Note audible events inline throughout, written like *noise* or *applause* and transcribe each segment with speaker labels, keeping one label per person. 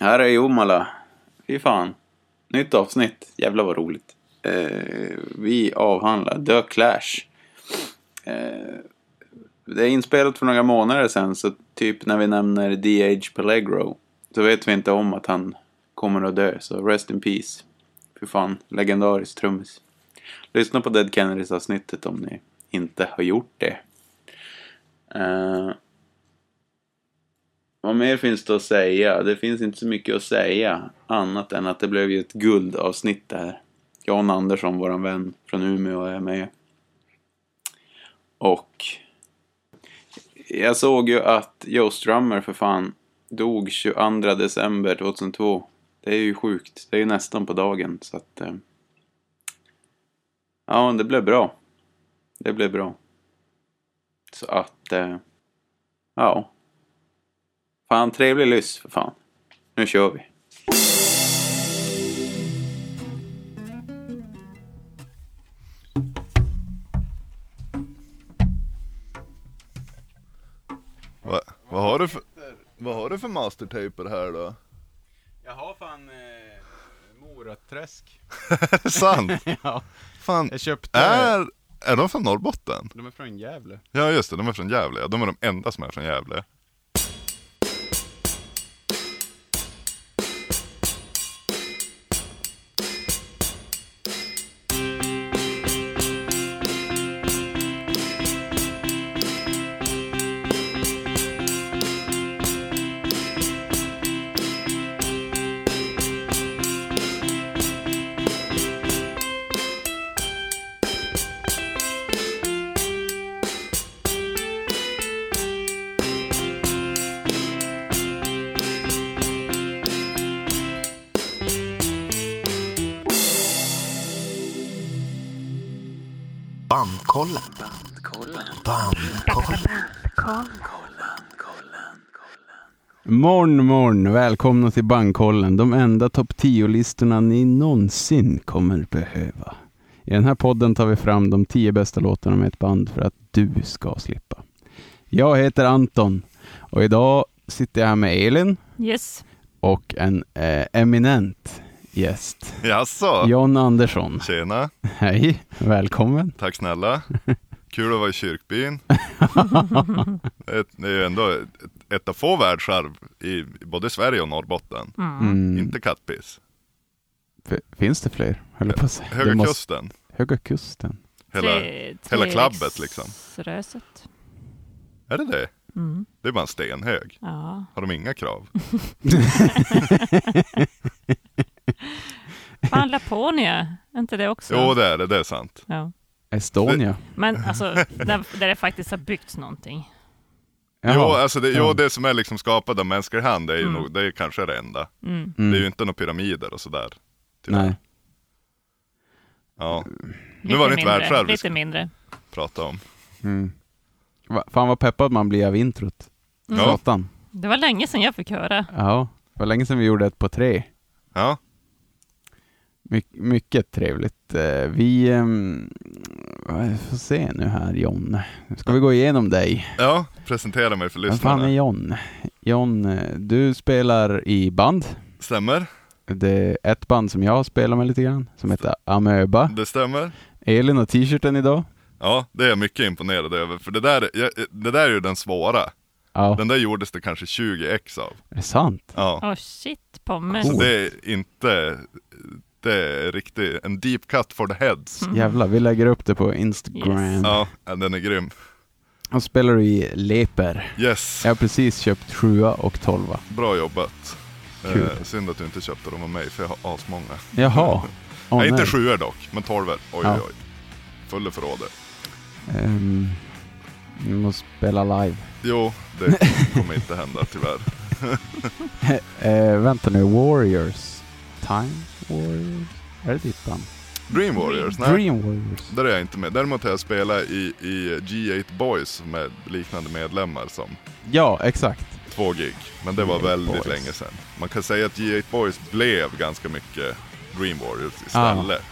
Speaker 1: Här är Jomala. Fy fan. Nytt avsnitt. Jävlar vad roligt. Eh, vi avhandlar The Clash. Eh, det är inspelat för några månader sedan, så typ när vi nämner D.H. Pellegro så vet vi inte om att han kommer att dö, så rest in peace. Fy fan, legendarisk trummis. Lyssna på Dead Kennedys-avsnittet om ni inte har gjort det. Eh, vad mer finns det att säga? Det finns inte så mycket att säga annat än att det blev ju ett guldavsnitt det här. Jan Andersson, våran vän från Umeå, är med. Och jag såg ju att Joe Strummer för fan dog 22 december 2002. Det är ju sjukt. Det är ju nästan på dagen, så att... Eh... Ja, men det blev bra. Det blev bra. Så att... Eh... Ja. Fan, trevlig lyss för fan. Nu kör vi.
Speaker 2: Va, vad, har du för, vad har du för mastertaper här då?
Speaker 1: Jag har fan eh, morötträsk.
Speaker 2: *laughs*
Speaker 1: *laughs*
Speaker 2: Är det sant?
Speaker 1: ja,
Speaker 2: Fan,
Speaker 1: jag köpte
Speaker 2: är, är de från Norrbotten?
Speaker 1: De är från Gävle.
Speaker 2: Ja just det, de är från Gävle. Ja, De är de enda som är från Gävle.
Speaker 3: Bandkollen. Bandkollen.
Speaker 1: Morgon, morgon. Välkomna till Bankkollen. De enda topp 10-listorna ni någonsin kommer behöva. I den här podden tar vi fram de 10 bästa låtarna med ett band för att du ska slippa. Jag heter Anton och idag sitter jag här med Elin
Speaker 4: Yes.
Speaker 1: och en eh, eminent gäst.
Speaker 2: Jaså?
Speaker 1: John Andersson.
Speaker 2: Tjena,
Speaker 1: Hej, välkommen.
Speaker 2: tack snälla. Kul att vara
Speaker 1: *laughs*
Speaker 2: i kyrkbyn. Det är- Det är ju ändå ett, ett av få världsarv i både Sverige och Norrbotten.
Speaker 1: Mm.
Speaker 2: Inte kattpiss.
Speaker 1: F- Finns det fler? Höll jag på att säga.
Speaker 2: Höga
Speaker 1: Det måste-
Speaker 2: kusten.
Speaker 1: Höga kusten.
Speaker 2: Hela,
Speaker 4: Tre-
Speaker 2: hela
Speaker 4: tre-
Speaker 2: klabbet, liksom.
Speaker 4: Röset.
Speaker 2: är det det?
Speaker 4: Mm.
Speaker 2: Det är bara en stenhög.
Speaker 4: Ja.
Speaker 2: Har de inga krav?
Speaker 4: Fan, *laughs* Laponia. Är inte det också?
Speaker 2: Jo det är det, det är sant.
Speaker 4: ja.
Speaker 1: Estonia.
Speaker 4: Men alltså, där, där det faktiskt har byggts någonting.
Speaker 2: Jo,
Speaker 1: Jaha.
Speaker 2: alltså det,
Speaker 1: Ja.
Speaker 2: jo, det som är liksom skapat av mänsklig hand, det är, ju
Speaker 4: Mm.
Speaker 2: nog, det är kanske det enda.
Speaker 4: Mm.
Speaker 1: Mm.
Speaker 2: Det är ju inte några pyramider och sådär. tyvärr.
Speaker 1: Nej.
Speaker 2: Ja,
Speaker 4: Lite
Speaker 2: var det inte
Speaker 4: mindre,
Speaker 2: världsarv vi
Speaker 4: Lite
Speaker 2: skulle-
Speaker 4: mindre.
Speaker 2: prata om.
Speaker 1: Mm. Va, fan vad peppad man blir av introt.
Speaker 2: Ja.
Speaker 1: Satan.
Speaker 4: Det var länge sedan jag fick höra.
Speaker 1: Ja, det var länge sedan vi gjorde ett på tre.
Speaker 2: Ja,
Speaker 1: My- mycket trevligt. Eh, Vi ehm, vad- får se nu här John. Nu ska vi gå igenom dig.
Speaker 2: ja presentera mig för
Speaker 1: Vem fan är
Speaker 2: lyssnarna.
Speaker 1: John? John, eh, du spelar i band.
Speaker 2: Stämmer,
Speaker 1: Det är ett band som jag spelar med lite grann, som heter Amöba.
Speaker 2: det stämmer.
Speaker 1: Elin har t-shirten idag.
Speaker 2: Ja, det är jag mycket imponerad över, för det där, jag- det där är ju den svåra.
Speaker 1: Ja,
Speaker 2: Den där gjordes det kanske 20 ex av.
Speaker 1: är det sant?
Speaker 2: Ja,
Speaker 4: Åh shit, Mm. pommes.
Speaker 1: Oh.
Speaker 2: så det är inte, det är riktigt, en deep cut for the heads.
Speaker 1: Jävlar, vi lägger upp det på Instagram.
Speaker 4: Mm. Yes.
Speaker 2: Ja, ja, den är grym.
Speaker 1: Och spelar du i Leper.
Speaker 2: Yes,
Speaker 1: Jag har precis köpt sjua och tolva.
Speaker 2: bra jobbat.
Speaker 1: Kul.
Speaker 2: Eh, synd att du inte köpte dem av mig, för jag har asmånga.
Speaker 1: Jaha. Åh,
Speaker 2: nej, inte
Speaker 1: nej.
Speaker 2: sjuor dock, men tolvor. Oj,
Speaker 1: Ja.
Speaker 2: oj, oj. Full i förrådet.
Speaker 1: Ehm, Vi måste spela live.
Speaker 2: Jo, det kommer inte hända tyvärr.
Speaker 1: Eh, vänta nu, Warriors. Time Warriors? Är det ditt band?
Speaker 2: Dream Warriors, nej.
Speaker 1: Dream Warriors.
Speaker 2: Där är jag inte med. Däremot har jag spelat i, i G8 Boys med liknande medlemmar som
Speaker 1: Ja, exakt.
Speaker 2: två gig. Men det var
Speaker 1: G8
Speaker 2: väldigt
Speaker 1: Boys.
Speaker 2: länge sedan. Man kan säga att G8 Boys blev ganska mycket Dream Warriors
Speaker 1: Ah.
Speaker 2: istället.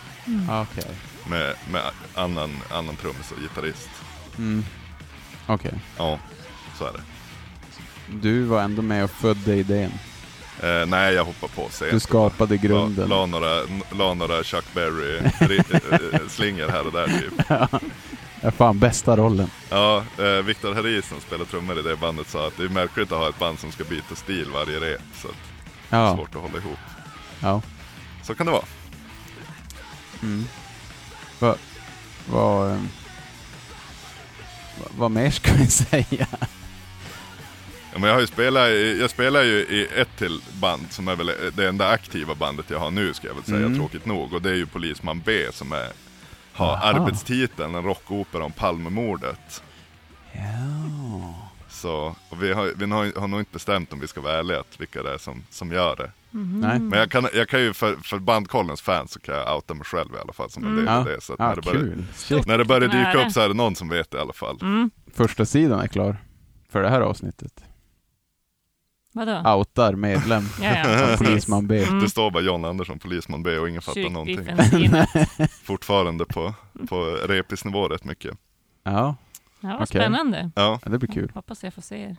Speaker 1: Okej.
Speaker 2: Med, med annan, annan trummis och gitarrist.
Speaker 1: Mm. Okej.
Speaker 2: Ja, så är det.
Speaker 1: Du var ändå med och födde idén.
Speaker 2: Eh, nej, jag hoppar på
Speaker 3: Du
Speaker 2: scen.
Speaker 3: skapade
Speaker 2: La,
Speaker 3: grunden.
Speaker 2: la, några, la några Chuck Berry-slingor eh, här och där
Speaker 3: *laughs*
Speaker 2: typ.
Speaker 3: Ja, fan, bästa rollen.
Speaker 2: Ja, eh, Viktor Harris som spelar trummor i det bandet sa att det är märkligt att ha ett band som ska byta stil varje rep. Så att det är
Speaker 3: Ja,
Speaker 2: svårt att hålla ihop.
Speaker 3: ja.
Speaker 2: Så kan det vara.
Speaker 3: Mm. Vad, vad, ehm, vad, vad mer ska vi *laughs* säga?
Speaker 2: Ja, men jag, har ju spelat, i- jag spelar ju i ett till band som är väl det enda aktiva bandet jag har nu ska jag väl säga,
Speaker 3: Mm.
Speaker 2: tråkigt nog. Och det är ju Polisman B som är, har
Speaker 3: Aha.
Speaker 2: arbetstiteln, en rockopera om Palmemordet.
Speaker 3: Ja.
Speaker 2: Så, och vi, har, vi har, har nog inte bestämt om vi ska vara ärliga att vilka det är som, som gör det.
Speaker 1: Mm.
Speaker 3: Nej.
Speaker 2: Men jag kan, jag kan ju för, för bandkollens fans så kan jag outa mig själv i alla fall som en del av
Speaker 3: Mm. Ja,
Speaker 2: det. Så att när,
Speaker 3: ja
Speaker 2: det börjar,
Speaker 3: kul.
Speaker 4: Stort.
Speaker 3: Shit.
Speaker 2: när det börjar dyka
Speaker 4: Nära.
Speaker 2: upp så är det någon som vet det i alla fall.
Speaker 4: Mm.
Speaker 3: Första sidan är klar för det här avsnittet.
Speaker 4: Vadå?
Speaker 3: Outar medlem
Speaker 4: Ja,
Speaker 2: *laughs*
Speaker 4: ja,
Speaker 3: Polisman B.
Speaker 4: Mm.
Speaker 2: Det står bara John Andersson, Polisman B och ingen fattar någonting. *laughs*
Speaker 4: Kyrkbiffens in.
Speaker 2: Fortfarande på, på repisnivå rätt mycket.
Speaker 3: Ja,
Speaker 4: Ja, vad
Speaker 3: Okej.
Speaker 4: spännande.
Speaker 2: Ja.
Speaker 3: ja, det blir kul.
Speaker 4: Hoppas jag får se er.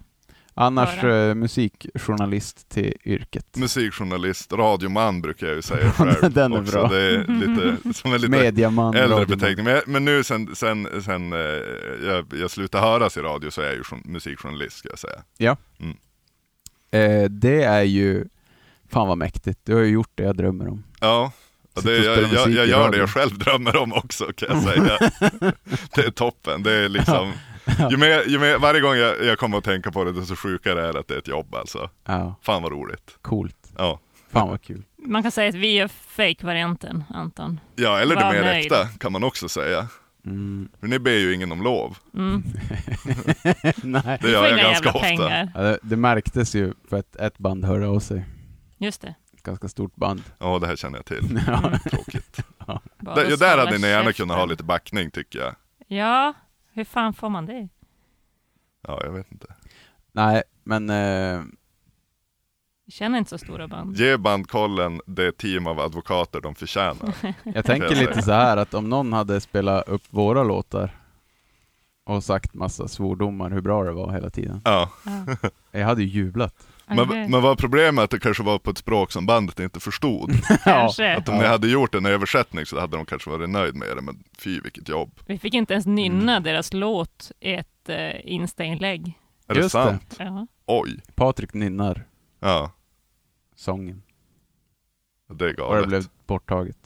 Speaker 3: Annars
Speaker 4: Höra.
Speaker 3: eh, musikjournalist till yrket.
Speaker 2: Musikjournalist, radioman brukar jag ju
Speaker 3: *laughs*
Speaker 2: säga själv.
Speaker 3: den är
Speaker 2: också.
Speaker 3: bra.
Speaker 2: Det är
Speaker 3: *laughs*
Speaker 2: lite, som en lite
Speaker 3: Mediaman.
Speaker 2: äldre
Speaker 3: radioman.
Speaker 2: beteckning. Men, jag- men nu sen, sen, sen eh, jag, jag slutade höras i radio så är jag ju jour- musikjournalist ska jag säga. Mm.
Speaker 3: Eh, det är ju, fan vad mäktigt. Du har ju gjort det jag drömmer om.
Speaker 2: Ja, och
Speaker 3: Sitta
Speaker 2: det,
Speaker 3: och spela
Speaker 2: jag, jag,
Speaker 3: musik
Speaker 2: jag
Speaker 3: i
Speaker 2: gör det
Speaker 3: radio.
Speaker 2: jag själv drömmer om också kan jag säga.
Speaker 3: *laughs*
Speaker 2: det är toppen, det är liksom, ju mer, ju mer, varje gång jag, jag kommer att tänka på det desto sjukare är det att det är ett jobb alltså.
Speaker 3: Ja,
Speaker 2: Fan vad roligt.
Speaker 3: coolt.
Speaker 2: Ja,
Speaker 3: Fan vad kul.
Speaker 4: Man kan säga att vi är fake-varianten, Anton.
Speaker 2: ja eller det
Speaker 4: Var
Speaker 2: mer
Speaker 4: nöjd.
Speaker 2: äkta kan man också säga.
Speaker 3: Mm.
Speaker 2: För ni ber ju ingen om lov,
Speaker 4: Mm.
Speaker 3: *laughs* Nej.
Speaker 2: det
Speaker 4: Vi får
Speaker 2: gör jag
Speaker 4: inga
Speaker 2: ganska
Speaker 4: jävla
Speaker 2: ofta.
Speaker 4: pengar.
Speaker 3: Ja, det, det märktes ju för att ett band hörde av sig.
Speaker 4: Just det.
Speaker 3: Ett ganska stort band.
Speaker 2: Ja, det här känner jag till.
Speaker 3: *laughs* Ja.
Speaker 2: Mm, Tråkigt.
Speaker 4: Bara
Speaker 2: Där, ja, där
Speaker 4: ställa
Speaker 2: hade ni gärna
Speaker 4: käften.
Speaker 2: kunnat ha lite backning tycker jag.
Speaker 4: Ja, hur fan får man det?
Speaker 2: Ja, jag vet inte.
Speaker 3: Nej, men eh,
Speaker 4: Vi känner inte så stora band.
Speaker 2: Ge bandkollen det team av advokater de förtjänar.
Speaker 3: jag tänker lite så här att om någon hade spelat upp våra låtar och sagt massa svordomar hur bra det var hela tiden.
Speaker 2: Ja.
Speaker 4: Ja.
Speaker 3: Jag hade ju jublat.
Speaker 2: *laughs* Men,
Speaker 4: Okej.
Speaker 2: men vad problemet är att det kanske var på ett språk som bandet inte förstod.
Speaker 4: Kanske.
Speaker 2: Att om ni hade gjort en översättning så hade de kanske varit nöjd med det, men fy vilket jobb.
Speaker 4: Vi fick inte ens nynna
Speaker 2: Mm.
Speaker 4: deras låt i ett uh, Insta-inlägg.
Speaker 2: Är det
Speaker 3: Just det.
Speaker 2: sant?
Speaker 4: Ja.
Speaker 2: Oj!
Speaker 3: Patrik nynnar
Speaker 2: Ja, sången
Speaker 3: sången
Speaker 2: det är
Speaker 3: och det
Speaker 2: galet.
Speaker 3: blev borttaget.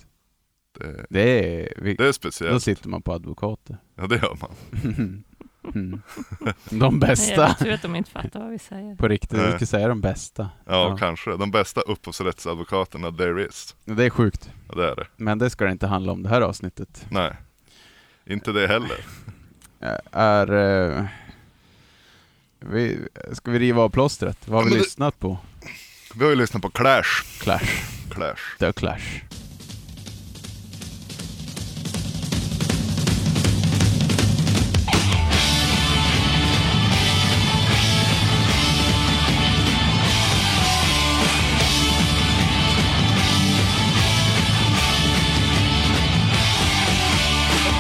Speaker 2: Det,
Speaker 3: Det är, vi,
Speaker 2: det är
Speaker 3: då
Speaker 2: speciellt.
Speaker 3: sitter man
Speaker 2: *laughs*
Speaker 3: på advokater.
Speaker 2: Ja, det gör man.
Speaker 3: Mm. De
Speaker 4: Jag
Speaker 3: bästa.
Speaker 4: tror att de inte fattar vad vi säger.
Speaker 3: På riktigt,
Speaker 2: Nej.
Speaker 3: vi ska säga de bästa.
Speaker 2: Ja,
Speaker 3: Ja.
Speaker 2: kanske. De bästa upphovsrättsadvokaterna there is.
Speaker 3: Det är sjukt.
Speaker 2: Ja, det är det.
Speaker 3: Men det ska det inte handla om det här avsnittet.
Speaker 2: Nej. Inte det heller.
Speaker 3: Ä- Är... eh, vi, ska vi riva av plåstret? Vad har
Speaker 2: Ja,
Speaker 3: vi
Speaker 2: men det-
Speaker 3: lyssnat på?
Speaker 2: Vi har ju lyssnat på Clash.
Speaker 3: Clash.
Speaker 2: Clash.
Speaker 3: The Clash.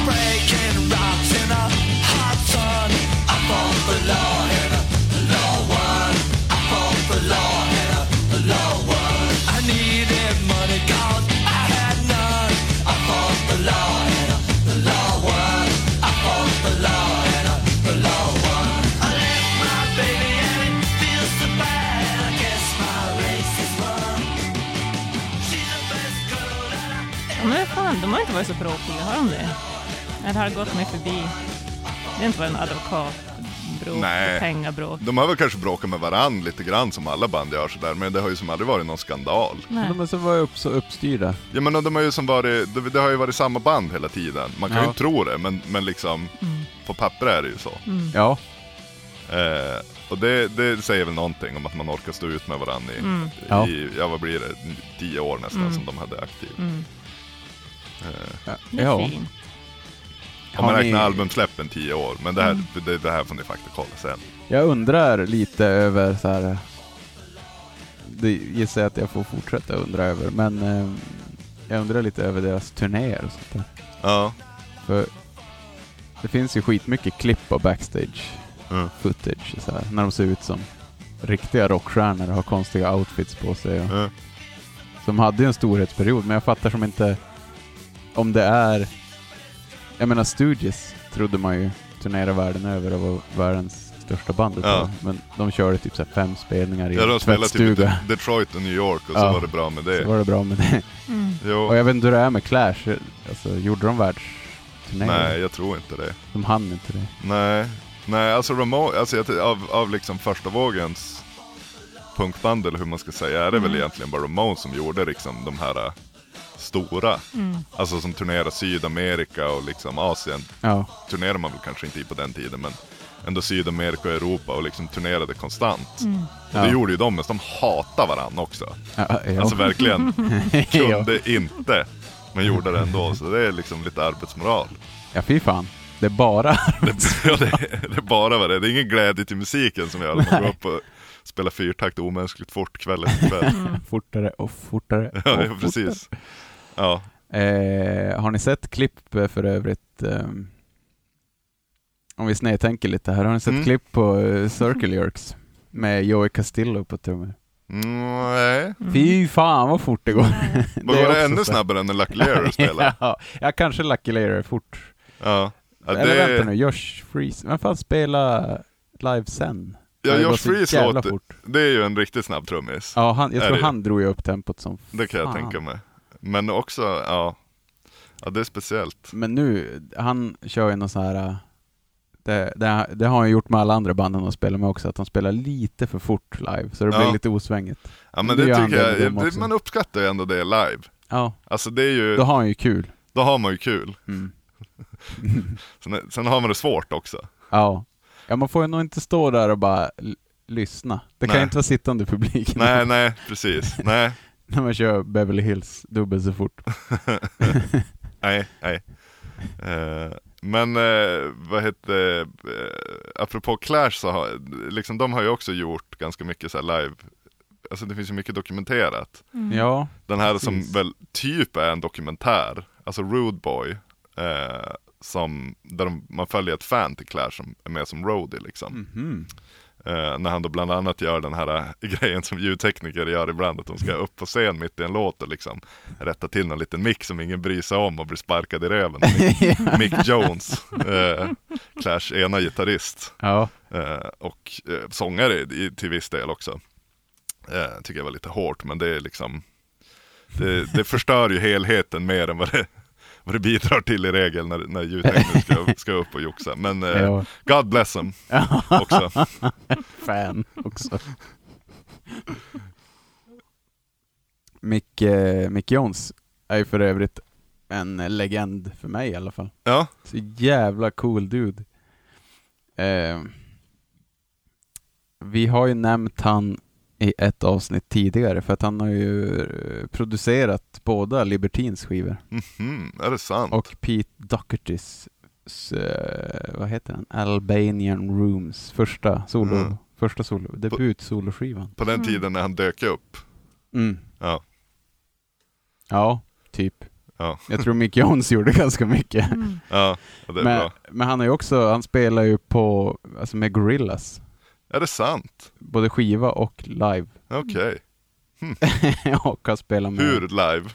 Speaker 5: breaking rocks in a hot sun. I fall for law and a law one. I fall for law and a law one. I needed money, God, I had none. I fall for law and a law one. I fall for law and a law one. I left my baby and it feels so bad. I guess my race is run. She's the best girl that I
Speaker 4: Ja, men fan, de har inte varit så bråkiga, har de det? Eller har det gått mig förbi? Det har inte varit en advokatbråk,
Speaker 2: Nej.
Speaker 4: pengabråk.
Speaker 2: De har väl kanske bråkat med varann lite grann som alla band gör sådär, men det har ju som aldrig varit någon skandal.
Speaker 4: Nej.
Speaker 3: De är så var upp, så uppstyrda.
Speaker 2: Ja men de har ju som varit, det, det har ju varit samma band hela tiden. Man kan ju
Speaker 3: Ja.
Speaker 2: inte tro det, men, men liksom på papper är det ju så.
Speaker 4: Mm.
Speaker 3: Ja.
Speaker 2: Eh, och det, det säger väl någonting om att man orkar stå ut med varandra i,
Speaker 3: Ja.
Speaker 2: i ja vad blir det, tio år nästan som de hade aktiv.
Speaker 3: Ja.
Speaker 4: Mm. Det är
Speaker 3: ja.
Speaker 4: fint.
Speaker 2: Om man
Speaker 3: Har ni-
Speaker 2: räknar albumsläppen tio år, men det här, det, det här får ni faktiskt kolla sen.
Speaker 3: Jag undrar lite över så här. eh, Det gissar jag att jag får fortsätta undra över, men eh, jag undrar lite över deras turnéer och sånt där.
Speaker 2: Ja,
Speaker 3: För det finns ju skitmycket klipp och backstage
Speaker 2: Mm.
Speaker 3: footage så här, när de ser ut som riktiga rockstjärnor har konstiga outfits på sig. Och,
Speaker 2: Ja.
Speaker 3: Som hade ju en storhetsperiod, men jag fattar som inte om det är... Jag menar Stooges trodde man ju turnerade världen över och var världens största band ett
Speaker 2: Ja.
Speaker 3: tag. Men de körde typ så här fem spelningar i
Speaker 2: Ja, de
Speaker 3: en
Speaker 2: spelade typ i
Speaker 3: tvättstuga.
Speaker 2: De- Detroit och New York och så
Speaker 3: Ja.
Speaker 2: var det bra med
Speaker 3: *laughs* Så
Speaker 2: det.
Speaker 3: var det bra
Speaker 2: *laughs*
Speaker 3: med det.
Speaker 4: Mm.
Speaker 3: Och
Speaker 2: Jo,
Speaker 3: jag vet inte hur det är med Clash. Alltså, gjorde de världsturnéer?
Speaker 2: nej jag tror inte det.
Speaker 3: De hann inte det.
Speaker 2: Nej, nej alltså Ramones, alltså jag, ty- av, av liksom första vågens punkband eller hur man ska säga är det väl egentligen bara Ramones som gjorde liksom de här äh, stora. Alltså som turnerade Sydamerika och liksom Asien
Speaker 3: Ja,
Speaker 2: turnerade man väl kanske inte i på den tiden men ändå Sydamerika och Europa och liksom turnerade konstant. Och det
Speaker 3: Ja.
Speaker 2: gjorde ju de, men de hatade varandra också.
Speaker 3: ja, ja.
Speaker 2: Alltså
Speaker 3: *laughs*
Speaker 2: verkligen
Speaker 3: ja.
Speaker 2: kunde inte. Men gjorde det ändå, så det är liksom lite arbetsmoral.
Speaker 3: ja, fy fan. Det är bara *laughs*
Speaker 2: *laughs* Ja, det, det är bara vad det är. Det är ingen glädje till musiken som gör att man går upp och spelar fyrtakt omänskligt fort kväll efter kväll. *laughs*
Speaker 3: fortare och fortare. Och
Speaker 2: Ja, ja,
Speaker 3: fortare.
Speaker 2: precis. Ja,
Speaker 3: Eh, har ni sett klipp eh, för övrigt? ehm, om vi snedtänker lite här. Har ni sett
Speaker 2: Mm.
Speaker 3: klipp på eh, Circle Jerks? Med Joey Castillo på trummor.
Speaker 2: Mm, nej.
Speaker 3: Fy fan vad fort *laughs* det går.
Speaker 2: Var
Speaker 3: är
Speaker 2: det,
Speaker 3: också
Speaker 2: ännu
Speaker 3: så-
Speaker 2: snabbare än när Lucky Lear spelade?
Speaker 3: *laughs* ja, ja, kanske Lucky Layer är fort.
Speaker 2: Ja. Ja,
Speaker 3: Eller vänta
Speaker 2: det,
Speaker 3: nu, Josh Freeze. Vem fan spela live sen?
Speaker 2: Ja,
Speaker 3: Det
Speaker 2: Josh
Speaker 3: var så
Speaker 2: Freeze
Speaker 3: jävla
Speaker 2: låter-
Speaker 3: fort.
Speaker 2: det är ju en riktigt snabb trummis.
Speaker 3: Ja, han, jag
Speaker 2: Är
Speaker 3: tror
Speaker 2: det?
Speaker 3: han drog ju upp tempot som
Speaker 2: Det kan jag
Speaker 3: fan.
Speaker 2: tänka mig. Men också, ja. Ja, det är speciellt.
Speaker 3: Men nu, han kör ju någon sån här... äh, Det, det, det har han gjort med alla andra band han har spelat med också, att han spelar lite för fort live, så det
Speaker 2: Ja.
Speaker 3: blir lite osvängigt.
Speaker 2: Ja,
Speaker 3: Men
Speaker 2: men
Speaker 3: det
Speaker 2: det
Speaker 3: gör han
Speaker 2: tycker
Speaker 3: det med
Speaker 2: jag,
Speaker 3: dem
Speaker 2: det,
Speaker 3: också.
Speaker 2: man uppskattar ju ändå det live.
Speaker 3: Ja,
Speaker 2: Alltså det är ju,
Speaker 3: då har han ju kul.
Speaker 2: då har man ju kul.
Speaker 3: Mm.
Speaker 2: *laughs* Sen, sen har man det svårt också.
Speaker 3: Ja. ja, man får ju nog inte stå där och bara l- lyssna. Det kan
Speaker 2: Nej.
Speaker 3: ju inte vara sittande publik
Speaker 2: Nej, nej, precis. Nej,
Speaker 3: *laughs* när man kör Beverly Hills dubbelt så fort.
Speaker 2: Nej, nej. Eh, men eh, vad heter, eh, apropå Clash så har, liksom de har ju också gjort ganska mycket så här live, alltså det finns ju mycket dokumenterat.
Speaker 3: Ja,
Speaker 2: Den här
Speaker 3: Mm, Precis.
Speaker 2: som väl typ är en dokumentär, alltså Rude Boy, eh, som, där de, man följer ett fan till Clash som är med som roadie liksom.
Speaker 3: Mm.
Speaker 2: Eh, när han då bland annat gör den här eh, *laughs* grejen som ljudtekniker gör ibland, att de ska upp på scen mitt i en låt och liksom rätta till någon liten mick som ingen bryr sig om och blir sparkad i röven. Mick, Mick Jones, eh, Clash ena gitarrist
Speaker 3: ja.
Speaker 2: eh, och eh, sångare i, till viss del också. Eh, tycker jag var lite hårt, men det är liksom, det, det förstör ju helheten mer än vad det, vad det bidrar till i regel när, när ljudtekniker ska, ska upp och joxa. Men eh,
Speaker 3: Ja.
Speaker 2: God bless them också.
Speaker 3: fan också. Mick, Mick Jones är ju för övrigt en legend för mig i alla fall.
Speaker 2: Ja,
Speaker 3: Så jävla cool dude. Eh, vi har ju nämnt han i ett avsnitt tidigare för att han har ju eh, producerat båda Libertines skivor
Speaker 2: mhm, är det sant?
Speaker 3: och Pete Dohertys, s- eh, vad heter den, Albanian Rooms första solo,
Speaker 2: Mm.
Speaker 3: första solo, debut soloskivan.
Speaker 2: På den tiden när han dök upp.
Speaker 3: Mm.
Speaker 2: Ja.
Speaker 3: Ja, typ.
Speaker 2: Ja.
Speaker 3: Jag tror Mick Jones *laughs* gjorde ganska mycket.
Speaker 4: Mm.
Speaker 2: Ja, och det är
Speaker 3: Men,
Speaker 2: bra.
Speaker 3: men han är ju också, han spelar ju på, alltså med Gorillas.
Speaker 2: Är det sant?
Speaker 3: både skiva och live. *laughs*
Speaker 2: Okej.
Speaker 3: och har spelat med
Speaker 2: Hur live?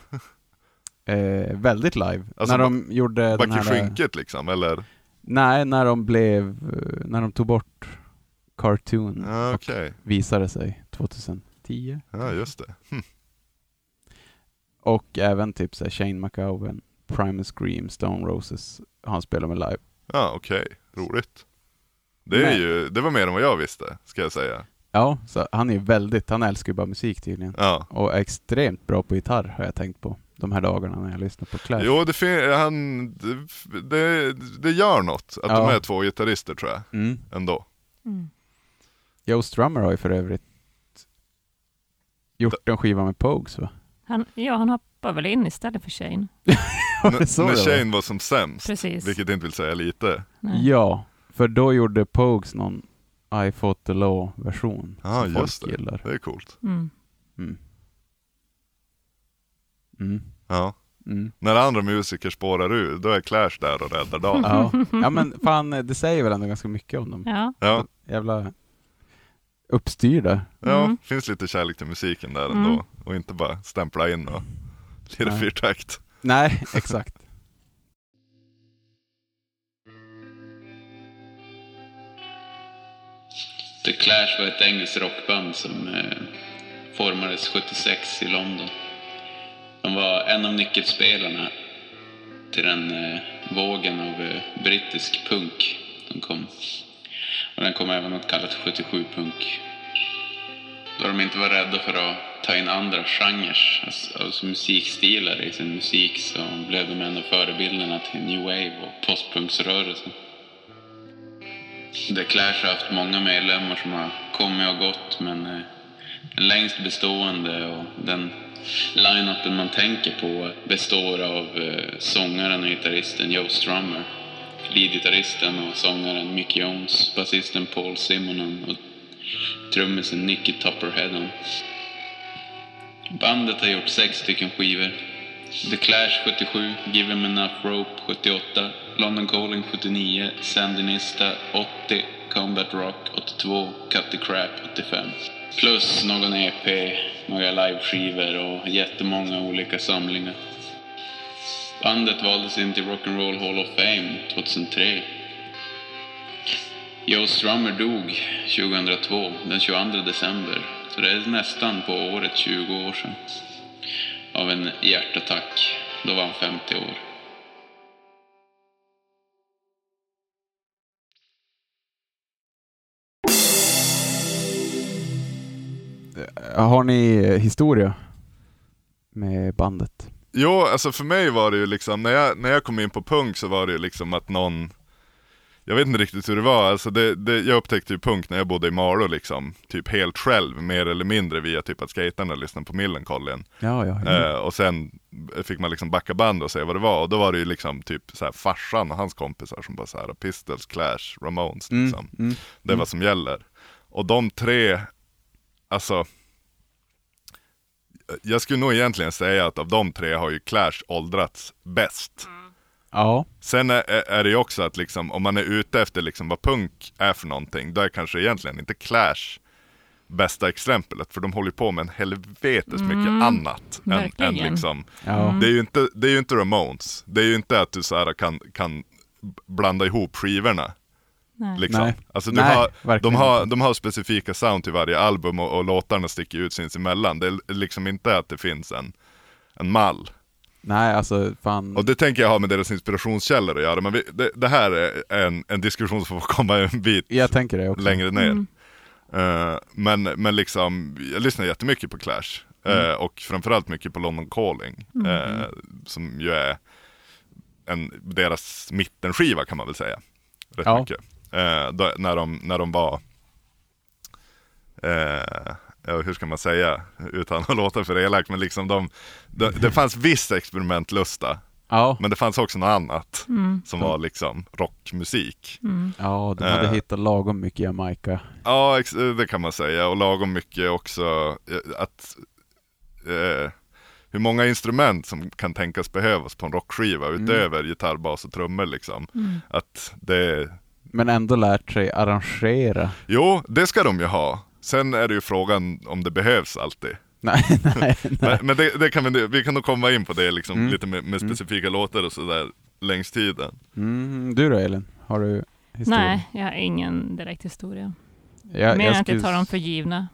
Speaker 3: Eh, väldigt live.
Speaker 2: Alltså,
Speaker 3: när de gjorde den
Speaker 2: Back i
Speaker 3: här...
Speaker 2: skynket liksom, eller?
Speaker 3: Nej, när de blev... eh, När de tog bort Cartoon
Speaker 2: Ja, Ah, Okej,
Speaker 3: och visade sig 2010.
Speaker 2: ja just det.
Speaker 3: Och även typ så här, Shane McGowan, Primus Scream, Stone Roses har han spelat med live.
Speaker 2: Ja, okej. Roligt. Det, är
Speaker 3: Men-
Speaker 2: ju, det var mer än vad jag visste, ska jag säga.
Speaker 3: Ja, så han är ju väldigt, han älskar ju bara musik tydligen.
Speaker 2: Ja.
Speaker 3: Och är extremt bra på gitarr har jag tänkt på de här dagarna när jag lyssnar på Clash.
Speaker 2: Jo, det, fin- han, det, det, det gör något att
Speaker 3: Ja.
Speaker 2: de är två gitarrister tror jag,
Speaker 3: Mm.
Speaker 2: ändå.
Speaker 4: Mm.
Speaker 3: Joe Strummer har ju för övrigt gjort en skiva med Pogues va?
Speaker 4: Han, ja, han hoppar väl in istället för Shane.
Speaker 3: *laughs* Var det så
Speaker 2: N- när
Speaker 3: det var?
Speaker 2: Shane var som sämst,
Speaker 4: Precis.
Speaker 2: vilket inte vill säga lite.
Speaker 4: Nej.
Speaker 3: Ja, för då gjorde Pogues någon I fought the law-version
Speaker 2: Ja,
Speaker 3: som
Speaker 2: Ah, just
Speaker 3: folk gillar.
Speaker 2: Det är coolt.
Speaker 4: Mm.
Speaker 3: Mm. Mm.
Speaker 2: Ja.
Speaker 3: Mm.
Speaker 2: När andra musiker spårar ur, då är Clash där och räddar dagen.
Speaker 4: Mm. *laughs*
Speaker 3: Ja. ja men fan, det säger väl ändå ganska mycket om dem.
Speaker 4: Ja.
Speaker 2: Ja,
Speaker 3: Jävla uppstyrda.
Speaker 2: Ja, finns lite kärlek till musiken där ändå. Och inte bara stämpla in och lira
Speaker 3: Nej.
Speaker 2: fyrtakt.
Speaker 3: Nej, *laughs* exakt.
Speaker 1: The Clash var ett engelskt rockband som eh, formades 76 i London. De var en av nyckelspelarna till den eh, vågen av eh, brittisk punk som kom. Och den kom även att kallas 77-punk. Då de inte var rädda för att ta in andra genrer, alltså, alltså musikstilar i sin musik så blev de en av förebilderna till new wave och postpunksrörelsen. The Clash har haft många medlemmar som har kommit och gått men eh, den längst bestående och den line-upen man tänker på består av eh, sångaren och gitarristen Joe Strummer, leadgitarristen och sångaren Mick Jones, basisten Paul Simonon och trummisen Nicky Tupperheadon. Bandet har gjort sex stycken skivor. The Clash 77, Give 'em Enough Rope 78, London Calling 79, Sandinista 80, Combat Rock 82, Cut the Crap 85. Plus någon EP, några liveskivor och jättemånga olika samlingar. Bandet valdes in till Rock'n'Roll Hall of Fame 2003. Joe Strummer dog 2002, den 22 december. Så det är nästan på året 20 år sedan. Av en hjärtattack. Då var han 50 år.
Speaker 3: Har ni eh, historia med bandet?
Speaker 2: Jo, alltså för mig var det ju liksom, när jag, när jag kom in på punk så var det ju liksom att någon Jag vet inte riktigt hur det var, alltså det, det, jag upptäckte ju punk när jag bodde i Malå liksom Typ helt själv, mer eller mindre via typ att skaterna lyssnade på Millencolin
Speaker 3: Ja, ja.
Speaker 2: Eh, och sen fick man liksom backa band och se vad det var. Och då var det ju liksom typ så här farsan och hans kompisar som bara så här "Ah, Pistols, Clash, Ramones liksom. det är vad som gäller. Och de tre, alltså. Jag skulle nog egentligen säga att av de tre har ju Clash åldrats bäst.
Speaker 3: ja.
Speaker 2: Sen är, är det ju också att liksom, om man är ute efter liksom vad punk är för någonting, då är kanske egentligen inte Clash bästa exemplet, för de håller ju på med en helvetes mycket annat. Än, än
Speaker 4: verkligen.
Speaker 2: liksom,
Speaker 3: Ja.
Speaker 2: det, är ju inte, det är ju inte Ramones, det är ju inte att du så här kan, kan blanda ihop skivorna.
Speaker 4: Nej.
Speaker 2: Liksom.
Speaker 3: Nej.
Speaker 2: Alltså, du
Speaker 3: Nej,
Speaker 2: har, de,
Speaker 3: verkligen
Speaker 2: har, de har specifika sound till varje album och, och låtarna sticker ut sinsemellan. Det är liksom inte att det finns en, en mall.
Speaker 3: Nej, alltså fan.
Speaker 2: Och det tänker jag ha med deras inspirationskällor att göra, men vi, det, det här är en, en diskussion som får komma en bit
Speaker 3: jag tänker det också.
Speaker 2: längre ner. Eh, men, men liksom, jag lyssnar jättemycket på Clash. eh, och framförallt mycket på London Calling. eh, som ju är en, deras mittenskiva kan man väl säga. Rätt
Speaker 3: Ja.
Speaker 2: mycket. Eh, då, när, de, när de var, eh, ja, hur ska man säga, utan att *laughs* låta för elak, men liksom de, de, det fanns viss experimentlusta.
Speaker 3: Ja,
Speaker 2: Men det fanns också något annat som var liksom rockmusik.
Speaker 3: ja de hade
Speaker 2: Eh.
Speaker 3: hittat lagom mycket Jamaica.
Speaker 2: Ja, ex- det kan man säga. Och lagom mycket också eh, att eh, hur många instrument som kan tänkas behövas på en rockskiva utöver gitarr, bas och trummor liksom.
Speaker 4: Mm.
Speaker 2: Att det,
Speaker 3: Men ändå lärt sig arrangera. *laughs*
Speaker 2: jo, det ska de ju ha. Sen är det ju frågan om det behövs alltid.
Speaker 3: Nej, nej, nej.
Speaker 2: Men, men det, det kan vi, vi kan nog komma in på det liksom, lite med, med specifika låtar och sådär längs tiden.
Speaker 3: Mm, du då Elin? Har du historia?
Speaker 4: Nej, jag har ingen direkt historia.
Speaker 3: jag,
Speaker 4: Mer än att jag
Speaker 3: skulle-
Speaker 4: tar dem för givna.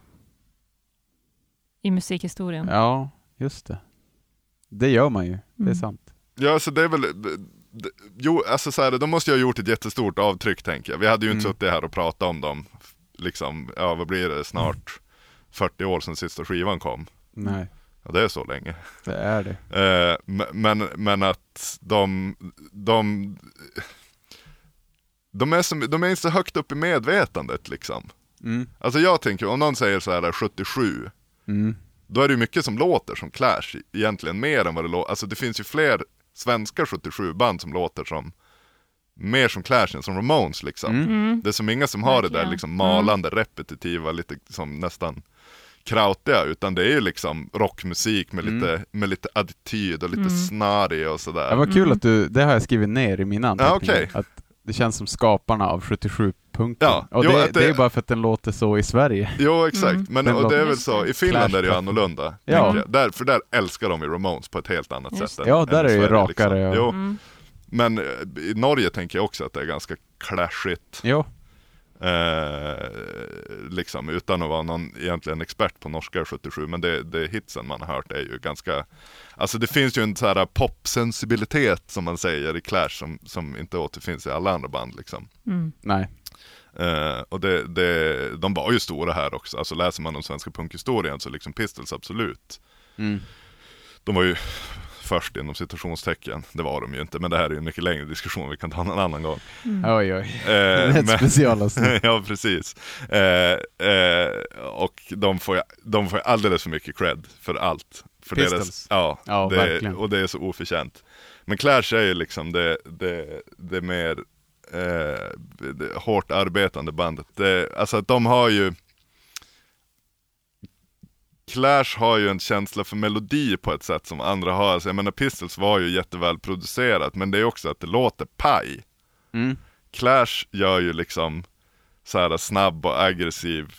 Speaker 4: I musikhistorien.
Speaker 3: Ja, just det. Det gör man ju. Det är
Speaker 4: Mm.
Speaker 3: sant.
Speaker 2: Ja, alltså det är väl... det- Jo, alltså så här, de måste ju ha gjort ett jättestort avtryck tänker jag. Vi hade ju inte suttit här och pratat om dem, liksom, ja vad blir det, snart 40 år sedan sista skivan kom.
Speaker 3: Nej,
Speaker 2: Ja, det är så länge.
Speaker 3: det är det.
Speaker 2: Eh, m- men, men att de, de, de är, som, de är inte så högt upp i medvetandet liksom.
Speaker 3: Mm.
Speaker 2: Alltså jag tänker, om någon säger så här 77,
Speaker 3: Mm.
Speaker 2: då är det ju mycket som låter som Clash egentligen mer än vad det låter. Alltså det finns ju fler svenska 77-band som låter som mer som Clash än som Ramones liksom.
Speaker 4: Mm.
Speaker 2: Det är som inga som har det där
Speaker 4: Verkligen.
Speaker 2: liksom malande, repetitiva, lite som nästan krautiga, utan det är ju liksom rockmusik med lite, med lite attityd och lite snarrig och sådär.
Speaker 3: Det var kul att du, det har jag skrivit ner i mina anteckningar.
Speaker 2: okej.
Speaker 3: Att det känns som skaparna av 77 punkten.
Speaker 2: Ja,
Speaker 3: och
Speaker 2: jo,
Speaker 3: det,
Speaker 2: att det-
Speaker 3: det är bara för att den låter så i Sverige. *laughs*
Speaker 2: Jo exakt, men
Speaker 3: Den
Speaker 2: och det är väl
Speaker 4: Just
Speaker 2: så,
Speaker 4: det.
Speaker 2: i Finland är det ju
Speaker 3: Mm. Clash.
Speaker 2: annorlunda.
Speaker 3: Ja.
Speaker 2: tänker jag. Där, för där älskar de ju Ramones på ett helt annat
Speaker 4: Just
Speaker 2: sätt.
Speaker 3: det. Ja,
Speaker 2: än-
Speaker 3: där
Speaker 2: än
Speaker 3: är det ju
Speaker 2: Sverige,
Speaker 3: rakare och-
Speaker 2: Liksom. Jo. Men eh, i Norge tänker jag också att det är ganska clashigt.
Speaker 3: Jo,
Speaker 2: Eh, liksom, utan att vara någon egentligen expert på norska 77, men det, det hitsen man har hört är ju ganska Alltså det finns ju en så här popsensibilitet som man säger i Clash som, som inte återfinns i alla andra band liksom.
Speaker 3: nej.
Speaker 2: Eh, och det, det, de var ju stora här också, alltså läser man om svenska punkhistorien så liksom Pistols absolut.
Speaker 3: Mm.
Speaker 2: De var ju först inom citationstecken, det var de ju inte, men det här är ju en mycket längre diskussion, vi kan ta en annan gång.
Speaker 3: Oj, oj.
Speaker 2: Eh,
Speaker 3: *laughs* Det är ett
Speaker 2: men- *laughs*
Speaker 3: specialavsnitt.
Speaker 2: ja, precis. Eh, eh, och de får, ju- de får ju alldeles för mycket cred för allt. För
Speaker 3: Pistols.
Speaker 2: ja,
Speaker 3: Ja,
Speaker 2: det,
Speaker 3: verkligen.
Speaker 2: och det är så oförtjänt. Men Clash är ju liksom det, det, det mer eh, det hårt arbetande bandet. Det, alltså att de har ju Clash har ju en känsla för melodi på ett sätt som andra har. Alltså, jag menar Pistols var ju jätteväl producerat men det är också att det låter paj.
Speaker 3: Mm.
Speaker 2: Clash gör ju liksom så här snabb och aggressiv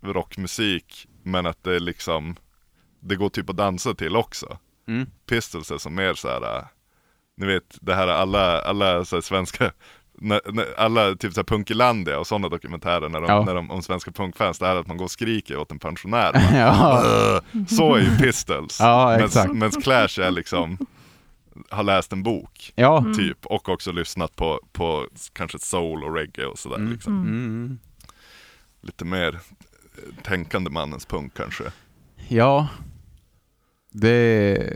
Speaker 2: rockmusik men att det är liksom det går typ att dansa till också.
Speaker 3: Mm.
Speaker 2: Pistols är som mer så här äh, ni vet det här alla, alla så här svenska *laughs* när- när- alla typ såhär Punkilandia och sådana dokumentärer när de,
Speaker 3: Ja.
Speaker 2: när de, om svenska punkfans, det här att man går och skriker åt en
Speaker 3: *laughs*
Speaker 2: pensionär. Man,
Speaker 3: Ja,
Speaker 2: "Ugh!" så är ju Pistols.
Speaker 3: *laughs* Ja,
Speaker 2: Medans-
Speaker 3: exakt.
Speaker 2: medans Clash är liksom, har läst en bok
Speaker 3: ja.
Speaker 2: typ och också lyssnat på, på kanske soul och reggae och sådär liksom.
Speaker 3: Mm.
Speaker 2: Lite mer eh, tänkande mannens punk kanske.
Speaker 3: ja. Det...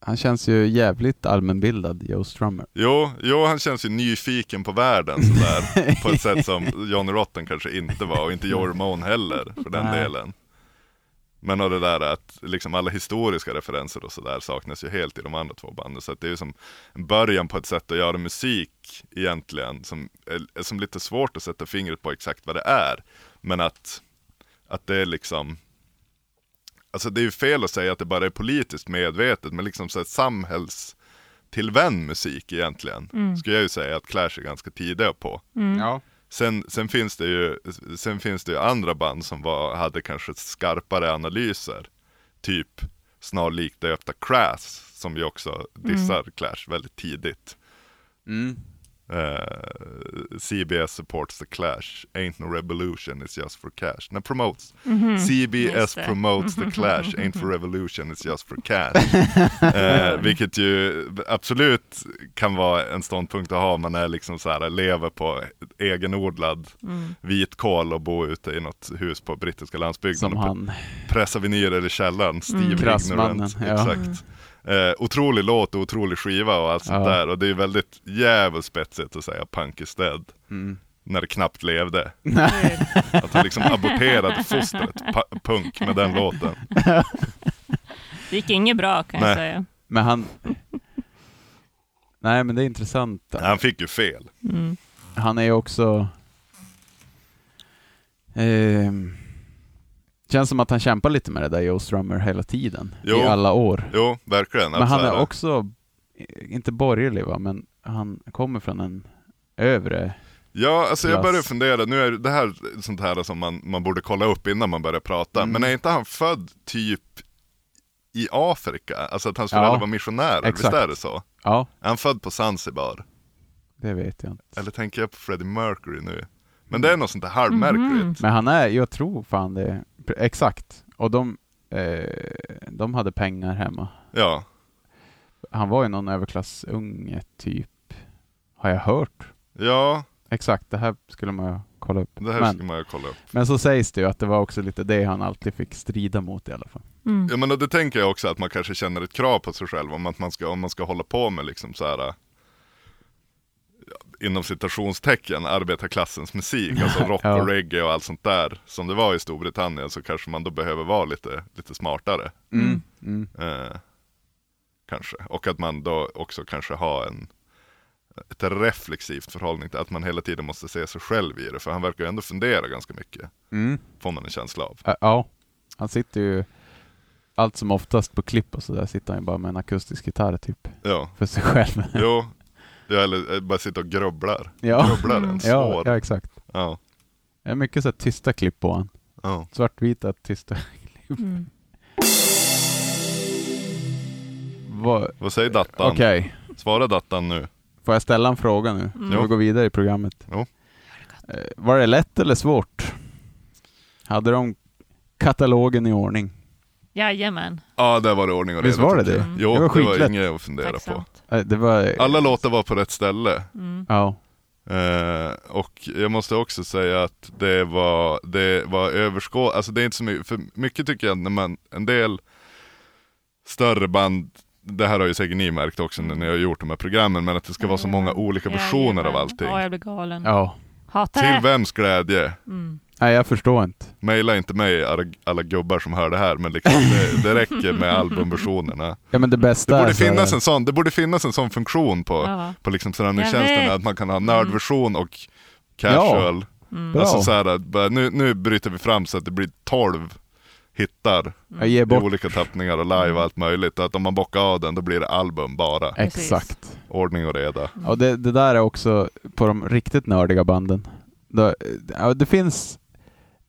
Speaker 3: Han känns ju jävligt allmänbildad, Joe Strummer.
Speaker 2: Jo, jo, han känns ju nyfiken på världen sådär. på ett sätt som Johnny Rotten kanske inte var och inte Joe Ramone heller för den
Speaker 3: Nej.
Speaker 2: delen. Men och det där att liksom alla historiska referenser och sådär saknas ju helt i de andra två banden. Så att det är ju som en början på ett sätt att göra musik egentligen som är som lite svårt att sätta fingret på exakt vad det är. Men att, att det är liksom Alltså det är ju fel att säga att det bara är politiskt medvetet men liksom så här samhällstillvänd musik egentligen.
Speaker 4: Mm.
Speaker 2: Skulle jag ju säga att Clash är ganska tidiga på.
Speaker 3: Ja.
Speaker 2: Sen, sen, finns det ju, sen finns det ju andra band som var, hade kanske skarpare analyser. Typ snarlikt döpta Crass som ju också
Speaker 4: Mm.
Speaker 2: dissar Clash väldigt tidigt.
Speaker 3: Mm.
Speaker 2: Eh, CBS supports the Clash, ain't no revolution, it's just for cash. Nej, promotes. CBS
Speaker 4: Mhm. Just det.
Speaker 2: promotes the Clash, ain't
Speaker 4: *laughs*
Speaker 2: for revolution, it's just for cash. Eh, vilket ju absolut kan vara en ståndpunkt att ha, man är liksom så här, lever på egenodlad vitkål och bor ute i något hus på brittiska landsbygden.
Speaker 3: Som
Speaker 2: och
Speaker 3: han.
Speaker 2: pressa vinyler i källaren, Steve
Speaker 3: Krassmannen,
Speaker 2: Ignorant.
Speaker 3: ja.
Speaker 2: Exakt. Eh, otrolig låt och otrolig skiva och allt sånt
Speaker 3: Ja.
Speaker 2: där. Och det är väldigt jävligt spetsigt att säga Punk is dead. När det knappt levde. Att han liksom aborterade fostret, pa- punk, med den
Speaker 3: *laughs*
Speaker 2: låten.
Speaker 4: Det gick inget bra kan
Speaker 2: Nej.
Speaker 4: jag säga.
Speaker 3: Men han... *laughs* Nej, men det är intressant.
Speaker 2: Han fick ju fel.
Speaker 4: Mm.
Speaker 3: Han är ju också... ehm, känns som att han kämpar lite med det där Joe Strummer hela tiden.
Speaker 2: Jo.
Speaker 3: I alla år.
Speaker 2: Jo, verkligen. Alltså,
Speaker 3: Men
Speaker 2: Att
Speaker 3: han
Speaker 2: så här-
Speaker 3: är också, eh, inte borgerlig va, men han kommer från en övre...
Speaker 2: Ja, alltså jag
Speaker 3: Klass.
Speaker 2: börjar fundera, nu är det här sånt här som man, man borde kolla upp innan man börjar prata,
Speaker 3: Mm.
Speaker 2: men är inte han född typ i Afrika? Alltså att hans
Speaker 3: Ja.
Speaker 2: föräldrar var missionärer, visst
Speaker 3: Exakt.
Speaker 2: är det så?
Speaker 3: Ja,
Speaker 2: Är han född på Zanzibar?
Speaker 3: det vet jag inte.
Speaker 2: Eller tänker jag på Freddie Mercury nu? Men
Speaker 3: Mm.
Speaker 2: det är något sånt där halvmärkligt.
Speaker 3: Men han är, jag tror fan det, exakt. Och de, eh, de hade pengar hemma.
Speaker 2: Ja,
Speaker 3: Han var ju någon överklassunge typ, har jag hört.
Speaker 2: ja,
Speaker 3: Exakt, det här skulle man ju kolla upp.
Speaker 2: det här
Speaker 3: Men,
Speaker 2: ska man ju kolla upp.
Speaker 3: men så sägs det ju att det var också lite det han alltid fick strida mot i alla fall.
Speaker 4: Mm.
Speaker 2: Ja men och det tänker jag också att man kanske känner ett krav på sig själv om att man ska, om man ska hålla på med liksom så här ja, inom citationstecken arbetarklassens musik, alltså rock
Speaker 3: Ja.
Speaker 2: och reggae och allt sånt där som det var i Storbritannien så kanske man då behöver vara lite, lite smartare.
Speaker 3: Mm. Mm.
Speaker 2: Eh, kanske. Och att man då också kanske har en, ett reflexivt förhållning till att man hela tiden måste se sig själv i det. För han verkar ju ändå fundera ganska mycket,
Speaker 3: Mm.
Speaker 2: får man en känsla av.
Speaker 3: Ä- Ja, han sitter ju allt som oftast på klipp och sådär sitter han ju bara med en akustisk gitarr typ, *laughs*
Speaker 2: Ja,
Speaker 3: för sig själv.
Speaker 2: jo. Ja, eller eh, bara sitta och grubblar.
Speaker 3: Ja.
Speaker 2: Grubblar en
Speaker 3: Ja,
Speaker 2: svår.
Speaker 3: ja, exakt.
Speaker 2: Ja,
Speaker 3: Det är mycket så här tysta klipp på han.
Speaker 2: ja.
Speaker 3: Svartvita tysta. *laughs*
Speaker 4: Mm.
Speaker 3: Vad-
Speaker 2: Vad säger Dattan?
Speaker 3: Okej,
Speaker 2: Svara Dattan nu.
Speaker 3: får jag ställa en fråga nu? Mm.
Speaker 2: Jo.
Speaker 3: vi går vidare i programmet.
Speaker 2: Jo.
Speaker 3: Eh, Var det lätt eller svårt? Hade de katalogen i ordning?
Speaker 4: Jajamän,
Speaker 2: Ja, där var det ordning och reda.
Speaker 3: Visst var det
Speaker 2: tycker jag.
Speaker 3: det?
Speaker 2: Jo,
Speaker 3: Det
Speaker 2: det var,
Speaker 3: var skitlätt.
Speaker 2: inget att fundera på.
Speaker 4: tacksamt.
Speaker 3: Eh, Det var...
Speaker 2: Alla låtar var på rätt ställe.
Speaker 4: Mm.
Speaker 3: Ja.
Speaker 2: Eh, och jag måste också säga att det var, det var överskå... Alltså det är inte så mycket, för mycket tycker jag när man, en del större band, det här har ju säkert ni märkt också när ni har gjort de här programmen, men att det ska vara så
Speaker 4: Mm.
Speaker 2: många olika versioner
Speaker 4: Jajamän.
Speaker 2: av allting.
Speaker 4: Ja, jag blir galen.
Speaker 3: Ja.
Speaker 4: Hatar
Speaker 2: Till
Speaker 4: det.
Speaker 2: vems glädje?
Speaker 4: Mm.
Speaker 3: Nej, jag förstår inte.
Speaker 2: Maila inte mig alla, alla gubbar som hör det här, men liksom, det, det räcker med
Speaker 3: *laughs*
Speaker 2: albumversionerna.
Speaker 3: Ja men det
Speaker 2: Mm. Det
Speaker 3: bästa är
Speaker 2: borde,
Speaker 3: så
Speaker 2: finnas
Speaker 3: här-
Speaker 2: en sån, det borde finnas en sån funktion på,
Speaker 4: Ja.
Speaker 2: på liksom
Speaker 4: Jag
Speaker 2: strandningstjänsten,
Speaker 4: vet.
Speaker 2: att man kan ha nördversion och casual.
Speaker 4: Mm.
Speaker 3: Bra.
Speaker 2: Alltså så här, att bara, nu, nu bryter vi fram så att det blir 12 hittar
Speaker 3: jag ger
Speaker 2: i
Speaker 3: bort.
Speaker 2: olika tappningar och live och allt möjligt. Och att om man bockar av den då blir det album bara.
Speaker 4: Precis.
Speaker 3: Exakt.
Speaker 2: Ordning och reda.
Speaker 3: Och det, det där är också på de riktigt nördiga banden. Det, ja, det finns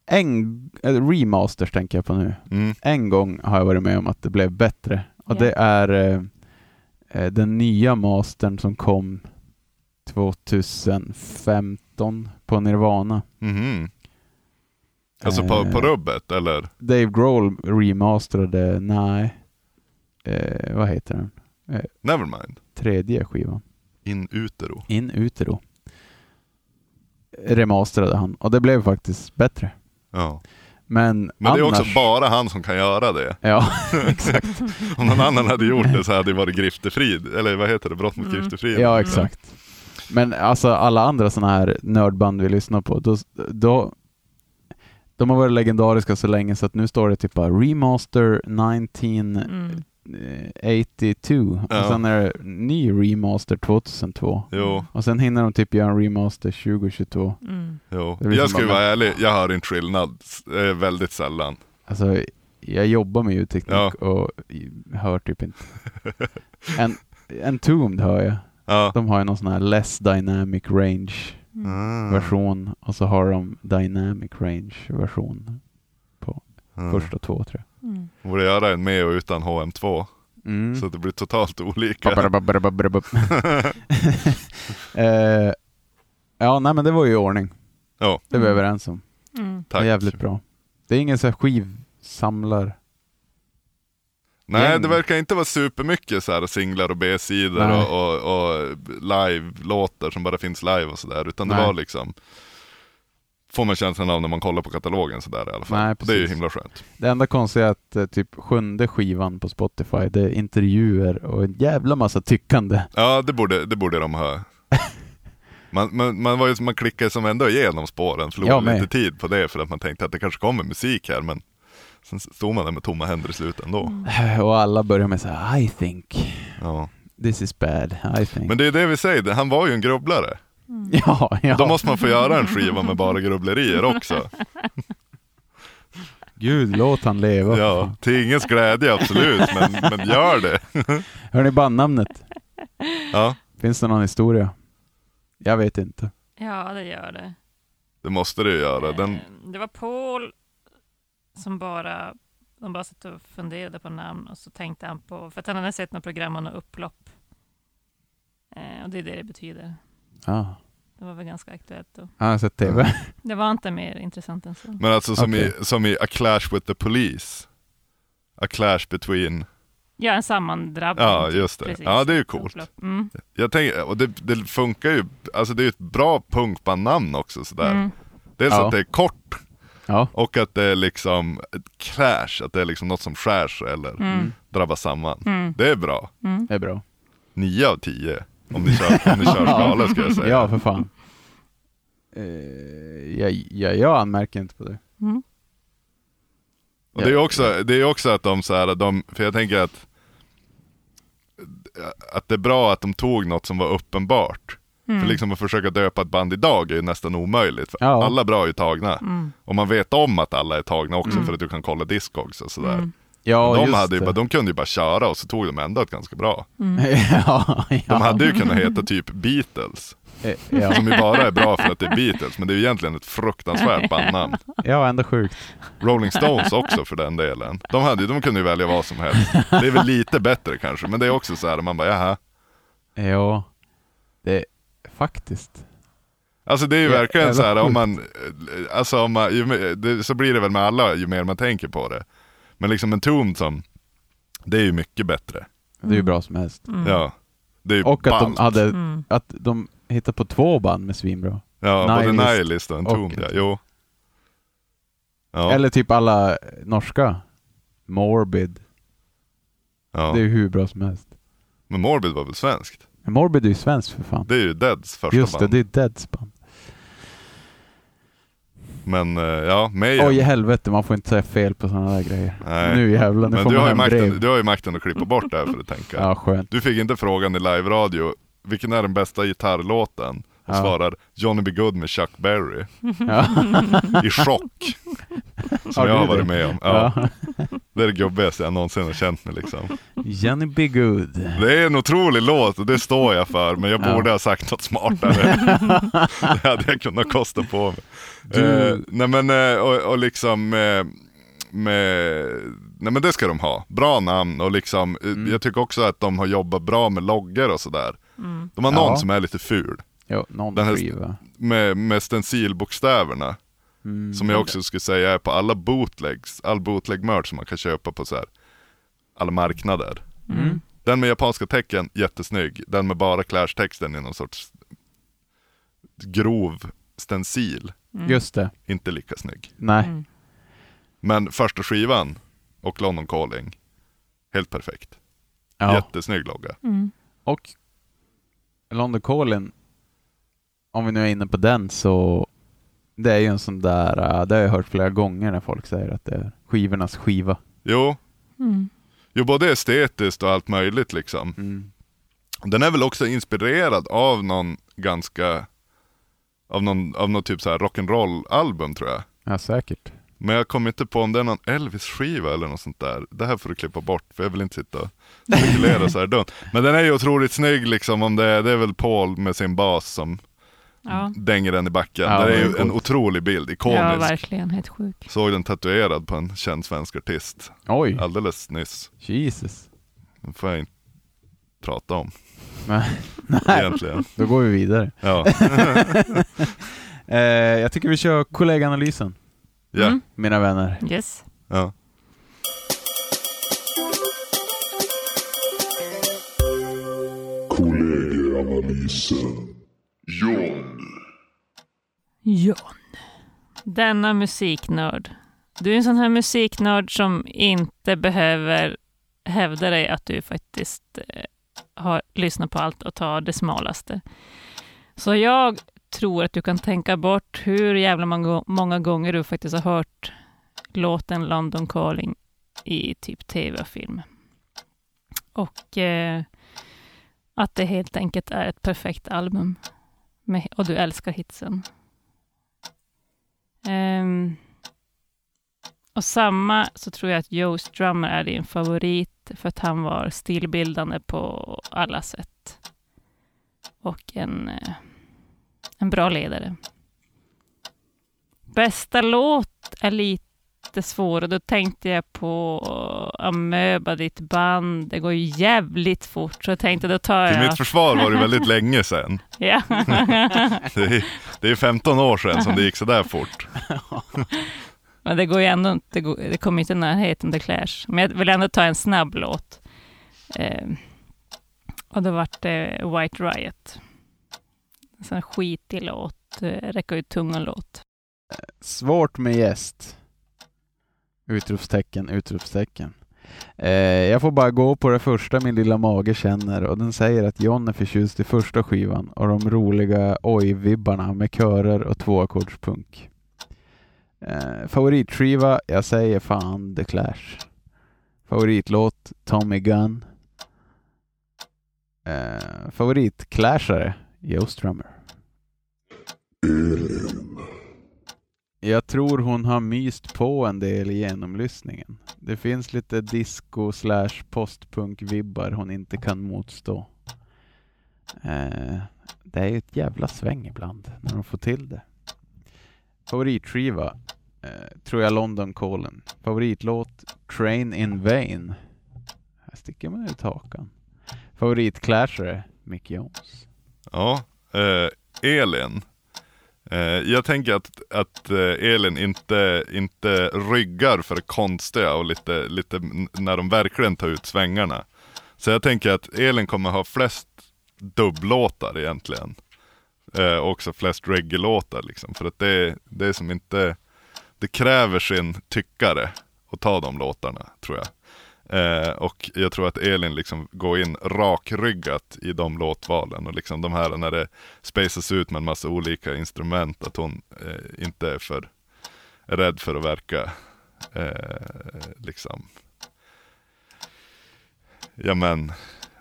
Speaker 3: en, eh, remasters tänker jag på nu.
Speaker 2: Mm.
Speaker 3: En gång har jag varit med om att det blev bättre. Och
Speaker 4: Ja.
Speaker 3: det är eh, eh, den nya mastern som kom 2015 på Nirvana.
Speaker 2: Mhm. Alltså på,
Speaker 3: Eh,
Speaker 2: på rubbet eller?
Speaker 3: Dave Grohl remasterade, nej, eh, vad heter den?
Speaker 2: Nevermind.
Speaker 3: Tredje skivan.
Speaker 2: In utero.
Speaker 3: In Utero remasterade han och det blev faktiskt bättre.
Speaker 2: Ja.
Speaker 3: Men,
Speaker 2: Men
Speaker 3: annars...
Speaker 2: det är också bara han som kan göra det.
Speaker 3: Ja,
Speaker 2: Om någon annan hade gjort det så hade det varit griftefrid. Eller vad heter det? Brott mot
Speaker 4: Mm.
Speaker 2: griftefrid.
Speaker 3: ja exakt. Men alltså alla andra sådana här nördband vi lyssnar på, då, då, de har varit legendariska så länge så att nu står det typ bara Remaster 1982
Speaker 4: Mm.
Speaker 3: och
Speaker 2: Ja.
Speaker 3: sen är det ny Remaster 2002
Speaker 2: Jo,
Speaker 3: och sen hinner de typ göra en Remaster 2022.
Speaker 4: Mm.
Speaker 2: jo.
Speaker 3: Det blir
Speaker 2: Jag
Speaker 3: som
Speaker 2: ska ju
Speaker 3: bara-
Speaker 2: vara ärlig, jag hör inte skillnad. Eh, väldigt sällan.
Speaker 3: Alltså, jag jobbar med ljudteknik och hör typ inte. En, en Tombed hör jag.
Speaker 2: Ja.
Speaker 3: De har ju någon sån här less dynamic range Mm.
Speaker 2: Mm.
Speaker 3: version och så har de dynamic range version
Speaker 2: Mm.
Speaker 3: första två tror jag.
Speaker 4: Mm.
Speaker 2: Borde göra en med och utan HM2
Speaker 3: Mm.
Speaker 2: så att det blir totalt olika. *laughs*
Speaker 3: Babarababarabarabarab. eh, ja, nej men det var ju i ordning.
Speaker 2: Ja.
Speaker 3: Det var vi
Speaker 4: Mm.
Speaker 3: överens om.
Speaker 4: Mm.
Speaker 3: Det
Speaker 2: Tack.
Speaker 3: var jävligt bra. Det är ingen sån här skivsamlar...
Speaker 2: Nej,
Speaker 3: gäng.
Speaker 2: det verkar inte vara supermycket så här singlar och B-sidor
Speaker 3: Nej.
Speaker 2: och, och, och live-låtar som bara finns live och sådär. Utan det
Speaker 3: Nej.
Speaker 2: var liksom, får man känslan av när man kollar på katalogen sådär i alla fall.
Speaker 3: Nej,
Speaker 2: det är ju
Speaker 3: precis.
Speaker 2: himla skönt.
Speaker 3: Det enda konstiga är att eh, typ sjunde skivan på Spotify, det är intervjuer och en jävla massa tyckande. *laughs*
Speaker 2: Ja, det borde, det borde de ha. Man, man, man, var ju, man klickade som ändå igenom spåren,
Speaker 3: Jag
Speaker 2: förlorade
Speaker 3: med.
Speaker 2: lite tid på det för att man tänkte att det kanske kommer musik här men sen stod man där med tomma händer i slutet ändå.
Speaker 3: Mm. Och alla börjar med så här, I think,
Speaker 2: Ja.
Speaker 3: this is bad, I think.
Speaker 2: Men det är det vi säger, han var ju en grubblare.
Speaker 3: *laughs* ja, ja.
Speaker 2: Då måste man få göra en skiva med bara grubblerier
Speaker 3: *laughs*
Speaker 2: också.
Speaker 3: Gud, låt han leva.
Speaker 2: Ja, till ingens glädje absolut, men, men gör det.
Speaker 3: Hör ni bandnamnet?
Speaker 2: Ja,
Speaker 3: Finns det någon historia? Jag vet inte.
Speaker 4: Ja, det gör det.
Speaker 2: det måste du göra. Den,
Speaker 4: Eh, Det var Paul som bara, de bara satt och funderade på namn och så tänkte han på, för att han hade sett något program om något upplopp. Eh, och det är det det betyder.
Speaker 3: Ja.
Speaker 4: Det var väl ganska aktuellt då.
Speaker 3: Han har sett TV.
Speaker 4: Det var inte mer intressant än så.
Speaker 2: men alltså som,
Speaker 3: Okej.
Speaker 2: i, som i A Clash with the Police. A Clash between.
Speaker 4: Ja, en sammandrabbning.
Speaker 2: Ja, just det. Ja, det är ju coolt. *laughs*
Speaker 4: Upplopp. Mm.
Speaker 2: Jag tänker, och det, det funkar ju, alltså det är ju ett bra punkbandnamn också sådär.
Speaker 4: Mm.
Speaker 2: Dels
Speaker 3: Ja.
Speaker 2: att det är kort
Speaker 3: *laughs* Ja.
Speaker 2: och att det är liksom ett clash, att det är liksom något som skär sig eller
Speaker 4: Mm.
Speaker 2: drabbar samman.
Speaker 4: Mm.
Speaker 2: Det är bra.
Speaker 3: Det är bra.
Speaker 2: 9 av 10 om ni kör, om ni
Speaker 3: *laughs*
Speaker 2: kör skala ska jag säga.
Speaker 3: Ja, för fan. Eh, jag, jag, jag anmärker inte på det.
Speaker 4: Mm.
Speaker 2: Och det är ju också, det är ju också att de så här, de, för jag tänker att att det är bra att de tog något som var uppenbart. För liksom att försöka döpa ett band idag är ju nästan omöjligt. För
Speaker 3: Mm. Ja. Mm.
Speaker 2: Alla bra är ju tagna. Och man vet om att alla är tagna också för att du kan kolla Discogs och sådär.
Speaker 3: Mm. Ja,
Speaker 2: de,
Speaker 3: just
Speaker 2: hade ju,
Speaker 3: det.
Speaker 2: bara- de kunde ju bara köra och så tog de ändå ett ganska bra.
Speaker 3: *laughs* ja, ja.
Speaker 2: De hade ju kunnat heta typ Beatles.
Speaker 3: Eh, ja.
Speaker 2: Som ju bara är bra för att det är Beatles, men det är ju egentligen ett
Speaker 3: *laughs*
Speaker 2: fruktansvärt bandnamn.
Speaker 3: ja, ändå sjukt.
Speaker 2: Rolling Stones också för den delen. De, hade, ju- de kunde ju välja vad som helst. Det är väl lite bättre kanske, men det är också så här, man bara jaha.
Speaker 3: Ja, det faktiskt.
Speaker 2: Alltså det är ju
Speaker 3: Ja,
Speaker 2: verkligen
Speaker 3: jävla
Speaker 2: så här om
Speaker 3: sjukt.
Speaker 2: man, eh, alltså om man, ju, mer- det, så blir det väl med alla ju mer man tänker på det. Men liksom en tom som, det är ju mycket bättre.
Speaker 3: Det är ju bra som helst.
Speaker 2: Ja. Det är ju
Speaker 3: Mm. Och att de
Speaker 2: ballt.
Speaker 3: hade,
Speaker 4: Mm.
Speaker 3: att de hittade på två band med svinbra.
Speaker 2: Ja, både
Speaker 3: Nihilist
Speaker 2: Nihilist och en
Speaker 3: och-
Speaker 2: tom ja. Jo. Ja,
Speaker 3: Eller typ alla norska. Morbid.
Speaker 2: ja.
Speaker 3: Det är ju hur bra som helst.
Speaker 2: Men Morbid var väl svenskt?
Speaker 3: Men Morbid är ju svenskt för fan.
Speaker 2: Det är ju Deads första
Speaker 3: Just det,
Speaker 2: band.
Speaker 3: det är Deads band.
Speaker 2: Men eh, ja, Mayhem.
Speaker 3: Oj i helvete, man får inte säga fel på sådana där grejer.
Speaker 2: Nej.
Speaker 3: Nu jävlar, nu
Speaker 2: Men
Speaker 3: får
Speaker 2: du
Speaker 3: man
Speaker 2: har, ju
Speaker 3: hem
Speaker 2: makten,
Speaker 3: brev.
Speaker 2: du har ju makten att klippa bort det här för att tänka.
Speaker 3: *laughs* Ja, skönt.
Speaker 2: Du fick inte frågan i live-radio, vilken är den bästa gitarrlåten? Och
Speaker 3: Ja.
Speaker 2: svarar Johnny B. Good med Chuck Berry.
Speaker 3: *laughs* Ja.
Speaker 2: I
Speaker 3: *laughs*
Speaker 2: chock. Som
Speaker 3: Har
Speaker 2: jag
Speaker 3: du
Speaker 2: har varit
Speaker 3: det?
Speaker 2: med om. Ja,
Speaker 3: Ja.
Speaker 2: Det är det gubbigaste jag någonsin har känt mig liksom. *laughs*
Speaker 3: Jenny Be Good.
Speaker 2: Det är en otrolig låt och det står jag för. Men jag
Speaker 3: Ja.
Speaker 2: borde ha sagt något
Speaker 3: *laughs*
Speaker 2: smartare. det hade jag kunnat kosta på mig.
Speaker 3: Du-
Speaker 2: Eh, nej men eh, och, och liksom eh, med, nej men det ska de ha. Bra namn och liksom, eh,
Speaker 3: Mm.
Speaker 2: jag tycker också att de har jobbat bra med loggor och sådär. De har någon
Speaker 3: Mm. Ja.
Speaker 2: som är lite ful.
Speaker 3: Jo, någon
Speaker 2: Den här-
Speaker 3: skiva.
Speaker 2: Med, med stencilbokstäverna.
Speaker 3: Mm,
Speaker 2: Som jag också skulle säga är på alla bootlegs, all bootleg merch som man kan köpa på så här, alla marknader.
Speaker 4: mm,
Speaker 2: Den med japanska tecken, jättesnygg. Den med bara Clash-texten i någon sorts grov stencil,
Speaker 3: Just det.
Speaker 2: inte lika snygg.
Speaker 3: Nej.
Speaker 2: Men första skivan och London Calling, helt perfekt.
Speaker 3: Ja.
Speaker 2: Jättesnygg logga.
Speaker 4: mm.
Speaker 3: Och London Calling, om vi nu är inne på den så det är ju en sån där, eh, det har jag hört flera gånger när folk säger att det är skivornas skiva.
Speaker 2: Jo. Mm. jo, både estetiskt och allt möjligt liksom. Den är väl också inspirerad av någon ganska, av någon, av någon typ så här rock'n'roll album tror jag.
Speaker 3: Ja, säkert.
Speaker 2: Men jag kommer inte på om det är någon Elvis-skiva eller något sånt där. Det här får du klippa bort för jag vill inte sitta och spekulera så här dumt. Men den är ju otroligt snygg liksom om det är, det är väl Paul med sin bas som
Speaker 4: Ja,
Speaker 2: dänger den i backen.
Speaker 3: Ja,
Speaker 2: det är
Speaker 3: det är
Speaker 2: ju en
Speaker 3: coolt.
Speaker 2: otrolig bild, ikonisk.
Speaker 4: ja verkligen. Helt sjuk.
Speaker 2: Såg den tatuerad på en känd svensk artist
Speaker 3: Oj,
Speaker 2: alldeles nyss.
Speaker 3: Jesus.
Speaker 2: Den får jag inte prata om
Speaker 3: Men,
Speaker 2: *laughs* egentligen.
Speaker 3: då går vi vidare.
Speaker 2: Ja,
Speaker 3: Eh, jag tycker vi kör kolleganalysen,
Speaker 2: ja,
Speaker 4: Mm.
Speaker 3: mina vänner.
Speaker 4: Yes.
Speaker 2: ja.
Speaker 4: John. Denna musiknörd. Du är en sån här musiknörd som inte behöver hävda dig att du faktiskt eh, har lyssnat på allt och tar det smalaste. Så jag tror att du kan tänka bort hur jävla många, många gånger du faktiskt har hört låten London Calling i typ tv och film. Och eh, att det helt enkelt är ett perfekt album. Med, och du älskar hitsen. Ehm, och samma så tror jag att Joe Strummer är din favorit för att han var stilbildande på alla sätt. Och en, eh, en bra ledare. Bästa låt är lite svår och då tänkte jag på Amöba, ditt band. Det går ju jävligt fort så jag tänkte då tar
Speaker 2: Till mitt
Speaker 4: jag...
Speaker 2: försvar var det väldigt länge sedan.
Speaker 4: Ja.
Speaker 2: *laughs*
Speaker 4: *laughs*
Speaker 2: Det är, det är 15 år sedan som det gick sådär fort.
Speaker 4: Men det går ju ändå inte, det, går, det kommer ju inte i närheten The Clash. Men jag vill ändå ta en snabb låt. Eh, och då vart det White Riot. En sån skitig låt, eh, räcka ut tungan-låt.
Speaker 3: Svårt med gäst. Utropstecken, utropstecken. Eh, jag får bara gå på det första min lilla mage känner och den säger att John är förtjust i första skivan och de roliga oj-vibbarna med körer och tvåackordspunk. Eh, favoritskiva? Jag säger fan The Clash. Favoritlåt? Tommy Gunn. Eh, favoritclashare? Joe Strummer. Jag tror hon har myst på en del i genomlyssningen. Det finns lite disco slash postpunk-vibbar hon inte kan motstå. Eh, det är ju ett jävla sväng ibland när de får till det. Favoritskiva eh, tror jag London Calling. Favoritlåt Train in Vain. Här sticker man ut hakan. Favoritclashare Mick Jones.
Speaker 2: Ja, eh, Elin. Eh, jag tänker att, att eh, Elin inte, inte ryggar för det konstiga och lite, lite n- när de verkligen tar ut svängarna. Så jag tänker att Elin kommer ha flest dubblåtar egentligen. Eh, och också flest reggae-låtar liksom. För att det, det är som inte, det kräver sin tyckare att ta de låtarna tror jag. Eh, och jag tror att Elin liksom går in rakryggat i de låtvalen och liksom de här när det spaces ut med en massa olika instrument att hon eh, inte är för rädd för att verka eh, liksom ja men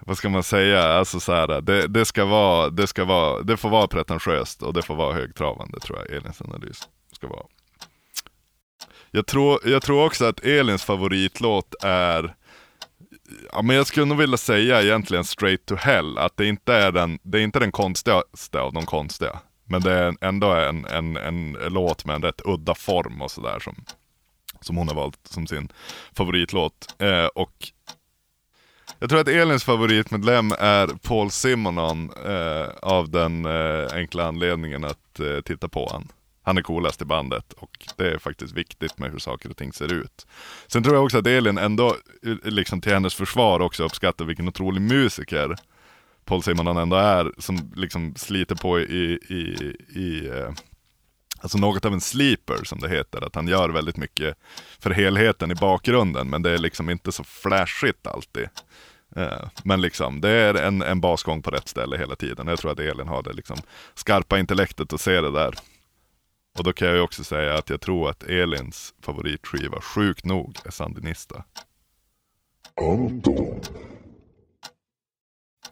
Speaker 2: vad ska man säga alltså så här det, det ska vara det ska vara det får vara pretentiöst och det får vara högtravande tror jag Elins analys ska vara jag tror, jag tror också att Elins favoritlåt är Ja, men jag skulle nog vilja säga egentligen straight to hell, att det inte är den, det är inte den konstigaste av de konstiga. Men det är ändå en, en, en låt med en rätt udda form och sådär som, som hon har valt som sin favoritlåt. Eh, och jag tror att Elins favoritmedlem är Paul Simonon eh, av den eh, enkla anledningen att eh, titta på han. Han är coolast i bandet och det är faktiskt viktigt med hur saker och ting ser ut. Sen tror jag också att Elin ändå, eh, liksom till hennes försvar också uppskattar vilken otrolig musiker Paul Simonon ändå är, som liksom sliter på i, i, i eh, Alltså något av en sleeper som det heter, att han gör väldigt mycket för helheten i bakgrunden men det är liksom inte så flashigt alltid. Eh, Men liksom, det är en, en basgång på rätt ställe hela tiden. Jag tror att Elin har det liksom skarpa intellektet att se det där. Och då kan jag ju också säga att jag tror att Elins favoritskiva, sjukt nog, är Sandinista.
Speaker 6: Anton,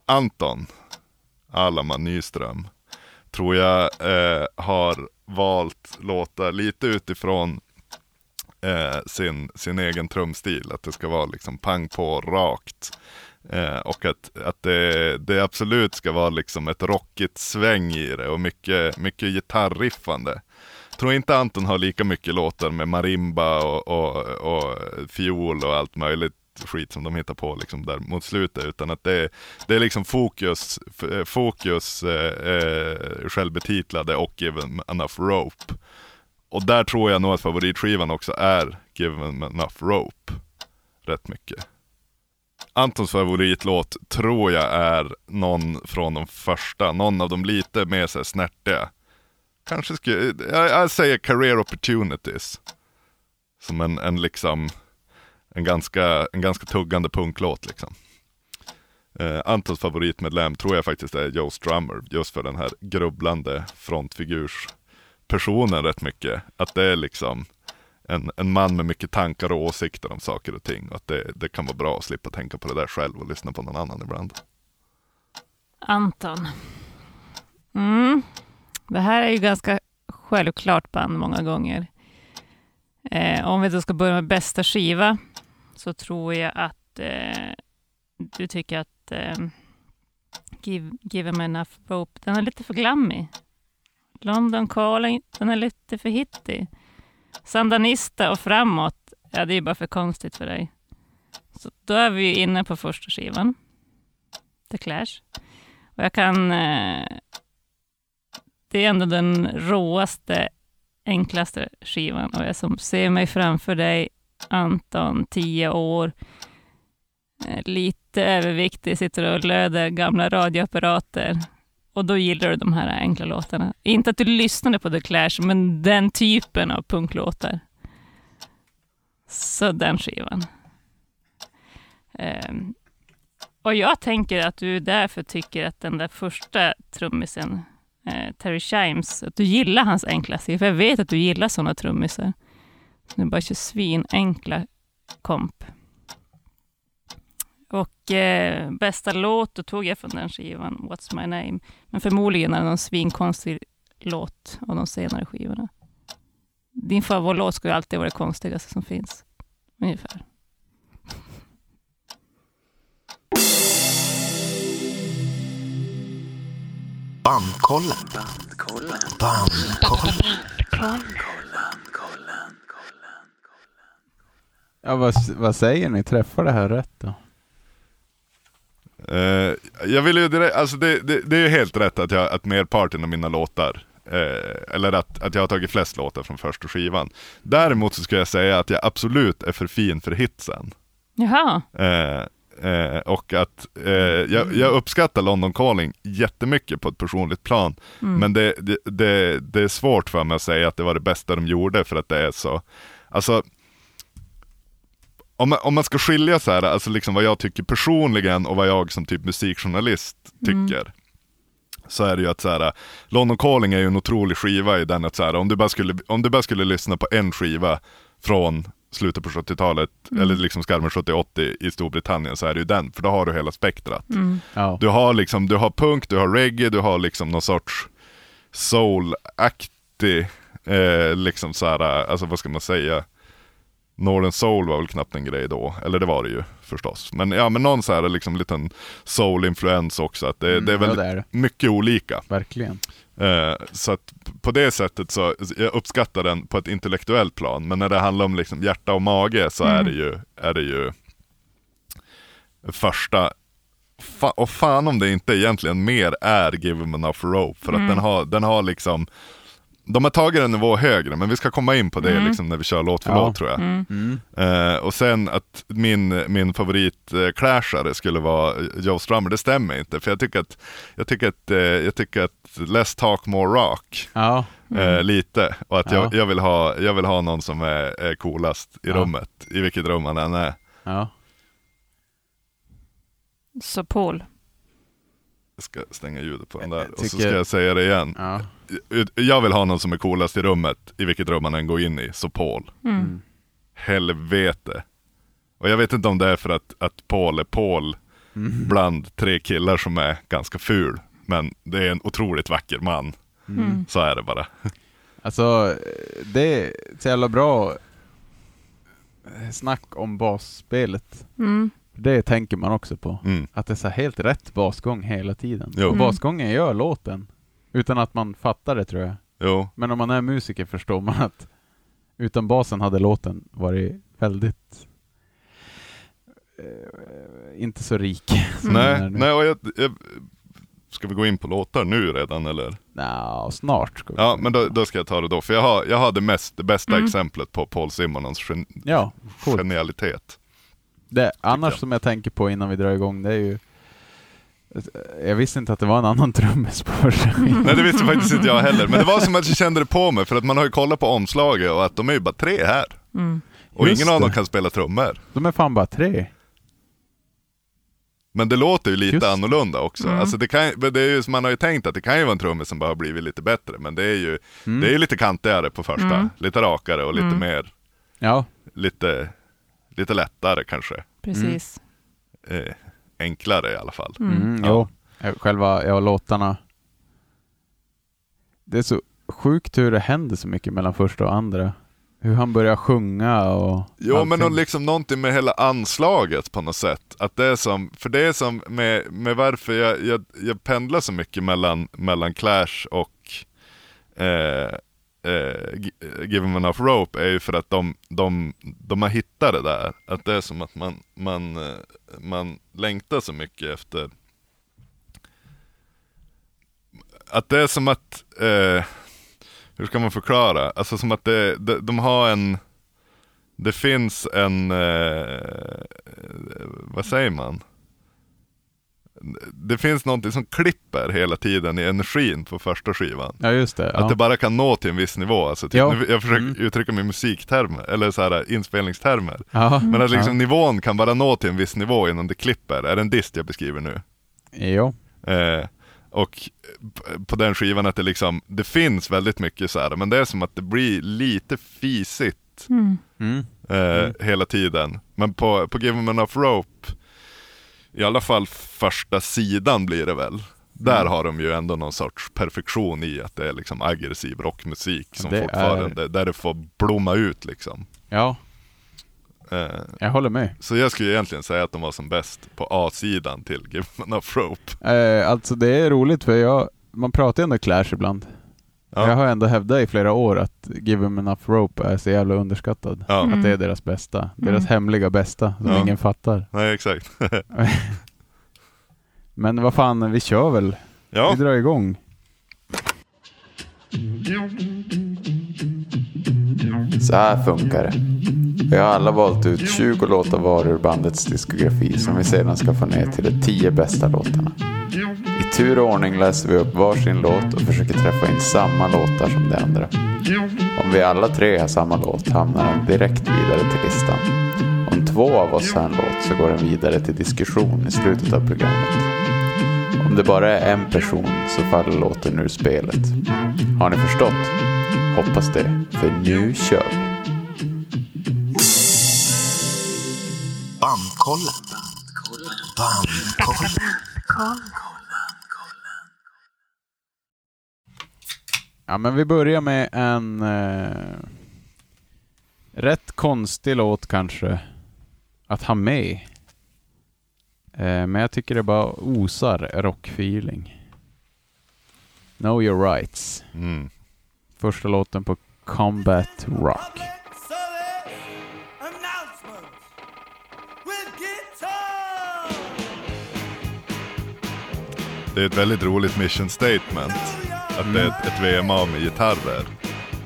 Speaker 2: Anton Alaman Nyström tror jag eh, har valt låtar lite utifrån eh, sin, sin egen trumstil. Att det ska vara liksom pang på rakt. Eh, och att, att det, det absolut ska vara liksom ett rockigt sväng i det och mycket, mycket gitarriffande. Tror inte Anton har lika mycket låtar med marimba och, och, och fiol och allt möjligt skit som de hittar på liksom där mot slutet utan att det är, det är liksom fokus, f- fokus eh, eh, självbetitlade och given enough rope. Och där tror jag nog att favoritskivan också är Given Enough Rope. Rätt mycket. Antons favoritlåt tror jag är någon från de första, någon av de lite mer så här snärtiga. Kanske skulle, jag, jag säger Career Opportunities. Som en, en liksom, en ganska, en ganska tuggande punklåt liksom. Eh, Antons favoritmedlem tror jag faktiskt är Joe Strummer, just för den här grubblande frontfigurs personen rätt mycket. Att det är liksom en, en man med mycket tankar och åsikter om saker och ting. Och att det, det kan vara bra att slippa tänka på det där själv och lyssna på någon annan ibland.
Speaker 4: Anton. Mm. Det här är ju ganska självklart band många gånger. Eh, om vi då ska börja med bästa skiva så tror jag att eh, du tycker att eh, Give, Give 'em enough rope, den är lite för glammig. London Calling, den är lite för hittig. Sandanista och framåt, ja det är ju bara för konstigt för dig. Så då är vi ju inne på första skivan, The Clash. Och jag kan... Eh, det är ändå den råaste, enklaste skivan. Och jag som ser mig framför dig, Anton, tio år, eh, lite överviktig, sitter och löder gamla radioapparater. Och då gillar du de här enkla låtarna. Inte att du lyssnade på The Clash, men den typen av punklåtar. Så den skivan. Ehm, och jag tänker att du därför tycker att den där första trummisen, eh, Terry Chimes, att du gillar hans enkla stil, för jag vet att du gillar sådana trummisar. Så det är bara kör svinenkla komp. Och eh, bästa låt, då tog jag från den skivan, What's My Name. Men förmodligen är det någon svinkonstig låt av de senare skivorna. Din favoritlåt ska ju alltid vara det konstigaste som finns, ungefär.
Speaker 6: Bandkollen. Bandkollen.
Speaker 3: Ja, vad, s- vad säger ni? Träffar det här rätt då?
Speaker 2: Eh, jag vill ju direkt, alltså det, det, det är ju helt rätt att, jag, att merparten av mina låtar, eh, eller att, att jag har tagit flest låtar från första skivan. Däremot så ska jag säga att jag absolut är för fin för hitsen.
Speaker 4: Jaha,
Speaker 2: Eh, eh, och att eh, jag, jag uppskattar London Calling jättemycket på ett personligt plan. Men det, det, det, det är svårt för mig att säga att det var det bästa de gjorde för att det är så. Alltså, om man, om man ska skilja så här, alltså liksom vad jag tycker personligen och vad jag som typ musikjournalist tycker. Så är det ju att så här, äh, London Calling är ju en otrolig skiva i den att så här, om, du bara skulle, om du bara skulle lyssna på en skiva från slutet på 70-talet,
Speaker 3: Mm.
Speaker 2: eller liksom skarven 70-80 i Storbritannien så är det ju den, för då har du hela spektrat.
Speaker 3: Ja.
Speaker 2: Du har liksom, du har punk, du har reggae, du har liksom någon sorts soul-aktig, eh, liksom så här, alltså vad ska man säga? Northern Soul var väl knappt en grej då, eller det var det ju förstås. Men ja, men någon så här liksom liten soul-influens också, att det, eh, det är
Speaker 3: Mm, ja,
Speaker 2: väl
Speaker 3: det är det.
Speaker 2: mycket olika.
Speaker 3: Verkligen.
Speaker 2: Eh, så att p- på det sättet så, jag uppskattar den på ett intellektuellt plan, men när det handlar om liksom hjärta och mage så är det ju, är det ju första, fa, och fan om det inte egentligen mer är Give Him Enough Rope, för att den har, den har liksom, de har tagit en nivå högre, men vi ska komma in på det liksom när vi kör låt för
Speaker 3: Ja.
Speaker 2: låt tror jag. Eh, och sen att min, min favoritclashare skulle vara eh, Joe Strummer, det stämmer inte. För jag tycker att, jag tycker att, eh, jag tycker att Less Talk More Rock,
Speaker 3: Ja,
Speaker 2: eh, lite. Och att jag,
Speaker 3: Mm. Ja.
Speaker 2: jag, vill ha, jag vill ha någon som är, är coolast i
Speaker 3: Ja.
Speaker 2: rummet, i vilket rum han än är.
Speaker 3: ja.
Speaker 4: så Paul.
Speaker 2: Jag ska stänga ljudet på den där och så
Speaker 3: tycker-
Speaker 2: ska jag säga det igen.
Speaker 3: ja.
Speaker 2: Jag vill ha någon som är coolast i rummet, i vilket rum man än går in i, så Paul. Helvete. Och jag vet inte om det är för att, att Paul är Paul
Speaker 3: Mm.
Speaker 2: bland tre killar som är ganska ful. Men det är en otroligt vacker man.
Speaker 3: Mm.
Speaker 2: Så är det bara.
Speaker 3: Alltså, det är så jävla bra snack om basspelet.
Speaker 4: Mm.
Speaker 3: Det tänker man också på.
Speaker 2: Mm.
Speaker 3: Att det är så här helt rätt basgång hela tiden.
Speaker 2: Jo.
Speaker 3: Och
Speaker 2: Mm.
Speaker 3: basgången gör låten. Utan att man fattar det tror jag.
Speaker 2: Jo,
Speaker 3: Men om man är musiker förstår man att utan basen hade låten varit väldigt eh, inte så rik. som den är
Speaker 2: nej,
Speaker 3: nu.
Speaker 2: nej och jag, jag, ska vi gå in på låtar nu redan eller?
Speaker 3: Nå, snart. ska vi-
Speaker 2: Ja, men då, då ska jag ta det då. För jag har, jag har det, mest, det bästa exemplet på Paul Simonons gen,
Speaker 3: ja coolt.
Speaker 2: genialitet.
Speaker 3: Det, annars
Speaker 2: jag.
Speaker 3: som jag tänker på innan vi drar igång, det är ju... Jag visste inte att det var en annan *laughs* trummis på första skivan.
Speaker 2: Nej det visste faktiskt inte jag heller. Men det var som att jag kände det på mig för att man har ju kollat på omslaget och att de är ju bara tre här. Och
Speaker 3: Just
Speaker 2: ingen av dem
Speaker 3: det.
Speaker 2: kan spela trummor.
Speaker 3: De är fan bara tre.
Speaker 2: Men det låter ju lite
Speaker 3: Just det.
Speaker 2: annorlunda också. Alltså det kan, men det är ju, som man har ju tänkt att det kan ju vara en trummis som bara har blivit lite bättre. Men det är ju,
Speaker 3: Mm.
Speaker 2: det är ju lite kantigare på första. Lite rakare och lite mer,
Speaker 3: Ja,
Speaker 2: lite, lite lättare kanske.
Speaker 4: Precis.
Speaker 2: Eh, enklare i alla fall.
Speaker 3: mm, jo. Själva ja, låtarna. Det är så sjukt hur det händer så mycket mellan första och andra. Hur han börjar sjunga och
Speaker 2: Jo men
Speaker 3: allting.
Speaker 2: någon, liksom någonting med hela anslaget på något sätt. Att det är som, för det är som med, med varför jag, jag, jag pendlar så mycket mellan, mellan Clash och eh, eh, G- eh, Give 'em enough rope är ju för att de, de, de har hittat det där. Att det är som att man, man, eh, man längtar så mycket efter att det är som att, eh, hur ska man förklara? Alltså som att det, de, de har en, det finns en, eh, eh, vad säger man? Det finns någonting som klipper hela tiden i energin på första skivan.
Speaker 3: Ja, just det. Ja.
Speaker 2: Att det bara kan nå till en viss nivå. Alltså, typ,
Speaker 3: Ja. Mm.
Speaker 2: nu- Jag försöker uttrycka mig i musiktermer, eller så här, eh, inspelningstermer.
Speaker 3: ja.
Speaker 2: Men att liksom, nivån kan bara nå till en viss nivå innan det klipper. Är det en dist jag beskriver nu?
Speaker 3: ja. Jo.
Speaker 2: Eh, och p- på den skivan att det liksom, det finns väldigt mycket så här, men det är som att det blir lite fisigt
Speaker 3: Mm.
Speaker 2: eh, hela tiden. Men på, på Give 'em enough rope, i alla fall första sidan blir det väl. Där
Speaker 3: Mm.
Speaker 2: har de ju ändå någon sorts perfektion i att det är liksom aggressiv rockmusik som
Speaker 3: Det är-
Speaker 2: fortfarande, där det får blomma ut liksom.
Speaker 3: ja,
Speaker 2: Eh,
Speaker 3: jag håller med.
Speaker 2: så jag skulle egentligen säga att de var som bäst på A-sidan till Give 'em enough rope.
Speaker 3: Eh, alltså det är roligt för jag man pratar ju ändå Clash ibland.
Speaker 2: Ja.
Speaker 3: Jag har ändå hävdat i flera år att Give Him Enough Rope är så jävla underskattad.
Speaker 2: Ja,
Speaker 4: Mm.
Speaker 3: Att det är deras bästa. Deras
Speaker 4: Mm.
Speaker 3: hemliga bästa som
Speaker 2: Ja.
Speaker 3: ingen fattar.
Speaker 2: nej exakt. *laughs*
Speaker 3: Men vad fan, vi kör väl?
Speaker 2: ja,
Speaker 3: Vi drar igång.
Speaker 1: Så här funkar det. Vi har alla valt ut 20 låtar var ur bandets diskografi som vi sedan ska få ner till de 10 bästa låtarna. I tur och ordning läser vi upp varsin låt och försöker träffa in samma låtar som de andra. Om vi alla tre har samma låt hamnar den direkt vidare till listan. Om två av oss har en låt så går den vidare till diskussion i slutet av programmet. Om det bara är en person så faller låten ur spelet. Har ni förstått? Hoppas det, för nu kör vi!
Speaker 6: Bandkollen. Bandkollen.
Speaker 3: Ja men vi börjar med en eh, rätt konstig låt kanske att ha med. Eh, men jag tycker det bara osar rockfeeling. Know your rights.
Speaker 2: mm.
Speaker 3: Första låten på Combat Rock.
Speaker 5: Public service announcement with guitar.
Speaker 2: det är ett väldigt roligt mission statement. Att det är ett, ett VMA med gitarrer.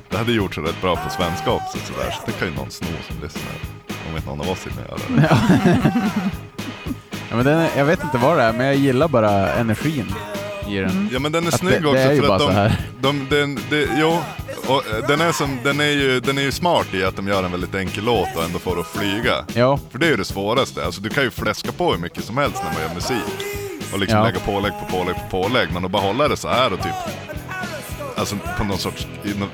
Speaker 2: Det hade gjort sig rätt bra på svenska också sådär, så det kan ju någon sno som lyssnar. Om inte någon av oss hinner göra det.
Speaker 3: Ja, men den, är- jag vet inte vad det är, men jag gillar bara energin i den.
Speaker 2: Ja men den är
Speaker 3: Att
Speaker 2: snygg
Speaker 3: det- det
Speaker 2: också
Speaker 3: är ju
Speaker 2: för
Speaker 3: bara
Speaker 2: att
Speaker 3: så
Speaker 2: de,
Speaker 3: här.
Speaker 2: de, den, det, jo, och eh, den är, som, den, är ju, den är ju smart i att de gör en väldigt enkel låt och ändå får det att flyga.
Speaker 3: Ja,
Speaker 2: För det är ju det svåraste, alltså du kan ju fläska på hur mycket som helst när man gör musik. Och liksom
Speaker 3: Ja.
Speaker 2: lägga pålägg på pålägg på pålägg, men att bara hålla det så här och typ, alltså på någon sorts, i nå-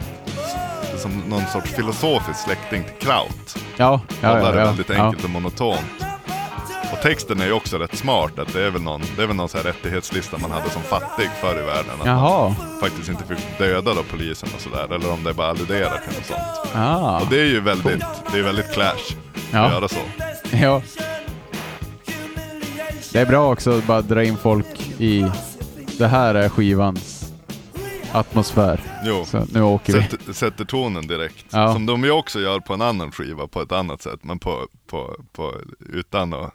Speaker 2: som någon sorts filosofisk släkting till kraut.
Speaker 3: ja, ja.
Speaker 2: Hålla
Speaker 3: ja,
Speaker 2: det
Speaker 3: ja,
Speaker 2: väldigt
Speaker 3: ja.
Speaker 2: enkelt och monotont. Och texten är ju också rätt smart, att det är väl någon, det är väl någon så här rättighetslista man hade som fattig förr i världen. Att
Speaker 3: Jaha,
Speaker 2: man faktiskt inte fick döda då polisen och sådär, eller om det bara alluderar till något sånt.
Speaker 3: ah.
Speaker 2: Och det är ju väldigt, det är väldigt clash
Speaker 3: Ja.
Speaker 2: att göra så.
Speaker 3: ja. Det är bra också att bara dra in folk i det här är skivans atmosfär.
Speaker 2: Jo.
Speaker 3: Så nu åker vi.
Speaker 2: Sätter, sätter tonen direkt.
Speaker 3: Ja.
Speaker 2: Som de ju också gör på en annan skiva på ett annat sätt, men på, på, på, utan att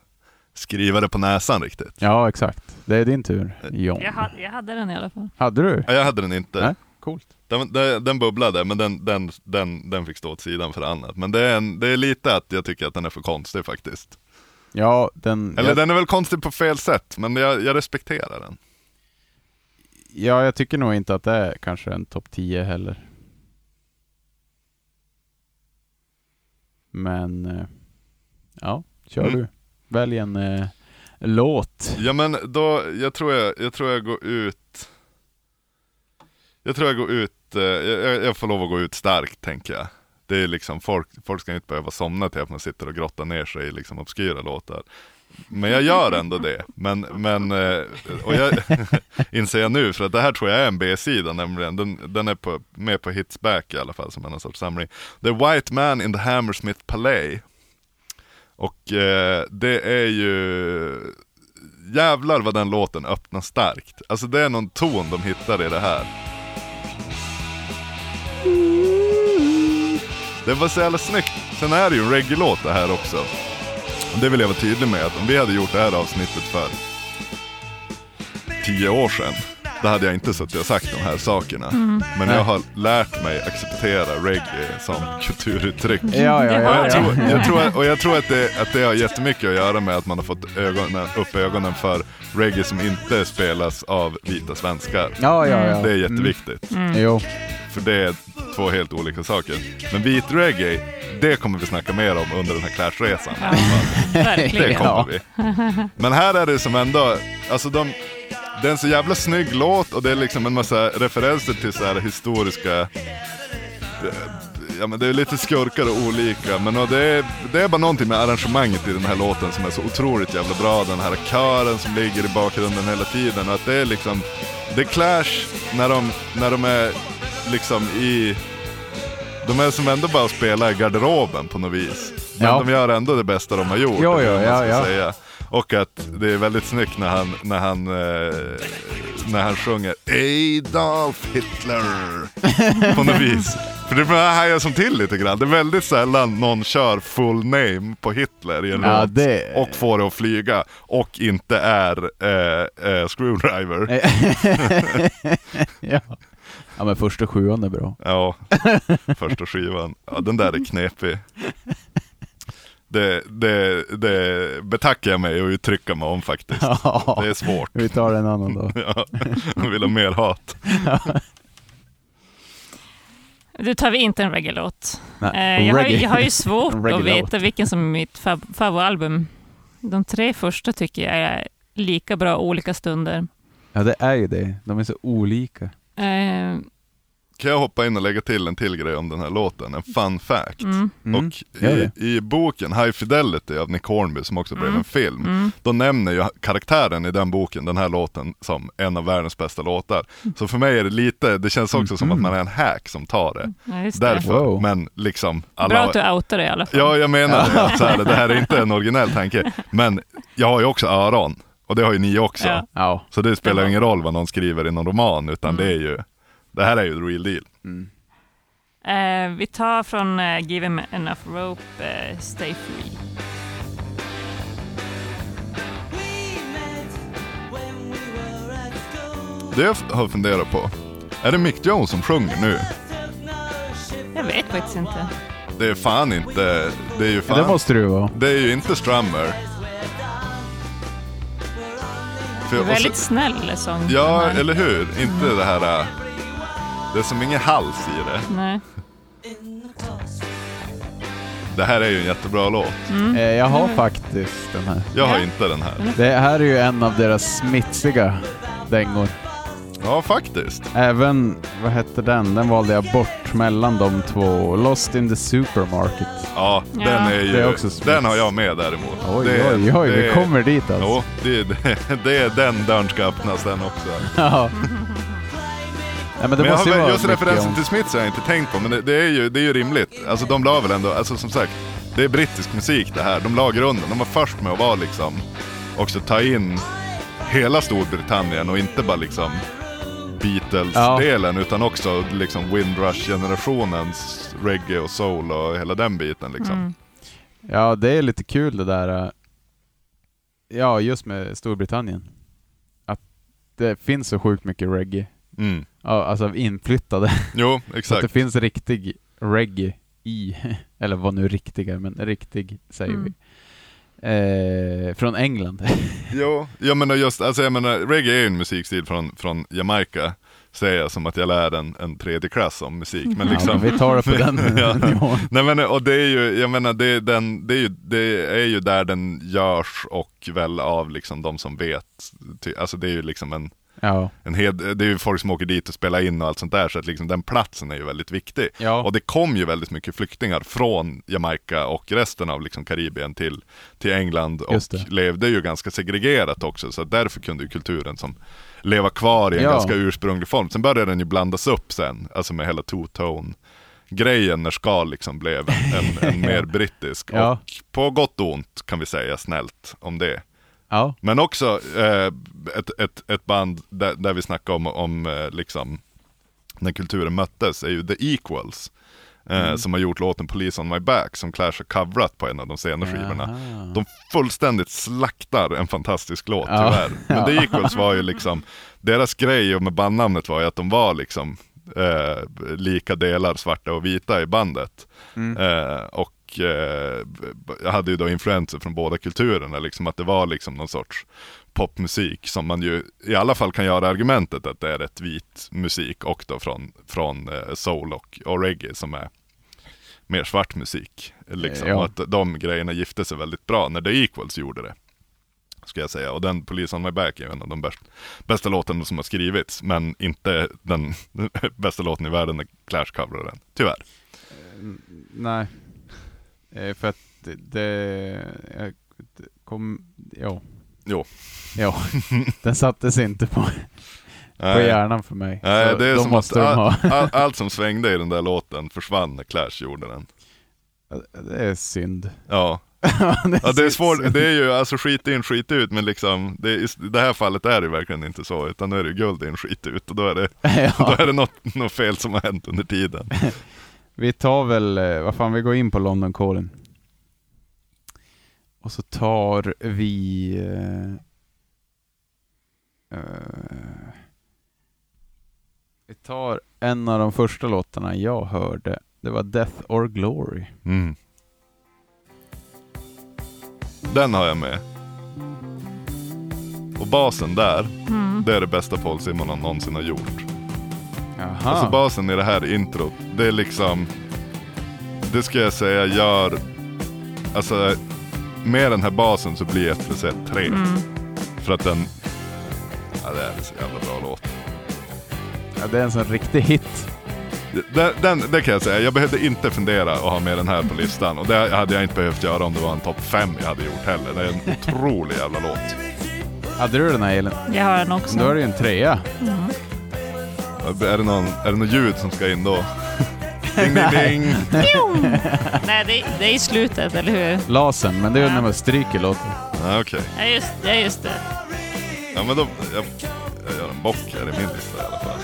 Speaker 2: skriva det på näsan riktigt.
Speaker 3: Ja, exakt. Det är din tur,
Speaker 2: Eh,
Speaker 3: John.
Speaker 4: Jag, ha, jag hade den i alla fall.
Speaker 3: Hade du?
Speaker 2: Ja, jag hade den inte.
Speaker 3: Nej, coolt.
Speaker 2: Den, den, den bubblade, men den, den, den, den fick stå åt sidan för annat. Men det är, en, det är lite att jag tycker att den är för konstig faktiskt.
Speaker 3: Ja, den...
Speaker 2: Eller
Speaker 3: jag,
Speaker 2: den är väl konstig på fel sätt, men jag, jag respekterar den.
Speaker 3: Ja, jag tycker nog inte att det är kanske en topp 10 heller. Men... eh, Ja, kör
Speaker 2: Mm.
Speaker 3: du. Välj en eh, låt.
Speaker 2: Ja men då, jag tror jag, jag tror jag går ut Jag tror jag går ut, eh, jag, jag- jag får lov att gå ut starkt tänker jag Det är liksom, folk, folk ska inte behöva somna till att man sitter och grottar ner sig i liksom obskyra låtar Men jag gör ändå det, men, men eh, och jag *laughs* inser jag nu för att det här tror jag är en B-sida nämligen Den, den är på, med på Hitsback i alla fall som är någon sorts samling The White Man in the Hammersmith Palais och eh, det är ju jävlar vad den låten öppnar starkt. Alltså det är någon ton de hittar i det här. Det var så jävla snyggt. Sen är det ju en reggae-låt det här också. Och det vill jag vara tydlig med att om vi hade gjort det här avsnittet för tio år sedan, då hade jag inte suttit och sagt de här sakerna.
Speaker 3: Mm.
Speaker 2: Men jag har lärt mig acceptera reggae som kulturuttryck.
Speaker 3: Ja, ja,
Speaker 4: Det
Speaker 3: ja.
Speaker 4: har
Speaker 3: ja.
Speaker 2: Jag tror, jag tror, och jag tror att det, att det har jättemycket att göra med att man har fått ögonen, upp ögonen för reggae som inte spelas av vita svenskar.
Speaker 3: Ja, ja, ja.
Speaker 2: Det är jätteviktigt,
Speaker 3: Mm. Jo.
Speaker 2: för det är två helt olika saker. Men vit reggae, det kommer vi snacka mer om under den här Clash-resan. *laughs* Det
Speaker 4: Verkligen.
Speaker 2: kommer
Speaker 3: Ja.
Speaker 2: vi. Men här är det som ändå, alltså de, det är en så jävla snygg låt och det är liksom en massa referenser till så här historiska, eh, ja men det är lite skurkar och olika, men och det, är, det är bara någonting med arrangemanget i den här låten som är så otroligt jävla bra, den här kören som ligger i bakgrunden hela tiden och att det är liksom, det är clash när de, när de är liksom i de är som ändå bara och spelar i garderoben på något vis. Men
Speaker 3: Ja.
Speaker 2: de gör ändå det bästa de har gjort.
Speaker 3: Jo, jo,
Speaker 2: eller vad man
Speaker 3: ja,
Speaker 2: ska
Speaker 3: ja.
Speaker 2: säga. Och att det är väldigt snyggt när han, när han, eh, när han sjunger Adolf Hitler. På något vis. För det är det här jag som till lite grann. Det är väldigt sällan någon kör full name på Hitler i en
Speaker 3: Ja,
Speaker 2: låt.
Speaker 3: det-
Speaker 2: Och får det att flyga. Och inte är eh, eh, Screwdriver.
Speaker 3: ja. ja, men första sjuan är bra.
Speaker 2: Ja, första skivan. Ja, den där är knepig. Det, det, det betackar jag mig och uttrycka mig om faktiskt.
Speaker 3: Ja.
Speaker 2: Det är svårt.
Speaker 3: Vi tar en annan *laughs* dag.
Speaker 2: *laughs* Ja, jag vill ha mer hat.
Speaker 4: Nu tar vi inte en reggae-låt.
Speaker 3: Nej,
Speaker 4: Eh, jag, har, ju-
Speaker 3: reggae.
Speaker 4: jag har
Speaker 2: *laughs*
Speaker 4: ju svårt att
Speaker 3: Reggae-låt.
Speaker 4: veta vilken som är mitt fab- favoritalbum. De tre första tycker jag är lika bra olika stunder.
Speaker 3: Ja, det är ju det. De är så olika.
Speaker 4: Eh,
Speaker 2: Kan jag hoppa in och lägga till en till grej om den här låten? En fun fact.
Speaker 3: Mm.
Speaker 2: Och
Speaker 3: gör
Speaker 2: i,
Speaker 3: det.
Speaker 2: i boken High Fidelity av Nick Hornby som också
Speaker 4: Mm.
Speaker 2: blev en film. Då nämner ju karaktären i den boken den här låten som en av världens bästa låtar. Så för mig är det lite, det känns också som att man är en hack som tar det.
Speaker 4: ja, just det.
Speaker 2: Därför,
Speaker 3: Mm. Wow.
Speaker 2: men liksom alla...
Speaker 4: Mm. Bra att du outar det i alla fall.
Speaker 2: Ja, jag menar det.
Speaker 3: *laughs*
Speaker 2: Att så här, det här är inte en originell tanke. Men jag har ju också öron. Och det har ju ni också.
Speaker 4: Ja. Mm.
Speaker 3: Ja.
Speaker 2: Så det spelar ju ingen roll vad någon skriver i någon roman. Utan det är ju, det här är ju the real deal.
Speaker 4: Eh, vi tar från eh, Give Him Enough Rope, eh, Stay Free.
Speaker 2: Det jag har funderat på. Är det Mick Jones som sjunger nu?
Speaker 4: Jag vet faktiskt inte.
Speaker 2: Det är fan inte, det är ju
Speaker 3: Ja,
Speaker 2: fan,
Speaker 3: det måste det ju vara.
Speaker 2: det är ju inte Strummer. För,
Speaker 4: Det är
Speaker 2: och så-
Speaker 4: väldigt snäll sång.
Speaker 2: ja,
Speaker 4: Den här.
Speaker 2: eller hur? Inte det här, äh, det är som ingen hals i det.
Speaker 4: Nej.
Speaker 2: Det här är ju en jättebra låt.
Speaker 3: Eh, jag har faktiskt den här.
Speaker 2: Jag har
Speaker 4: Mm. Ja. Mm.
Speaker 2: inte den här.
Speaker 3: Det här är ju en av deras smitsiga dängor.
Speaker 2: Ja, faktiskt.
Speaker 3: Även, vad hette den? Den valde jag bort mellan de två. Lost in the supermarket.
Speaker 2: Ja,
Speaker 4: Ja.
Speaker 2: den är ju...
Speaker 3: Det är också Smiths.
Speaker 2: den har jag med däremot.
Speaker 3: Oj,
Speaker 2: det, är-
Speaker 3: oj, oj,
Speaker 2: det
Speaker 3: vi
Speaker 2: är-
Speaker 3: kommer dit alltså.
Speaker 2: Jo, det, *laughs* det, det är den dörren ska öppnas den också.
Speaker 3: *laughs* Ja. Nej, men det
Speaker 2: men jag
Speaker 3: måste ju
Speaker 2: har,
Speaker 3: vara
Speaker 2: just
Speaker 3: mycket
Speaker 2: referensen
Speaker 3: om-
Speaker 2: till Smiths har jag inte tänkt på, men det, det, är, ju, det är ju rimligt. Alltså de la väl ändå, alltså som sagt, det är brittisk musik det här. De la grunden. De var först med att vara liksom, också ta in hela Storbritannien och inte bara liksom Beatles-delen utan också liksom Windrush-generationens reggae och soul och hela den biten liksom.
Speaker 3: Mm. Ja, det är lite kul det där. eh, Ja, just med Storbritannien. Att det finns så sjukt mycket reggae.
Speaker 2: Mm.
Speaker 3: Ja, alltså av inflyttade.
Speaker 2: Jo,
Speaker 3: Så att
Speaker 2: exakt.
Speaker 3: det finns riktig reggae i, *laughs* eller vad nu riktig är, men riktig säger
Speaker 4: Mm.
Speaker 3: vi. Eh, från England.
Speaker 2: Jo, jag menar just, alltså jag menar, reggae är ju en musikstil från, från Jamaica, säger jag som att jag lär en, en tredje klass om musik. Men liksom,
Speaker 3: ja, men vi tar det på
Speaker 2: *laughs*
Speaker 3: den
Speaker 2: Ja.
Speaker 3: *laughs* nivån.
Speaker 2: Nej men och det är ju, jag menar det, är den, det, är ju, det är ju där den görs och väl av liksom de som vet. Ty, alltså det är ju liksom en,
Speaker 3: Ja.
Speaker 2: en hed, det är ju folk som åker dit och spelar in och allt sånt där så att liksom den platsen är ju väldigt viktig.
Speaker 3: Ja.
Speaker 2: Och det kom ju väldigt mycket flyktingar från Jamaica och resten av liksom Karibien till, till England och
Speaker 3: Just det.
Speaker 2: levde ju ganska segregerat också så att därför kunde ju kulturen som leva kvar i en
Speaker 3: Ja.
Speaker 2: ganska ursprunglig form. Sen började den ju blandas upp sen, alltså med hela two-tone grejen när ska liksom blev en,
Speaker 3: *laughs*
Speaker 2: en, en mer brittisk.
Speaker 3: Ja.
Speaker 2: Och på gott och ont kan vi säga snällt om det.
Speaker 3: ja.
Speaker 2: Men också eh, ett, ett, ett band där, där vi snackar om, om eh, liksom, när kulturen möttes är ju The Equals. Eh,
Speaker 3: Mm.
Speaker 2: Som har gjort låten Police on my back som Clash har coverat på en av de senare skivorna. De fullständigt slaktar en fantastisk låt
Speaker 3: Ja.
Speaker 2: tyvärr. Men The Equals var
Speaker 3: *laughs*
Speaker 2: ju liksom, deras grej och med bandnamnet var ju att de var liksom eh, lika delar svarta och vita i bandet.
Speaker 3: Mm.
Speaker 2: Eh, och eh, b- b- jag hade ju då influenser från båda kulturerna, liksom att det var liksom någon sorts popmusik som man ju i alla fall kan göra argumentet att det är rätt vit musik och då från, från eh, soul och, och reggae som är mer svart musik. Liksom.
Speaker 3: Ja.
Speaker 2: Och att de grejerna gifte sig väldigt bra när The Equals gjorde det. Ska jag säga. Och den Police on my back är ju en av de bäst, bästa låtarna som har skrivits. Men inte den *laughs* bästa låten i världen när Clash coverar den. Tyvärr.
Speaker 3: Nej. Eh, för att det, det jag kom, ja.
Speaker 2: Jo. *laughs*
Speaker 3: Ja, den sattes inte på, på
Speaker 2: Nej.
Speaker 3: hjärnan för mig.
Speaker 2: Nej,
Speaker 3: Så
Speaker 2: det är
Speaker 3: då
Speaker 2: som att
Speaker 3: måste de ha.
Speaker 2: all, all, allt som svängde i den där låten försvann när Clash gjorde den.
Speaker 3: *laughs* Det är synd.
Speaker 2: Ja, Ja, det, är svårt, det är ju alltså skit in, skit ut, men liksom, det, är- i det här fallet är det verkligen inte så, utan nu är det guld in, skit ut och då är det, *laughs* då
Speaker 3: *laughs* ja,
Speaker 2: är det något, något fel som har hänt under tiden.
Speaker 3: vi tar väl, eh, vad fan, vi går in på London Calling. Och så tar vi... eh, eh, vi tar en av de första låtarna jag hörde. Det var Death or Glory.
Speaker 2: Mm. Den har jag med. Och basen där,
Speaker 4: Mm.
Speaker 2: det är det bästa Paul Simon någonsin har gjort.
Speaker 3: Jaha.
Speaker 2: Alltså basen i det här introt, det är liksom, det ska jag säga gör, alltså med den här basen så blir FLZ 3. För att den, ja det är en så jävla bra låt.
Speaker 3: ja, det är en sån riktig hit.
Speaker 2: Den, den, det kan jag säga, jag behövde inte fundera och ha med den här på listan. Och det hade jag inte behövt göra om det var en topp 5 jag hade gjort heller. Det är en otrolig jävla låt.
Speaker 3: Hade du den här Elin?
Speaker 4: Jag har den
Speaker 3: Då är
Speaker 4: också.
Speaker 3: det ju en trea.
Speaker 2: Är det någon, är det någon ljud som ska in då? *laughs* Ding, ding, ding.
Speaker 4: Nej, det, det är i slutet, eller hur?
Speaker 3: Lasern, men det är ju när man stryker låten.
Speaker 2: Ja, Ah, Okej,
Speaker 4: Ja, just, ja, just det.
Speaker 2: ja, men då, jag, jag gör en bock här i min lista i alla fall.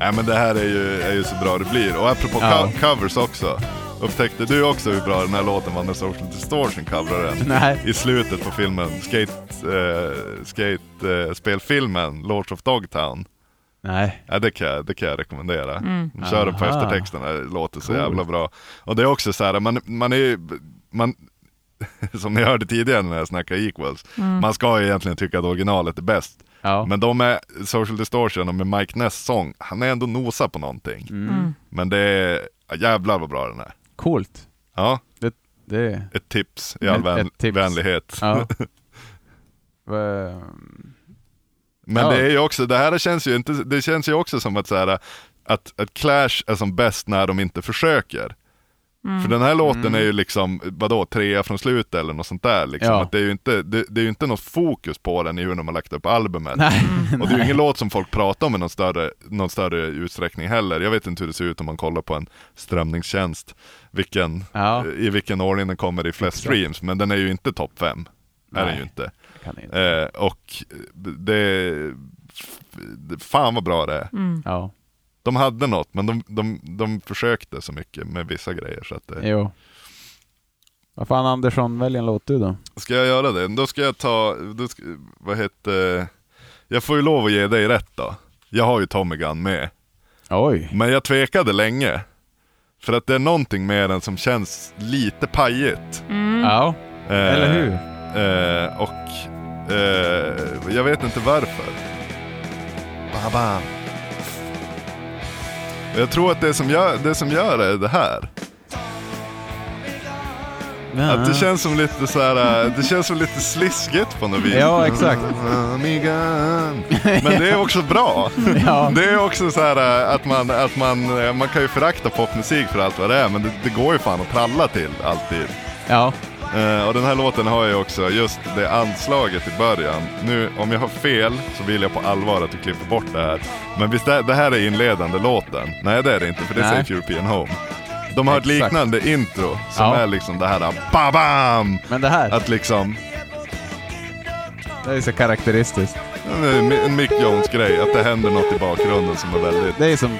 Speaker 2: Nej men det här är ju, är ju så bra det blir. Och apropå
Speaker 3: Ja.
Speaker 2: co- covers också. Upptäckte du också hur bra den här låten var när Social Distortion coverade den?
Speaker 3: Nej.
Speaker 2: i slutet på filmen, skate, eh, skate, eh, spelfilmen Lords of Dogtown.
Speaker 3: Nej.
Speaker 2: Ja, det, kan jag, det kan jag rekommendera. De Kör den på
Speaker 3: Aha.
Speaker 2: eftertexten, det låter så
Speaker 3: Coolt.
Speaker 2: jävla bra. Och det är också så här, man, man är ju, man, *laughs* som ni hörde tidigare när jag snackade equals, man ska ju egentligen tycka att originalet är bäst.
Speaker 3: Ja.
Speaker 2: Men de med Social Distortion och med Mike Ness sång, han är ändå nosa på någonting.
Speaker 3: Mm.
Speaker 2: Men det är, ja, jävlar vad bra den är.
Speaker 3: Coolt.
Speaker 2: Ja,
Speaker 3: Det...
Speaker 2: ett tips i all
Speaker 3: Ett-
Speaker 2: vän,
Speaker 3: ett tips.
Speaker 2: vänlighet.
Speaker 3: *laughs* Ja. Ehm,
Speaker 2: Men
Speaker 3: Ja.
Speaker 2: det är ju också, det här känns ju inte, det känns ju också som att så här, att, att Clash är som bäst när de inte försöker.
Speaker 3: Mm.
Speaker 2: För den här låten är ju liksom, vadå, trea från slutet eller något sånt där liksom.
Speaker 3: Ja.
Speaker 2: Att det är ju inte, det, det är ju inte något fokus på den i hur de har lagt upp albumet.
Speaker 3: Nej.
Speaker 2: Och det
Speaker 3: *laughs*
Speaker 2: är ju ingen låt som folk pratar om i någon större, någon större utsträckning heller. Jag vet inte hur det ser ut om man kollar på en strömningstjänst, vilken,
Speaker 3: Ja.
Speaker 2: i vilken ordning den kommer i flest streams. Men den är ju inte topp fem, är den
Speaker 3: Nej.
Speaker 2: ju inte.
Speaker 3: Kan inte.
Speaker 2: Eh, och det, det... Fan vad bra det är.
Speaker 3: Ja.
Speaker 2: De hade något, men de, de, de försökte så mycket med vissa grejer. Så att eh, det,
Speaker 3: Jo. Vad fan Andersson, välj en låt du då.
Speaker 2: ska jag göra det? Då ska jag ta... Då ska, vad heter... Jag får ju lov att ge dig rätt då. Jag har ju Tommy Gunn med.
Speaker 3: Oj.
Speaker 2: Men jag tvekade länge. För att det är någonting med den som känns lite pajigt.
Speaker 3: Ja,
Speaker 2: Eh,
Speaker 3: eller hur?
Speaker 2: Eh, och eh, jag vet inte varför. Baba. Jag tror att det som gör det, som gör det, är det här.
Speaker 3: Ah.
Speaker 2: Att det känns som lite så här, eh, det känns som lite sliskigt på något vis.
Speaker 3: Ja, exakt.
Speaker 2: Amigan. Men det är också bra.
Speaker 3: *laughs* Ja.
Speaker 2: Det är också så här eh, att man, att man, eh, man kan ju förakta popmusik för allt vad det är, men det, det går ju fan att tralla till alltid.
Speaker 3: Ja.
Speaker 2: Eh, och den här låten har ju också just det anslaget i början. Nu, om jag har fel så vill jag på allvar att du klipper bort det här. Men visst, det, det här är inledande låten? Nej, det är det inte, för det är
Speaker 3: Nej.
Speaker 2: Safe European Home. De har ett
Speaker 3: Exakt.
Speaker 2: liknande intro som
Speaker 3: Ja.
Speaker 2: är liksom det här ba-bam!
Speaker 3: Men det här,
Speaker 2: Att liksom,
Speaker 3: det är så karaktäristiskt.
Speaker 2: en- en Mick Jones-grej, att det händer något i bakgrunden som är väldigt...
Speaker 3: Det är som...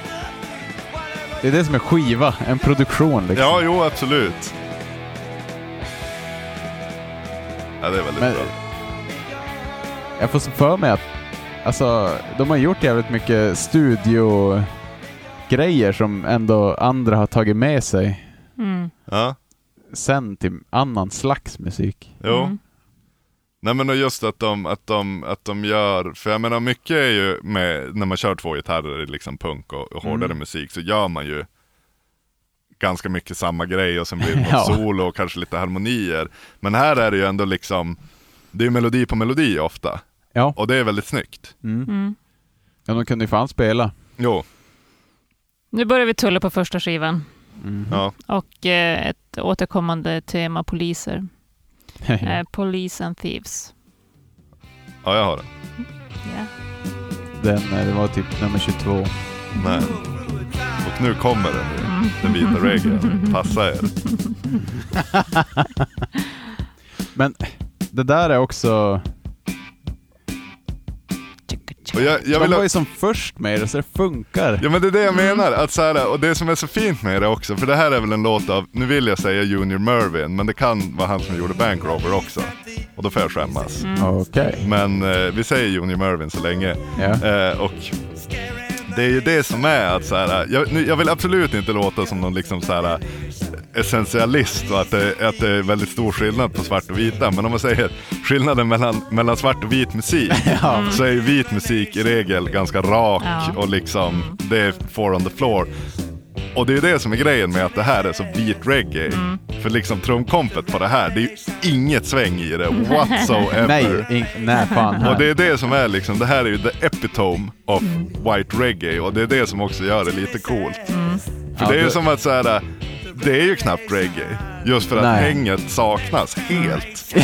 Speaker 3: Det är det som är skiva, en produktion liksom.
Speaker 2: Ja, jo, absolut. Ja, det är väldigt
Speaker 3: Men-
Speaker 2: bra.
Speaker 3: Jag får så för mig att alltså, de har gjort jävligt mycket studiogrejer som ändå andra har tagit med sig
Speaker 4: Mm.
Speaker 2: Ja.
Speaker 3: sen till annan slags musik.
Speaker 2: Jo.
Speaker 4: Mm.
Speaker 2: Nej men och just att de, att, de, att de gör, för jag menar mycket är ju med, när man kör två gitarrer i liksom punk och, och hårdare
Speaker 3: Mm.
Speaker 2: musik så gör man ju ganska mycket samma grej och sen
Speaker 3: *laughs*
Speaker 2: blir det något
Speaker 3: Ja.
Speaker 2: solo och kanske lite harmonier. Men här är det ju ändå liksom, det är ju melodi på melodi ofta.
Speaker 3: Ja.
Speaker 2: Och det är väldigt snyggt.
Speaker 3: Mm. Ja, de kunde ju fan spela.
Speaker 2: Jo,
Speaker 4: Nu börjar vi tulla på första skivan
Speaker 3: Mm-hmm.
Speaker 2: ja.
Speaker 4: och eh, ett återkommande tema poliser.
Speaker 3: *laughs*
Speaker 4: Eh, police and thieves.
Speaker 2: ja jag har den.
Speaker 4: Ja.
Speaker 3: Den eh, det var typ nummer 22.
Speaker 2: Nej. Och nu kommer den.
Speaker 3: Mm.
Speaker 2: den vita regeln. Passa er.
Speaker 3: Men det där är också...
Speaker 2: Och jag, jag
Speaker 3: de
Speaker 2: vill
Speaker 3: var
Speaker 2: ha,
Speaker 3: ju som först med det, så det funkar.
Speaker 2: ja men det är det jag menar. Att så här, och det som är så fint med det också, för det här är väl en låt av, nu vill jag säga Junior Mervyn, men det kan vara han som gjorde Bank Robber också. Och då får jag skämmas.
Speaker 3: Mm. Okej.
Speaker 2: Men eh, vi säger Junior Mervyn så länge.
Speaker 3: Ja.
Speaker 2: Eh, och det är ju det som är att så här, jag, nu, jag vill absolut inte låta som någon liksom så här eh, essentialist och att det, att det är väldigt stor skillnad på svart och vita. Men om man säger skillnaden mellan, mellan svart och vit
Speaker 3: *laughs*
Speaker 2: musik så är ju vit musik i regel ganska rak
Speaker 4: Ja.
Speaker 2: och liksom det är four on the floor. Och det är det som är grejen med att det här är så vit reggae. För liksom trumkompet på det här, det är ju inget sväng i det whatsoever.
Speaker 3: Nej, in, nej fan.
Speaker 2: Och
Speaker 3: *laughs*
Speaker 2: det är det som är liksom, det här är ju the epitome of white reggae och det är det som också gör det lite coolt. För
Speaker 3: Mm. Ja,
Speaker 2: det är ju
Speaker 3: det-
Speaker 2: som att så här, det är ju knappt reggae. Just för att
Speaker 3: Nej.
Speaker 2: hänget saknas
Speaker 3: *laughs*
Speaker 2: helt.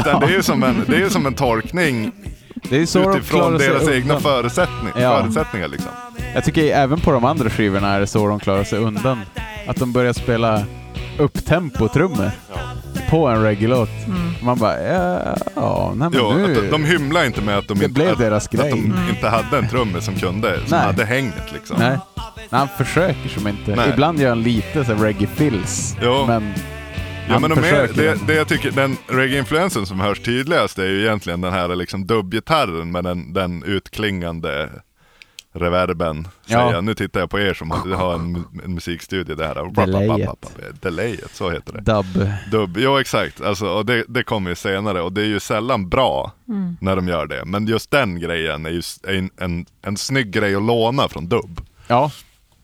Speaker 2: Utan det är ju som en, det är ju som en tolkning
Speaker 3: Det är ju så de
Speaker 2: utifrån
Speaker 3: klarar sig
Speaker 2: deras
Speaker 3: undan.
Speaker 2: egna förutsättning,
Speaker 3: Ja.
Speaker 2: förutsättningar liksom.
Speaker 3: Jag tycker även på de andra skivorna är det så de klarar sig undan. Att de börjar spela upptempo-trummor på en reggae-låt. Man bara, ja, ja nej, men
Speaker 2: Jo,
Speaker 3: nu...
Speaker 2: att de, de hymlar inte med att de,
Speaker 3: Det
Speaker 2: inte,
Speaker 3: blev
Speaker 2: att,
Speaker 3: deras
Speaker 2: att
Speaker 3: grej.
Speaker 2: de inte hade en trummis som kunde, som
Speaker 3: Nej.
Speaker 2: hade hänget liksom.
Speaker 3: Nej. Nej, han försöker som inte.
Speaker 2: Nej.
Speaker 3: Ibland gör han lite så här reggae-fills.
Speaker 2: Jo.
Speaker 3: Men
Speaker 2: Ja,
Speaker 3: Han
Speaker 2: men de är,
Speaker 3: försöker
Speaker 2: det,
Speaker 3: den.
Speaker 2: det jag tycker, den reggae-influensen som hörs tydligast är ju egentligen den här liksom dubbgitarren med den, den utklingande reverben.
Speaker 3: Ja.
Speaker 2: Säger jag. Nu tittar jag på er som har
Speaker 3: *laughs*
Speaker 2: en, mu- en musikstudio det här.
Speaker 3: Delayet.
Speaker 2: Delayet, så heter det.
Speaker 3: dubb.
Speaker 2: Dubb, ja exakt. Alltså, och det, det kommer ju senare och det är ju sällan bra när de gör det. Men just den grejen är ju s- är en, en, en snygg grej att låna från dubb.
Speaker 3: Ja.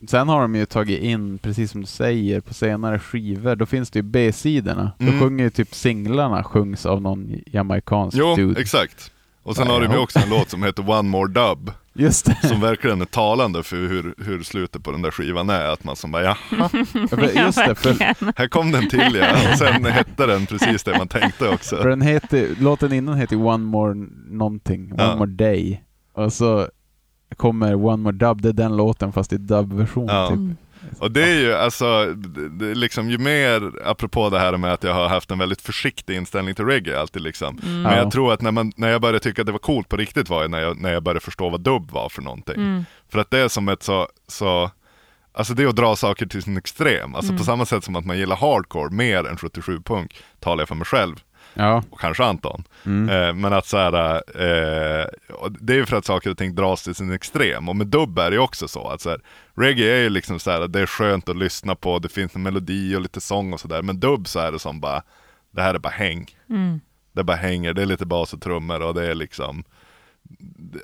Speaker 3: Sen har de ju tagit in, precis som du säger, på senare skivor, då finns det ju B-sidorna.
Speaker 2: Mm.
Speaker 3: Då sjunger ju typ singlarna sjungs av någon jamaicansk
Speaker 2: Jo,
Speaker 3: dude.
Speaker 2: exakt. Och sen
Speaker 3: Ja,
Speaker 2: har de ju
Speaker 3: ja.
Speaker 2: också en låt som heter One More Dub.
Speaker 3: Just det. *laughs*
Speaker 2: som verkligen är talande för hur, hur slutet på den där skivan är. Att man som bara, ja,
Speaker 3: Just det, för
Speaker 2: här kom den till ja. Och sen hette den precis det man tänkte
Speaker 3: För
Speaker 2: också.
Speaker 3: den heter, låten innan heter One More någonting, One
Speaker 2: Ja.
Speaker 3: More Day. Och så kommer One More Dub, det är den låten fast i dubversion
Speaker 2: Ja.
Speaker 3: typ.
Speaker 2: Och det är ju alltså, det, det, liksom ju mer, apropå det här med att jag har haft en väldigt försiktig inställning till reggae alltid liksom. Men
Speaker 3: Ja.
Speaker 2: jag tror att när, man, när jag började tycka att det var coolt på riktigt var ju när jag, när jag började förstå vad dubb var för någonting. För att det är som ett så, så Alltså det är att dra saker till sin extrem, alltså på samma sätt som att man gillar hardcore mer än 77-punk, talar jag för mig själv,
Speaker 3: Ja.
Speaker 2: och kanske Anton. Eh, men att så här, eh, och det är ju för att saker och ting dras till sin extrem. Och med dubb är det ju också så. Att så här, reggae är ju liksom så här, det är skönt att lyssna på, det finns en melodi och lite sång och sådär. Men dubb så är det som bara, det här är bara häng. Det bara hänger, det är lite bas och trummor och det är liksom,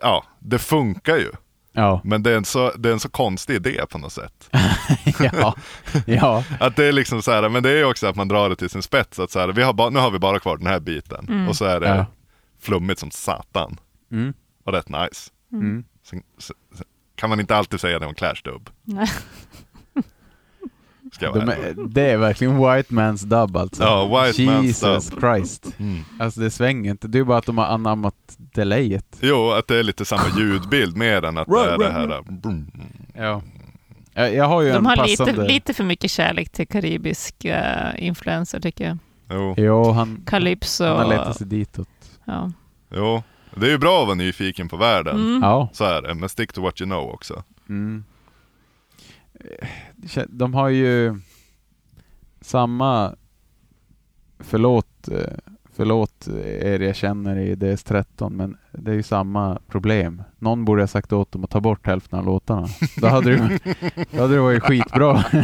Speaker 2: ja, det funkar ju. *laughs*
Speaker 3: Ja.
Speaker 2: Men det är en så, det är en så konstig idé på något sätt.
Speaker 3: ja. ja.
Speaker 2: Att det är liksom så här, men det är ju också att man drar det till sin spets. Att så här, vi har ba, nu har vi bara kvar den här biten.
Speaker 4: Mm.
Speaker 2: Och så är det
Speaker 3: Ja.
Speaker 2: flummigt som satan.
Speaker 3: Mm.
Speaker 2: Och rätt nice.
Speaker 3: Mm.
Speaker 2: Sen, sen, sen kan man inte alltid säga det om Clash Dub. Ska jag vara
Speaker 3: De
Speaker 2: ärlig.
Speaker 3: är, det är verkligen White Man's Dub alltså.
Speaker 2: Ja, White Man's
Speaker 3: Jesus Christ.
Speaker 2: Mm.
Speaker 3: Alltså det svänger inte. Det är bara att de har anammat delayet.
Speaker 2: Jo, att det är lite
Speaker 3: *laughs*
Speaker 2: samma ljudbild mer än att det är det här... Brum.
Speaker 3: Ja. Jag, jag har ju en
Speaker 4: De har
Speaker 3: passande...
Speaker 4: lite, lite för mycket kärlek till karibiska influenser tycker jag.
Speaker 2: Jo,
Speaker 3: Jo, han,
Speaker 4: Calypso.
Speaker 3: han har letat sig ditåt.
Speaker 4: Ja.
Speaker 2: jo, det är ju bra att vara nyfiken på världen.
Speaker 4: Mm.
Speaker 3: Ja.
Speaker 2: Så är det, men stick to what you know också.
Speaker 3: Mm. Eh, det kän- De har ju samma förlåt, eh, förlåt er jag känner i DS13 men det är ju samma problem. Någon borde ha sagt åt dem att ta bort hälften av låtarna. Då hade det, då hade det varit skitbra.
Speaker 2: *laughs*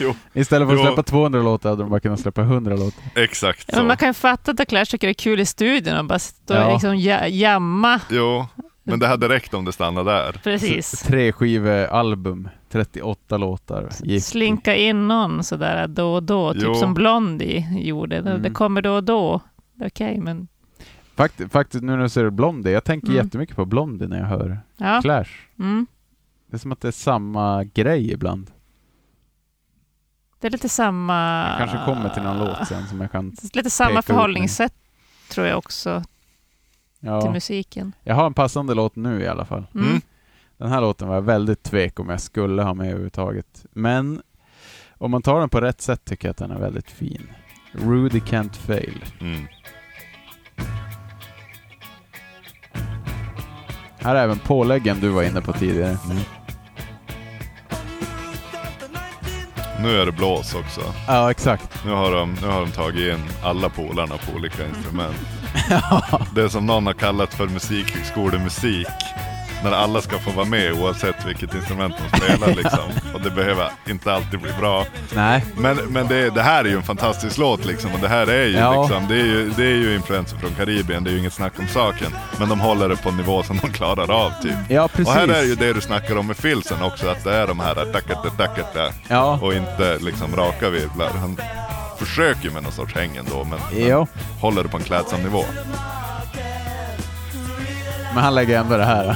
Speaker 2: Jo.
Speaker 3: Istället för att
Speaker 2: Jo.
Speaker 3: släppa 200 låtar hade de bara kunnat släppa 100 låtar.
Speaker 2: Exakt
Speaker 4: Ja, men man
Speaker 2: så.
Speaker 4: kan ju fatta att The Clash tycker det är kul i studion och bara stå
Speaker 3: Ja.
Speaker 4: och liksom ja- jamma.
Speaker 2: Jo, men det hade räckt om det stannade där.
Speaker 4: Precis.
Speaker 3: Tre skivor album, 38 låtar. Gick.
Speaker 4: Slinka in någon sådär då och då,
Speaker 2: Jo.
Speaker 4: typ som Blondie gjorde. Det,
Speaker 3: Mm.
Speaker 4: det kommer då och då. Det är Okej, men
Speaker 3: Fakt, faktiskt nu när du säger Blondie, jag tänker
Speaker 4: Mm.
Speaker 3: jättemycket på Blondie när jag hör
Speaker 4: ja.
Speaker 3: Clash.
Speaker 4: Mm.
Speaker 3: Det är som att det är samma grej ibland.
Speaker 4: Det är lite samma...
Speaker 3: Jag kanske kommer till någon låt sen som jag kan...
Speaker 4: Lite
Speaker 3: Peka
Speaker 4: samma
Speaker 3: ut nu.
Speaker 4: förhållningssätt tror jag också till
Speaker 3: Ja.
Speaker 4: musiken.
Speaker 3: Jag har en passande låt nu i alla fall.
Speaker 4: Mm.
Speaker 2: Mm.
Speaker 3: Den här låten var jag väldigt tvek om jag skulle ha med överhuvudtaget. Men om man tar den på rätt sätt tycker jag att den är väldigt fin. Rudy Can't Fail.
Speaker 2: Mm.
Speaker 3: Här är även påläggen du var inne på tidigare.
Speaker 2: Mm. Nu är det blås också.
Speaker 3: Ja, exakt.
Speaker 2: Nu har de, nu har de tagit in alla polarna på olika
Speaker 3: *laughs*
Speaker 2: instrument. Det som någon har kallat för musikhögskolemusik. När alla ska få vara med oavsett vilket instrument de
Speaker 3: *laughs*
Speaker 2: spelar liksom. Och det behöver inte alltid bli bra.
Speaker 3: Nej,
Speaker 2: Men, men det, det här är ju en fantastisk låt liksom. Och det här är ju,
Speaker 3: Ja.
Speaker 2: liksom, det är ju, det är ju influenser från Karibien. Det är ju inget snack om saken. Men de håller det på en nivå som de klarar av typ.
Speaker 3: ja precis.
Speaker 2: Och här är ju det du snackar om med filsen också, att det är de här dackata dackata
Speaker 3: Ja.
Speaker 2: och inte liksom raka virvlar. Han försöker ju med någon sorts häng ändå, men, men
Speaker 3: Jo,
Speaker 2: håller det på en klädsam nivå.
Speaker 3: men han lägger ändå det här. då.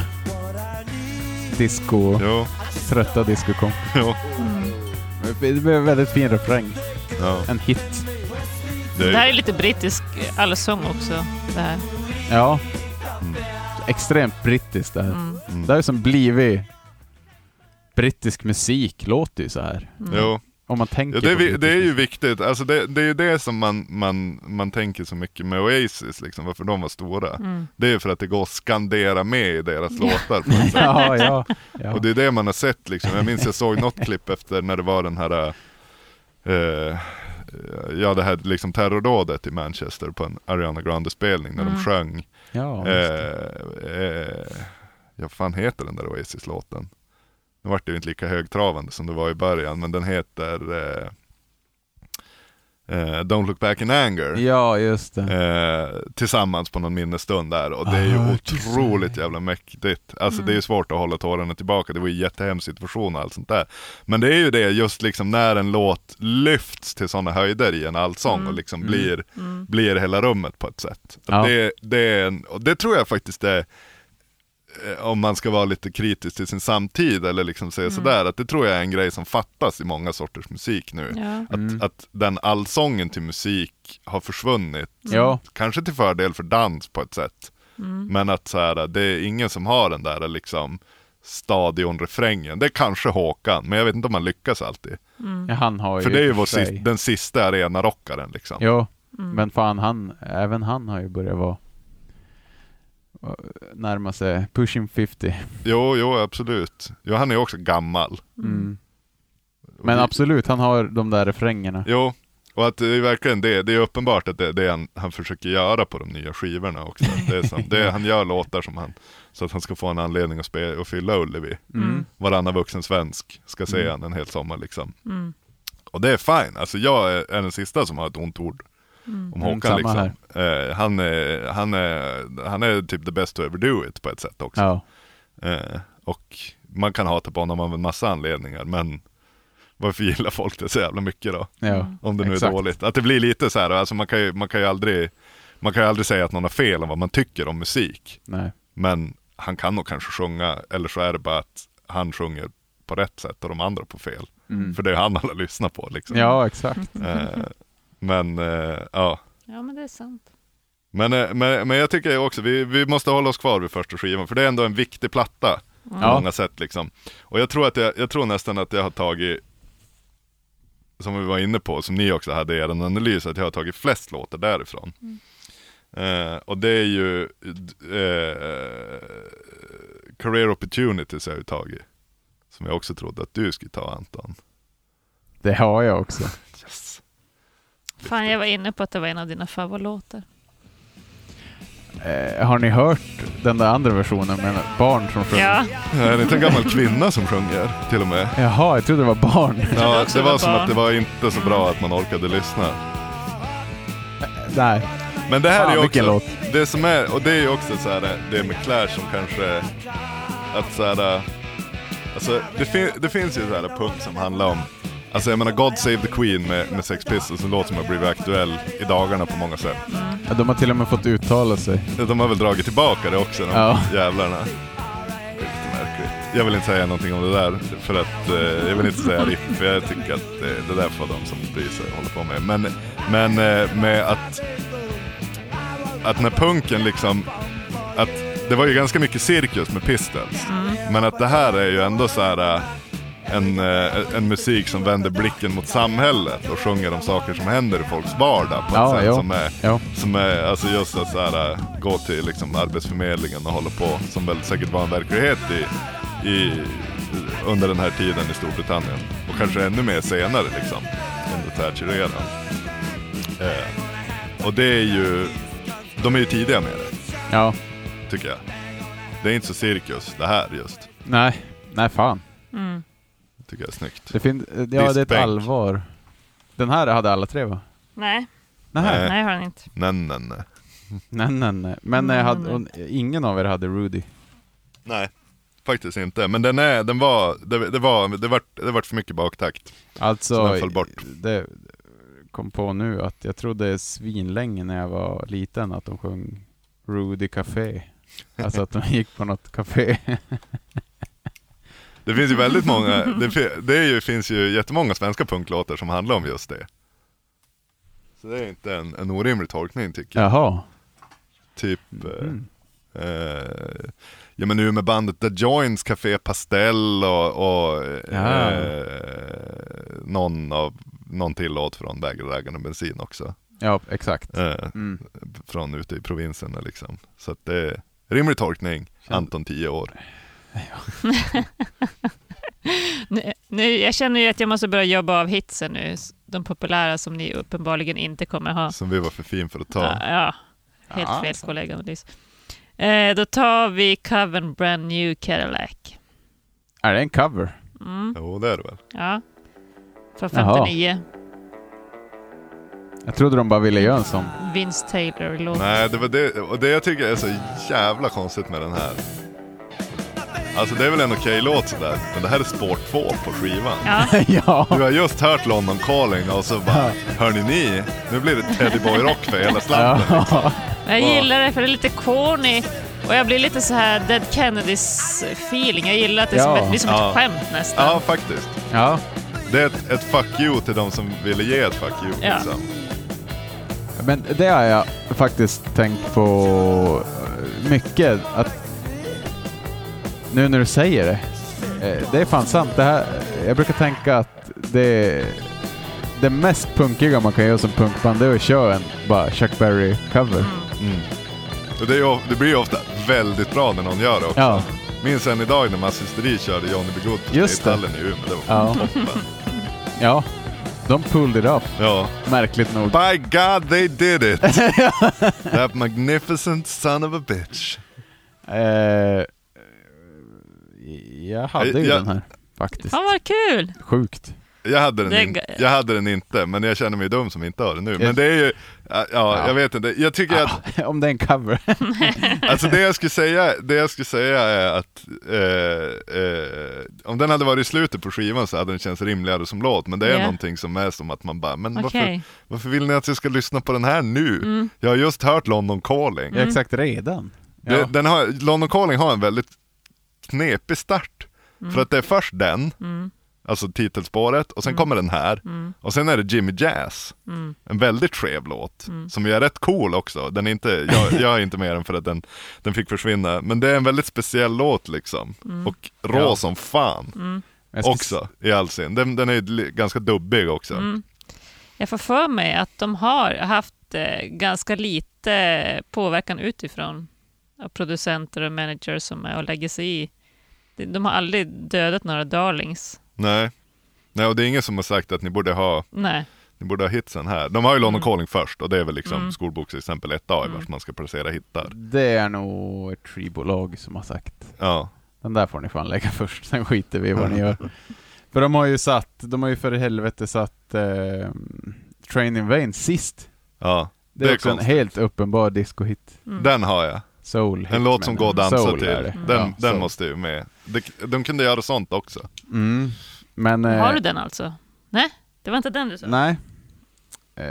Speaker 3: Disco,
Speaker 2: Jo,
Speaker 3: trötta discokomp.
Speaker 2: jo.
Speaker 3: Det blev en väldigt fin refräng.
Speaker 2: Ja,
Speaker 3: En hit.
Speaker 2: det
Speaker 4: Det här
Speaker 2: är
Speaker 4: är
Speaker 2: ju,
Speaker 4: lite brittisk allsång också. Det här.
Speaker 3: Ja. Mm. Extremt brittiskt det här.
Speaker 4: Mm.
Speaker 3: Det här är som blivit... Brittisk musik låter ju så här.
Speaker 2: jo.
Speaker 3: Om man tänker
Speaker 2: Ja, det, är,
Speaker 3: på
Speaker 2: vi-
Speaker 3: brittisk
Speaker 2: det är ju
Speaker 3: musik.
Speaker 2: viktigt, alltså det, det är ju det som man, man, man tänker så mycket med Oasis, liksom, varför de var stora.
Speaker 4: Mm.
Speaker 2: Det är ju för att det går att skandera med i deras låtar på ett sätt.
Speaker 3: Ja, ja. ja.
Speaker 2: *laughs* Och det är det man har sett liksom. Jag minns jag såg något klipp efter när det var den här, eh, ja det här liksom terrordådet i Manchester på en Ariana Grande-spelning när
Speaker 4: Mm.
Speaker 2: de sjöng,
Speaker 3: ja
Speaker 2: eh,
Speaker 3: visst.
Speaker 2: eh, ja vad fan heter den där Oasis-låten? Nu vart det ju inte lika högtravande som det var i början, men den heter eh, eh, Don't look back in anger.
Speaker 3: ja, just det.
Speaker 2: Eh, tillsammans på någon minnesstund där och det är ju
Speaker 3: Ah,
Speaker 2: otroligt jävla mäktigt. Alltså det är ju svårt att hålla tårarna tillbaka, det var ju en jättehemsk situation och allt sånt där. Men det är ju det just liksom när en låt lyfts till sådana höjder i en allsång och liksom blir, blir hela rummet på ett sätt. Och
Speaker 3: Mm. Ja.
Speaker 2: Det, det, är en, och det tror jag faktiskt är eh, om man ska vara lite kritisk till sin samtid eller liksom säga sådär, att det tror jag är en grej som fattas i många sorters musik nu.
Speaker 4: Ja.
Speaker 2: Att,
Speaker 3: Mm.
Speaker 2: att den allsången till musik har försvunnit.
Speaker 3: Mm. Ja.
Speaker 2: Kanske till fördel för dans på ett sätt. Men att så här, det är ingen som har den där liksom stadionrefrängen. Det är kanske Håkan, men jag vet inte om han lyckas alltid.
Speaker 4: Mm.
Speaker 3: Ja, han har ju...
Speaker 2: Eh. För det är ju vår
Speaker 3: sig-
Speaker 2: sist, den sista arenarockaren liksom.
Speaker 3: Ja, men fan han, även han har ju börjat vara närma sig pushing 50.
Speaker 2: Jo, jo absolut. Jo, han är ju också gammal.
Speaker 4: Mm.
Speaker 3: Mm. Men absolut, han har de där refrängerna.
Speaker 2: Jo, och att det är verkligen det. Det är uppenbart att det är det han, han försöker göra på de nya skivorna också. Det är som, det, är- han gör låtar som han, så att han ska få en anledning att, spe, att fylla Ullevi.
Speaker 3: Mm.
Speaker 2: Varannan vuxen svensk ska se han en hel sommar liksom.
Speaker 3: Mm.
Speaker 2: Och det är fine. Alltså jag är, är den sista som har ett ont ord om
Speaker 3: Mm,
Speaker 2: Håkan
Speaker 3: samma
Speaker 2: liksom. Eh, han, är, han, är, han är typ the best to ever do it på ett sätt också.
Speaker 3: Ja.
Speaker 2: Eh, och man kan hata på honom av en massa anledningar men varför gillar folk det så jävla mycket då?
Speaker 3: ja.
Speaker 2: Om det nu
Speaker 3: Exakt.
Speaker 2: är dåligt. Att det blir lite så här, alltså man kan ju, man kan ju aldrig man kan ju aldrig säga att någon har fel om vad man tycker om musik.
Speaker 3: Nej.
Speaker 2: Men han kan nog kanske sjunga, eller så är det bara att han sjunger på rätt sätt och de andra på fel. För det är han alla lyssnar på liksom.
Speaker 3: Mm. Ja, exakt.
Speaker 2: Eh, men eh, ja.
Speaker 4: ja, men det är sant.
Speaker 2: Men, eh, men, men jag tycker också, vi, vi måste hålla oss kvar vid första skivan, för det är ändå en viktig platta på
Speaker 3: Ja.
Speaker 2: många sätt. Liksom. Och jag tror, att jag, jag tror nästan att jag har tagit, som vi var inne på, som ni också hade i er analys, att jag har tagit flest låtar därifrån. Eh, och det är ju eh, Career Opportunities har jag ju tagit. Som jag också trodde att du skulle ta Anton.
Speaker 3: Det har jag också.
Speaker 2: Yes.
Speaker 4: Fan, jag var inne på att det var en av dina favoritlåtar.
Speaker 3: Eh, har ni hört den där andra versionen med en barn som sjunger?
Speaker 4: Ja,
Speaker 2: Är det inte en gammal kvinna som sjunger till och med?
Speaker 3: Jaha, jag trodde det var barn. *laughs*
Speaker 2: Ja,
Speaker 4: också
Speaker 2: det var
Speaker 4: med
Speaker 2: som
Speaker 4: barn.
Speaker 2: att det var inte så bra att man orkade lyssna.
Speaker 3: Nej.
Speaker 2: Men det här
Speaker 3: Fan,
Speaker 2: är ju också,
Speaker 3: vilken låt.
Speaker 2: det som är, och det är ju också så här, det med Clash som kanske, att så här, alltså det, fin, det finns ju så här punkt som handlar om, alltså jag menar God Save the Queen med, med Sex Pistols, en låt som har blivit aktuell i dagarna på många sätt.
Speaker 3: Ja, De har till och med fått uttala sig.
Speaker 2: De har väl dragit tillbaka det också, de
Speaker 3: Ja.
Speaker 2: jävlarna. Det är lite märkligt. Jag vill inte säga någonting om det där, för att eh, jag vill inte säga RIP, för jag tycker att eh, det där får de som bryr sig hålla på med. Men, men eh, med att, att när punken liksom, att det var ju ganska mycket cirkus med Pistols. Men att det här är ju ändå så här eh, en, eh, en musik som vänder blicken mot samhället och sjunger om saker som händer i folks vardag på ett
Speaker 3: Ja,
Speaker 2: sätt
Speaker 3: jo.
Speaker 2: som är,
Speaker 3: Jo.
Speaker 2: som är alltså just att så här, eh, gå till liksom arbetsförmedlingen och hålla på som väl säkert var en verklighet i, i, under den här tiden i Storbritannien och kanske ännu mer senare liksom under Thatcher-eran. Eh, och det är ju, de är ju tidiga med det
Speaker 3: Ja.
Speaker 2: tycker jag. Det är inte så cirkus det här just.
Speaker 3: Nej. Nej, fan.
Speaker 4: Mm.
Speaker 2: Tycker jag är snyggt.
Speaker 3: Det finns... Ja, det är ett
Speaker 2: Diskbänk.
Speaker 3: allvar. Den här hade alla tre va?
Speaker 4: Nej,
Speaker 3: Nej.
Speaker 4: nej har han inte.
Speaker 2: Nej, nej, nej.
Speaker 3: Nej, nej, nej. Men jag hade, och ingen av er hade Rudy.
Speaker 2: Nej. Faktiskt inte, men den är, den var, det, det var, det vart, det vart för mycket baktakt. Så
Speaker 3: Alltså,
Speaker 2: den föll bort.
Speaker 3: det kom på nu att jag trodde svinlänge när jag var liten att de sjöng
Speaker 2: *laughs*
Speaker 3: Rudy Café. Alltså att de gick på något café.
Speaker 2: Det finns ju väldigt många, det, fi- det är ju, finns ju jättemånga svenska punklåtar som handlar om just det. Så det är inte en, en orimlig tolkning tycker jag.
Speaker 3: Jaha.
Speaker 2: Typ, eh,
Speaker 3: Mm.
Speaker 2: eh, ja men nu med bandet The Joins, Café Pastell och, och
Speaker 3: Ja.
Speaker 2: eh, någon, av, någon till låt från Bägare, och bensin också.
Speaker 3: Ja, exakt.
Speaker 2: Eh,
Speaker 3: Mm.
Speaker 2: Från ute i provinserna liksom. Så att det är rimlig tolkning,
Speaker 3: Känn-
Speaker 2: Anton 10 år.
Speaker 4: Nu, nu, jag känner ju att jag måste börja jobba av hitsen nu. s- De populära som ni uppenbarligen inte kommer ha.
Speaker 2: Som vi var för fin för att ta.
Speaker 4: Ja, ja. helt
Speaker 3: Ja.
Speaker 4: fel kollega. men det är så. Eh, då tar vi covern Brand New Cadillac.
Speaker 3: Är det en cover?
Speaker 4: Mm,
Speaker 2: Jo det är det väl.
Speaker 4: ja. Från
Speaker 3: Jaha.
Speaker 4: 59.
Speaker 3: Jag trodde de bara ville göra en sån.
Speaker 4: Vince Taylor-låt.
Speaker 2: Nej, det var det, och det jag tycker är så jävla konstigt med den här. Alltså det är väl en okej låt sådär, men det här är spår två på skivan.
Speaker 4: Ja,
Speaker 2: Du
Speaker 3: ja.
Speaker 2: har just hört London calling och så bara, hörni ni, nu blir det Teddy Boy Rock för hela slanten.
Speaker 3: ja.
Speaker 4: jag gillar det för det är lite corny. Och jag blir lite så här Dead Kennedys-feeling. Jag gillar att det är som,
Speaker 3: Ja.
Speaker 4: ett, det är som
Speaker 2: Ja.
Speaker 4: ett skämt nästan.
Speaker 2: Ja, faktiskt.
Speaker 3: Ja.
Speaker 2: Det är ett, ett fuck you till de som ville ge ett fuck you.
Speaker 4: Ja.
Speaker 2: Liksom.
Speaker 3: Men det har jag faktiskt tänkt på eh, mycket. Att nu när du säger det. eh, Det är fan sant. Det här, jag brukar tänka att det, det mest punkiga man kan göra som punkband det är att köra en bara Chuck Berry-cover.
Speaker 2: Och det, är, ju- det blir ju ofta väldigt bra när någon gör det också.
Speaker 3: Ja.
Speaker 2: Minns än idag när Massysteri körde Johnny B. Good på
Speaker 3: Just det.
Speaker 2: Stagehallen i Umeå. Det var
Speaker 3: Ja.
Speaker 2: toppen.
Speaker 3: ja, de pulled it up,
Speaker 2: Ja.
Speaker 3: märkligt nog.
Speaker 2: By God they did
Speaker 3: *laughs*
Speaker 2: it! That magnificent son of a bitch.
Speaker 3: Eh, jag hade ju
Speaker 2: Eh, jag-
Speaker 3: den här faktiskt.
Speaker 4: Fan vad kul!
Speaker 3: Sjukt.
Speaker 2: Jag hade,
Speaker 4: Det är
Speaker 2: den in,
Speaker 4: ga-
Speaker 2: jag hade den inte, men jag känner mig dum som inte har den nu. Men
Speaker 3: Yes.
Speaker 2: det är ju, ja, ja,
Speaker 3: Ja.
Speaker 2: jag vet inte. Jag tycker att,
Speaker 3: *laughs* Om det är en cover.
Speaker 2: alltså det jag skulle säga, det jag skulle säga är att eh, eh, om den hade varit i slutet på skivan så hade den känts rimligare som låt. Men det är
Speaker 4: Ja.
Speaker 2: någonting som är som att man bara, men varför,
Speaker 4: Okej. Mm.
Speaker 2: varför vill ni att jag ska lyssna på den här nu? Jag har just hört London calling.
Speaker 3: Ja, Exakt, redan. Ja.
Speaker 2: Det, den har, London Calling har en väldigt knepig start.
Speaker 3: Mm.
Speaker 2: För att det är först den, alltså titelspåret,
Speaker 3: Mm.
Speaker 2: och sen kommer den här. Och sen är det Jimmy Jazz. En väldigt skev låt,
Speaker 3: Mm.
Speaker 2: som ju är rätt cool också. Den är inte,
Speaker 3: *laughs*
Speaker 2: jag, jag är inte med den för att den, den fick försvinna. Men det är en väldigt speciell låt liksom. Och rå
Speaker 3: Mm. Ja. Mm.
Speaker 2: som fan
Speaker 3: Jag ska-
Speaker 2: också i all sin. Den, den är ju li- ganska dubbig också.
Speaker 3: Mm.
Speaker 4: Jag får för mig att de har haft eh, ganska lite påverkan utifrån av producenter och managers som är och lägger sig i. De- De har aldrig dödat några darlings.
Speaker 2: Nej. Nej, och det är ingen som har sagt att ni borde ha
Speaker 4: Nej.
Speaker 2: Ni borde ha hitsen här. De har ju London
Speaker 4: Mm.
Speaker 2: Calling först och det är väl liksom skolboksexempel 1A i vart man ska placera hittar.
Speaker 3: Det är nog ett skivbolag som har sagt.
Speaker 2: Ja,
Speaker 3: Den där får ni fan lägga först, sen skiter vi i vad ni gör.
Speaker 2: *laughs*
Speaker 3: För de har ju satt, de har ju för helvete satt eh, Train in Vain sist.
Speaker 2: ja.
Speaker 3: Det är, också
Speaker 2: konstigt.
Speaker 3: en helt uppenbar discohit.
Speaker 4: Mm.
Speaker 2: Den har jag.
Speaker 3: Soul hit,
Speaker 2: En låt som
Speaker 3: men
Speaker 2: går att dansa
Speaker 3: soul
Speaker 2: till.
Speaker 3: är det.
Speaker 2: Den,
Speaker 3: Ja,
Speaker 2: den
Speaker 3: soul.
Speaker 2: måste ju med. De, de kunde göra sånt också.
Speaker 3: Mm. Men, eh,
Speaker 4: Har du den alltså? Nej, det var inte den du sa?
Speaker 3: Nej. Eh,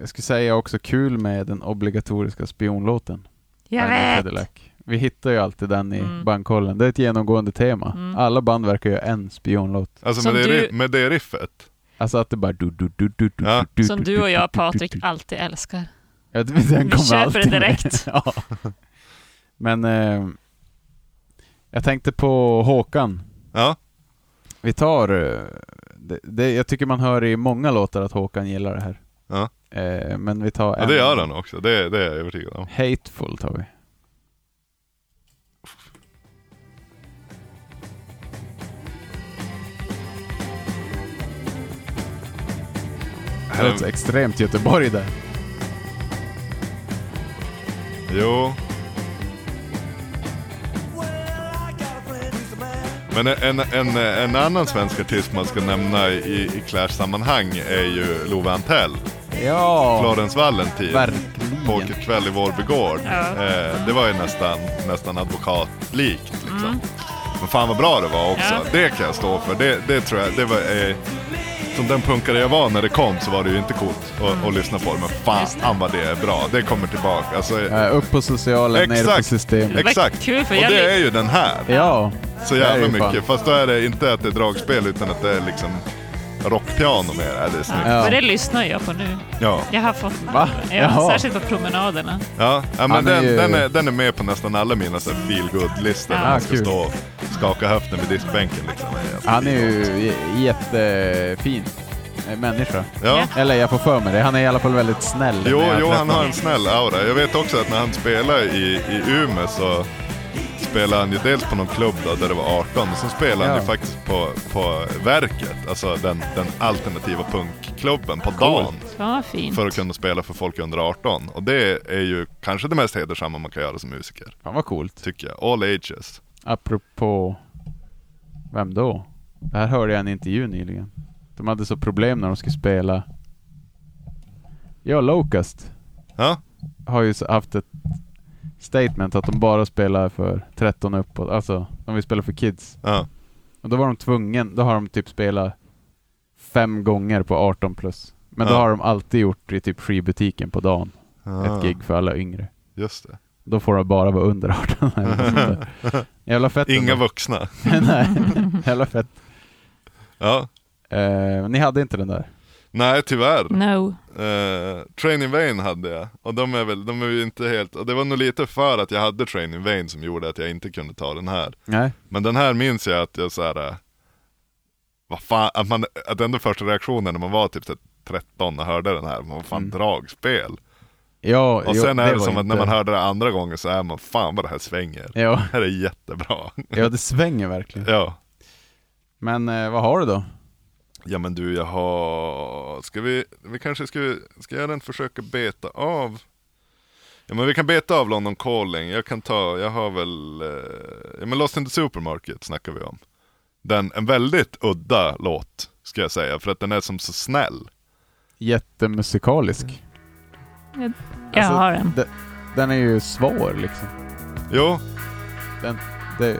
Speaker 3: jag skulle säga också kul med den obligatoriska spionlåten.
Speaker 4: Jag
Speaker 3: Diamond
Speaker 4: vet!
Speaker 3: Cadillac. Vi hittar ju alltid den i
Speaker 4: Mm.
Speaker 3: bandkollen. Det är ett genomgående tema.
Speaker 4: Mm.
Speaker 3: Alla band verkar göra en spionlåt.
Speaker 2: Alltså
Speaker 4: Som
Speaker 2: med det,
Speaker 4: du-
Speaker 2: ri- med det riffet.
Speaker 3: Alltså att det bara du, du, du, du, du,
Speaker 2: Ja.
Speaker 3: du,
Speaker 4: Som du och jag, Patrik,
Speaker 3: du, du,
Speaker 4: alltid älskar.
Speaker 3: du. Ja, *laughs* den
Speaker 4: Vi
Speaker 3: kommer *laughs*
Speaker 4: köper *laughs*
Speaker 3: alltid
Speaker 4: det
Speaker 3: med.
Speaker 4: direkt.
Speaker 3: ja. Men eh, jag tänkte på Håkan.
Speaker 2: Ja,
Speaker 3: Vi tar... eh, Det, det, jag tycker man hör i många låtar att Håkan gillar det här.
Speaker 2: Ja.
Speaker 3: Eh, men vi tar
Speaker 2: ja det gör han också. Det, det är jag övertygad om.
Speaker 3: Hateful tar vi. Det
Speaker 2: Här
Speaker 3: lät
Speaker 2: är,
Speaker 3: extremt Göteborg där.
Speaker 2: jo, men en, en, en annan svensk artist man ska nämna i, i Clash-sammanhang är ju Love Antell.
Speaker 3: Ja!
Speaker 2: Florens Valentin.
Speaker 3: Verkligen.
Speaker 2: Pokerkväll i Vårby gård.
Speaker 4: Ja.
Speaker 2: Eh, det var ju nästan, nästan advokatlikt. Liksom. Men fan vad bra det var också.
Speaker 4: Mm. Ja.
Speaker 2: Det kan jag stå för. Det, det tror jag. Det var, eh, som den punkare jag var när det kom så var det ju inte coolt att, att
Speaker 4: Mm.
Speaker 2: lyssna på det. Men fan vad det är bra. Det kommer tillbaka. Alltså, eh,
Speaker 3: Eh, upp på socialen, ner på
Speaker 2: Exakt.
Speaker 3: systemet.
Speaker 4: var
Speaker 2: Exakt.
Speaker 4: kul, för
Speaker 2: och
Speaker 4: jag
Speaker 2: det
Speaker 4: li-
Speaker 2: är ju den här.
Speaker 3: Ja!
Speaker 2: Så
Speaker 3: Det
Speaker 2: jävla
Speaker 3: är ju fan.
Speaker 2: mycket. Fast då är det inte att det är dragspel utan att det är liksom rockpiano mer. Ja, Det är snyggt.
Speaker 3: Ja.
Speaker 4: För det lyssnar jag på nu.
Speaker 2: Ja.
Speaker 4: Jag har fått...
Speaker 3: Va?
Speaker 4: Ja,
Speaker 3: Jaha.
Speaker 4: särskilt på promenaderna.
Speaker 2: Ja, ja men
Speaker 3: Han är
Speaker 2: den,
Speaker 3: ju-
Speaker 2: den, är, den är med på nästan alla mina så här feel good listor
Speaker 4: Ja,
Speaker 2: Man ska
Speaker 3: kul.
Speaker 2: stå och skaka höften vid diskbänken liksom. Alltså,
Speaker 3: Han är
Speaker 2: det
Speaker 3: ju
Speaker 2: gott.
Speaker 3: j- jättefin eh, människa.
Speaker 2: Ja.
Speaker 3: Eller jag får för mig det. Han är i alla fall väldigt snäll.
Speaker 2: Jo,
Speaker 3: när jag
Speaker 2: jo,
Speaker 3: träffar
Speaker 2: han har en
Speaker 3: honom.
Speaker 2: snäll aura. Jag vet också att när han spelar i, i Umeå så spelar han ju dels på någon klubb då, där det var 18, men sen spelar han
Speaker 3: Ja.
Speaker 2: ju faktiskt på, på Verket, alltså den, den alternativa punkklubben på dagen.
Speaker 4: Fan vad fint.
Speaker 2: För att kunna spela för folk under 18. Och det är ju kanske det mest hedersamma man kan göra som musiker,
Speaker 3: Fan vad coolt.
Speaker 2: tycker jag. All ages.
Speaker 3: Apropå... Vem då? Det här hörde jag i en intervju nyligen. De hade så problem när de skulle spela... Ja, Locust
Speaker 2: Ja,
Speaker 3: har ju så- haft ett statement att de bara spelar för 13 uppåt. Alltså, de vill spela för kids.
Speaker 2: ja.
Speaker 3: Och då var de tvungen, då har de typ spelat fem gånger på 18 plus. Men då
Speaker 2: Ja.
Speaker 3: har de alltid gjort i typ skibutiken på dagen.
Speaker 2: Ah,
Speaker 3: Ett gig för alla yngre.
Speaker 2: Just det.
Speaker 3: Då får de bara vara under 18. eller något sånt där.
Speaker 2: *laughs*
Speaker 3: Jävla fett.
Speaker 2: Inga
Speaker 3: ändå.
Speaker 2: vuxna.
Speaker 3: *laughs* Nej, jävla fett.
Speaker 2: Ja.
Speaker 3: Eh, ni hade inte den där?
Speaker 2: Nej tyvärr.
Speaker 4: No.
Speaker 2: Eh, Train in Vain hade jag. Och de är väl, de är ju inte helt, och det var nog lite för att jag hade Train in Vain som gjorde att jag inte kunde ta den här.
Speaker 3: Nej.
Speaker 2: Men den här minns jag att jag såhär, eh, vad fan, att, man, att ändå första reaktionen när man var typ så här 13 och hörde den här, man, vad fan
Speaker 3: Mm.
Speaker 2: dragspel.
Speaker 3: Ja,
Speaker 2: Och
Speaker 3: jo,
Speaker 2: sen är det,
Speaker 3: var
Speaker 2: som att när man
Speaker 3: inte-
Speaker 2: hörde det andra gången så är man, fan vad det här svänger.
Speaker 3: Ja,
Speaker 2: Det här är jättebra. *laughs*
Speaker 3: ja, det svänger verkligen.
Speaker 2: ja.
Speaker 3: Men eh, vad har du då?
Speaker 2: Ja men du, jag har... Ska vi, vi kanske ska, ska jag den försöka beta av? Ja men vi kan beta av London Calling, jag kan ta, jag har väl, eh, ja men Lost in the Supermarket snackar vi om. Den, en väldigt udda låt, ska jag säga, för att den är som så snäll.
Speaker 3: Jättemusikalisk.
Speaker 4: Jag
Speaker 3: Alltså,
Speaker 4: har den.
Speaker 3: de- Den är ju svår liksom.
Speaker 2: Jo,
Speaker 3: Det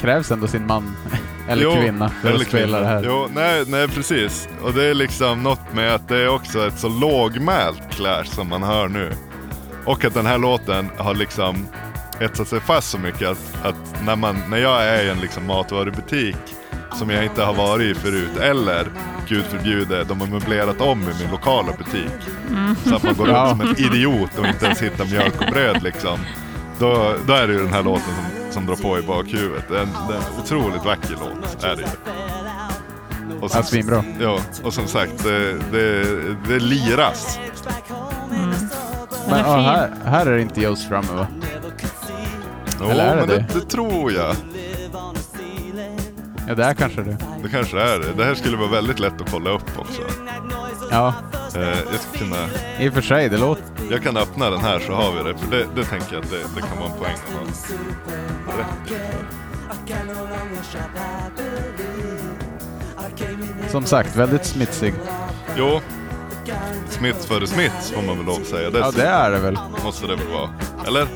Speaker 3: krävs ändå sin man *laughs* eller
Speaker 2: jo,
Speaker 3: kvinna för att spela
Speaker 2: kvinna.
Speaker 3: det här.
Speaker 2: Jo, nej, nej precis. Och det är liksom något med att det är också ett så lågmält Clash som man hör nu. Och att den här låten har liksom etsat sig fast så mycket att, att när, man, när jag är i en liksom matvarubutik som jag inte har varit i förut eller gud förbjude, de har möblerat om i min lokala butik. Så att man
Speaker 3: *laughs*
Speaker 2: går
Speaker 3: Ja.
Speaker 2: runt som en idiot och inte ens hittar mjölk och bröd liksom. Då, då är det ju den här låten som, som drar på i bakhuvudet. Det är en, det är en otroligt vacker låt. Är det. ju. Och
Speaker 3: Ja, svinbra.
Speaker 2: ja, och som sagt, det, det, det liras.
Speaker 3: Men,
Speaker 4: Den är
Speaker 3: ja,
Speaker 4: fin.
Speaker 3: här, här är det inte Joe's Drummer va?
Speaker 2: Jo,
Speaker 3: Eller är det
Speaker 2: men det,
Speaker 3: det?
Speaker 2: det tror jag.
Speaker 3: Ja, det är kanske det.
Speaker 2: Det kanske är det. Det här skulle vara väldigt lätt att kolla upp också.
Speaker 3: Ja,
Speaker 2: Eh, jag, ska kunna,
Speaker 3: i och för sig. Det låter...
Speaker 2: jag kan öppna den här så har vi det. För det, det tänker jag att det, det kan vara en poäng att ha rätt i.
Speaker 3: Som sagt, väldigt smitsig.
Speaker 2: Jo, Smiths före Smiths får man väl lov att säga.
Speaker 3: Ja, det är det väl.
Speaker 2: måste det väl vara. Eller?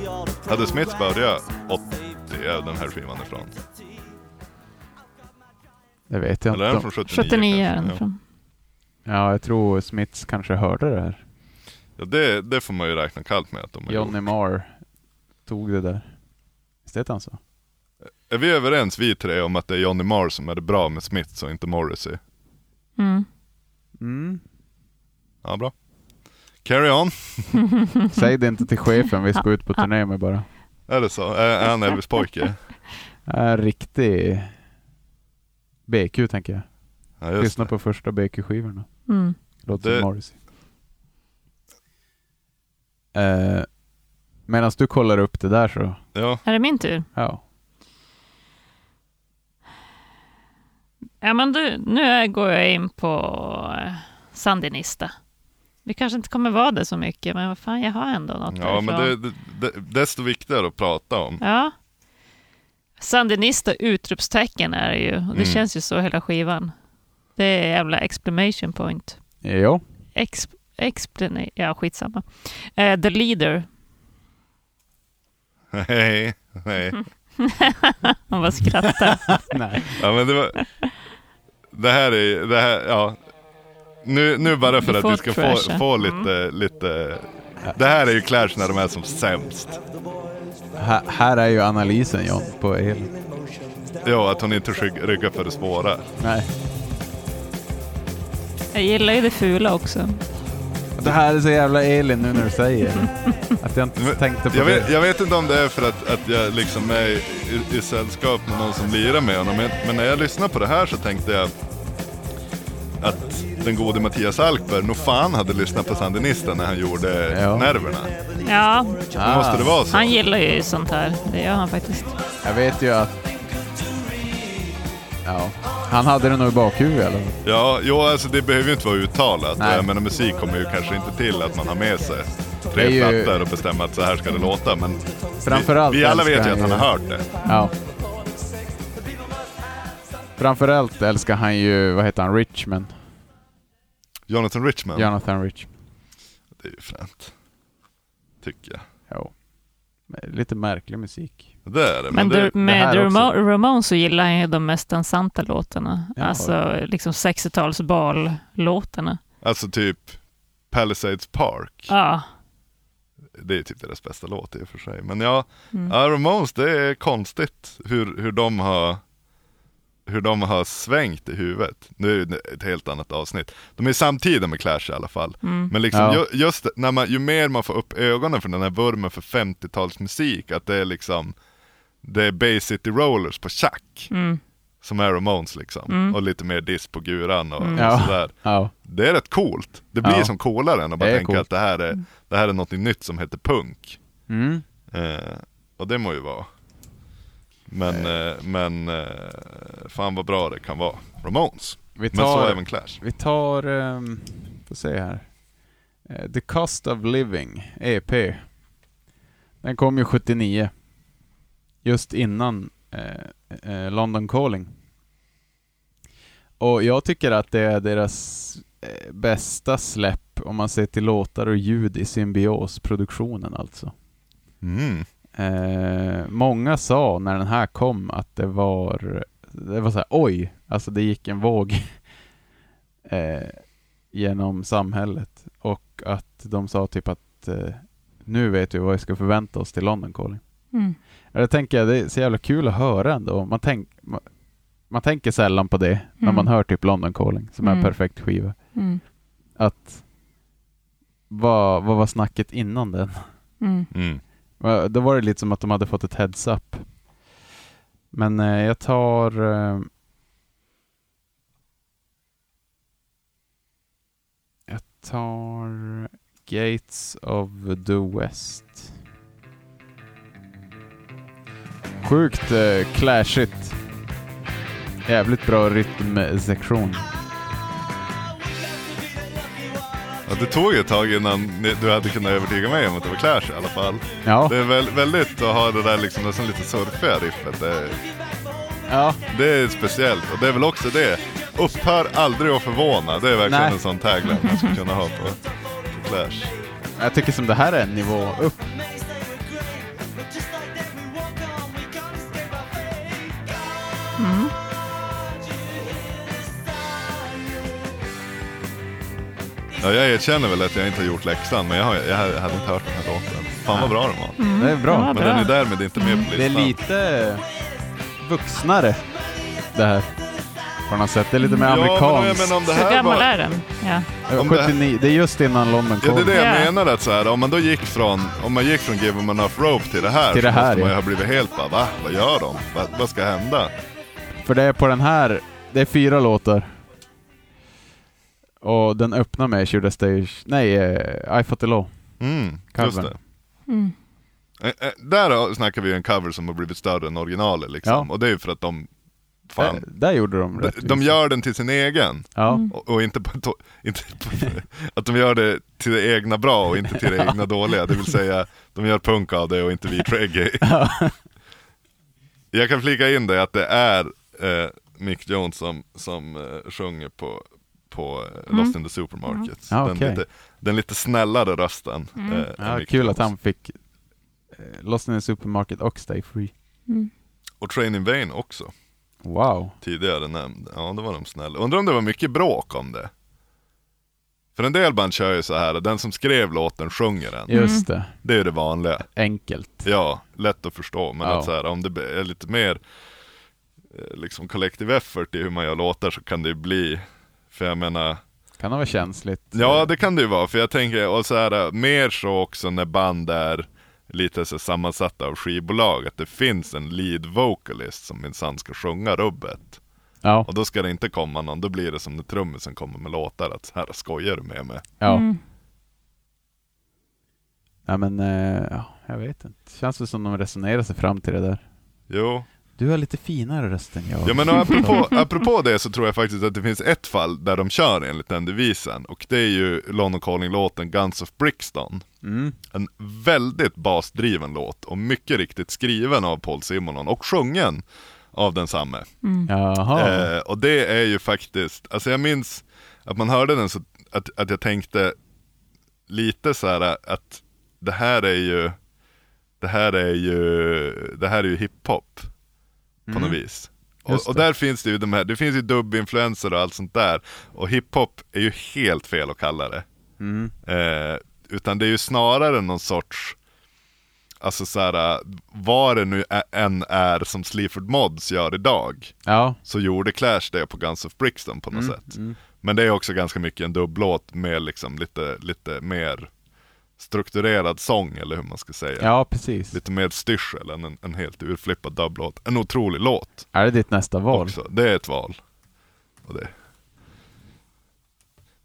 Speaker 2: Hade Smiths börjat 80 är den här skivan ifrån.
Speaker 3: Det vet jag
Speaker 2: Eller är den
Speaker 3: inte.
Speaker 2: från 79?
Speaker 4: 79 är
Speaker 2: kanske?
Speaker 4: den
Speaker 2: Ja.
Speaker 4: från.
Speaker 3: Ja, jag tror Smiths kanske hörde det här.
Speaker 2: Ja, det, det får man ju räkna kallt med att de har
Speaker 3: Johnny
Speaker 2: gjort.
Speaker 3: Marr tog det där. Visst heter han så?
Speaker 2: Är vi överens vi tre om att det är Johnny Marr som är det bra med Smiths och inte Morrissey?
Speaker 4: Mm.
Speaker 3: Mm.
Speaker 2: Ja, bra. Carry on.
Speaker 3: Säg det inte till chefen, vi ska ut på turné med bara.
Speaker 2: Är det så? Är, är han Elvis
Speaker 4: *laughs*
Speaker 2: pojke?
Speaker 3: Är riktig BQ tänker jag.
Speaker 2: Ja, just
Speaker 3: Lyssna
Speaker 2: det.
Speaker 3: på första BQ-skivorna.
Speaker 4: Mm.
Speaker 3: Låter
Speaker 2: Det-
Speaker 3: som Morrissey. Eh, Medan du kollar upp det där så,
Speaker 2: Ja,
Speaker 4: Är det min tur?
Speaker 3: ja.
Speaker 4: Ja, men du, nu är- går jag in på eh, Sandinista. Vi kanske inte kommer vara det så mycket, men vad fan, jag har ändå något
Speaker 2: ja men
Speaker 4: därifrån.
Speaker 2: det, det, det, desto viktigare att prata om. *laughs*
Speaker 4: Ja. Sandinista utropstecken är det ju. Och det
Speaker 2: Mm.
Speaker 4: känns ju så hela skivan. Det är jävla exclamation point.
Speaker 3: Ja,
Speaker 4: Ex, explanation, ja skitsamma. Eh, the leader.
Speaker 2: Nej, nej.
Speaker 4: Man
Speaker 3: *laughs*
Speaker 4: bara skrattar.
Speaker 3: nej.
Speaker 2: Ja, men det, var, det här är det här, ja. Nu, nu bara för
Speaker 4: Du
Speaker 2: att
Speaker 4: får
Speaker 2: vi ska få,
Speaker 4: trasha.
Speaker 2: få lite, lite. Det här är ju Clash när de är som sämst.
Speaker 3: Här, här är ju analysen John på el.
Speaker 2: Ja, att hon inte skygg- ryggar för det svåra.
Speaker 3: Nej.
Speaker 4: jag gillar ju det fula också.
Speaker 3: Det här är så jävla Elin nu när du säger det. Att jag inte
Speaker 2: Men
Speaker 3: tänkte på
Speaker 2: Jag vet,
Speaker 3: det.
Speaker 2: jag vet inte om det är för att, att jag liksom är i, i sällskap med någon som lirar med honom. Men, men när jag lyssnar på det här så tänkte jag att den gode Mattias Alkberg nog fan hade lyssnat på Sandinisten när han gjorde
Speaker 3: Ja.
Speaker 2: Nerverna.
Speaker 4: Ja,
Speaker 3: Ah,
Speaker 2: Måste det vara så?
Speaker 4: han gillar ju sånt här. Det gör han faktiskt.
Speaker 3: Jag vet ju att... Ja. Han hade det nog i bakhuvudet eller?
Speaker 2: Ja, jo, alltså det behöver ju inte vara uttalat.
Speaker 3: Nej.
Speaker 2: Jag menar, musik kommer ju kanske inte till att man har med sig
Speaker 3: Det
Speaker 2: tre
Speaker 3: är ju-
Speaker 2: plattor och bestämmer att så här ska det låta. Men
Speaker 3: Framförallt
Speaker 2: vi, vi alla vet
Speaker 3: älskar
Speaker 2: ju att han har hört det.
Speaker 3: Ja. Framförallt älskar han ju, vad heter han, Richman.
Speaker 2: Jonathan Richman,
Speaker 3: Jonathan Richman.
Speaker 2: det är ju fränt. Tycker jag.
Speaker 3: Ja. Lite märklig musik.
Speaker 2: Det är det.
Speaker 4: Men
Speaker 2: det,
Speaker 4: det, med
Speaker 3: här
Speaker 4: The
Speaker 3: också.
Speaker 4: Ramo- Ramones så gillar han ju de mest dansanta låtarna.
Speaker 3: Ja.
Speaker 4: Alltså liksom 60-tals bal-låtarna.
Speaker 2: Alltså typ Palisades Park.
Speaker 4: Ja,
Speaker 2: Det är typ deras bästa låt i och för sig. Men ja, ja, Ramones det är konstigt hur, hur de har hur de har svängt i huvudet. Nu är det ett helt annat avsnitt. De är samtida med Clash i alla fall. Men liksom
Speaker 3: Ja.
Speaker 2: ju, just det, när man, ju mer man får upp ögonen för den här vurmen för 50-talsmusik, att det är liksom det är Bay City Rollers på Chuck. Som är Ramones liksom. Och lite mer diss på Guran och, och *laughs* sådär.
Speaker 3: Ja.
Speaker 2: Det är rätt coolt. Det blir
Speaker 3: Ja.
Speaker 2: som coolare än att
Speaker 3: Det
Speaker 2: bara
Speaker 3: är
Speaker 2: tänka
Speaker 3: coolt.
Speaker 2: att det här, är, det här är något nytt som heter punk.
Speaker 3: Mm.
Speaker 2: Eh, och det må ju vara. Men, eh, men eh, fan vad bra det kan vara. Ramones.
Speaker 3: Vi
Speaker 2: Men så
Speaker 3: tar-
Speaker 2: även Clash.
Speaker 3: Vi tar, um, får se här. Eh, The Cost of Living, EP. Den kom ju 79. Just innan eh, eh, London Calling. Och jag tycker att det är deras eh, bästa släpp om man ser till låtar och ljud i symbiosproduktionen alltså.
Speaker 2: Mm.
Speaker 3: Eh, många sa när den här kom att det var, det var så här, oj, alltså det gick en våg *laughs* eh, genom samhället och att de sa typ att eh, nu vet vi vad vi ska förvänta oss till London Calling.
Speaker 4: mm.
Speaker 3: Ja, Det tänker jag, det är så jävla kul att höra ändå. Man, tänk, man, man tänker sällan på det när
Speaker 4: Mm.
Speaker 3: man hör typ London Calling som är en
Speaker 4: Mm.
Speaker 3: perfekt skiva.
Speaker 4: Mm.
Speaker 3: Att vad, vad var snacket innan den?
Speaker 4: Mm.
Speaker 2: Mm.
Speaker 3: Va- Då var det lite som att de hade fått ett heads up. Men eh, jag tar... Eh, jag tar Gates of the West. Sjukt eh, clashigt. Jävligt bra rytmsektion.
Speaker 2: Ja, det tog ju ett tag innan ni- du hade kunnat övertyga mig om att det var Clash i alla fall.
Speaker 3: Ja,
Speaker 2: Det är väl, väldigt att ha det där liksom nästan lite surfiga riffet. Det,
Speaker 3: ja,
Speaker 2: det är speciellt och det är väl också det. Upphör aldrig att förvåna. Det är verkligen
Speaker 3: Nej.
Speaker 2: en sån tagline man skulle kunna ha på, på Clash.
Speaker 3: jag tycker som det här är en nivå upp.
Speaker 2: Ja, jag erkänner väl att jag inte har gjort läxan, men jag, har, jag hade inte hört den här låten. Fan vad bra den var.
Speaker 3: Det är Mm, bra.
Speaker 4: Ja,
Speaker 2: Men den är därmed inte med på
Speaker 3: Det är
Speaker 2: listan.
Speaker 3: lite vuxnare det här. på något sätt. Det är lite mer
Speaker 2: Ja, men jag
Speaker 3: amerikanskt.
Speaker 2: menar om det
Speaker 4: Hur
Speaker 2: här
Speaker 4: gammal
Speaker 2: var...
Speaker 4: är den? Ja.
Speaker 3: Eh,
Speaker 2: om det-
Speaker 3: 79, det är just innan Lommen
Speaker 2: Ja,
Speaker 3: kom.
Speaker 2: det är det jag
Speaker 4: Ja.
Speaker 2: menar. Att så här, om man då gick från, om man gick från Give 'em enough rope till det här,
Speaker 3: Till
Speaker 2: så
Speaker 3: det här,
Speaker 2: måste man ju
Speaker 3: ja.
Speaker 2: ha blivit helt bara, va? Vad gör de? Va, vad ska hända?
Speaker 3: För det är på den här, det är fyra låtar. Och den öppnar med Should I Stay... Nej, eh, I Fought the Law.
Speaker 2: Mm, just
Speaker 3: Covern.
Speaker 2: det. Eh, eh, Där snackar vi ju en cover som har blivit större än originalet liksom.
Speaker 3: Ja. Eh,
Speaker 2: Och det är ju för att de,
Speaker 3: Där,
Speaker 2: fan,
Speaker 3: där gjorde de
Speaker 2: de,
Speaker 3: rätt.
Speaker 2: de gör den till sin egen.
Speaker 3: Ja.
Speaker 2: Och, och inte, på, to- inte på, att de gör det till det egna bra och inte till det egna dåliga. Det vill säga, de gör punk av det och inte vit reggae. Jag kan flika in det att det är eh, Mick Jones som, som eh, sjunger på, på eh, Lost in the Supermarket.
Speaker 3: Ja,
Speaker 2: den,
Speaker 3: Mm. Ah, okej.
Speaker 2: lite, den lite snällare rösten. eh, än
Speaker 3: Ja,
Speaker 2: Mick
Speaker 3: kul
Speaker 2: Jones.
Speaker 3: att han fick eh, Lost in the Supermarket och Stay Free.
Speaker 2: Och Train in Vain också,
Speaker 3: Wow.
Speaker 2: tidigare nämnd. Ja, då var de snälla. Undrar om det var mycket bråk om det. För en del band kör ju så här, den som skrev låten sjunger den.
Speaker 3: Just det.
Speaker 2: Det är ju det vanliga.
Speaker 3: Enkelt.
Speaker 2: Ja, lätt att förstå. Men
Speaker 3: Ja.
Speaker 2: att så här, om det är lite mer eh, liksom collective effort i hur man gör låtar så kan det ju bli, för jag menar,
Speaker 3: Kan ha varit känsligt.
Speaker 2: ja det kan det ju vara. För jag tänker, och så här, mer så också när band är lite så här sammansatta av skivbolag, att det finns en lead vocalist som minsann ska sjunga rubbet.
Speaker 3: Ja.
Speaker 2: Och då ska det inte komma någon, då blir det som när trummisen kommer med låtar, att så här skojar du med mig?
Speaker 3: ja. Nej men, eh, ja, jag vet inte. Känns det som de resonerar sig fram till det där.
Speaker 2: Jo,
Speaker 3: Du har lite finare röst än jag.
Speaker 2: Ja men och apropå, *laughs* apropå det så tror jag faktiskt att det finns ett fall där de kör enligt den devisen och det är ju Lon Colling-låten Guns of Brixton. En väldigt basdriven låt och mycket riktigt skriven av Paul Simonon och sjungen av densamme.
Speaker 3: Jaha.
Speaker 2: Eh, och det är ju faktiskt, alltså jag minns att man hörde den så att, att jag tänkte lite så här att det här är ju, det här är ju, det här är ju hiphop på något vis.
Speaker 3: Mm. Just
Speaker 2: Och, och
Speaker 3: det.
Speaker 2: där finns det ju de här, det finns ju dubbinfluenser och allt sånt där. Och hiphop är ju helt fel att kalla det.
Speaker 3: Mm.
Speaker 2: Eh, utan det är ju snarare någon sorts, alltså så här, vad det nu ä- än är som Sleaford Mods gör idag
Speaker 3: Ja.
Speaker 2: så gjorde Clash det på Guns of Brixton på något sätt. Men det är också ganska mycket en dubblåt med liksom lite, lite mer strukturerad sång eller hur man ska säga.
Speaker 3: Ja, precis.
Speaker 2: Lite mer styrsel än en, en helt urflippad dubblåt. En otrolig låt
Speaker 3: Är det ditt nästa val?
Speaker 2: också. Det är ett val. Och det.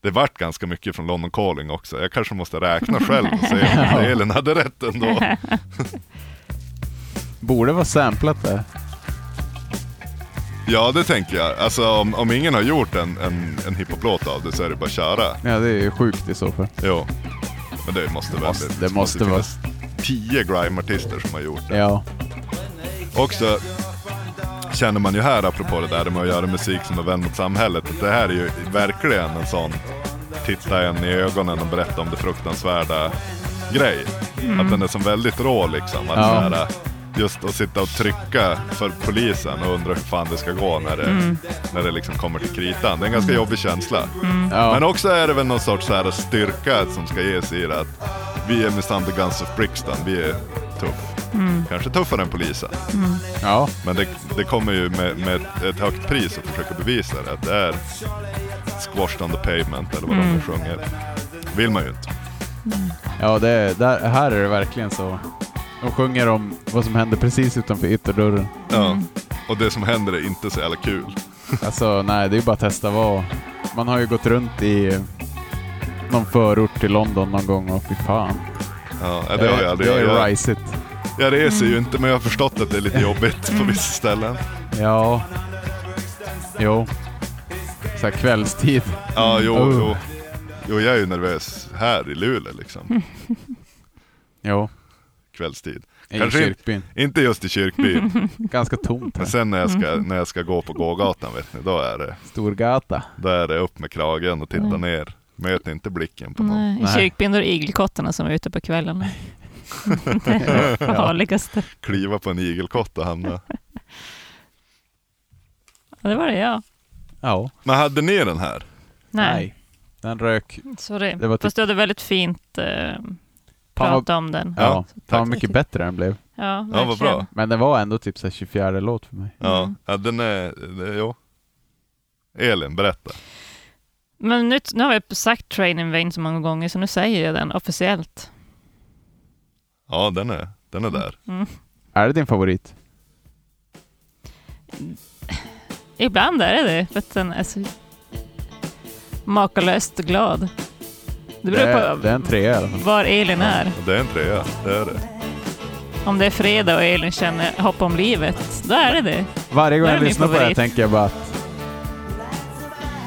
Speaker 2: det vart ganska mycket från London Calling också. Jag kanske måste räkna själv och se om Elin hade rätt ändå.
Speaker 3: Borde vara samplat där.
Speaker 2: Ja, det tänker jag. Alltså om, om ingen har gjort en, en, en hiphoplåt av det så är det bara att köra.
Speaker 3: Ja, det är ju sjukt i så fall.
Speaker 2: Jo, men det måste väl
Speaker 3: Måste- det måste vara.
Speaker 2: finnas tio grime-artister som har gjort det.
Speaker 3: Ja.
Speaker 2: Också känner man ju här, apropå det där med att göra musik som är vän mot samhället, att det här är ju verkligen en sån titta en i ögonen och berätta om det fruktansvärda grej. Att den är som väldigt rå liksom. Att
Speaker 3: Ja.
Speaker 2: så här, just att sitta och trycka för polisen och undra hur fan det ska gå när det, när det liksom kommer till kritan. Det är en ganska jobbig känsla.
Speaker 3: Ja.
Speaker 2: Men också är det väl någon sorts så här styrka som ska ges i det att vi är med Thunder Guns of Brixton, vi är tuff. Kanske tuffare än polisen.
Speaker 3: ja.
Speaker 2: Men det, det kommer ju med, med ett högt pris att försöka bevisa det. Att det är squashed on the pavement eller vad de nu sjunger. Vill man ju inte.
Speaker 3: Ja, det är, där, här är det verkligen så. De sjunger om vad som händer precis utanför ytterdörren.
Speaker 2: Ja. Mm. Och det som händer är inte så jävla kul.
Speaker 3: Alltså, nej, det är bara att testa vad... Man har ju gått runt i någon förort till London någon gång och fy fan.
Speaker 2: Ja, det har jag aldrig.
Speaker 3: Det
Speaker 2: Jag,
Speaker 3: är
Speaker 2: jag,
Speaker 3: risigt.
Speaker 2: jag reser ju inte men jag har förstått att det är lite jobbigt på vissa ställen.
Speaker 3: Ja. Jo. Så här kvällstid.
Speaker 2: Ja, jo,
Speaker 3: Oh.
Speaker 2: jo. Jo, jag är ju nervös här i Luleå liksom.
Speaker 3: Jo.
Speaker 2: Kvällstid.
Speaker 3: I
Speaker 2: Kanske in-
Speaker 3: kyrkbyn.
Speaker 2: Inte just i Kyrkbyn,
Speaker 3: Ganska tomt
Speaker 2: men
Speaker 3: här.
Speaker 2: sen när jag ska, när jag ska gå på gågatan vet ni, då är det,
Speaker 3: Storgata.
Speaker 2: då är det upp med kragen och titta ner. Möt inte blicken på någon.
Speaker 4: Nej, I
Speaker 3: Nej.
Speaker 4: kyrkbyn då är det igelkottarna som är ute på kvällen. *laughs* det
Speaker 3: *laughs*
Speaker 4: är det farligaste.
Speaker 2: Kliva på en igelkott och hamna.
Speaker 4: Ja, det var det jag.
Speaker 3: Ja.
Speaker 2: Men hade ni den här?
Speaker 4: Nej,
Speaker 3: Den rök.
Speaker 4: sorry.
Speaker 3: Det var typ-
Speaker 4: Fast du hade väldigt fint eh,
Speaker 3: Fan vad-
Speaker 4: prat om den.
Speaker 2: Ja,
Speaker 3: Ja.
Speaker 4: tack.
Speaker 3: Fan vad mycket bättre den blev.
Speaker 4: Ja,
Speaker 2: Ja,
Speaker 4: verkligen.
Speaker 2: vad bra.
Speaker 3: Men det var ändå typ så här 24 låt för mig.
Speaker 2: Ja, ja den är, det- jo. Elin, berätta.
Speaker 4: Men nu, nu har jag sagt Train in Vain så många gånger så nu säger jag den officiellt.
Speaker 2: Ja, den är, den är där.
Speaker 3: Är det din favorit?
Speaker 4: Ibland är det det, för att den är så makalöst glad. Det
Speaker 3: Det är,
Speaker 4: beror
Speaker 3: det är en
Speaker 4: på
Speaker 3: trea i alla fall.
Speaker 4: var Elin är.
Speaker 2: Och Det är en trea, det är det.
Speaker 4: Om det är fredag och Elin känner hopp om livet, då är det det.
Speaker 3: Varje gång
Speaker 4: Det är
Speaker 3: jag
Speaker 4: min
Speaker 3: lyssnar på det här
Speaker 4: favorit.
Speaker 3: tänker jag bara att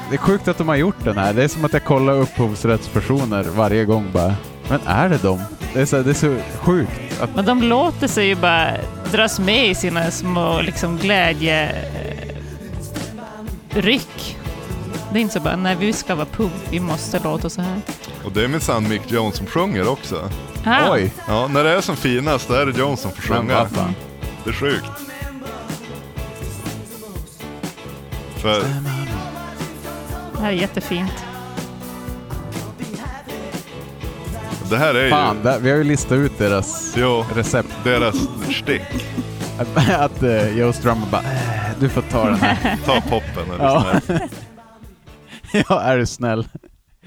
Speaker 3: det är sjukt att de har gjort den här. Det är som att jag kollar upphovsrättspersoner varje gång bara. Men är det dem? Det är så, det är så sjukt. Att,
Speaker 4: Men de låter sig ju bara dras med i sina små liksom, glädjeryck. Det är inte så bara, nej vi ska vara punk, vi måste låta så här.
Speaker 2: Och det är minsann Mick Jones som sjunger också.
Speaker 4: Ah,
Speaker 3: oj,
Speaker 2: Ja, när det är som finast, då är det Jones som får
Speaker 3: men
Speaker 2: sjunga.
Speaker 3: vad fan.
Speaker 2: Det är sjukt. För
Speaker 4: Det här är jättefint.
Speaker 2: det här är ju...
Speaker 3: Fan, där, vi har ju listat ut deras
Speaker 2: Jo,
Speaker 3: recept. *laughs*
Speaker 2: deras stick.
Speaker 3: Att, att eh, Joe Strummer bara, "Eh, du får ta den här.
Speaker 4: *laughs*
Speaker 2: Ta poppen eller
Speaker 3: Ja.
Speaker 2: sån här.
Speaker 3: ja, är du snäll.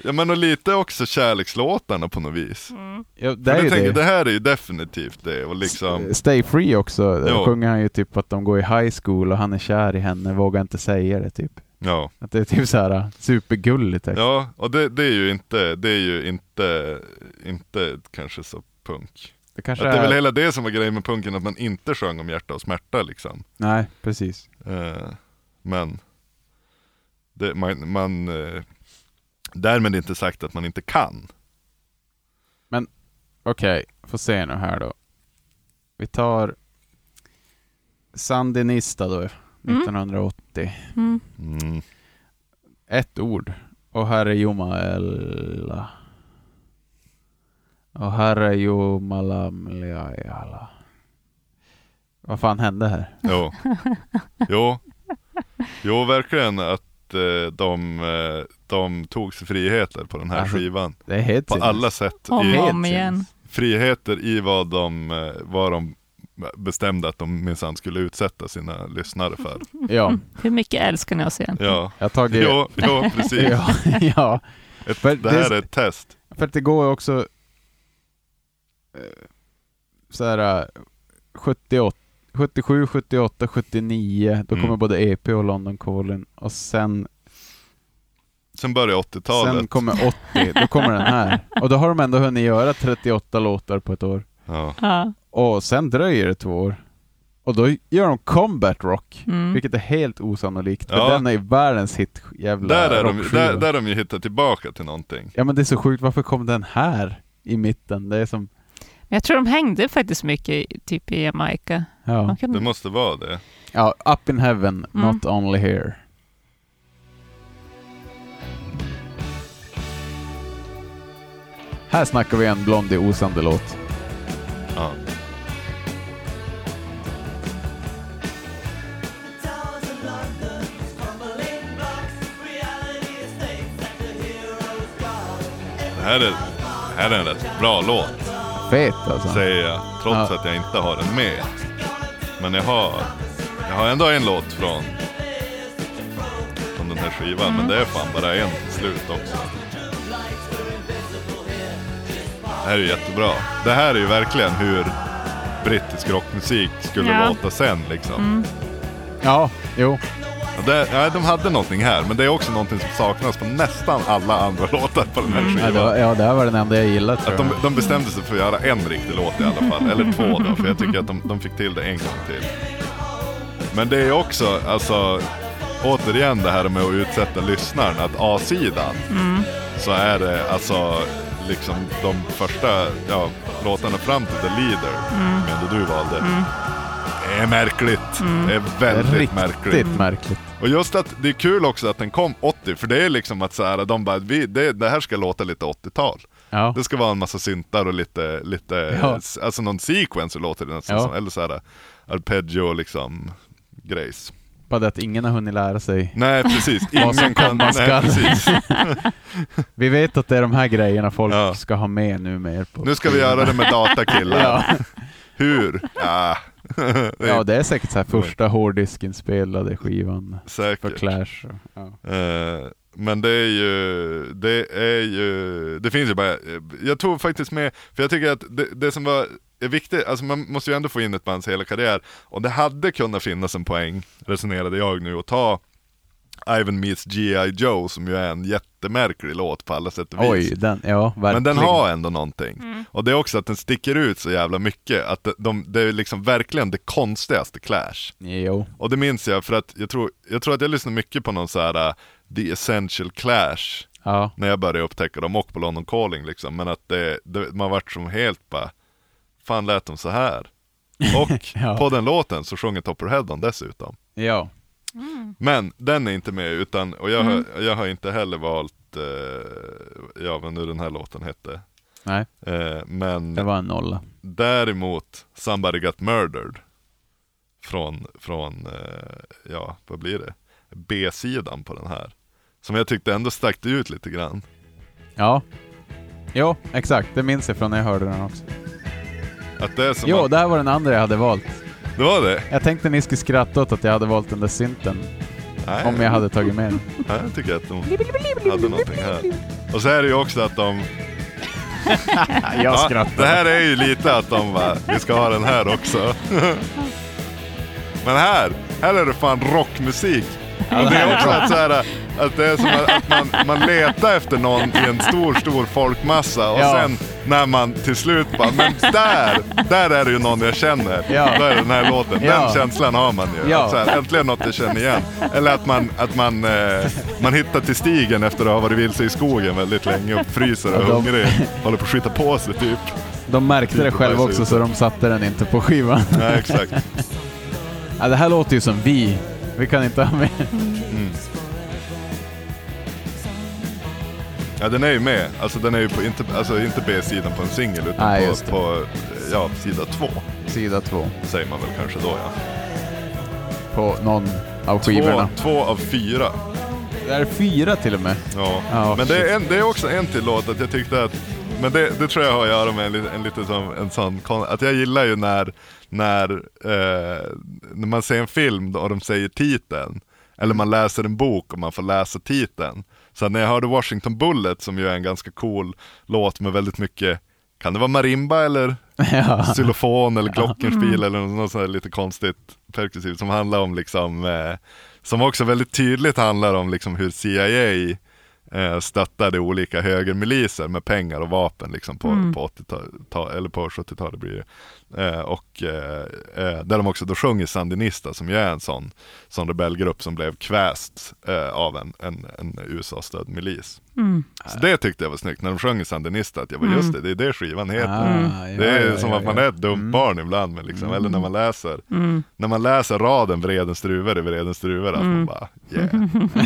Speaker 2: Ja men och lite också kärlekslåtarna på något vis.
Speaker 3: Ja, Mm. det
Speaker 2: Det,
Speaker 3: är ju
Speaker 2: tänker,
Speaker 3: det.
Speaker 2: det. här är ju definitivt det och liksom,
Speaker 3: Stay Free också, där
Speaker 2: Jo.
Speaker 3: sjunger han ju typ att de går i high school och han är kär i henne, vågar inte säga det typ.
Speaker 2: ja.
Speaker 3: Att det är typ så här supergulligt. text.
Speaker 2: Ja, och det, det är ju inte, det är ju inte, inte kanske så punk.
Speaker 3: Det
Speaker 2: Att
Speaker 3: kanske
Speaker 2: det är
Speaker 3: är...
Speaker 2: väl hela det som var grejen med punken, att man inte sjöng om hjärta och smärta liksom.
Speaker 3: Nej, precis.
Speaker 2: Eh, men, det, man, man eh, därmed inte sagt att man inte kan.
Speaker 3: Okej, får se nu här då. Vi tar Sandinista då, 1980.
Speaker 4: Mm.
Speaker 2: Mm.
Speaker 3: Ett ord. Och här är Jumaella. Och här är Jumalamliala. Vad fan hände här?
Speaker 2: Jo. jo. Jo, verkligen att eh, de, eh, de tog sig friheter på den här
Speaker 3: Alltså,
Speaker 2: skivan.
Speaker 3: Det är helt
Speaker 2: På
Speaker 3: sinnes.
Speaker 2: alla sätt.
Speaker 4: Om
Speaker 2: I,
Speaker 4: och
Speaker 3: Helt
Speaker 4: om igen.
Speaker 3: sinnes.
Speaker 2: friheter i vad de, eh, vad de bestämde att de minsann skulle utsätta sina lyssnare för.
Speaker 3: Ja,
Speaker 4: Hur mycket älskar ni oss egentligen?
Speaker 2: *laughs* Ja,
Speaker 3: jag har tagit...
Speaker 2: jo, jo precis.
Speaker 3: *laughs* ja, ja.
Speaker 2: Ett,
Speaker 3: Men
Speaker 2: det här
Speaker 3: det-
Speaker 2: är ett test.
Speaker 3: För att det går också eh, så här eh, 78, 77, 78, 79. Då
Speaker 2: Mm.
Speaker 3: kommer både EP och London Calling och sen,
Speaker 2: Sen börjar
Speaker 3: sen
Speaker 2: 80-talet.
Speaker 3: kommer 80. Då kommer
Speaker 2: *laughs*
Speaker 3: den här. Och då har de ändå hunnit göra 38 låtar på ett år.
Speaker 2: Ja.
Speaker 4: Ja.
Speaker 3: Och sen dröjer det två år. Och då gör de combat rock,
Speaker 4: Mm.
Speaker 3: vilket är helt osannolikt. För
Speaker 2: Ja.
Speaker 3: den är ju världens hit jävla
Speaker 2: Där är de,
Speaker 3: rockskiva.
Speaker 2: där, där de ju hittar tillbaka till någonting.
Speaker 3: Ja men det är så sjukt, varför kom den här i mitten? Det är som,
Speaker 4: Men jag tror de hängde faktiskt mycket i- typ i Jamaica.
Speaker 3: ja.
Speaker 4: Man kunde-
Speaker 2: Det måste vara det.
Speaker 3: Ja, Up in Heaven,
Speaker 4: Mm.
Speaker 3: Not Only Here. Här snackar vi en Blondie osande låt.
Speaker 2: Ja. Det här är, det här är en rätt bra låt,
Speaker 3: Fet alltså.
Speaker 2: säger jag. Trots
Speaker 3: Ja.
Speaker 2: att jag inte har den med. Men jag har, jag har ändå en låt från, från den här skivan.
Speaker 3: Mm.
Speaker 2: Men det är fan bara en till slut också. Det här är ju jättebra. Det här är ju verkligen hur brittisk rockmusik skulle
Speaker 4: Ja.
Speaker 2: låta sen liksom.
Speaker 3: Mm. Ja, jo.
Speaker 2: Ja, Det, ja, de hade någonting här, men det är också någonting som saknas på nästan alla andra *laughs* låtar på den här
Speaker 3: Mm. Ja,
Speaker 2: skivan.
Speaker 3: det var, ja, det här var den enda jag gillade tror
Speaker 2: Att
Speaker 3: jag.
Speaker 2: de, de bestämde sig för att göra en riktig låt i alla fall, eller två då, för jag tycker att de, de fick till det en gång till. Men det är också, alltså, återigen det här med att utsätta lyssnaren, att A-sidan, så är det alltså liksom de första ja, låtarna fram till The Leader, men det du valde, det är märkligt. Det är
Speaker 3: Det är
Speaker 2: väldigt
Speaker 3: Riktigt
Speaker 2: märkligt.
Speaker 3: märkligt. märkligt.
Speaker 2: Och just att det är kul också att den kom 80, för det är liksom att så här, de bara, vi, det, det här ska låta lite 80-tal.
Speaker 3: Ja.
Speaker 2: Det ska vara en massa syntar och lite, lite
Speaker 3: Ja.
Speaker 2: alltså någon sequencer låter det nästan
Speaker 3: Ja.
Speaker 2: som, eller så här eh, arpeggio liksom grejs.
Speaker 3: Bara det att ingen har hunnit lära sig.
Speaker 2: Nej precis,
Speaker 3: *laughs*
Speaker 2: ingen kan,
Speaker 3: komma
Speaker 2: nej,
Speaker 3: skall.
Speaker 2: precis.
Speaker 3: Vi vet att det är de här grejerna folk
Speaker 2: Ja.
Speaker 3: ska ha med nu mer på.
Speaker 2: Nu ska vi göra det med datakillar.
Speaker 3: Ja.
Speaker 2: Hur? Ah. *laughs* det
Speaker 3: Ja,
Speaker 2: är
Speaker 3: det är säkert så här första hårddiskinspelade skivan för
Speaker 2: säkert.
Speaker 3: Clash. och- Ja.
Speaker 2: Eh, men det är ju, det är ju, det finns ju bara, eh, jag tog faktiskt med, för jag tycker att det, det som var är viktigt, alltså man måste ju ändå få in ett bands hela karriär, och det hade kunnat finnas en poäng, resonerade jag nu, att ta Ivan Meets G.I. Joe som ju är en jättemärklig låt på alla sätt och vis.
Speaker 3: Oj, den, ja verkligen.
Speaker 2: Men den har ändå någonting. Och det är också att den sticker ut så jävla mycket, att de, de, det är liksom verkligen det konstigaste Clash.
Speaker 3: Jo.
Speaker 2: Och det minns jag för att jag tror, jag tror att jag lyssnade mycket på någon så här uh, The Essential Clash
Speaker 3: Ja.
Speaker 2: när jag började upptäcka dem och på London Calling liksom. Men att det, det, man vart som helt bara, fan lät de så här? Och
Speaker 3: Ja.
Speaker 2: på den låten så sjunger Topperheadon dessutom.
Speaker 3: ja.
Speaker 2: Men den är inte med utan, och jag, har, jag har inte heller valt, eh, ja men nu den här låten hette.
Speaker 3: Nej,
Speaker 2: Eh, men
Speaker 3: det var en nolla.
Speaker 2: däremot Somebody Got Murdered från, från eh, ja vad blir det, B-sidan på den här. Som jag tyckte ändå stack ut lite grann.
Speaker 3: Ja. Jo, exakt. Det minns jag från när jag hörde den också.
Speaker 2: Att det är som
Speaker 3: Jo,
Speaker 2: att,
Speaker 3: det här var den andra jag hade valt.
Speaker 2: det var det?
Speaker 3: Jag tänkte ni skulle skratta åt att jag hade valt den där synten,
Speaker 2: Nej,
Speaker 3: om jag hade tagit med den.
Speaker 2: nej, jag tycker att de hade någonting här. Och så är det ju också att de,
Speaker 3: Jag
Speaker 2: ja, det här är ju lite att de bara, vi ska ha den här också. Men här, här är det fan rockmusik Och det är också att, så här, att det är som att att man, man letar efter någon i en stor, stor folkmassa och
Speaker 3: Ja.
Speaker 2: sen när man till slut bara, men där, där är det ju någon jag känner.
Speaker 3: Ja.
Speaker 2: Då är det den här låten. Den
Speaker 3: Ja.
Speaker 2: känslan har man ju.
Speaker 3: Ja.
Speaker 2: Att så här, äntligen något jag känner igen. Eller att man, att man, eh, man hittar till stigen efter att ha varit vilse i skogen väldigt länge och fryser och är
Speaker 3: Ja, de-
Speaker 2: hungrig. Håller på att skita på sig typ.
Speaker 3: De märkte det själva också så de satte den inte på skivan. *laughs*
Speaker 2: Nej, exakt.
Speaker 3: Ja, det här låter ju som vi. Vi kan inte ha med.
Speaker 2: Ja, den är ju med. Alltså den är ju på, inte, alltså, inte B-sidan på en singel utan
Speaker 3: Nej, just
Speaker 2: på,
Speaker 3: det.
Speaker 2: på ja, sida två.
Speaker 3: Sida två.
Speaker 2: säger man väl kanske då ja.
Speaker 3: På någon av
Speaker 2: Två,
Speaker 3: skivorna.
Speaker 2: två av fyra.
Speaker 3: Det är fyra till och med.
Speaker 2: Ja.
Speaker 3: Ja,
Speaker 2: men det
Speaker 3: shit.
Speaker 2: är, en, det är också en till låt att jag tyckte att, men det, det tror jag har att göra med en, li- en lite som en sån, kon- att jag gillar ju när, när, eh, när man ser en film och de säger titeln. Eller man läser en bok och man får läsa titeln. Så när jag hörde Washington Bullet som ju är en ganska cool låt med väldigt mycket, kan det vara marimba eller
Speaker 3: *laughs* Ja. Mm.
Speaker 2: xylofon eller glockenspiel eller något sånt där lite konstigt perkussivt som handlar om liksom, eh, som också väldigt tydligt handlar om liksom hur CIA eh, stöttade olika högermiliser med pengar och vapen liksom på,
Speaker 3: Mm.
Speaker 2: på 80-talet, eller på 70-talet blir det. Eh, och eh, eh, där de också då sjunger Sandinista som ju är en sån, sån rebellgrupp som blev kväst eh, av en, en, en USA-stödd milis.
Speaker 3: Mm.
Speaker 2: Så det tyckte jag var snyggt när de sjöng Sandinista, att jag var just det, det är det skivan heter.
Speaker 3: Ah, ja,
Speaker 2: Det är
Speaker 3: ja,
Speaker 2: som
Speaker 3: ja,
Speaker 2: att man
Speaker 3: ja. Mm.
Speaker 2: är ett dumt barn ibland, men liksom, eller när man läser. När man läser raden Vredens druvor är Vredens druvor, att
Speaker 3: Mm.
Speaker 2: man bara yeah,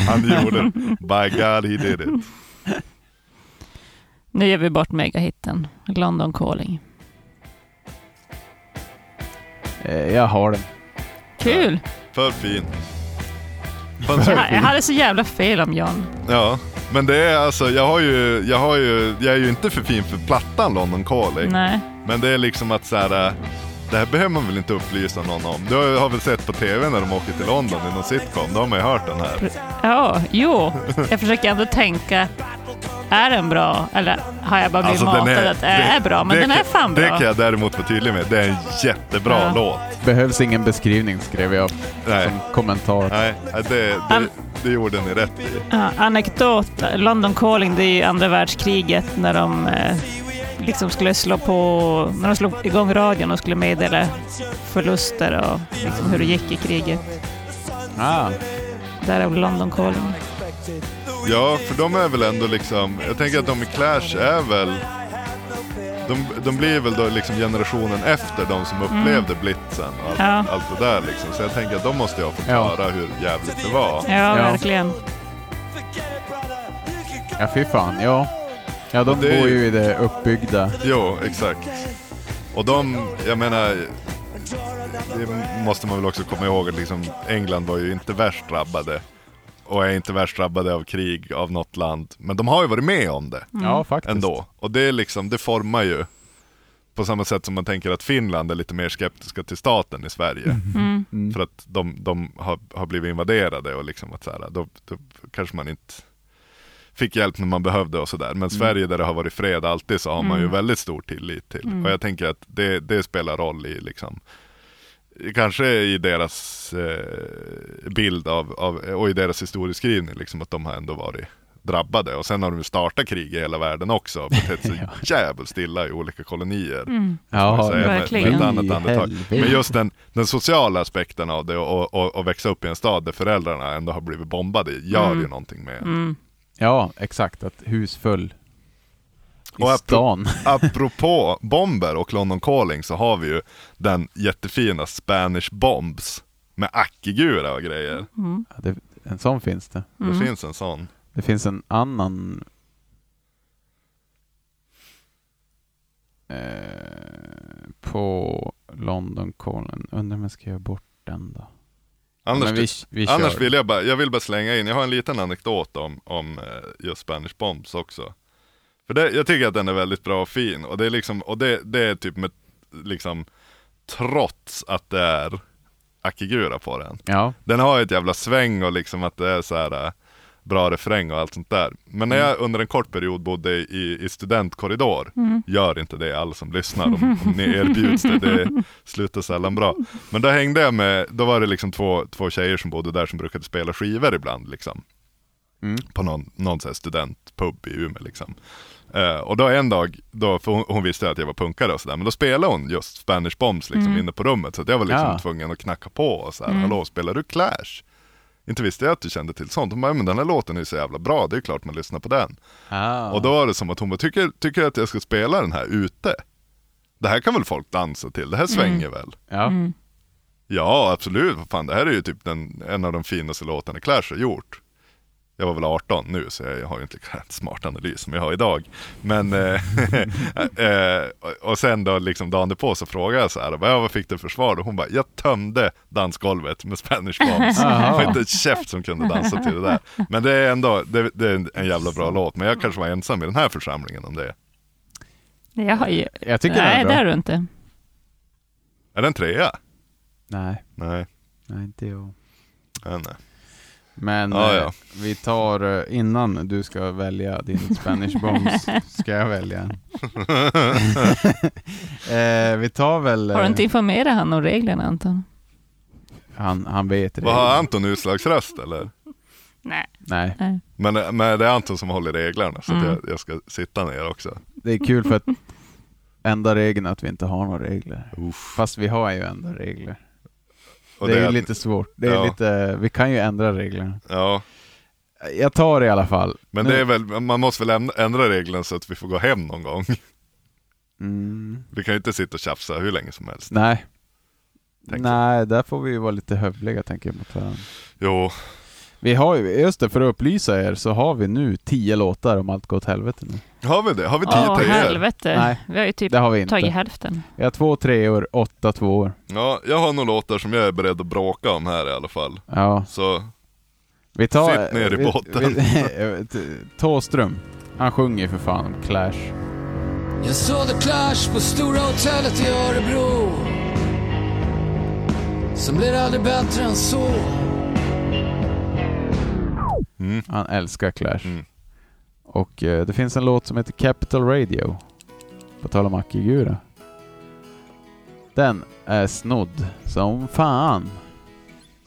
Speaker 2: han gjorde det. By God he did it.
Speaker 4: Nu ger vi bort megahitten, London calling.
Speaker 3: Eh, Jag har den.
Speaker 4: Kul!
Speaker 2: För fin. Fan, så-
Speaker 4: Jag hade så jävla fel om John.
Speaker 2: Ja, men det är alltså, jag har ju, jag har ju, jag är ju inte för fin för plattan London Calling.
Speaker 4: Nej.
Speaker 2: Men det är liksom att så här, äh, det här behöver man väl inte upplysa någon om. Du har väl sett på tv när de åker till London i någon sitcom, då har man ju hört den här.
Speaker 4: Ja, jo. Jag försöker ändå tänka, är den bra? Eller har jag bara blivit matad att det är bra? Men
Speaker 2: Alltså, det
Speaker 4: den är
Speaker 2: kan-
Speaker 4: fan
Speaker 2: Det
Speaker 4: bra.
Speaker 2: kan jag däremot vara tydlig med. Det är en jättebra
Speaker 4: Ja.
Speaker 2: låt.
Speaker 3: Behövs ingen beskrivning skrev jag
Speaker 2: Nej,
Speaker 3: som kommentar.
Speaker 2: nej äh, det, det,
Speaker 4: An-
Speaker 2: det gjorde ni rätt i.
Speaker 4: Ja, anekdot, London calling, det är ju andra världskriget när de eh, liksom skulle slå på, när de slog igång radion och skulle meddela förluster och liksom hur det gick i kriget.
Speaker 3: Ah,
Speaker 4: Därav London calling.
Speaker 2: Ja, för de är väl ändå liksom, jag tänker att de i Clash är väl, de, de blir väl då liksom generationen efter de som upplevde blitzen och allt,
Speaker 4: Mm. Ja.
Speaker 2: allt det där liksom. Så jag tänker att de måste ju ha fått
Speaker 3: Ja.
Speaker 2: höra hur jävligt det var.
Speaker 4: Ja, verkligen.
Speaker 3: ja fy fan. Ja. Ja, de
Speaker 2: Det är
Speaker 3: bor
Speaker 2: ju-
Speaker 3: ju i det uppbyggda.
Speaker 2: Jo, exakt. Och de, jag menar, det måste man väl också komma ihåg att liksom England var ju inte värst drabbade och är inte värst drabbade av krig av något land. Men de har ju varit med om det.
Speaker 3: Ja, faktiskt.
Speaker 2: ändå. Och det är liksom, det formar ju På samma sätt som man tänker att Finland är lite mer skeptiska till staten i Sverige.
Speaker 4: Mm.
Speaker 2: För att de, de har, har blivit invaderade och liksom att så här, då, då kanske man inte fick hjälp när man behövde och sådär. Men
Speaker 4: Mm.
Speaker 2: Sverige där det har varit fred alltid så har man ju väldigt stor tillit till.
Speaker 4: Mm.
Speaker 2: Och jag tänker att det, det spelar roll i liksom Kanske i deras eh, bild av, av, och i deras historieskrivning, liksom att de har ändå varit drabbade. Och sen har de ju startat krig i hela världen också och betett
Speaker 3: *laughs*
Speaker 2: sig jävligt stilla i olika kolonier.
Speaker 3: Ja,
Speaker 2: Så är det med-
Speaker 4: verkligen.
Speaker 2: med ett annat
Speaker 3: Fy
Speaker 2: andetag.
Speaker 3: helvete.
Speaker 2: Men just den, den sociala aspekten av det och, och, och växa upp i en stad där föräldrarna ändå har blivit bombade i, gör ju någonting med en.
Speaker 3: Ja, exakt. Att hus föll. I
Speaker 2: Och apro-
Speaker 3: stan.
Speaker 2: Apropå bomber och London Calling så har vi ju den jättefina Spanish Bombs med Akigura och grejer.
Speaker 3: Ja, det, en sån finns det.
Speaker 2: Det finns en sån.
Speaker 3: Det finns en annan... Eh, på London Calling. Undrar om jag ska göra bort den då.
Speaker 2: Annars,
Speaker 3: Men vi, vi kör.
Speaker 2: annars vill jag, bara, jag vill bara slänga in, jag har en liten anekdot om, om eh, just Spanish Bombs också. För det, jag tycker att den är väldigt bra och fin och det är liksom, och det, det är typ med, liksom, trots att det är Akigura på den.
Speaker 3: Ja.
Speaker 2: Den har ju ett jävla sväng och liksom att det är så här eh, bra refräng och allt sånt där. Men när jag under en kort period bodde i, i studentkorridor, gör inte det alla som lyssnar om, om ni erbjuds det, det slutar sällan bra. Men då hängde jag med, då var det liksom två, två tjejer som bodde där som brukade spela skivor ibland liksom. På någon, någon så här studentpub i Umeå liksom. Eh, och då en dag, då, för hon, hon visste att jag var punkare och sådär, men då spelade hon just Spanish Bombs liksom inne på rummet. Så att jag var liksom
Speaker 3: Ja.
Speaker 2: tvungen att knacka på och så här, hallå spelar du Clash? Inte visste jag att du kände till sånt. Hon bara, men den här låten är ju så jävla bra, det är ju klart man lyssnar på den.
Speaker 3: Ah.
Speaker 2: Och då var det som att hon bara, tycker, tycker du att jag ska spela den här ute? Det här kan väl folk dansa till, det här svänger väl?
Speaker 3: ja.
Speaker 4: Mm.
Speaker 2: Ja, absolut. Vad Fan, det här är ju typ den, en av de finaste låtarna Clash har gjort. Jag var väl 18 nu, så jag har ju inte *laughs* lika smart analys som jag har idag. Men, eh, *laughs* eh, och- och sen då liksom dagen på så frågade jag så här, "Ja, vad fick du för svar? Och hon bara, jag tömde dansgolvet med Spanish Bombs. Det var inte en käft som kunde dansa till det där. Men det är ändå, det, det är en- en jävla bra låt. Men jag kanske var ensam i den här församlingen om det.
Speaker 4: Jag har ju...
Speaker 3: Jag tycker
Speaker 4: Nej,
Speaker 3: den
Speaker 4: det
Speaker 3: är
Speaker 4: är
Speaker 3: bra.
Speaker 4: du inte.
Speaker 2: Är det en trea?
Speaker 3: Nej,
Speaker 2: Nej,
Speaker 3: nej, inte jag.
Speaker 2: nej, nej.
Speaker 3: Men
Speaker 2: Ja,
Speaker 3: eh,
Speaker 2: ja.
Speaker 3: vi tar, eh, innan du ska välja
Speaker 4: *laughs*
Speaker 3: din Spanish Bombs, ska jag välja *laughs* en. eh, vi tar väl...
Speaker 4: Har du
Speaker 3: eh,
Speaker 4: inte informerat han om reglerna, Anton?
Speaker 3: han, han vet det.
Speaker 2: Vad har Anton utslagsröst eller?
Speaker 4: Nej.
Speaker 3: Nej,
Speaker 2: Men, men det är Anton som håller reglerna
Speaker 3: Mm.
Speaker 2: så att jag, jag ska sitta ner också.
Speaker 3: det är kul för att enda regeln är att vi inte har några regler. Fast vi har ju ändå regler.
Speaker 2: Och
Speaker 3: det är ju
Speaker 2: att-
Speaker 3: lite svårt. Det är
Speaker 2: ja.
Speaker 3: lite, vi kan ju ändra reglerna.
Speaker 2: Ja,
Speaker 3: Jag tar det i alla fall.
Speaker 2: men
Speaker 3: Nu-
Speaker 2: det är väl, man måste väl ändra, ändra reglerna så att vi får gå hem någon gång. *laughs*
Speaker 3: Mm,
Speaker 2: Vi kan ju inte sitta och tjafsa hur länge som helst.
Speaker 3: nej.
Speaker 2: Tänk
Speaker 3: Nej, där får vi ju vara lite hövliga tänker jag mot varandra.
Speaker 2: Jo,
Speaker 3: Vi har ju, just det, för att upplysa er så har vi nu tio låtar om allt går åt helvete nu.
Speaker 2: har vi typ det? Har vi tio
Speaker 4: Åh,
Speaker 2: treor?
Speaker 4: helvete.
Speaker 3: Nej.
Speaker 4: Vi har ju typ
Speaker 3: Det har vi
Speaker 4: tagit
Speaker 3: inte.
Speaker 4: hälften.
Speaker 3: Jag har två treor, åtta tvåor.
Speaker 2: Ja, jag har några låtar som jag är beredd att bråka om här i alla fall.
Speaker 3: Ja,
Speaker 2: Så,
Speaker 3: vi tar...
Speaker 2: Sitt ner i
Speaker 3: vi-
Speaker 2: båten.
Speaker 3: vi- *laughs* t- Thåström, han sjunger för fan om Clash.
Speaker 5: Jag såg The Clash på Stora Hotellet i Örebro. Sen blev det aldrig bättre än så.
Speaker 3: Han älskar Clash.
Speaker 2: Mm.
Speaker 3: Och eh, det finns en låt som heter Capital Radio. På tal om Akigura. Den är snodd som fan.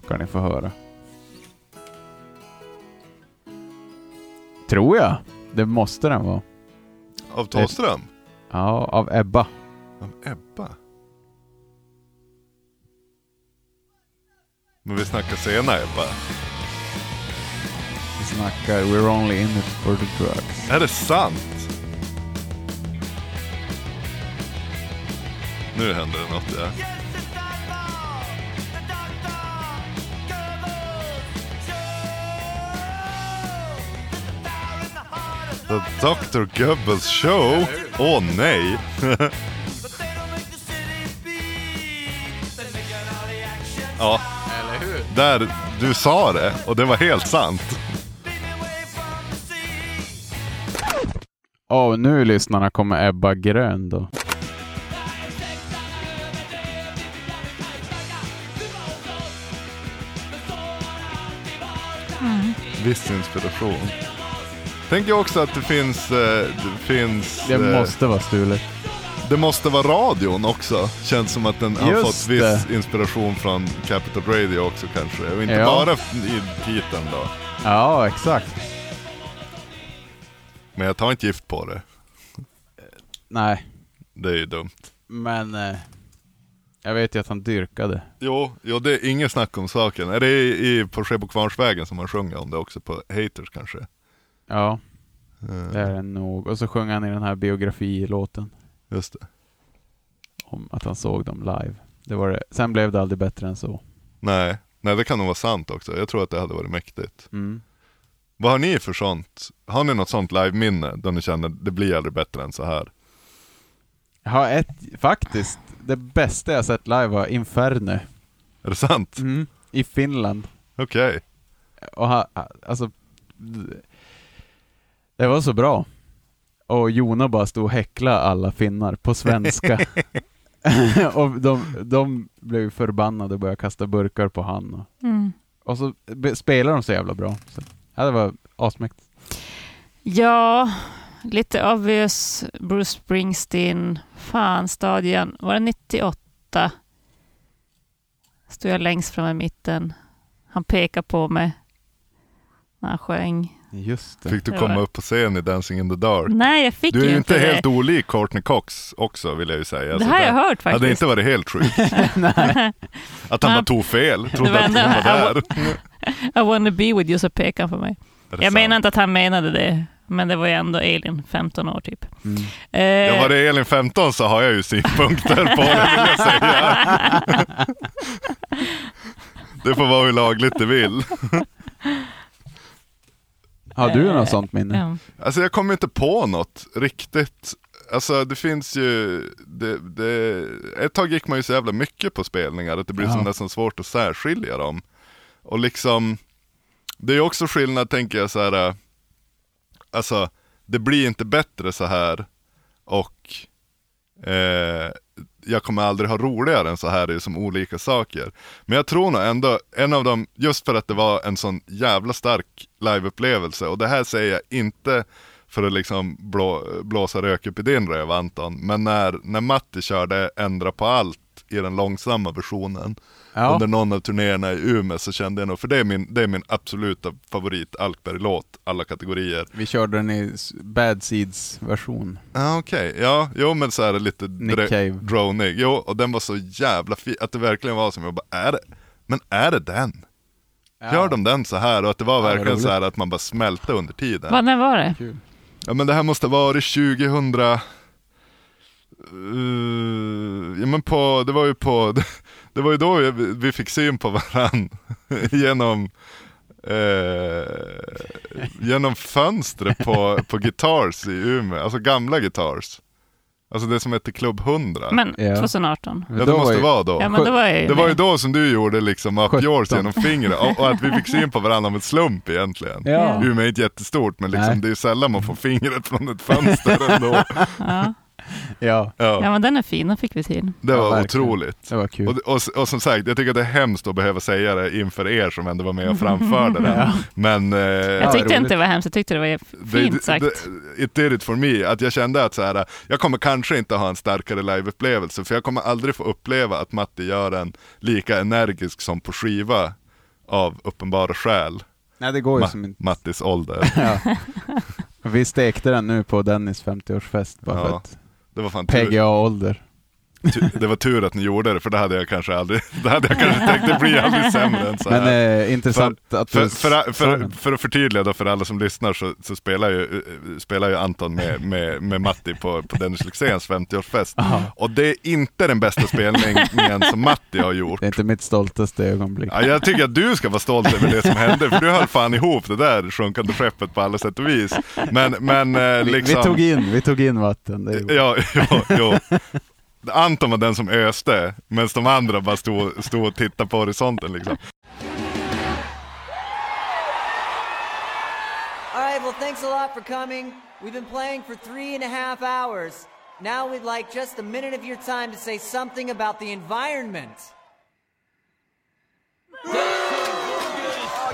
Speaker 3: Ska ni få höra. Tror jag. Det måste den vara.
Speaker 2: av Thåström?
Speaker 3: Ja, av Ebba.
Speaker 2: Av Ebba? Men vi snackar sena Ebba.
Speaker 3: Vi snackar We're only in it for the drugs.
Speaker 2: Är det sant? Nu händer det något ja. The Dr. Goebbels show? Åh nej! ja. Där, du sa det och det var helt sant.
Speaker 3: Åh, nu lyssnarna kommer Ebba Grön då.
Speaker 2: Viss inspiration. Tänker också att det finns, eh, det finns...
Speaker 3: Det
Speaker 2: eh,
Speaker 3: måste vara stulet.
Speaker 2: det måste vara radion också. Känns som att den har
Speaker 3: Just
Speaker 2: fått viss
Speaker 3: det.
Speaker 2: inspiration från Capital Radio också kanske. Och inte
Speaker 3: Ja.
Speaker 2: bara i titeln då.
Speaker 3: Ja, exakt.
Speaker 2: Men jag tar inte gift på det.
Speaker 3: Nej,
Speaker 2: Det är ju dumt.
Speaker 3: men eh, jag vet ju att han dyrkade.
Speaker 2: Jo, jo det är inget snack om saken. Är det i, i på Skebokvarnsvägen som han sjunger om det också på Haters kanske?
Speaker 3: Ja,
Speaker 2: Eh,
Speaker 3: det är det nog. Och så sjöng han i den här biografilåten
Speaker 2: Just det.
Speaker 3: om att han såg dem live. Det var det. Sen blev det aldrig bättre än så.
Speaker 2: Nej, nej det kan nog vara sant också. Jag tror att det hade varit mäktigt.
Speaker 3: Mm.
Speaker 2: Vad har ni för sånt? Har ni något sånt live-minne då ni känner det blir aldrig bättre än så här?
Speaker 3: Jag har ett, faktiskt, det bästa jag sett live var Inferno
Speaker 2: Är det sant?
Speaker 3: i Finland.
Speaker 2: Okej.
Speaker 3: Och ha, alltså, det var så bra. Och Jona bara stod och häcklade alla finnar på svenska. *laughs* och de, de blev ju förbannade och började kasta burkar på han. Och,
Speaker 4: Mm.
Speaker 3: och så be- spelade de så jävla bra. Så, ja, det var asmäktigt.
Speaker 4: Ja, lite obvious. Bruce Springsteen. Fan, stadion. Var det 98? Stod jag längst fram i mitten. Han pekade på mig när han sjöng.
Speaker 3: Just det.
Speaker 2: Fick du
Speaker 4: Det
Speaker 2: komma
Speaker 4: var-
Speaker 2: upp på scen i Dancing in the dark?
Speaker 4: Nej, jag fick
Speaker 2: Du är
Speaker 4: ju
Speaker 2: ju inte
Speaker 4: det.
Speaker 2: helt olik Courtney Cox också vill jag ju säga.
Speaker 4: det
Speaker 2: Så
Speaker 4: här har
Speaker 2: där-
Speaker 4: jag hört
Speaker 2: Hade
Speaker 4: faktiskt.
Speaker 2: inte varit helt sjukt. Att han
Speaker 4: Nej.
Speaker 2: bara tog fel.
Speaker 4: Det
Speaker 2: Trodde
Speaker 4: var
Speaker 2: att hon var
Speaker 4: ändå-
Speaker 2: där.
Speaker 4: *laughs* I wanna be with you, så pekade han på mig.
Speaker 2: Är det
Speaker 4: Jag menar
Speaker 2: sant?
Speaker 4: inte att han menade det, men det var ju ändå Elin, 15 år typ. Eh,
Speaker 2: Mm. Ja, var det Elin 15 så har jag ju synpunkter på det vill jag säga. Det får vara hur lagligt det vill.
Speaker 3: Har du något sånt minne?
Speaker 4: ja.
Speaker 2: Alltså jag kommer inte på något riktigt. Alltså det finns ju, det, det, ett tag gick man ju så jävla mycket på spelningar att det blir
Speaker 3: Ja.
Speaker 2: som nästan svårt att särskilja dem. Och liksom, det är ju också skillnad tänker jag så här. äh, alltså det blir inte bättre så här och eh, jag kommer aldrig ha roligare än så här, det är som olika saker. Men jag tror nog ändå, en av dem, just för att det var en sån jävla stark liveupplevelse och det här säger jag inte för att liksom blå, blåsa rök upp i din röv Anton, men när, när Matti körde Ändra på allt i den långsamma versionen
Speaker 3: Ja.
Speaker 2: under någon av turnéerna i Umeå så kände jag nog, för det är min, det är min absoluta favorit Alkberg-låt, alla kategorier.
Speaker 3: Vi körde den i s- Bad Seeds-version.
Speaker 2: Ja okej, ja, jo men så här lite
Speaker 3: Nick
Speaker 2: dre-
Speaker 3: Cave.
Speaker 2: dronig. Jo, och den var så jävla fin, att det verkligen var som jag bara, är det, men är det den? Gör de den så här och att det var
Speaker 3: vad
Speaker 2: verkligen
Speaker 3: roligt.
Speaker 2: så här att man bara smälte under tiden.
Speaker 4: Vad, när var det?
Speaker 2: Ja men det här måste ha varit 2000, eh, ja men på, det var ju på, *laughs* det var ju då vi, vi fick syn på varann *laughs* genom, eh, genom fönstret på, på Guitars i Umeå, alltså gamla Guitars. Alltså det som hette Klubb 100.
Speaker 4: Men
Speaker 3: Ja.
Speaker 4: 2018.
Speaker 2: ja, det måste vara då.
Speaker 4: Ja, men då var jag ju
Speaker 2: Det var ju
Speaker 4: med.
Speaker 2: då som du gjorde liksom up yours
Speaker 3: 17.
Speaker 2: genom fingret och, och att vi fick syn på varandra av ett slump egentligen.
Speaker 3: Ja.
Speaker 2: Umeå är inte jättestort men liksom,
Speaker 3: Nej.
Speaker 2: det är sällan man får fingret från ett fönster
Speaker 3: *laughs*
Speaker 2: ändå.
Speaker 4: Ja.
Speaker 3: ja,
Speaker 4: ja,
Speaker 2: Ja,
Speaker 4: men den är fin, den fick vi till.
Speaker 2: det
Speaker 3: Ja,
Speaker 2: var
Speaker 3: verkligen.
Speaker 2: otroligt.
Speaker 3: det var kul.
Speaker 2: Och, och, och som sagt, jag tycker att det är hemskt att behöva säga det inför er som ändå var med och framförde
Speaker 3: *laughs*
Speaker 2: det. Men eh,
Speaker 4: Jag tyckte
Speaker 3: roligt.
Speaker 4: inte det var hemskt, jag tyckte det var fint sagt.
Speaker 2: det- it did it for me, att jag kände att så här, jag kommer kanske inte ha en starkare liveupplevelse för jag kommer aldrig få uppleva att Matti gör en lika energisk som på skiva av uppenbara skäl.
Speaker 3: Nej, det går ju
Speaker 2: Ma-
Speaker 3: som inte.
Speaker 2: Mattis ålder.
Speaker 3: Ja. Vi stekte den nu på Dennis 50-årsfest bara
Speaker 2: Ja.
Speaker 3: för att
Speaker 2: Det var fan tur,
Speaker 3: PGA-ålder.
Speaker 2: tu- det var tur att ni gjorde det för det hade jag kanske aldrig, *laughs* det hade jag kanske tänkt, det blir aldrig sämre än så här.
Speaker 3: Men eh, intressant att
Speaker 2: För,
Speaker 3: du
Speaker 2: för,
Speaker 3: sa
Speaker 2: för,
Speaker 3: den.
Speaker 2: för att förtydliga då för alla som lyssnar så, så spelar, ju, eh, spelar ju Anton
Speaker 3: *laughs*
Speaker 2: med, med, med Matti på, på Dennis Lyxzéns 50-årsfest. Och det är inte den bästa spelningen som Matti har gjort.
Speaker 3: Det är inte mitt stoltaste ögonblick.
Speaker 2: Ja, jag tycker att du ska vara stolt över det som hände, för du höll fan ihop det där sjunkande skeppet på alla sätt och vis. Men, men eh,
Speaker 3: Vi,
Speaker 2: liksom...
Speaker 3: vi, tog in, vi tog in vatten. Det är,
Speaker 2: Ja, jo, jo. Anton var den som öste, medan de andra bara stod, stod och tittade på horisonten liksom.
Speaker 6: All right, well, thanks a lot for coming. We've been playing for three and a half hours. Now we'd like just a minute of your time to say something about the environment. Oh,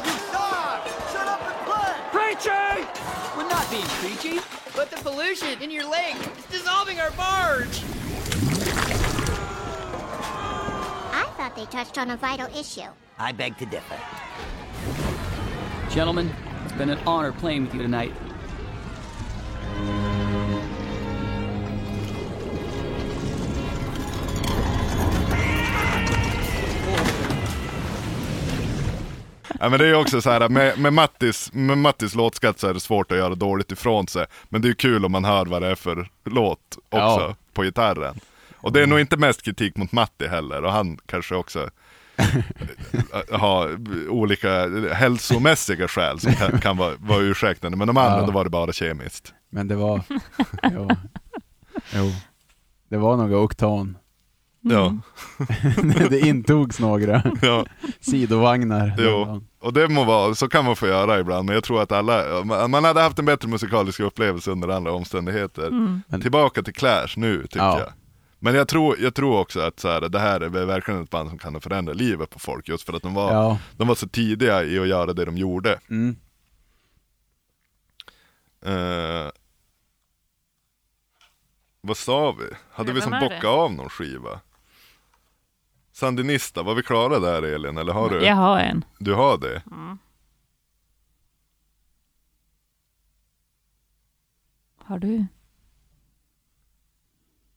Speaker 6: you suck!
Speaker 7: not being preachy.
Speaker 8: But the pollution in your lake is dissolving our barge.
Speaker 9: I thought they touched on a vital issue.
Speaker 10: I beg to differ.
Speaker 7: Gentlemen, it's been an honor playing with you tonight.
Speaker 2: Ja, men det är ju också så här, med, med, Mattis, med Mattis låtskatt så är det svårt att göra dåligt ifrån sig. Men det är ju kul om man hör vad det är för låt också
Speaker 3: Ja.
Speaker 2: på gitarren. Och det är nog inte mest kritik mot Matti heller, och han kanske
Speaker 3: *laughs*
Speaker 2: också eh, har olika hälsomässiga skäl som kan, kan vara, vara ursäktande. Men de andra,
Speaker 3: Ja.
Speaker 2: då var det bara kemiskt.
Speaker 3: Men det var... jo. jo. Det var några oktan. Mm.
Speaker 2: Ja.
Speaker 3: *laughs* det intogs några
Speaker 2: ja.
Speaker 3: sidovagnar.
Speaker 2: Jo, och det må vara, så kan man få göra ibland, men jag tror att alla, man man hade haft en bättre musikalisk upplevelse under andra omständigheter.
Speaker 4: Mm.
Speaker 3: Men-
Speaker 2: Tillbaka till Clash nu, tycker
Speaker 3: Ja.
Speaker 2: jag. Men jag tror, jag tror också att så här, det här är verkligen ett band som kan förändra livet på folk, just för att de var,
Speaker 3: Ja.
Speaker 2: de var så tidiga i att göra det de gjorde.
Speaker 3: Mm.
Speaker 2: Eh, vad sa vi? Hade
Speaker 4: Ja,
Speaker 2: vi
Speaker 4: vem
Speaker 2: som
Speaker 4: är
Speaker 2: bockat
Speaker 4: det?
Speaker 2: av någon skiva? Sandinista, var vi klara där Elin, eller har du?
Speaker 4: Jag har en.
Speaker 2: Du har det?
Speaker 4: Har du?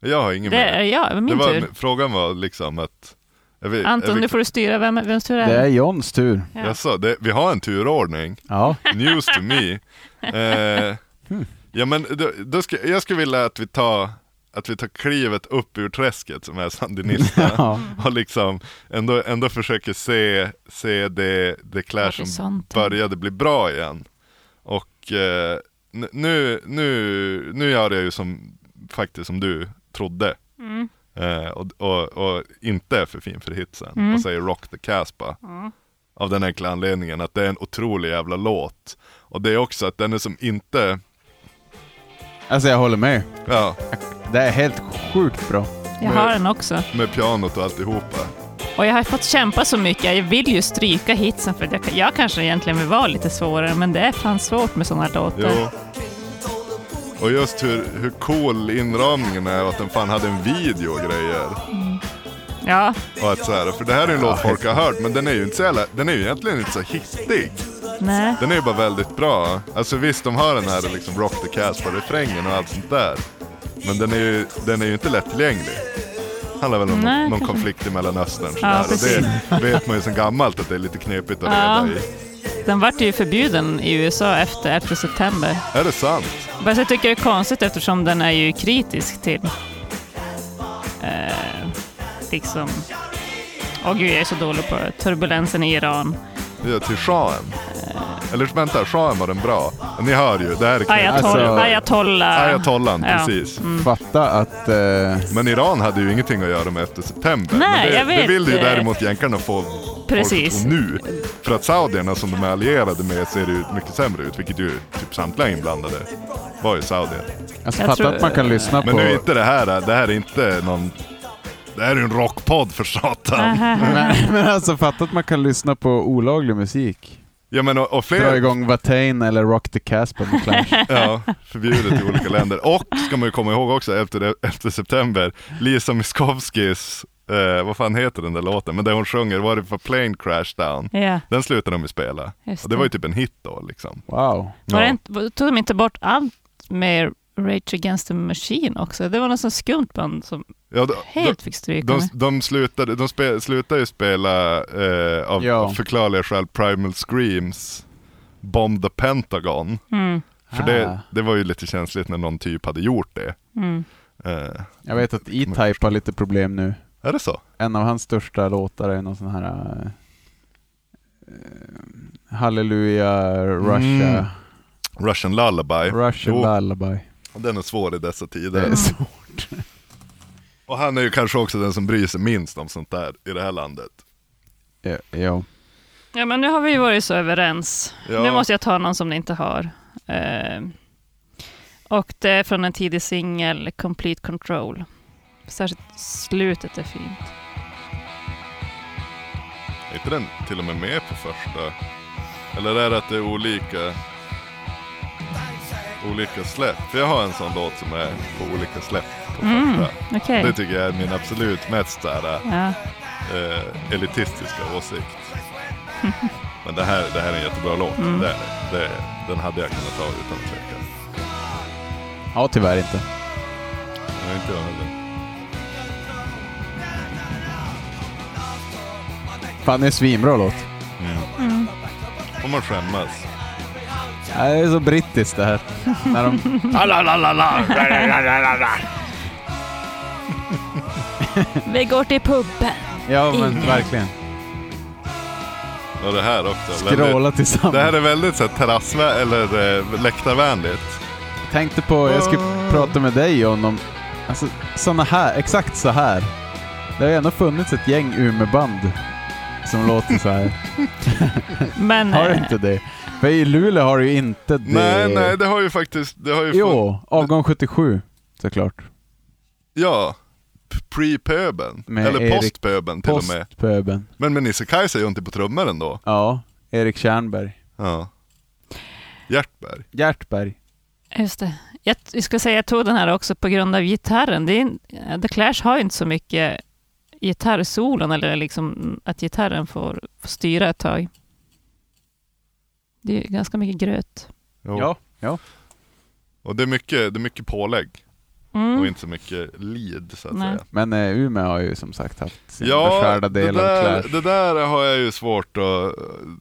Speaker 2: Jag har ingen
Speaker 4: Det
Speaker 2: mer.
Speaker 4: är jag, min
Speaker 2: det var,
Speaker 4: tur.
Speaker 2: Frågan var liksom att... Är vi,
Speaker 4: Anton,
Speaker 2: är vi,
Speaker 4: nu får du styra. Vem, vems tur är
Speaker 3: Det är Johns tur.
Speaker 4: Ja.
Speaker 2: jag sa, det, vi har en turordning.
Speaker 3: Ja.
Speaker 2: News to
Speaker 4: *laughs*
Speaker 2: me. Eh, ja men då, då ska, jag skulle vilja att vi tar att vi tar klivet upp ur träsket som är sandinista
Speaker 3: ja.
Speaker 2: och liksom ändå, ändå försöker se, se det, det Clash som
Speaker 4: Horisonten.
Speaker 2: började bli bra igen. Och eh, n- nu, nu, nu gör jag ju som, faktiskt som du trodde. Eh, och, och, och inte är för fin för hitsen. Och säger Rock the Casbah. Av den enkla anledningen att det är en otrolig jävla låt. Och det är också att den är som inte,
Speaker 3: Alltså jag håller med.
Speaker 2: ja,
Speaker 3: Det är helt sjukt bra.
Speaker 4: Jag har den också.
Speaker 2: med pianot och alltihopa.
Speaker 4: Och jag har fått kämpa så mycket. Jag vill ju stryka hitsen för att jag, jag kanske egentligen vill vara lite svårare, men det är fan svårt med sådana låtar.
Speaker 2: Jo. Och just hur, hur cool inramningen är och att den fan hade en video och grejer.
Speaker 4: Ja,
Speaker 2: Och att så här, för det här är en låt folk har hört men den är ju inte så jävla, den är ju egentligen inte så hittig.
Speaker 4: nej.
Speaker 2: Den är ju bara väldigt bra. Alltså visst de har den här liksom Rock the Cast på refrängen och allt sånt där. Men den är ju, den är ju inte lättillgänglig. Handlar väl om
Speaker 4: Nej,
Speaker 2: någon, någon
Speaker 4: kanske.
Speaker 2: konflikt i Mellanöstern
Speaker 4: Ja,
Speaker 2: sådär. och det vet man ju sen gammalt att det är lite knepigt att reda
Speaker 4: Ja.
Speaker 2: i.
Speaker 4: Den vart ju förbjuden i USA efter 11 september.
Speaker 2: Är det sant?
Speaker 4: Fast jag tycker det är konstigt eftersom den är ju kritisk till... Eh, liksom... Åh gud, jag är så dålig på turbulensen i Iran.
Speaker 2: Ja, till shahen. Eller vänta, shahen var den bra. Ni hör ju, det här är knepigt.
Speaker 4: Ayatoll-
Speaker 3: Alltså-
Speaker 4: Ayatollah.
Speaker 2: Ayatollan,
Speaker 4: Ja.
Speaker 2: precis.
Speaker 4: Mm.
Speaker 3: Fatta att... Eh,
Speaker 2: Men Iran hade ju ingenting att göra med efter september.
Speaker 4: Nej,
Speaker 2: men det,
Speaker 4: jag vet.
Speaker 2: det vill ju däremot jänkarna få
Speaker 4: Precis.
Speaker 2: folk att tro nu. För att saudierna som de är allierade med ser ju mycket sämre ut, vilket ju typ samtliga inblandade var ju saudier.
Speaker 3: alltså
Speaker 4: Jag
Speaker 3: fatta
Speaker 4: tror-
Speaker 3: att man kan lyssna
Speaker 2: Men
Speaker 3: på...
Speaker 2: nu är inte det här, det här är inte någon, det här är ju en rockpodd för satan.
Speaker 3: Nej, *laughs* men alltså fatta att man kan lyssna på olaglig musik.
Speaker 2: Ja men och, och
Speaker 3: Dra
Speaker 2: fler,
Speaker 3: igång Watain eller Rock the Casper med
Speaker 4: *laughs*
Speaker 3: Clash.
Speaker 2: *laughs* ja, förbjudet i olika länder. Och ska man ju komma ihåg också efter, det, efter september, Lisa Miskovskis, eh, vad fan heter den där låten, men där hon sjunger, var det för Plane Crash Down?
Speaker 4: Ja,
Speaker 2: Den slutade de ju spela.
Speaker 4: just
Speaker 2: Och det var ju typ en hit då liksom.
Speaker 3: Wow.
Speaker 4: Var
Speaker 2: Ja.
Speaker 4: det inte, tog de inte bort allt med Rage Against the Machine också? Det var något sånt skumt band som
Speaker 2: Ja, de, de,
Speaker 4: helt fick stryka
Speaker 2: de,
Speaker 4: med.
Speaker 2: de slutade, de spe, slutade ju spela eh, av
Speaker 3: Ja.
Speaker 2: av förklarliga skäl Primal Screams Bomb the Pentagon.
Speaker 4: Mm.
Speaker 2: För
Speaker 3: Ah.
Speaker 2: det, det var ju lite känsligt när någon typ hade gjort det.
Speaker 4: Mm.
Speaker 2: Eh,
Speaker 3: Jag vet att
Speaker 2: Mm.
Speaker 3: E-Type har lite problem nu.
Speaker 2: är det så?
Speaker 3: En av hans största låtar är någon sån här... eh, Eh, Halleluja,
Speaker 2: Mm.
Speaker 3: Russia,
Speaker 2: Russian Lullaby.
Speaker 3: Russian
Speaker 2: Eh, Jo,
Speaker 3: Lullaby.
Speaker 2: Den är svår i dessa
Speaker 3: Det
Speaker 2: tider. Mm.
Speaker 3: är svårt.
Speaker 2: Och han är ju kanske också den som bryr sig minst om sånt där i det här landet.
Speaker 3: Ja, ja.
Speaker 4: Ja, men nu har vi ju varit så överens.
Speaker 2: Ja.
Speaker 4: Nu måste jag ta någon som ni inte har. Eh, och det är från en tidig singel, Complete Control. Särskilt slutet är fint.
Speaker 2: Är inte den till och med med på första? Eller är det att det är olika?
Speaker 5: Mindset
Speaker 2: olika släpp. För jag har en sån låt som är på olika släpp på första.
Speaker 4: okej.
Speaker 2: Det tycker jag är typ- min absolut mest så här,
Speaker 4: Ja.
Speaker 2: eh, elitistiska åsikt. Men det här, det här är en jättebra låt. Det, är det. det, den hade jag kunnat ta utan tvekan.
Speaker 3: Ja, tyvärr inte.
Speaker 2: Men inte jag heller.
Speaker 3: Fan, det är en svinbra låt.
Speaker 2: Får man skämmas.
Speaker 3: Ja, det är så brittiskt det här. När de...
Speaker 4: Vi går till puben.
Speaker 3: Ja, men
Speaker 4: Ingen.
Speaker 3: verkligen.
Speaker 2: Och det här också.
Speaker 3: Skråla tillsammans.
Speaker 2: Det här är väldigt så här, terrassvä- eller eh, läktarvänligt.
Speaker 3: Tänkte på, jag skulle
Speaker 2: Ah.
Speaker 3: prata med dig John om, alltså såna här, exakt så här. Det har ju ändå funnits ett gäng Umeband som låter så här.
Speaker 4: Men
Speaker 3: Har du
Speaker 4: eh,
Speaker 3: inte det? För i Luleå har du ju inte det.
Speaker 2: Nej, nej, det har ju faktiskt... Det har ju funnits-
Speaker 3: Jo, avgång 77 såklart.
Speaker 2: Ja, p- pre-pöben.
Speaker 3: Med
Speaker 2: Eller
Speaker 3: Erik-
Speaker 2: post-pöben till och med.
Speaker 3: Postpöben.
Speaker 2: Men, men Nisse-Kajsa är ju inte på trummor ändå.
Speaker 3: Ja, Erik Tjärnberg.
Speaker 2: Ja. Hjärtberg.
Speaker 3: Hjärtberg.
Speaker 4: just det. Jag, jag ska säga jag tog den här också på grund av gitarren. Det är, en- The Clash har ju inte så mycket gitarrsolon eller liksom att gitarren får, får styra ett tag. Det är ganska mycket gröt.
Speaker 2: Jo.
Speaker 3: Ja, ja.
Speaker 2: Och det är mycket, det är mycket pålägg och
Speaker 4: Mm.
Speaker 2: inte så mycket lid så att
Speaker 4: Nej.
Speaker 2: säga.
Speaker 3: Men eh, Umeå har ju som sagt haft sin
Speaker 2: Ja,
Speaker 3: beskärda
Speaker 2: det
Speaker 3: del av
Speaker 2: där,
Speaker 3: Clash.
Speaker 2: det där har jag ju svårt att...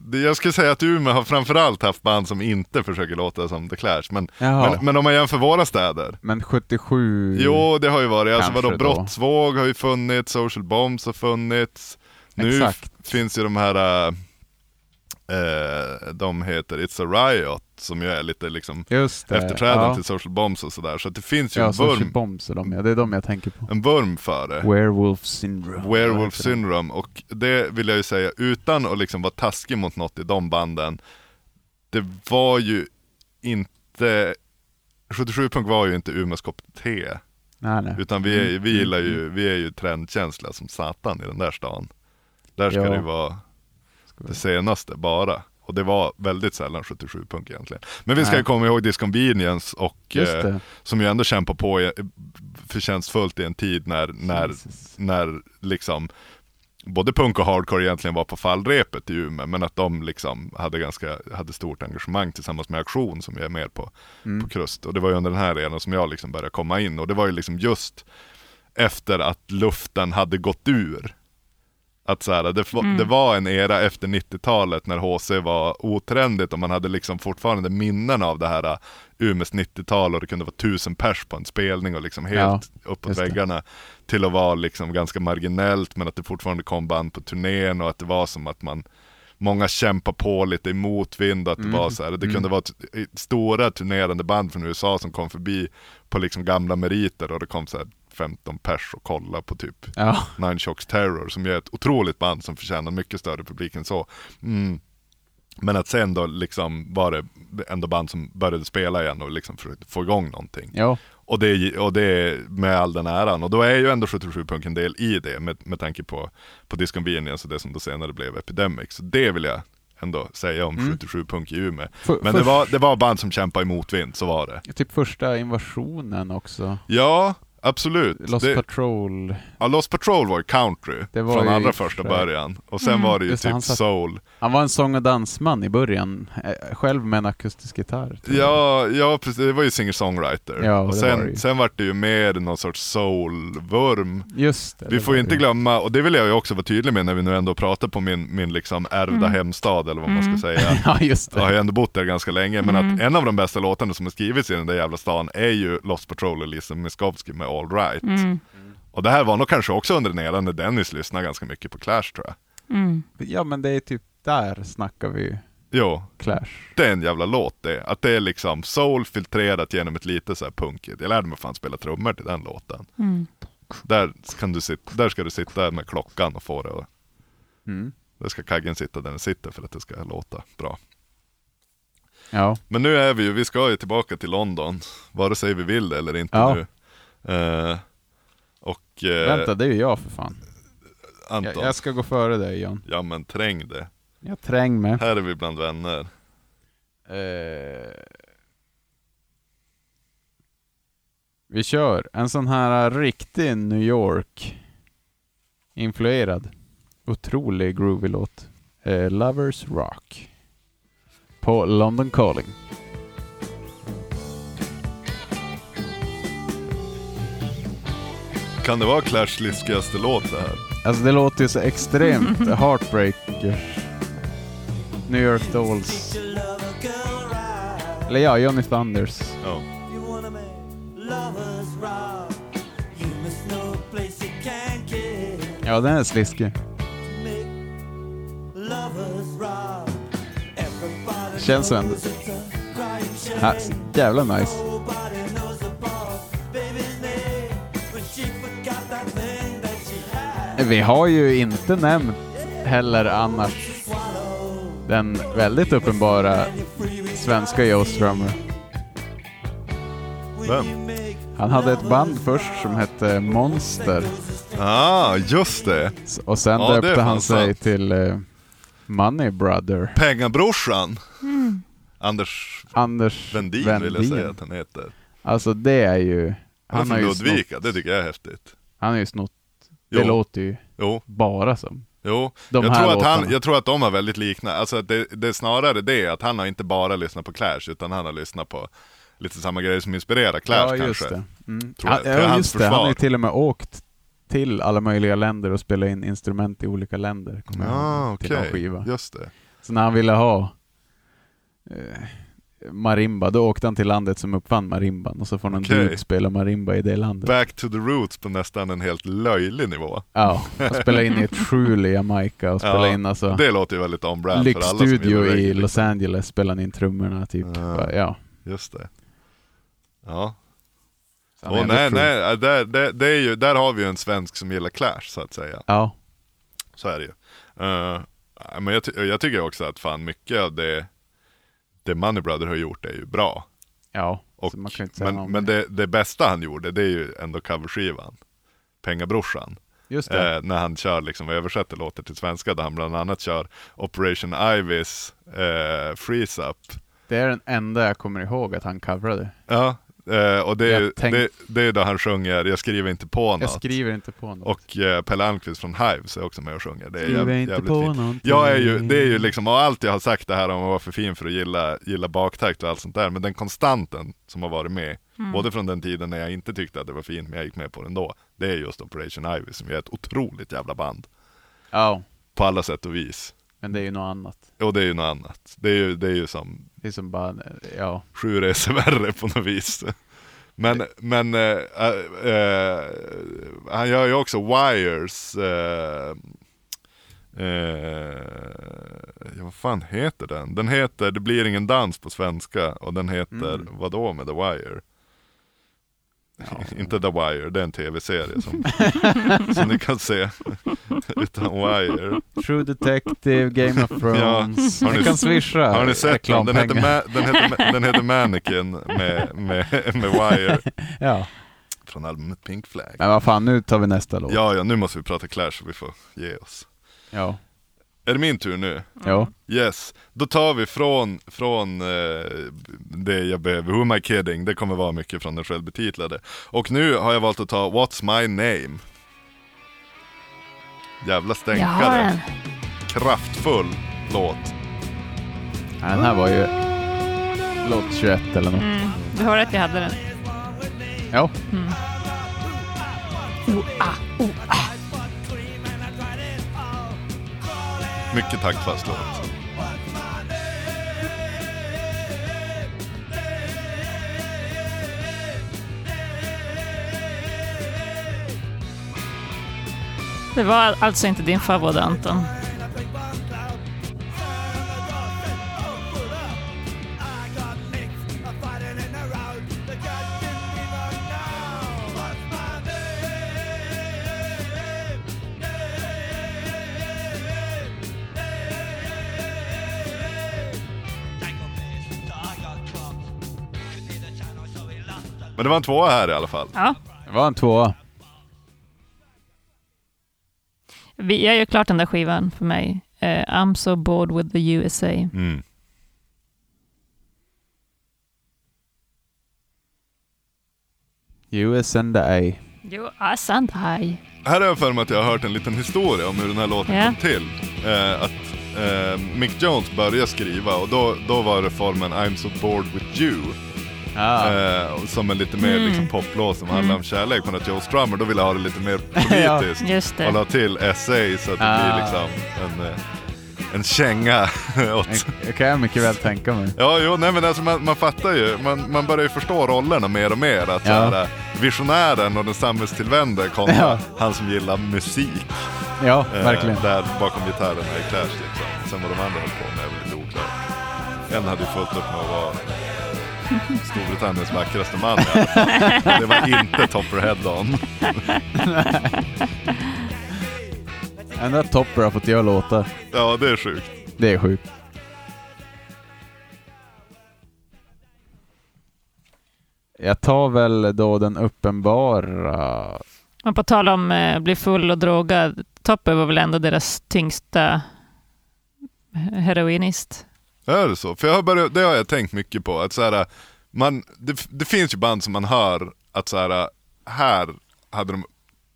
Speaker 2: det- Jag skulle säga att Umeå har framförallt haft band som inte försöker låta som The Clash. Men,
Speaker 3: Jaha.
Speaker 2: men, men om man jämför våra städer.
Speaker 3: Men 77...
Speaker 2: Jo, det har ju varit. Alltså
Speaker 3: Mm. Kanske
Speaker 2: vadå,
Speaker 3: då.
Speaker 2: Brottsvåg har ju funnits, Social Bombs har funnits. Nu
Speaker 3: Exakt.
Speaker 2: f- finns ju de här, äh, eh, de heter It's a Riot, som ju är lite liksom
Speaker 3: Just det.
Speaker 2: efterträdaren
Speaker 3: ja.
Speaker 2: till Social Bombs och sådär. Så att det finns ju
Speaker 3: Ja,
Speaker 2: en,
Speaker 3: Social
Speaker 2: vurm,
Speaker 3: Bombs och de, ja. Det är de jag tänker på.
Speaker 2: en vurm för det.
Speaker 3: Werewolf Syndrome.
Speaker 2: Mm. Werewolf Syndrome och det vill jag ju säga utan att liksom vara taskig mot något i de banden. Det var ju inte, 77 punk var ju inte Umeås kopp te.
Speaker 3: Nej, nej.
Speaker 2: Utan vi, är, ju- vi
Speaker 3: Mm.
Speaker 2: gillar ju, vi är ju trendkänsliga som satan i den där stan. Där ska
Speaker 3: Ja.
Speaker 2: det ju vara det senaste bara. Och det var väldigt sällan 77 punk egentligen. Men vi ska
Speaker 3: Nej.
Speaker 2: ju komma ihåg Disconvenience och
Speaker 3: Just
Speaker 2: eh,
Speaker 3: det.
Speaker 2: som ju ändå kämpar på i- förtjänstfullt i en tid när, när,
Speaker 3: Jesus.
Speaker 2: när liksom både punk och hardcore egentligen var på fallrepet i Umeå men att de liksom hade ganska hade stort engagemang tillsammans med Aktion som jag är med på, på Krust och det var ju under den här eran som jag liksom började komma in och det var ju liksom just efter att luften hade gått ur att så här, det, var- det var en era efter 90-talet när HC var otrendigt och man hade liksom fortfarande minnen av det här äh, Umeås 90-tal och det kunde vara tusen pers på en spelning och liksom helt uppåt
Speaker 3: just det.
Speaker 2: väggarna till att vara liksom ganska marginellt men att det fortfarande kom band på turnén och att det var som att man Många kämpar på lite i motvind och att det var
Speaker 3: Mm.
Speaker 2: så här, det kunde vara t- stora turnerande band från USA som kom förbi på liksom gamla meriter och det kom så här 15 pers och kolla på typ
Speaker 3: Ja,
Speaker 2: Nine Shocks Terror som ju är ett otroligt band som förtjänar mycket större publik än så. Mm. Men att sen då liksom var det ändå band som började spela igen och liksom försökte få igång någonting.
Speaker 3: ja.
Speaker 2: Och det, och det med all den äran. Och då är ju ändå 77-punk en del i det med, med tanke på, på Disconvenience och det som då senare blev Epidemic. Så det vill jag ändå säga om 77-punk i Umeå.
Speaker 3: För-
Speaker 2: Men det
Speaker 3: Mm. först-
Speaker 2: var, det var band som kämpade i motvind, så var det.
Speaker 3: Typ första invasionen också.
Speaker 2: Ja, absolut.
Speaker 3: Lost
Speaker 2: det,
Speaker 3: Patrol.
Speaker 2: Ja, Lost Patrol var ju country
Speaker 3: Det var
Speaker 2: från
Speaker 3: ju i
Speaker 2: allra
Speaker 3: och för
Speaker 2: första
Speaker 3: sig.
Speaker 2: början. Och sen var det ju
Speaker 3: Just det,
Speaker 2: typ
Speaker 3: han satt-
Speaker 2: soul.
Speaker 3: Han var en sång och dansman i början. eh, Själv med en akustisk gitarr. tror jag.
Speaker 2: Ja, ja, precis. Det var ju singer-songwriter.
Speaker 3: Ja,
Speaker 2: och
Speaker 3: det
Speaker 2: sen,
Speaker 3: var det ju.
Speaker 2: sen var det ju mer någon sorts soul-vurm.
Speaker 3: Just det.
Speaker 2: Vi
Speaker 3: det
Speaker 2: får
Speaker 3: var
Speaker 2: ju inte
Speaker 3: det.
Speaker 2: glömma, och det vill jag ju också vara tydlig med när vi nu ändå pratar på min, min liksom ärvda hemstad eller vad man ska säga.
Speaker 3: *laughs* Ja, just
Speaker 2: Jag
Speaker 3: det.
Speaker 2: har ju ändå bott där ganska länge, men att en av de bästa låtarna som har skrivits i den där jävla stan är ju Lost Patrol och Lisa Miskovsky med All Right. Och det här var nog kanske också under den eran när Dennis lyssnade ganska mycket på Clash tror jag.
Speaker 3: Ja, men det är typ där snackar vi ju
Speaker 2: Jo,
Speaker 3: Clash.
Speaker 2: det är en jävla låt det. Att det är liksom soul filtrerat genom ett lite så här punkigt. Jag lärde mig fan spela trummor till den låten. Där, kan du sitta, där ska du sitta med klockan och få det att...
Speaker 3: Mm.
Speaker 2: Där ska kaggen sitta där den sitter för att det ska låta bra.
Speaker 3: Ja,
Speaker 2: Men nu är vi ju, vi ska ju tillbaka till London. Vare sig vi vill det eller inte
Speaker 3: Ja.
Speaker 2: nu. Eh, och eh,
Speaker 3: vänta, det är ju jag för fan. Jag,
Speaker 2: Anton,
Speaker 3: jag ska gå före dig John.
Speaker 2: ja men träng det.
Speaker 3: Jag träng mig.
Speaker 2: Här är vi bland vänner.
Speaker 3: Eh, Vi kör en sån här eh, riktig New York-influerad, otrolig groovy låt. Eh, Lovers Rock. På London Calling.
Speaker 2: Kan det vara Clash liskigaste låt det här?
Speaker 3: Alltså det låter ju
Speaker 2: *laughs*
Speaker 3: så extremt heartbreakers. New York Dolls. Eller ja, Johnny Thunders.
Speaker 2: Ja.
Speaker 5: You wanna make lovers rock. You must know a place you can get.
Speaker 3: Ja, den är sliskig.
Speaker 5: Make lovers rock. Everybody
Speaker 3: Känns som ändå.
Speaker 5: knows it's a crying shame.
Speaker 3: Ja, så jävla nice.
Speaker 5: Nobody knows the boss baby's name. But she forgot that thing that she had.
Speaker 3: Vi har ju inte nämnt heller annars den väldigt uppenbara svenska Joe Strummer.
Speaker 2: Vem?
Speaker 3: Han hade ett band först som hette Monster
Speaker 2: Ah, just det!
Speaker 3: S- och sen
Speaker 2: Ja, det är
Speaker 3: döpte han
Speaker 2: fan
Speaker 3: sig
Speaker 2: sant.
Speaker 3: till eh, Money Brother.
Speaker 2: Pengabrorsan! Anders
Speaker 3: Anders
Speaker 2: Vendin,
Speaker 3: Vendin.
Speaker 2: vill jag säga att han heter.
Speaker 3: Alltså det är ju...
Speaker 2: Han
Speaker 3: Han
Speaker 2: är
Speaker 3: har
Speaker 2: från
Speaker 3: ju snott,
Speaker 2: Ludvika, det tycker jag är häftigt.
Speaker 3: han har ju snott. Det
Speaker 2: Jo.
Speaker 3: låter ju
Speaker 2: Jo,
Speaker 3: bara som.
Speaker 2: jo.
Speaker 3: De
Speaker 2: jag,
Speaker 3: här
Speaker 2: tror att han,
Speaker 3: låtarna.
Speaker 2: jag tror att de har väldigt liknande, alltså att det, det är snarare det att han har inte bara lyssnat på Clash utan han har lyssnat på lite samma grejer som inspirerar Clash
Speaker 3: ja, just
Speaker 2: kanske.
Speaker 3: det. Mm.
Speaker 2: Tror jag.
Speaker 3: Han-
Speaker 2: Tror jag
Speaker 3: ja,
Speaker 2: hans
Speaker 3: just det. Han har ju
Speaker 2: försvar.
Speaker 3: till och med åkt till alla möjliga länder och spelat in instrument i olika länder. kommer jag
Speaker 2: Ja,
Speaker 3: ihåg, Mm, Till någon
Speaker 2: Ah, okej.
Speaker 3: skiva.
Speaker 2: Just det.
Speaker 3: Så när han ville ha eh, marimba, då åkte han till landet som uppfann marimban och så får någon
Speaker 2: Okej.
Speaker 3: dude spela marimba i det landet.
Speaker 2: Back to the roots på nästan en helt löjlig nivå.
Speaker 3: ja, och spela in
Speaker 2: *laughs*
Speaker 3: i ett skjul i Jamaica och spela
Speaker 2: Ja,
Speaker 3: in alltså
Speaker 2: Det låter ju väldigt on-brand för alla som
Speaker 3: lyxstudio
Speaker 2: gillar
Speaker 3: i
Speaker 2: reggae. liksom.
Speaker 3: Los Angeles spelade han in trummorna typ.
Speaker 2: Ja.
Speaker 3: Ja.
Speaker 2: Just det. Ja.
Speaker 3: Så han är
Speaker 2: Och
Speaker 3: jävligt
Speaker 2: nej,
Speaker 3: true.
Speaker 2: nej, äh, där, där, det är ju, där har vi ju en svensk som gillar Clash så att säga.
Speaker 3: Ja,
Speaker 2: Så är det ju. Eh, nej, men jag, ty- jag tycker också att fan mycket av det, det Money Brother har gjort är ju bra.
Speaker 3: ja.
Speaker 2: Och,
Speaker 3: så man kan ju inte säga något
Speaker 2: men
Speaker 3: om
Speaker 2: men det, det bästa han gjorde det är ju ändå coverskivan. Pengabrorsan.
Speaker 3: Just det.
Speaker 2: Eh, när han kör liksom och översätter låtar till svenska där han bland annat kör Operation Ivys eh, Freeze Up.
Speaker 3: Det är den enda jag kommer ihåg att han coverade.
Speaker 2: Ja, eh, och det är,
Speaker 3: Jag
Speaker 2: ju-
Speaker 3: tänk-
Speaker 2: det, det är ju då han sjunger Jag skriver inte på
Speaker 3: Jag
Speaker 2: något.
Speaker 3: skriver inte på något.
Speaker 2: Och eh, Pelle Almqvist från Hives är också med och sjunger. Det är
Speaker 3: Skriver
Speaker 2: jäv,
Speaker 3: inte
Speaker 2: jävligt
Speaker 3: på
Speaker 2: fint.
Speaker 3: någonting.
Speaker 2: Jag är ju, det är ju liksom, och allt jag har sagt det här om att vara för fin för att gilla, gilla baktakt och allt sånt där. Men den konstanten som har varit med, både från den tiden när jag inte tyckte att det var fint, men jag gick med på den då. Det är just Operation Ivy som är ett otroligt jävla band.
Speaker 3: Ja,
Speaker 2: På alla sätt och vis.
Speaker 3: men det är ju något annat.
Speaker 2: Och det är ju något annat. Det är ju, det är ju som
Speaker 3: Det är som bara, ja.
Speaker 2: sju resor *laughs* värre på något vis. Men, men eh, eh, eh, han gör ju också Wires, eh, eh, ja, vad fan heter den? Den heter Det blir ingen dans på svenska och den heter vadå med The Wire? *laughs* Inte The Wire, det är en tv-serie som, som ni kan se. *laughs* Utan Wire.
Speaker 3: True Detective, Game of
Speaker 2: *laughs*
Speaker 3: Thrones.
Speaker 2: Ja, har
Speaker 3: ni
Speaker 2: ni-
Speaker 3: kan swisha
Speaker 2: Har ni sett den? Den heter,
Speaker 3: reklampengar.
Speaker 2: Ma- den heter, Ma- den heter Mannequin med, med, med Wire.
Speaker 3: Ja.
Speaker 2: Från albumet Pink Flag.
Speaker 3: Men vad fan, nu tar vi nästa låt.
Speaker 2: Ja, ja, nu måste vi prata Clash så vi får ge oss.
Speaker 3: Ja.
Speaker 2: Är det min tur nu?
Speaker 3: ja.
Speaker 2: Yes, då tar vi från, från eh, det jag behöver, Who am I kidding? Det kommer vara mycket från den självbetitlade. Och nu har jag valt att ta What's my name? Jävla
Speaker 4: Jag har
Speaker 2: stänkare.
Speaker 4: den.
Speaker 2: Kraftfull låt.
Speaker 3: Ja, Den här var ju låt 21 eller något.
Speaker 4: Du hörde att jag hade den.
Speaker 3: Ja.
Speaker 2: Mycket taktfast låt.
Speaker 4: Det var alltså inte din favorit Anton.
Speaker 2: Men det var en tvåa här i alla fall.
Speaker 4: Ja,
Speaker 3: Det var en tvåa.
Speaker 4: vi jag gör klart den där skivan för mig. Eh, I'm so bored with the USA.
Speaker 2: Mm.
Speaker 3: US and I.
Speaker 4: Jo, Asantai.
Speaker 2: Här har jag för mig att jag har hört en liten historia om hur den här låten
Speaker 4: Ja.
Speaker 2: kom till. Eh, att eh, Mick Jones började skriva och då, då var det formen I'm so bored with you.
Speaker 3: Ah.
Speaker 2: Eh, som en lite
Speaker 4: Mm.
Speaker 2: mer liksom, poplåt som handlar om kärlek. Men att Joe Strummer då ville ha det lite
Speaker 4: *laughs*
Speaker 2: mer
Speaker 3: Ja.
Speaker 2: politiskt.
Speaker 4: Just det.
Speaker 2: Och la till essay så att det
Speaker 3: Ah.
Speaker 2: blir liksom en, eh, en känga *laughs* åt...
Speaker 3: Det kan jag mycket väl tänka mig.
Speaker 2: Ja, jo, nej men alltså man, man fattar ju, man, man börjar ju förstå rollerna mer och mer. Att så här, eh, visionären och den samhällstillvände kontra
Speaker 3: Ja.
Speaker 2: han som gillar musik.
Speaker 3: Ja,
Speaker 2: Eh,
Speaker 3: verkligen.
Speaker 2: Där bakom gitarrerna i Clash liksom. Sen vad de andra höll på med är väl lite oklart. En hade ju fullt upp med att vara Storbritanniens vackraste man i alla fall. Det var inte Topper Head-On.
Speaker 3: Ändå att Topper har fått göra låtar.
Speaker 2: Ja, det är sjukt.
Speaker 3: Det är sjukt. Jag tar väl då den uppenbara...
Speaker 4: Men på tal om eh, bli full och drogad, Topper var väl ändå deras tyngsta heroinist.
Speaker 2: Är det så? För jag har börjat, det har jag tänkt mycket på. Att så här, man, det, det finns ju band som man hör att så här, här hade de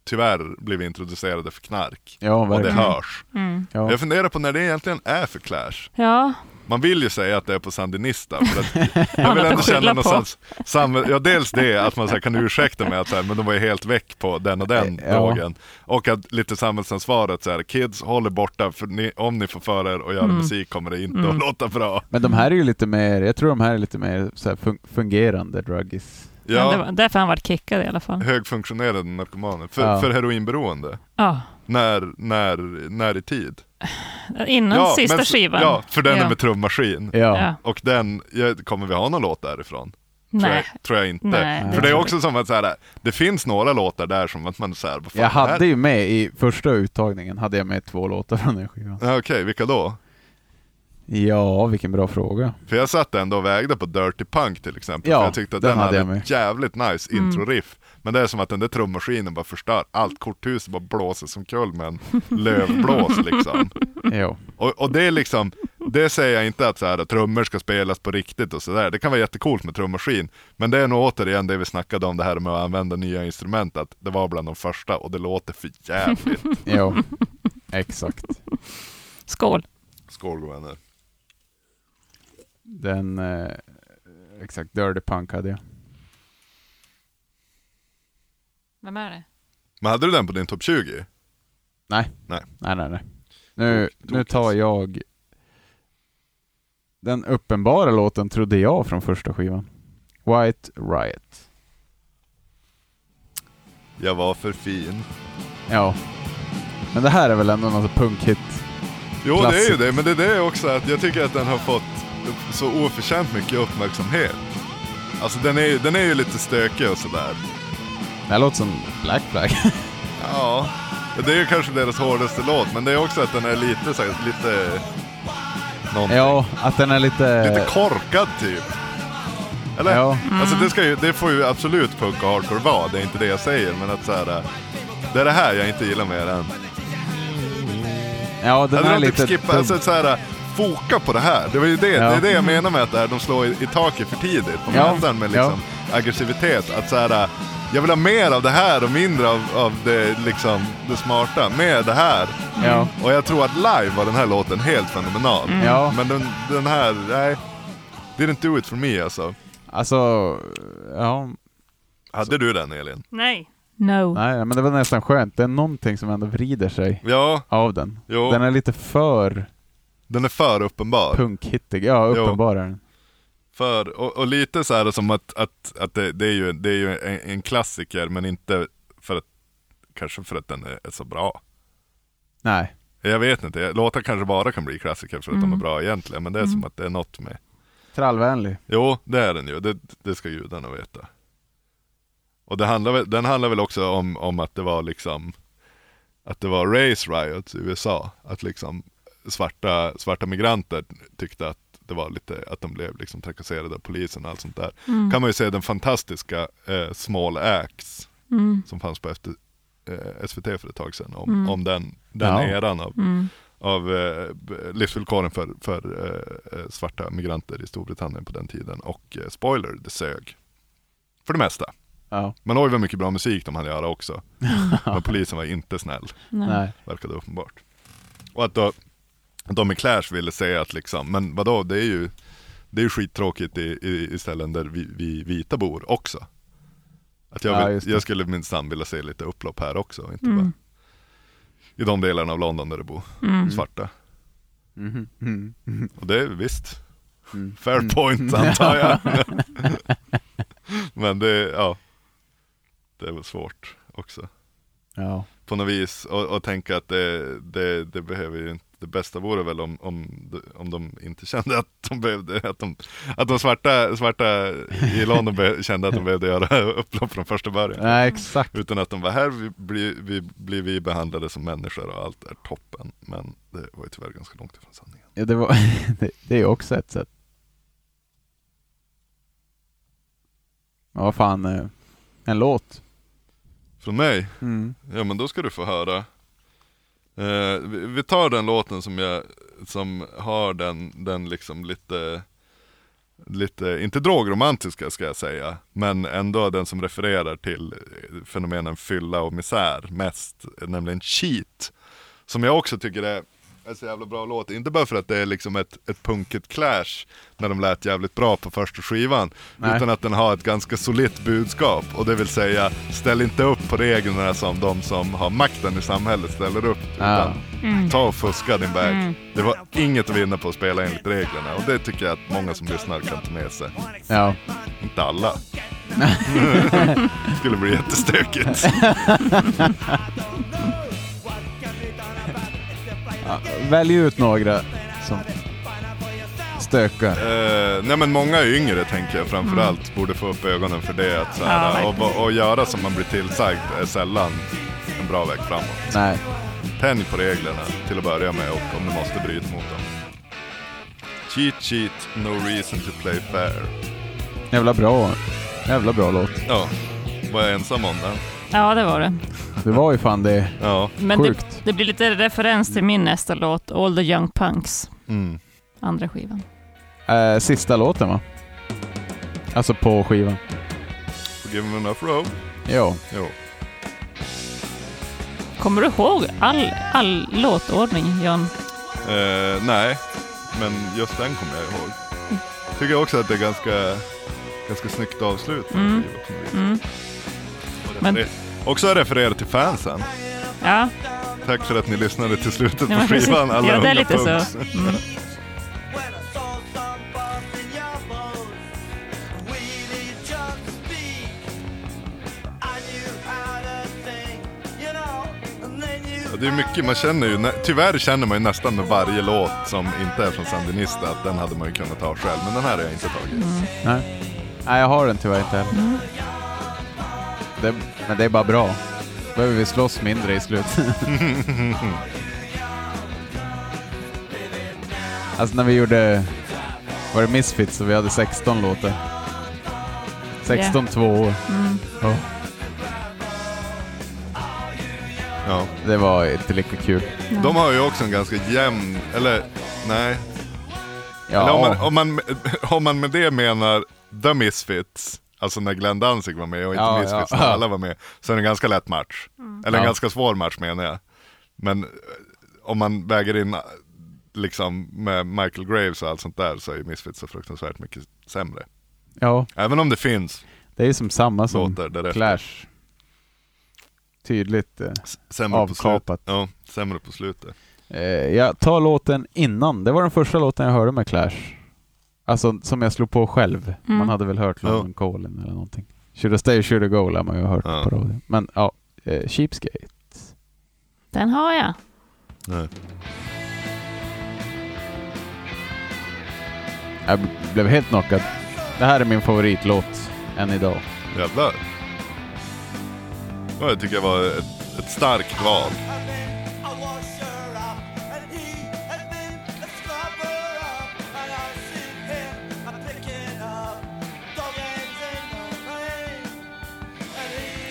Speaker 2: tyvärr blivit introducerade för knark.
Speaker 3: Ja,
Speaker 2: Och det
Speaker 3: verkligen.
Speaker 2: hörs.
Speaker 3: Ja.
Speaker 2: Jag funderar på när det egentligen är för Clash.
Speaker 4: Ja,
Speaker 2: Man vill ju säga att det är på Sandinista. För
Speaker 4: *laughs*
Speaker 2: att jag
Speaker 4: Annat
Speaker 2: vill
Speaker 4: att
Speaker 2: ändå
Speaker 4: skylla
Speaker 2: känna
Speaker 4: på.
Speaker 2: någonstans, sam, ja, dels det att man så här, kan ursäkta med att så här, men de var ju helt väck på den och den
Speaker 4: Eh,
Speaker 3: Ja.
Speaker 2: drogen. Och att lite samhällsansvaret, så här, kids håller borta, för ni, om ni får för er och göra
Speaker 4: Mm.
Speaker 2: musik kommer det inte att låta bra.
Speaker 3: Men de här är ju lite mer, jag tror de här är lite mer så här fun- fungerande druggies.
Speaker 4: Men
Speaker 2: Ja,
Speaker 4: det var därför han var kickad i alla fall.
Speaker 2: högfunktionerande narkomaner. För,
Speaker 3: Ja.
Speaker 2: för heroinberoende.
Speaker 4: Ja,
Speaker 2: När, när, när i tid?
Speaker 4: innan
Speaker 2: ja,
Speaker 4: sista
Speaker 2: men-
Speaker 4: skivan.
Speaker 2: Ja, för den
Speaker 4: Ja.
Speaker 2: är med trummaskin.
Speaker 3: Ja.
Speaker 4: Ja.
Speaker 2: Och den, ja, kommer vi ha någon låt därifrån? Tror
Speaker 4: Nej.
Speaker 2: jag, tror jag inte.
Speaker 4: Nej, det
Speaker 2: för det är
Speaker 4: tror
Speaker 2: också som att så här, det finns några låtar där som att man säger vad fan
Speaker 3: Jag
Speaker 2: är det
Speaker 3: hade ju med i första uttagningen, hade jag med två låtar från den skivan.
Speaker 2: här? Ja, Okej, vilka då?
Speaker 3: Ja, vilken bra fråga.
Speaker 2: För jag satt ändå och vägde på Dirty Punk till exempel.
Speaker 3: Ja,
Speaker 2: för jag tyckte att den,
Speaker 3: den hade
Speaker 2: hade,
Speaker 3: jag med.
Speaker 2: ett jävligt nice
Speaker 4: Mm.
Speaker 2: introriff. Men det är som att den där trummaskinen bara förstör allt. Korthuset bara blåser som kul med
Speaker 4: *laughs*
Speaker 2: en lövblås liksom.
Speaker 3: Jo.
Speaker 2: Och, och det är liksom, det säger jag inte att så här, att trummor ska spelas på riktigt och sådär. Det kan vara jättecoolt med trummaskin. Men det är nog återigen det vi snackade om det här med att använda nya instrument. Att det var bland de första och det låter för jävligt.
Speaker 3: Jo. Exakt.
Speaker 4: Skål.
Speaker 2: Skål goda vänner.
Speaker 3: Den... Eh, exakt, Dirty Punk hade jag.
Speaker 4: Vem är det?
Speaker 2: Men hade du den på din topp 20?
Speaker 3: Nej.
Speaker 2: Nej.
Speaker 3: Nej, nej, nej. Nu,
Speaker 2: Tok-
Speaker 3: nu tar
Speaker 2: tokis.
Speaker 3: jag... Den uppenbara låten trodde jag från första skivan. White Riot.
Speaker 2: Jag var för fin.
Speaker 3: Ja. Men det här är väl ändå någon sån punkhit?
Speaker 2: Jo det är
Speaker 3: Klassik.
Speaker 2: ju det, men det är det också att jag tycker att den har fått så oförtjänt mycket uppmärksamhet. Alltså den är, ju- den är ju lite stökig och sådär.
Speaker 3: Det här låter som Black Flag.
Speaker 2: Ja, det är ju kanske deras hårdaste låt, men det är också att den är lite så här, lite... Någonting.
Speaker 3: *laughs* ja, att den är lite...
Speaker 2: Lite korkad typ. Eller?
Speaker 3: Ja.
Speaker 2: Alltså det, ska ju, det får ju absolut punk och hardcore vara, det är inte det jag säger, men att så här, Det är det här jag inte gillar med den.
Speaker 3: ja, den
Speaker 2: Hade
Speaker 3: är
Speaker 2: de typ
Speaker 3: lite...
Speaker 2: skippat,
Speaker 3: tung.
Speaker 2: alltså så här, foka på det här. Det var ju det,
Speaker 3: Ja.
Speaker 2: det är det jag menar med att det här, de slår i, i taket för tidigt på
Speaker 3: Ja.
Speaker 2: mätaren med liksom aggressivitet. Att så här, jag vill ha mer av det här och mindre av, av det, liksom, det smarta. Mer det här.
Speaker 3: Ja.
Speaker 2: Och jag tror att live var den här låten helt fenomenal.
Speaker 3: Mm. Ja.
Speaker 2: Men den, den här, nej. Didn't do it for me alltså.
Speaker 3: Alltså, ja,
Speaker 2: Hade du den Elin?
Speaker 4: Nej. No.
Speaker 3: nej, men det var nästan skönt. Det är någonting som ändå vrider sig
Speaker 2: Ja,
Speaker 3: av den.
Speaker 2: Jo.
Speaker 3: Den är lite för
Speaker 2: den är för uppenbar.
Speaker 3: punkhittig. Ja,
Speaker 2: Jo.
Speaker 3: uppenbar är den.
Speaker 2: För, och, och lite så här som att, att, att det, det är ju, det är ju en, en klassiker men inte för att, kanske för att den är, är så bra.
Speaker 3: Nej.
Speaker 2: Jag vet inte, låtar kanske bara kan bli klassiker för att de är bra egentligen men det är som att det är något med.
Speaker 3: Trallvänlig.
Speaker 2: Jo, det är den ju, det, det ska gudarna veta. Och det handlar, väl- den handlar väl också om, om att det var liksom att det var race riots i USA, att liksom svarta, svarta migranter tyckte att det var lite, att de blev liksom trakasserade av polisen och allt sånt där. Kan man ju se den fantastiska eh, Small Axe som fanns på efter, eh, SVT för ett tag sedan om, om den, den
Speaker 3: Ja.
Speaker 2: eran av, av eh, b- livsvillkoren för, för eh, eh, svarta migranter i Storbritannien på den tiden och eh, spoiler, det sög. För det mesta.
Speaker 3: Ja,
Speaker 2: Men oj vad mycket bra musik de hade göra också. Men polisen var inte snäll,
Speaker 3: nej.
Speaker 2: verkade uppenbart. Och att då, att de i Clash ville säga att liksom, men vadå, det är ju, det är ju skittråkigt i, i, i ställen där vi, vi vita bor också. Att jag,
Speaker 3: Ja,
Speaker 2: vill,
Speaker 3: just det.
Speaker 2: jag skulle minsann vilja se lite upplopp här också, inte bara i de delarna av London där det bor svarta.
Speaker 3: Mm-hmm.
Speaker 2: Och det är visst,
Speaker 3: Mm.
Speaker 2: fair
Speaker 3: *laughs*
Speaker 2: point antar jag. *laughs* Men det, ja, det är väl svårt också
Speaker 3: Ja.
Speaker 2: på något vis och, och tänka att det, det, det behöver ju inte det bästa vore väl om, om, de- om de inte *laughs* kände att de behövde, att de, att de svarta, svarta i London be, kände att de behövde göra *laughs* upplopp från första början.
Speaker 3: Nej, exakt.
Speaker 2: Utan att de var här vi blir vi, blir vi behandlade som människor och allt är toppen. Men det var ju tyvärr ganska långt ifrån sanningen.
Speaker 3: Ja, det, var, *laughs* det, det är ju också ett sätt. Ja, vad fan. eh, En låt.
Speaker 2: Från mig?
Speaker 3: Mm.
Speaker 2: Ja men då ska du få höra. Eh, vi, vi tar den låten som jag, som har den, den liksom lite, lite, inte drogromantiska ska jag säga, men ändå den som refererar till eh, fenomenen fylla och misär mest, eh, nämligen Cheat. Som jag också tycker är en så jävla bra låt, inte bara för att det är liksom ett, ett punket clash när de lät jävligt bra på första skivan,
Speaker 3: Nej.
Speaker 2: utan att den har ett ganska solitt budskap och det vill säga ställ inte upp på reglerna som de som har makten i samhället ställer upp, utan ta och fuska din väg. Det var inget att vinna på att spela enligt reglerna och det tycker jag att många som lyssnar kan ta med sig.
Speaker 3: Ja.
Speaker 2: Inte alla. *laughs* Det skulle bli jättestökigt.
Speaker 3: Välj ut några som stökar.
Speaker 2: Eh, nej men många yngre tänker jag framförallt borde få upp ögonen för det. Att så här,
Speaker 4: Ja,
Speaker 2: och, och göra som man blir tillsagd är sällan en bra väg framåt.
Speaker 3: Nej.
Speaker 2: Tänj på reglerna till att börja med och om du måste bryt mot dem. Cheat cheat, no reason to play fair.
Speaker 3: Jävla bra. Jävla bra låt.
Speaker 2: Ja, var jag ensam om den?
Speaker 4: Ja, det var det.
Speaker 3: Det var ju fan det.
Speaker 2: Ja,
Speaker 4: Men det,
Speaker 3: Sjukt.
Speaker 4: det blir lite referens till min nästa låt, All the Young Punks,
Speaker 2: mm.
Speaker 4: andra skivan.
Speaker 3: Eh, sista låten va? Alltså på skivan.
Speaker 2: Forgive me enough road.
Speaker 3: Jo.
Speaker 2: Jo.
Speaker 4: Kommer du ihåg all, all låtordning, Jan?
Speaker 2: Eh, nej, men just den kommer jag ihåg. Tycker också att det är ganska, ganska snyggt avslut. på en
Speaker 4: Mm.
Speaker 2: skiva på något vis.
Speaker 4: Mm. Men-
Speaker 2: Också refererar till fansen.
Speaker 4: Ja,
Speaker 2: Tack för att ni lyssnade till slutet
Speaker 4: nej,
Speaker 2: på
Speaker 4: men precis.
Speaker 2: skivan. Alla
Speaker 4: ja, det är lite så.
Speaker 2: hundra punkt.
Speaker 4: Mm.
Speaker 2: Ja, Det är mycket, man känner ju, nä- tyvärr känner man ju nästan med varje låt som inte är från Sandinista att den hade man ju kunnat ta själv, men den här har jag inte tagit.
Speaker 4: Mm.
Speaker 3: Nej. Nej, jag har den tyvärr inte heller. Det, men det är bara bra. Då behöver vi slåss mindre i slutet. alltså när vi gjorde, var det Misfits och vi hade 16 låtar. 16 tvåor. Ja,
Speaker 2: Ja.
Speaker 3: det var inte lika kul.
Speaker 2: De har ju också en ganska jämn, eller nej,
Speaker 3: Ja,
Speaker 2: Eller om man, om, man, om man med *laughs* det menar The Misfits, alltså när Glenn Danzig var med och inte
Speaker 3: Ja,
Speaker 2: Misfits
Speaker 3: ja.
Speaker 2: när alla var med, så är det en ganska lätt match. Eller en
Speaker 3: Ja.
Speaker 2: ganska svår match menar jag. Men eh, om man väger in eh, liksom med Michael Graves och allt sånt där så är ju Misfits så fruktansvärt mycket sämre.
Speaker 3: ja,
Speaker 2: Även om det finns
Speaker 3: det är ju som samma som
Speaker 2: låtar där det är
Speaker 3: Clash. Tydligt. eh.
Speaker 2: s- sämre på, slut,
Speaker 3: Avkapat.
Speaker 2: ja, sämre på slutet.
Speaker 3: Eh, jag tar låten innan. Det var den första låten jag hörde med Clash. Alltså som jag slog på själv.
Speaker 4: Mm.
Speaker 3: Man hade väl hört
Speaker 2: Ja.
Speaker 3: London Calling eller någonting. Should I stay, should I go lär man ju ha hört
Speaker 2: Ja.
Speaker 3: på radio. Men ja, eh, Cheapskate.
Speaker 4: Den har jag.
Speaker 2: Nej.
Speaker 3: Jag b- blev helt knockad. Det här är min favoritlåt än idag.
Speaker 2: Jävlar. Ja, Det tycker jag var ett, ett starkt val.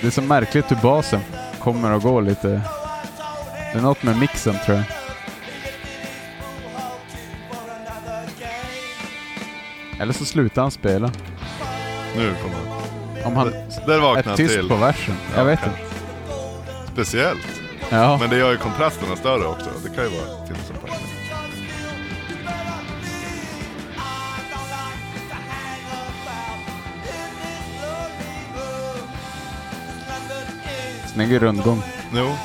Speaker 3: Det är så märkligt hur basen kommer och går lite. Det är något med mixen tror jag. Eller så slutar han spela.
Speaker 2: Nu kommer
Speaker 3: Om han
Speaker 2: Där vaknade
Speaker 3: är
Speaker 2: han
Speaker 3: tyst
Speaker 2: till.
Speaker 3: på versen. Jag vet inte.
Speaker 2: Speciellt.
Speaker 3: Ja.
Speaker 2: Men det gör ju kontrasterna större också. Det kan ju vara till som passar.
Speaker 3: Snygg rundgång.
Speaker 2: Jo,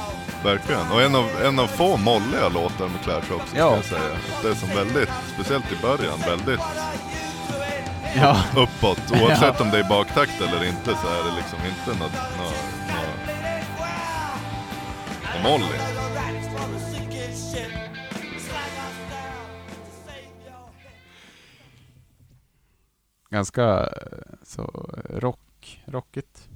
Speaker 2: verkligen. Och en av, en av få molliga låtar med Clash också,
Speaker 3: Ja.
Speaker 2: ska jag säga. Det är som väldigt, speciellt i början, väldigt
Speaker 3: Ja.
Speaker 2: uppåt. Oavsett om det är baktakt eller inte så är det liksom inte något... något, något molly.
Speaker 3: Ganska eh, så eh, rock, rockigt.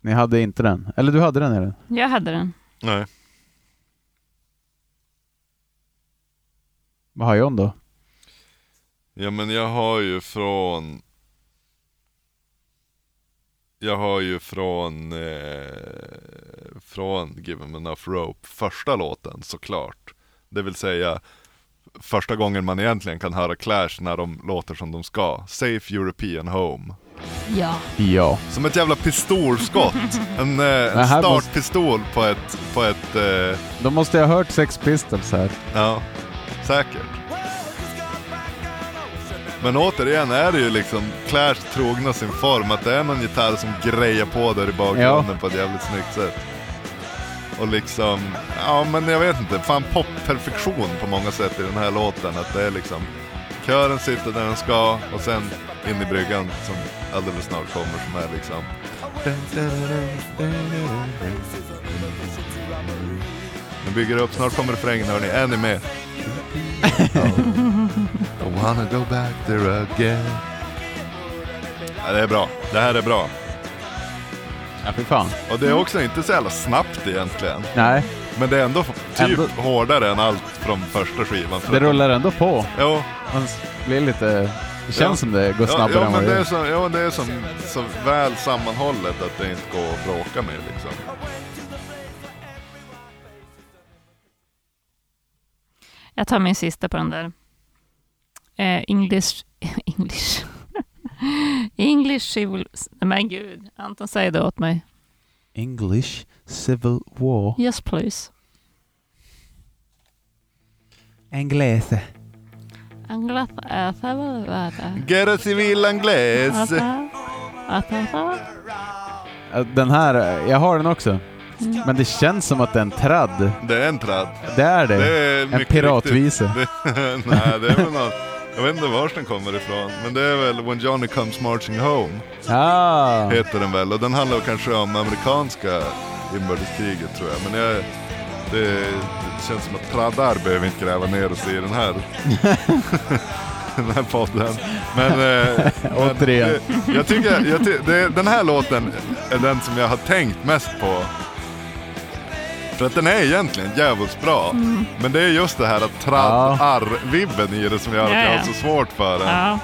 Speaker 3: Ni hade inte den? Eller du hade den eller?
Speaker 4: Jag hade den.
Speaker 2: Nej.
Speaker 3: Vad har John då?
Speaker 2: Ja men jag har ju från... Jag har ju från... Eh, från Give 'em enough rope, första låten såklart. Det vill säga första gången man egentligen kan höra Clash när de låter som de ska. Safe European Home.
Speaker 4: Ja.
Speaker 3: Ja.
Speaker 2: Som ett jävla pistolskott. En, eh,
Speaker 3: Det
Speaker 2: en
Speaker 3: här måste-
Speaker 2: startpistol på ett... På ett eh,
Speaker 3: Då måste jag ha hört Sex Pistols här.
Speaker 2: Ja, säkert. Men återigen är det ju liksom Clash trogna sin form, att det är någon gitarr som grejer på där i bakgrunden på ett jävligt snyggt sätt. Och liksom, ja men jag vet inte, fan popperfektion på många sätt i den här låten. Att det är liksom, kören sitter där den ska och sen in i bryggan som alldeles snart kommer som är liksom... Nu bygger det upp, snart kommer refrängen hörni, är ni med? I wanna go back there again. Ja, det är bra. Det här är bra.
Speaker 3: Ja, fy fan.
Speaker 2: Och det är också inte så jävla snabbt egentligen.
Speaker 3: Nej,
Speaker 2: Men det är ändå typ
Speaker 3: Ändå-
Speaker 2: hårdare än allt från första skivan.
Speaker 3: det rullar ändå på.
Speaker 2: Jo,
Speaker 3: Man s- blir lite... Det känns
Speaker 2: Ja.
Speaker 3: som det går
Speaker 2: ja,
Speaker 3: snabbare
Speaker 2: ja,
Speaker 3: än vad
Speaker 2: men det
Speaker 3: det
Speaker 2: är,
Speaker 3: gör.
Speaker 2: så, ja, det är som, så väl sammanhållet att det inte går att bråka med liksom.
Speaker 4: Jag tar min sista på den där. Eh, English... *laughs* English... English civil... Men gud, Anton säger det åt mig.
Speaker 3: English Civil War.
Speaker 4: Yes please.
Speaker 3: Englese.
Speaker 4: Anglata äta vad det är.
Speaker 2: Guerra civil angles.
Speaker 4: Äta, äta, äta.
Speaker 3: Äh, Den här, eh, jag har den också. Men det känns som att det är en tradd.
Speaker 2: Det är en tradd.
Speaker 3: Det är det.
Speaker 2: Det är
Speaker 3: en
Speaker 2: mycket
Speaker 3: piratvisa.
Speaker 2: riktigt. Det, *laughs* nej, det är väl någon, jag vet inte var den kommer ifrån. Men det är väl When Johnny Comes Marching Home.
Speaker 3: Ah,
Speaker 2: heter den väl och den handlar kanske om amerikanska inbördeskriget tror jag. Men jag, det, det känns som att traddar behöver inte gräva ner oss i den här, *laughs* den här podden. Men, eh, men
Speaker 3: Återigen.
Speaker 2: det- jag tycker, jag ty, det, den här låten är den som jag har tänkt mest på. För att den är egentligen djävulskt bra. Men det är just det här att traddar-vibben i det som gör att jag har så svårt för den.
Speaker 4: Ja.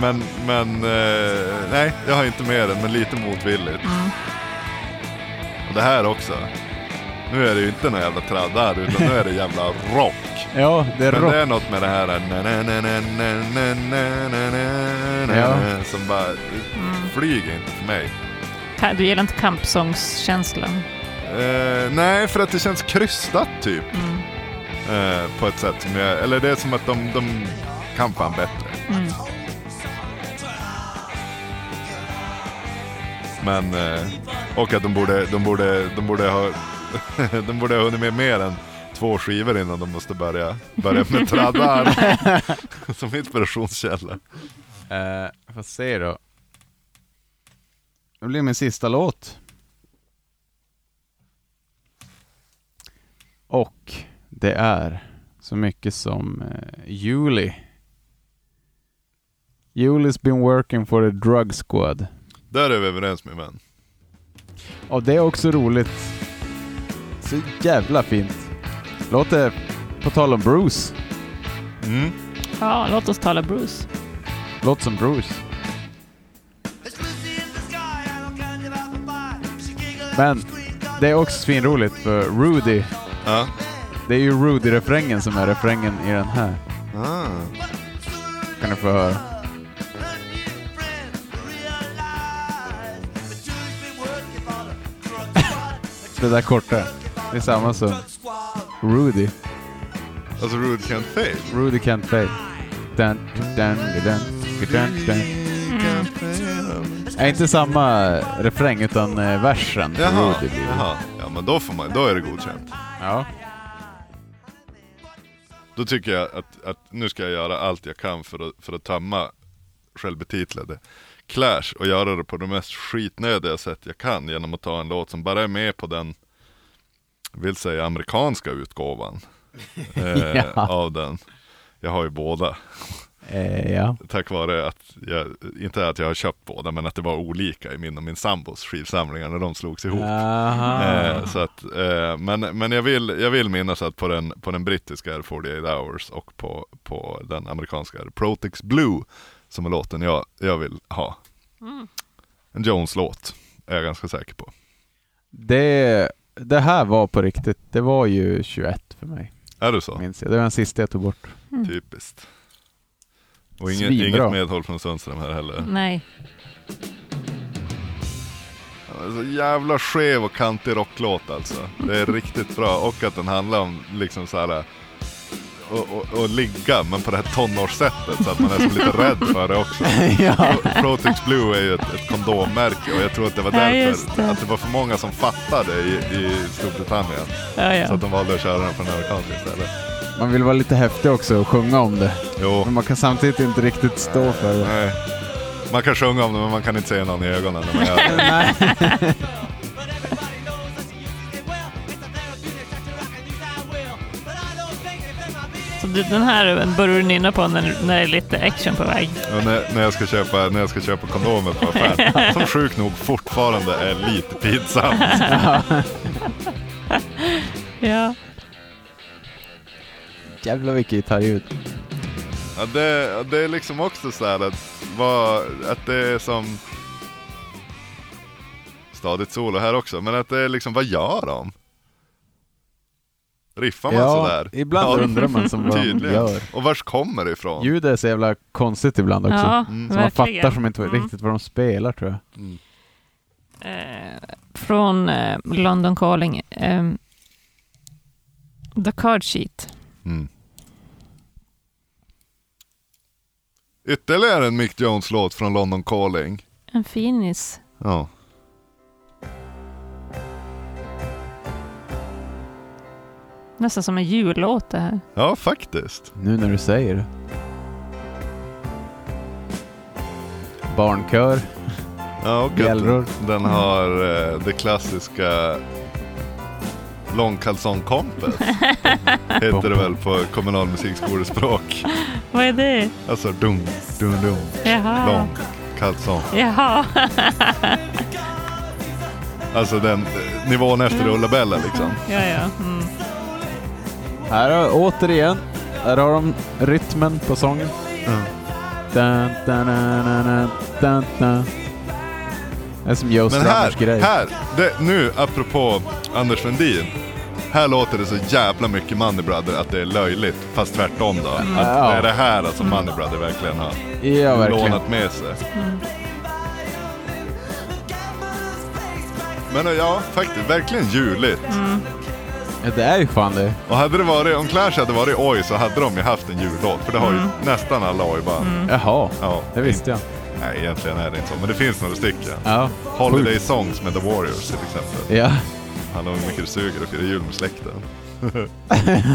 Speaker 2: Men, men eh, nej, jag har inte med den, men lite motvilligt. Och det här också. Nu är det ju inte någon jävla traddar, utan nu är det jävla rock.
Speaker 3: ja, det är
Speaker 2: Men
Speaker 3: rock.
Speaker 2: det är något med det här eh, na, na, na, na, na, na, na, na, na, na,
Speaker 3: Ja.
Speaker 2: som bara det flyger inte för mig.
Speaker 4: Ka- Du gillar inte kampsångskänslan?
Speaker 2: Eh, nej, för att det känns krystat typ. Eh, på ett sätt som jag, eller det är som att de, de kan fan bättre. Men, eh, och att de borde, de borde, de borde ha, *laughs* de borde ha hunnit med mer än två skivor innan de måste börja, börja med traddar som inspirationskälla.
Speaker 3: Eh, får se då. Det blir min sista låt. Och det är så mycket som eh, Julie. Julie's been working for a drug squad.
Speaker 2: Där är vi överens min vän.
Speaker 3: Och det är också roligt. Så jävla fint. Låter, på tal om Bruce,
Speaker 2: Mm.
Speaker 4: Ja, låt oss tala Bruce.
Speaker 3: låter som Bruce. Men det är också svinroligt för Rudy,
Speaker 2: Ja.
Speaker 3: det är ju Rudy-refrängen som är refrängen i den här.
Speaker 2: Ah.
Speaker 3: Kan du få höra. Det där korta. Det är samma som Rudy.
Speaker 2: Alltså Rude Can't Fail.
Speaker 3: Rudy can't play. Dun, dun, dun, dun, dun. Är inte samma refräng utan eh, versen. för
Speaker 2: Jaha,
Speaker 3: Rudy blir det.
Speaker 2: jaha. Ja men då får man, då är det godkänt.
Speaker 3: Ja.
Speaker 2: Då tycker jag att, att nu ska jag göra allt jag kan för att, för att tömma självbetitlade Clash och göra det på det mest skitnödiga sätt jag kan genom att ta en låt som bara är med på den, vill säga amerikanska utgåvan eh, av den. Jag har ju båda.
Speaker 3: Eh, ja.
Speaker 2: Tack vare att jag, inte att jag har köpt båda, men att det var olika i min och min sambos skivsamlingar när de slogs ihop. Eh, så att, eh, men men jag, vill, jag vill minnas att på den, på den brittiska är det 48 hours och på, på den amerikanska är det Protex Blue som är låten jag, jag vill ha. En Jones-låt är jag ganska säker på.
Speaker 3: Det, det här var på riktigt. Det var ju 21 för mig,
Speaker 2: Är det så?
Speaker 3: minns jag. Det var den sista jag tog bort.
Speaker 2: Typiskt. Och inget,
Speaker 3: Svinbra.
Speaker 2: inget medhåll från Sundström här heller.
Speaker 4: Nej.
Speaker 2: Så jävla skev och kantig rocklåt alltså. Det är riktigt bra och att den handlar om liksom så här och, och, och ligga men på det här tonårssättet så att man är som lite rädd för det också.
Speaker 3: ja.
Speaker 2: Pro- Protex Blue är ju ett, ett kondommärke och jag tror att det var
Speaker 4: Ja,
Speaker 2: därför
Speaker 4: just det.
Speaker 2: att det var för många som fattade i, i Storbritannien
Speaker 4: Ja,
Speaker 2: så
Speaker 4: ja.
Speaker 2: att de valde att köra den på den amerikanska istället.
Speaker 3: Man vill vara lite häftig också och sjunga om det.
Speaker 2: Jo,
Speaker 3: Men man kan samtidigt inte riktigt stå för det.
Speaker 2: nej. Man kan sjunga om det men man kan inte se någon i ögonen när man gör
Speaker 4: *laughs*
Speaker 2: det.
Speaker 4: Så du, den här börjar du nynna på när, när det är lite action på väg.
Speaker 2: Ja, när, när, jag ska köpa, när jag ska köpa kondomer på
Speaker 4: *laughs*
Speaker 2: affären. Som sjukt nog fortfarande är lite pinsamt.
Speaker 4: Ja.
Speaker 3: Jävlar vilket gitarrljud.
Speaker 2: Ja, det, ja, det är liksom också så här att, vad, att det är som stadigt solo här också. Men att det är liksom, vad gör de? Riffar man
Speaker 3: Ja,
Speaker 2: sådär?
Speaker 3: ibland
Speaker 2: Ja,
Speaker 3: undrar
Speaker 2: *laughs*
Speaker 3: man som vad de
Speaker 2: Tydligen.
Speaker 3: gör.
Speaker 2: Och vars kommer det ifrån?
Speaker 3: Ljudet är så jävla konstigt ibland också.
Speaker 4: Ja,
Speaker 3: Så man
Speaker 4: verkligen.
Speaker 3: fattar som inte
Speaker 4: Mm.
Speaker 3: riktigt vad de spelar tror jag.
Speaker 4: Eh, från eh, London Calling. Eh, the Card Sheet.
Speaker 2: Mm. Ytterligare en Mick Jones-låt från London Calling.
Speaker 4: En finis.
Speaker 2: Ja.
Speaker 4: Nästan som en jullåt det här.
Speaker 2: Ja, faktiskt.
Speaker 3: Nu när du säger det. Barnkör.
Speaker 2: Ja, och att
Speaker 3: Bjällror.
Speaker 2: den har eh, det klassiska långkalsongkompet.
Speaker 3: *laughs*
Speaker 2: Heter det väl på kommunalmusikskolespråk.
Speaker 4: Vad är det?
Speaker 2: Alltså dum, dum, dum,
Speaker 4: Jaha.
Speaker 2: långkalsong.
Speaker 4: Jaha.
Speaker 2: Alltså den nivån efter Ulla-Bella liksom.
Speaker 4: *laughs* Ja, ja. Mm.
Speaker 3: Här har, återigen, här har de rytmen på sången. Dun, dun, dun, dun, dun, dun, dun. Det är som Joe
Speaker 2: Men här,
Speaker 3: Strummers grej.
Speaker 2: här, det, nu apropå Anders Sundin. Här låter det så jävla mycket Money Brother att det är löjligt. Fast tvärtom då. Att
Speaker 3: Mm. Ja.
Speaker 2: det är det här alltså Money Brother verkligen har
Speaker 3: ja, verkligen.
Speaker 2: lånat med sig. Men eh, ja, faktiskt, verkligen juligt.
Speaker 3: Ja, det är ju fan det.
Speaker 2: Och hade det varit, om Clash hade varit Oj så hade de ju haft en jullåt. För det har ju nästan alla Oj-band.
Speaker 3: Jaha,
Speaker 2: Mm. Ja, Mm.
Speaker 3: det visste jag.
Speaker 2: Nej, egentligen är det inte så. Men det finns några stycken.
Speaker 3: Ja,
Speaker 2: Holiday Songs med The Warriors till exempel.
Speaker 3: ja.
Speaker 2: Handlar om hur mycket det suger att fira jul med
Speaker 3: *laughs*
Speaker 2: släkten.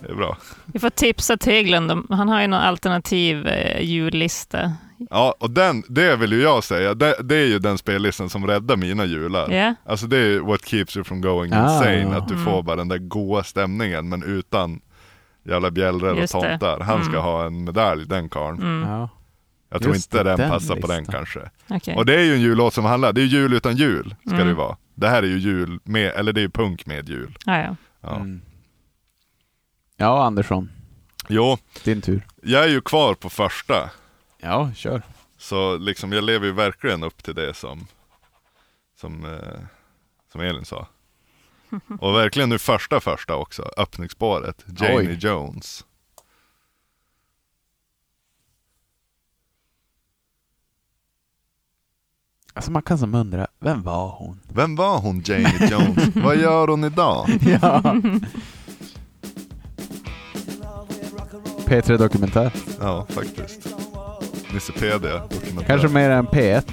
Speaker 2: det är bra.
Speaker 4: Vi får tipsa Teglund. om- Han har ju någon alternativ eh, jullista.
Speaker 2: Ja, och den, det vill ju jag säga, det, det är ju den spellistan som räddar mina jular.
Speaker 4: Ja. Mm.
Speaker 2: Alltså det är ju what keeps you from going
Speaker 3: Ah.
Speaker 2: insane, att du får bara den där goa stämningen men utan jävla bjällror och
Speaker 4: Just det. Mm.
Speaker 2: tomtar. Han ska ha en medalj den karln.
Speaker 3: ja.
Speaker 2: Jag tror
Speaker 3: Just
Speaker 2: inte
Speaker 3: det,
Speaker 2: den,
Speaker 3: den
Speaker 2: passar på den
Speaker 3: listan.
Speaker 2: kanske.
Speaker 4: Okej.
Speaker 2: Och det är ju en jullåt som handlar, det är ju jul utan jul ska det ju vara. Det här är ju jul med, eller det är ju punk med jul.
Speaker 4: Ja, ja.
Speaker 2: Ja.
Speaker 3: Mm. ja, Andersson.
Speaker 2: Jo,
Speaker 3: Din tur.
Speaker 2: jag är ju kvar på första.
Speaker 3: Ja, kör.
Speaker 2: Så liksom jag lever ju verkligen upp till det som, som, eh, som Elin sa. Och verkligen nu första första också, öppningsspåret, Jamie
Speaker 3: Oj.
Speaker 2: Jones.
Speaker 3: Alltså man kan som undra, vem var hon?
Speaker 2: Vem var hon Janie Jones? Vad gör hon idag?
Speaker 3: Ja. P3 Dokumentär.
Speaker 2: Ja, faktiskt. Nissepedia. dokumentär.
Speaker 3: Kanske mer än P1.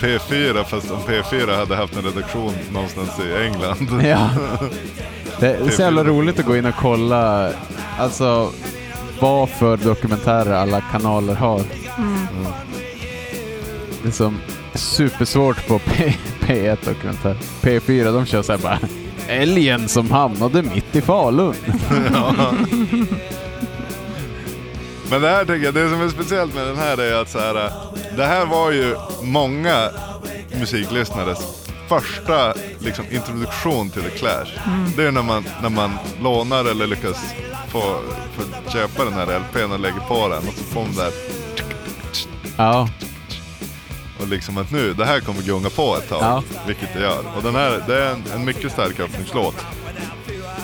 Speaker 2: P4, fast om P4 hade haft en redaktion någonstans i England.
Speaker 3: *laughs* Ja. Det är så jävla roligt att gå in och kolla alltså vad för dokumentärer alla kanaler har. Mm. Det är som supersvårt på P- *laughs* P1 dokumentär. P4 de kör såhär bara Älgen som hamnade mitt i Falun. *laughs*
Speaker 2: Men det här tycker jag, det som är speciellt med den här är att så här, äh, det här var ju många musiklyssnares första liksom, introduktion till The Clash. Det är när man, när man lånar eller lyckas få, få köpa den här LPn och lägger på den och så får man det här
Speaker 3: Ja,
Speaker 2: och liksom att nu, det här kommer gunga på ett tag,
Speaker 3: Ja.
Speaker 2: vilket det gör. Och den här, det är en, en mycket stark öppningslåt.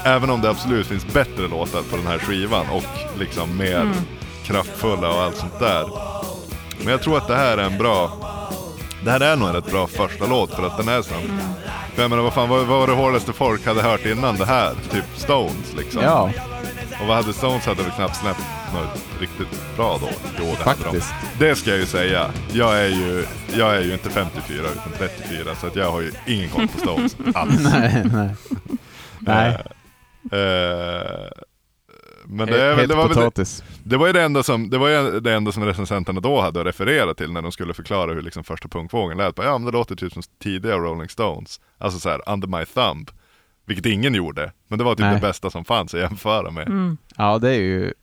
Speaker 2: Även om det absolut finns bättre låtar på den här skivan och liksom mer kraftfulla och allt sånt där. Men jag tror att det här är en bra, det här är nog en rätt bra första låt för att den är sån. För jag menar vad fan, vad, vad var det hårdaste folk hade hört innan det här? Typ Stones liksom.
Speaker 3: ja
Speaker 2: Och vad hade Stones hade väl knappt släppt något riktigt bra då? Jo, det hade de.
Speaker 3: Faktiskt.
Speaker 2: Det ska jag ju säga. Jag är ju, jag är ju inte 54 utan 34 så att jag har ju ingen koll på Stones
Speaker 3: *laughs*
Speaker 2: alls.
Speaker 3: nej, nej. nej.
Speaker 2: Eh, men det, är, väl-
Speaker 3: Helt
Speaker 2: det, var väl det,
Speaker 3: potatis.
Speaker 2: det var ju det enda som, det var ju det enda som recensenterna då hade att referera till när de skulle förklara hur liksom första punkvågen lät. Bara, ja men det låter typ som tidiga Rolling Stones. Alltså så här, Under My Thumb. Vilket ingen gjorde. Men det var typ
Speaker 3: Nej.
Speaker 2: det bästa som fanns att jämföra med.
Speaker 3: Ja, det är ju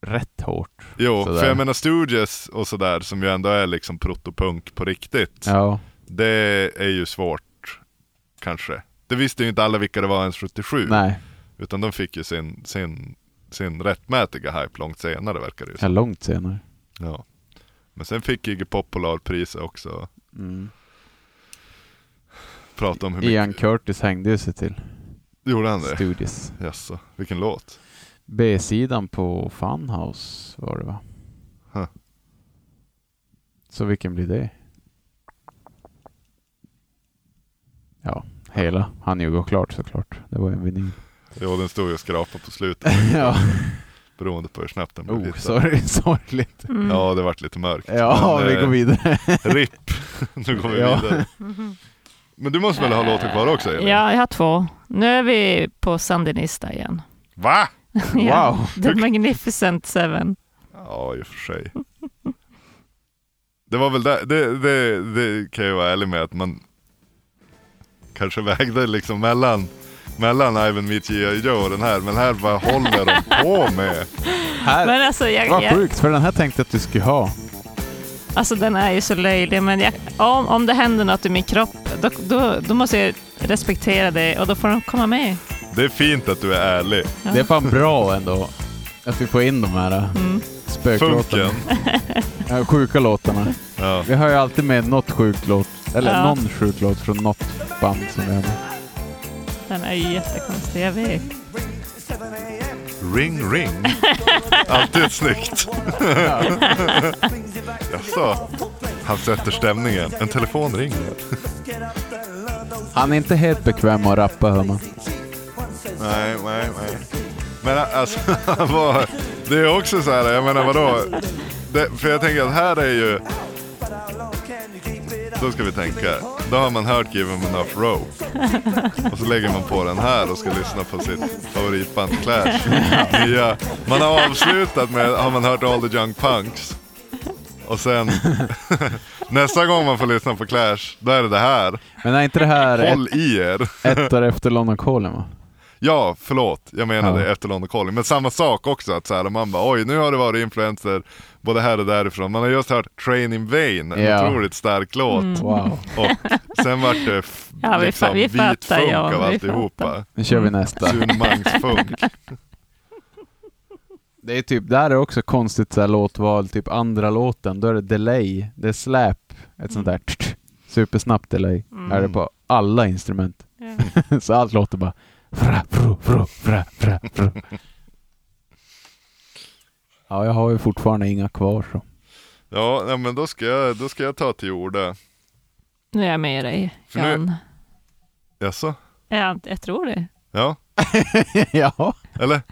Speaker 3: rätt hårt.
Speaker 2: Jo,
Speaker 3: Sådär.
Speaker 2: för jag menar Stooges och sådär som ju ändå är liksom protopunk på riktigt.
Speaker 3: Ja,
Speaker 2: Det är ju svårt kanske. Det visste ju inte alla vilka det var ens 77.
Speaker 3: nej.
Speaker 2: Utan de fick ju sin, sin, sin rättmätiga hype långt senare verkar det ju
Speaker 3: Ja,
Speaker 2: som.
Speaker 3: långt senare.
Speaker 2: Ja. Men sen fick Iggy Pop Polarpriset också.
Speaker 3: Mm.
Speaker 2: Prata om hur mycket...
Speaker 3: Ian Curtis hängde ju sig till
Speaker 2: Gjorde han det?
Speaker 3: Studies.
Speaker 2: Jaså, vilken låt?
Speaker 3: B-sidan på Funhouse var det va?
Speaker 2: Huh.
Speaker 3: Så vilken blir det? Ja, hela. Han ju gå klart såklart. Det var ju
Speaker 2: *laughs*
Speaker 3: en vinyl.
Speaker 2: Jo, den stod ju och skrapade på
Speaker 3: *laughs*
Speaker 2: slutet.
Speaker 3: ja,
Speaker 2: Beroende på hur snabbt den blev
Speaker 3: oh,
Speaker 2: hittad.
Speaker 3: sorry, *laughs* sorgligt.
Speaker 4: Mm.
Speaker 2: Ja, det vart lite mörkt.
Speaker 3: Ja,
Speaker 2: Men,
Speaker 3: vi
Speaker 2: eh,
Speaker 3: går vidare.
Speaker 2: RIP. *laughs* nu går vi
Speaker 3: Ja.
Speaker 2: vidare. Men du måste väl ha låtar kvar också? Elin?
Speaker 4: Ja, jag har två. Nu är vi på Sandinista igen. *laughs*
Speaker 2: Va?
Speaker 4: Ja,
Speaker 3: Wow.
Speaker 4: The Magnificent Seven.
Speaker 2: Ja, i och för sig. Det var väl där, det, det, det kan jag vara ärlig med att man kanske vägde liksom mellan, mellan Ivan Meet G.I. Joe och den här. Men här, vad håller de på med?
Speaker 4: Men
Speaker 3: Här,
Speaker 4: alltså, jag,
Speaker 3: vad
Speaker 4: jag,
Speaker 3: sjukt, för den här tänkte jag att du skulle ha.
Speaker 4: alltså den är ju så löjlig, men jag, om, om det händer något i min kropp, då, då, då måste jag respektera det och då får de komma med.
Speaker 2: Det är fint att du är ärlig.
Speaker 3: Det är fan bra ändå. Att vi får in de här mm. spöklåtarna.
Speaker 2: Funken.
Speaker 3: Ja, Sjuka låtarna.
Speaker 2: Ja.
Speaker 3: Vi har ju alltid med något sjukt låt, eller
Speaker 4: Ja.
Speaker 3: någon sjuk låt från något band som vi har med.
Speaker 4: Den är ju jättekonstig, jag vet.
Speaker 2: Ring ring. Alltid snyggt. Jaså? Han sätter stämningen. En telefon ringer.
Speaker 3: Han är inte helt bekväm med att rappa hör man.
Speaker 2: Nej, nej, nej. Men alltså, *laughs* vad- det är också så här, jag menar vadå? Det, för jag tänker att här är ju... Då ska vi tänka. Då har man hört Give 'em enough rope. Och så lägger man på den här och ska lyssna på sitt favoritband
Speaker 3: *laughs*
Speaker 2: Clash. Nya. Man har avslutat med, har man hört All the Young Punks. Och sen *laughs* nästa gång man får lyssna på Clash, då är det det här.
Speaker 3: Men är inte det här ett,
Speaker 2: Håll i er.
Speaker 3: ett år efter London Calling va?
Speaker 2: Ja, förlåt. Jag menade
Speaker 3: Ja.
Speaker 2: efter London Calling. Men samma sak också. Att så här, man bara oj, nu har det varit influenser både här och därifrån. Man har just hört Train in Vain, en
Speaker 3: Ja.
Speaker 2: otroligt stark låt.
Speaker 3: Wow.
Speaker 2: Och sen vart det f-
Speaker 4: Mm. *laughs* Ja, vi
Speaker 2: liksom
Speaker 4: fa- vi
Speaker 2: vit
Speaker 4: fattar,
Speaker 2: funk
Speaker 4: Jan,
Speaker 2: av
Speaker 4: vi
Speaker 2: alltihopa.
Speaker 4: fattar.
Speaker 3: Nu kör vi nästa.
Speaker 2: Sunmangsfunk.
Speaker 4: *laughs*
Speaker 3: Det är typ, där är också konstigt så här låtval, typ andra låten, då är det delay, det är släp, ett sånt där tsch, supersnabbt delay. Är det på alla instrument. *laughs* så allt låter bara fra, fro, fro, fra, fra, fro. Ja, jag har ju fortfarande inga kvar så.
Speaker 2: Ja, nej, men då ska, jag, då ska jag ta till orda.
Speaker 4: Nu är jag med dig,
Speaker 2: För nu-
Speaker 4: Jan.
Speaker 2: Jaså?
Speaker 4: Ja, jag tror det.
Speaker 2: Ja,
Speaker 3: *laughs* ja.
Speaker 2: eller?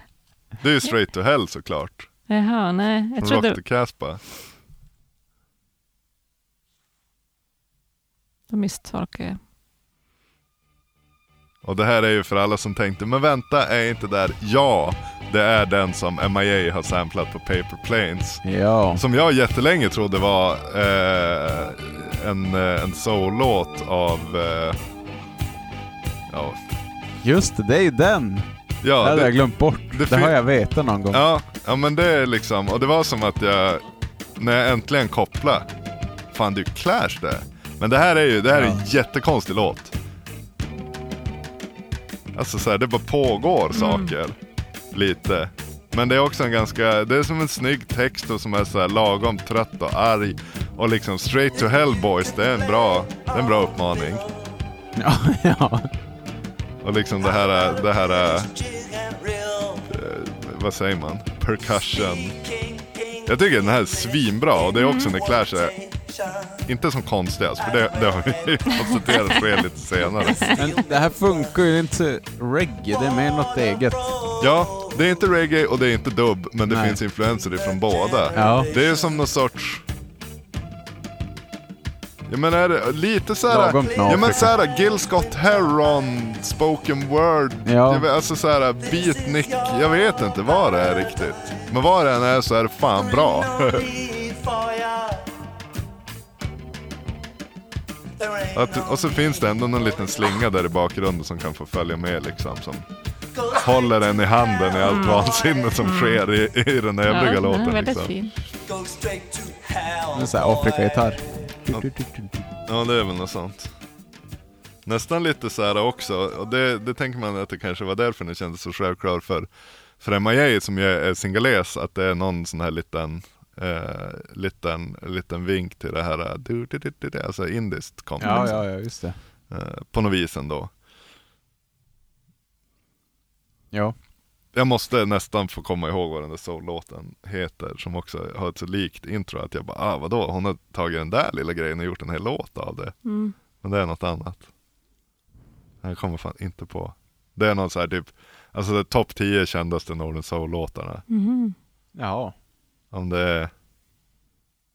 Speaker 2: Det är ju straight to hell såklart.
Speaker 4: Jaha, nej.
Speaker 2: Från
Speaker 4: Jag
Speaker 2: Rock
Speaker 4: trodde
Speaker 2: the Caspa.
Speaker 4: då misstolkade jag.
Speaker 2: Och det här är ju för alla som tänkte, men vänta, är inte där? Ja, det är den som MIA har samplat på Paper Planes.
Speaker 3: Ja.
Speaker 2: Som jag jättelänge trodde var eh, en, eh, en soul-låt av... Eh, ja,
Speaker 3: Just det, det är ju den. Det
Speaker 2: ja,
Speaker 3: hade jag
Speaker 2: det,
Speaker 3: glömt bort. Det,
Speaker 2: det fin-
Speaker 3: har jag vetat någon gång.
Speaker 2: ja, ja, men det är liksom... Och det var som att jag, när jag äntligen kopplade, fan det är ju Clash det. Men det här är ju, det här är en jättekonstig låt. Alltså så här, det bara pågår saker. Lite. Men det är också en ganska, det är som en snygg text och som är så här lagom trött och arg. Och liksom straight to hell boys, det är en bra, det är en bra uppmaning.
Speaker 3: Ja, *laughs* ja.
Speaker 2: Och liksom det här, det här, eh, vad säger man, percussion. Jag tycker den här är svinbra och det är också när Clash är, inte som konstigast, för det, det har vi *laughs* konstaterat sker lite senare.
Speaker 3: Men det här funkar ju inte reggae, det är mer något eget.
Speaker 2: Ja, det är inte reggae och det är inte dubb, men det
Speaker 3: Nej.
Speaker 2: finns influenser ifrån båda.
Speaker 3: Ja.
Speaker 2: Det är som någon sorts... Jag menar lite såhär,
Speaker 3: Lagom knasigt.
Speaker 2: ja men såhär Gil Scott Heron, spoken word,
Speaker 3: Ja.
Speaker 2: jag vet, alltså såhär beatnik, jag vet inte vad det är riktigt. Men vad det än är så är det fan bra. *laughs* Att, och så finns det ändå någon liten slinga där i bakgrunden som kan få följa med liksom. Som håller en i handen i allt vansinne som sker i, i den övriga
Speaker 4: Mm. Ja, den är
Speaker 2: låten.
Speaker 4: väldigt
Speaker 2: liksom.
Speaker 4: fin.
Speaker 3: En sån här Afrika-gitarr.
Speaker 2: Ja, det är väl något sånt. Nästan lite så här också, och det, det tänker man att det kanske var därför det kändes så självklart för, för MIA som ju är singales, att det är någon sån här liten, eh, liten, liten vink till det här, eh, du, du, du, du, du, alltså indiskt kom
Speaker 3: Ja,
Speaker 2: liksom.
Speaker 3: ja, ja, just det.
Speaker 2: eh, på något vis ändå.
Speaker 3: Ja.
Speaker 2: Jag måste nästan få komma ihåg vad den där soul-låten heter, som också har ett så likt intro att jag bara, ah vadå, hon har tagit den där lilla grejen och gjort en hel låt av det.
Speaker 4: Mm.
Speaker 2: Men det är något annat. Jag kommer fan inte på. Det är någon så här typ, alltså det är topp 10 kändaste Northern Soul-låtarna.
Speaker 4: Mhm.
Speaker 3: Jaha.
Speaker 2: Om det är,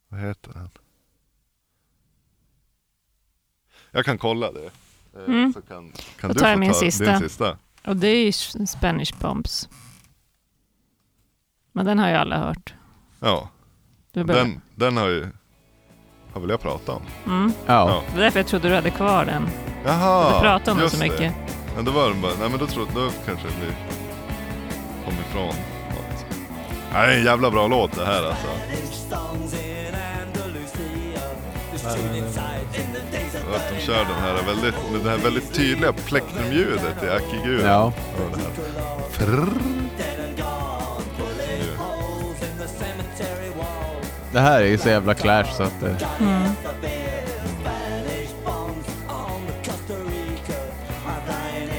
Speaker 2: vad heter den? Jag kan kolla det. Eh,
Speaker 4: Mm.
Speaker 2: Så kan, kan
Speaker 4: Då
Speaker 2: du
Speaker 4: tar jag
Speaker 2: få
Speaker 4: min
Speaker 2: ta
Speaker 4: sista.
Speaker 2: din sista.
Speaker 4: Och det är ju Spanish Bombs. Men den har ju alla hört.
Speaker 2: Ja,
Speaker 4: Du behöver-
Speaker 2: den, den har ju, har väl jag pratat om?
Speaker 4: Mm.
Speaker 3: Ja.
Speaker 4: Det var därför jag trodde du hade kvar den. Du
Speaker 2: Jaha!
Speaker 4: pratade om den
Speaker 2: just
Speaker 4: så mycket.
Speaker 2: Det. Men då var den bara, nej men då trodde, då kanske vi kom ifrån något. Nej, det är en jävla bra låt det här alltså. Och att de kör den här väldigt, med det här väldigt tydliga plektrumljudet i Akiguren.
Speaker 3: Ja.
Speaker 2: Och det här. Frrrr. Ju.
Speaker 3: Det här är ju så jävla clash så att eh. det...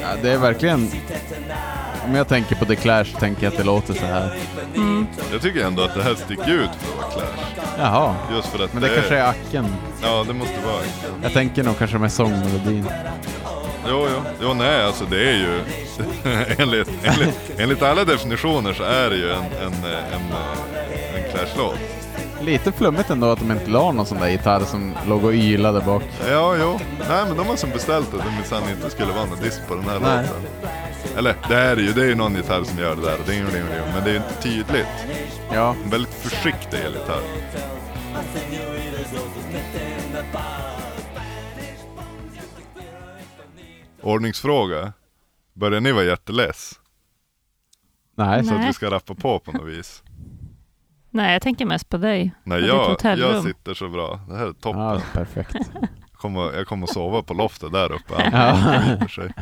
Speaker 3: Ja, det är verkligen... Om jag tänker på The Clash tänker jag att det låter så här.
Speaker 2: Jag tycker ändå att det här sticker ut för att vara Clash.
Speaker 3: Jaha. Eh.
Speaker 2: Just för att
Speaker 3: Men det kanske är acken.
Speaker 2: Ja, det måste vara.
Speaker 3: Jag tänker nog kanske med sångmelodin.
Speaker 2: Jo, jo. Jo, nej, alltså det är ju... *laughs* enligt, enligt, enligt alla definitioner så är det ju en, en, eh, en, eh, en Clash-låt.
Speaker 3: Lite flummigt ändå att de inte la någon sån där gitarr som låg och ylade bak.
Speaker 2: Ja, jo. Nej, men de har som beställt att det minsann inte skulle vara någon diss på den här
Speaker 3: Nej.
Speaker 2: låten. Eller, det är det ju. Det är ju någon gitarr som gör det där. Ding, ding, ding. Men det är ju inte tydligt.
Speaker 3: Ja.
Speaker 2: En väldigt försiktig elgitarr. Ordningsfråga. Börjar ni vara jätteless?
Speaker 3: Nej,
Speaker 2: Så
Speaker 3: så...
Speaker 2: att
Speaker 4: Nej.
Speaker 2: vi ska rappa på på något vis?
Speaker 4: Nej, jag tänker mest på dig.
Speaker 2: Nej,
Speaker 4: Och ditt
Speaker 2: jag,
Speaker 4: hotellrum.
Speaker 2: jag sitter så bra. Det här är toppen.
Speaker 3: Ja, perfekt.
Speaker 2: Jag kommer, jag kommer sova på loftet där uppe. Anton
Speaker 3: Ja.
Speaker 2: skiter sig.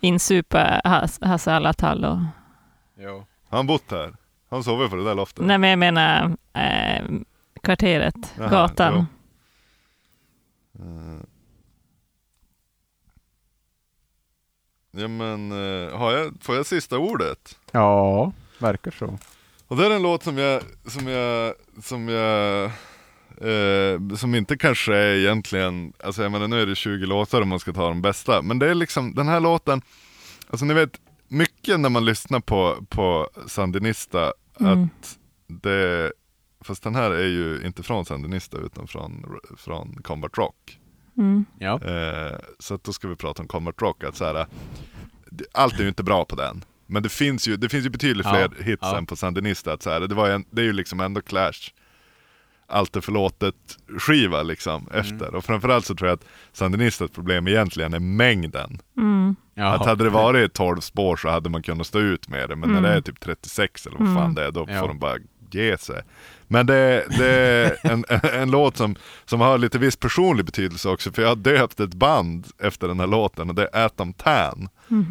Speaker 4: Insupa Has- Hasse Alatallo.
Speaker 2: Har han bott här? Han sover på det där loftet?
Speaker 4: Nej, men jag menar eh, kvarteret,
Speaker 2: Jaha,
Speaker 4: gatan.
Speaker 2: jo. Ja men, eh, har jag, får jag sista ordet?
Speaker 3: Ja, verkar så.
Speaker 2: Och det är en låt som jag, som jag, som jag, eh, som inte kanske är egentligen, alltså jag menar nu är det 20 låtar om man ska ta de bästa, men det är liksom den här låten, alltså ni vet, mycket när man lyssnar på, på Sandinista, att det, fast den här är ju inte från Sandinista utan från, från Combat Rock.
Speaker 1: Ja.
Speaker 2: Eh, så att då ska vi prata om Combat Rock, att så här, eh, det- allt är ju inte bra på den. Men det finns ju, det finns ju betydligt
Speaker 1: Ja,
Speaker 2: fler hits
Speaker 1: ja.
Speaker 2: än på Sandinista. Att så här, det, var ju en, det är ju liksom ändå Clash, allt är förlåtet skiva liksom
Speaker 1: Mm.
Speaker 2: efter. Och framförallt så tror jag att Sandinistas problem egentligen är mängden.
Speaker 1: Jaha.
Speaker 2: Att hade det varit 12 spår så hade man kunnat stå ut med det. Men när det är typ 36 eller vad fan det är, då
Speaker 1: Mm. Ja.
Speaker 2: får de bara ge sig. Men det, det är en, *laughs* en låt som, som har lite viss personlig betydelse också. För jag har döpt ett band efter den här låten och det är Atom Tan.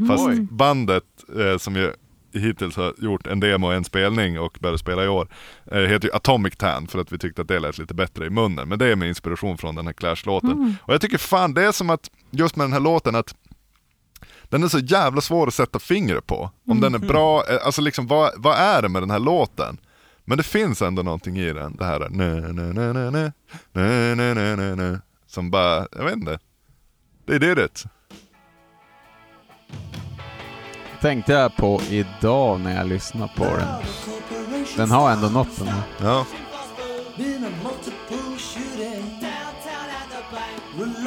Speaker 2: Fast
Speaker 1: Mhm. Oj.
Speaker 2: bandet eh, som ju hittills har gjort en demo och en spelning och började spela i år eh, heter ju Atomic Tan för att vi tyckte att det lät lite bättre i munnen. Men det är med inspiration från den här Clash-låten.
Speaker 1: Mm.
Speaker 2: Och jag tycker fan det är som att, just med den här låten att den är så jävla svår att sätta fingret på. Om den är bra, eh, alltså liksom vad, vad är det med den här låten? Men det finns ändå någonting i den, det här nö, nö, nö, nö, nö, nö, nö, nö, nö, nö, som bara, jag vet inte. Det är det.
Speaker 3: Tänkte jag på idag när jag lyssnade på den. Den har ändå nått den här.
Speaker 2: Ja.
Speaker 5: Been a multiple shooting.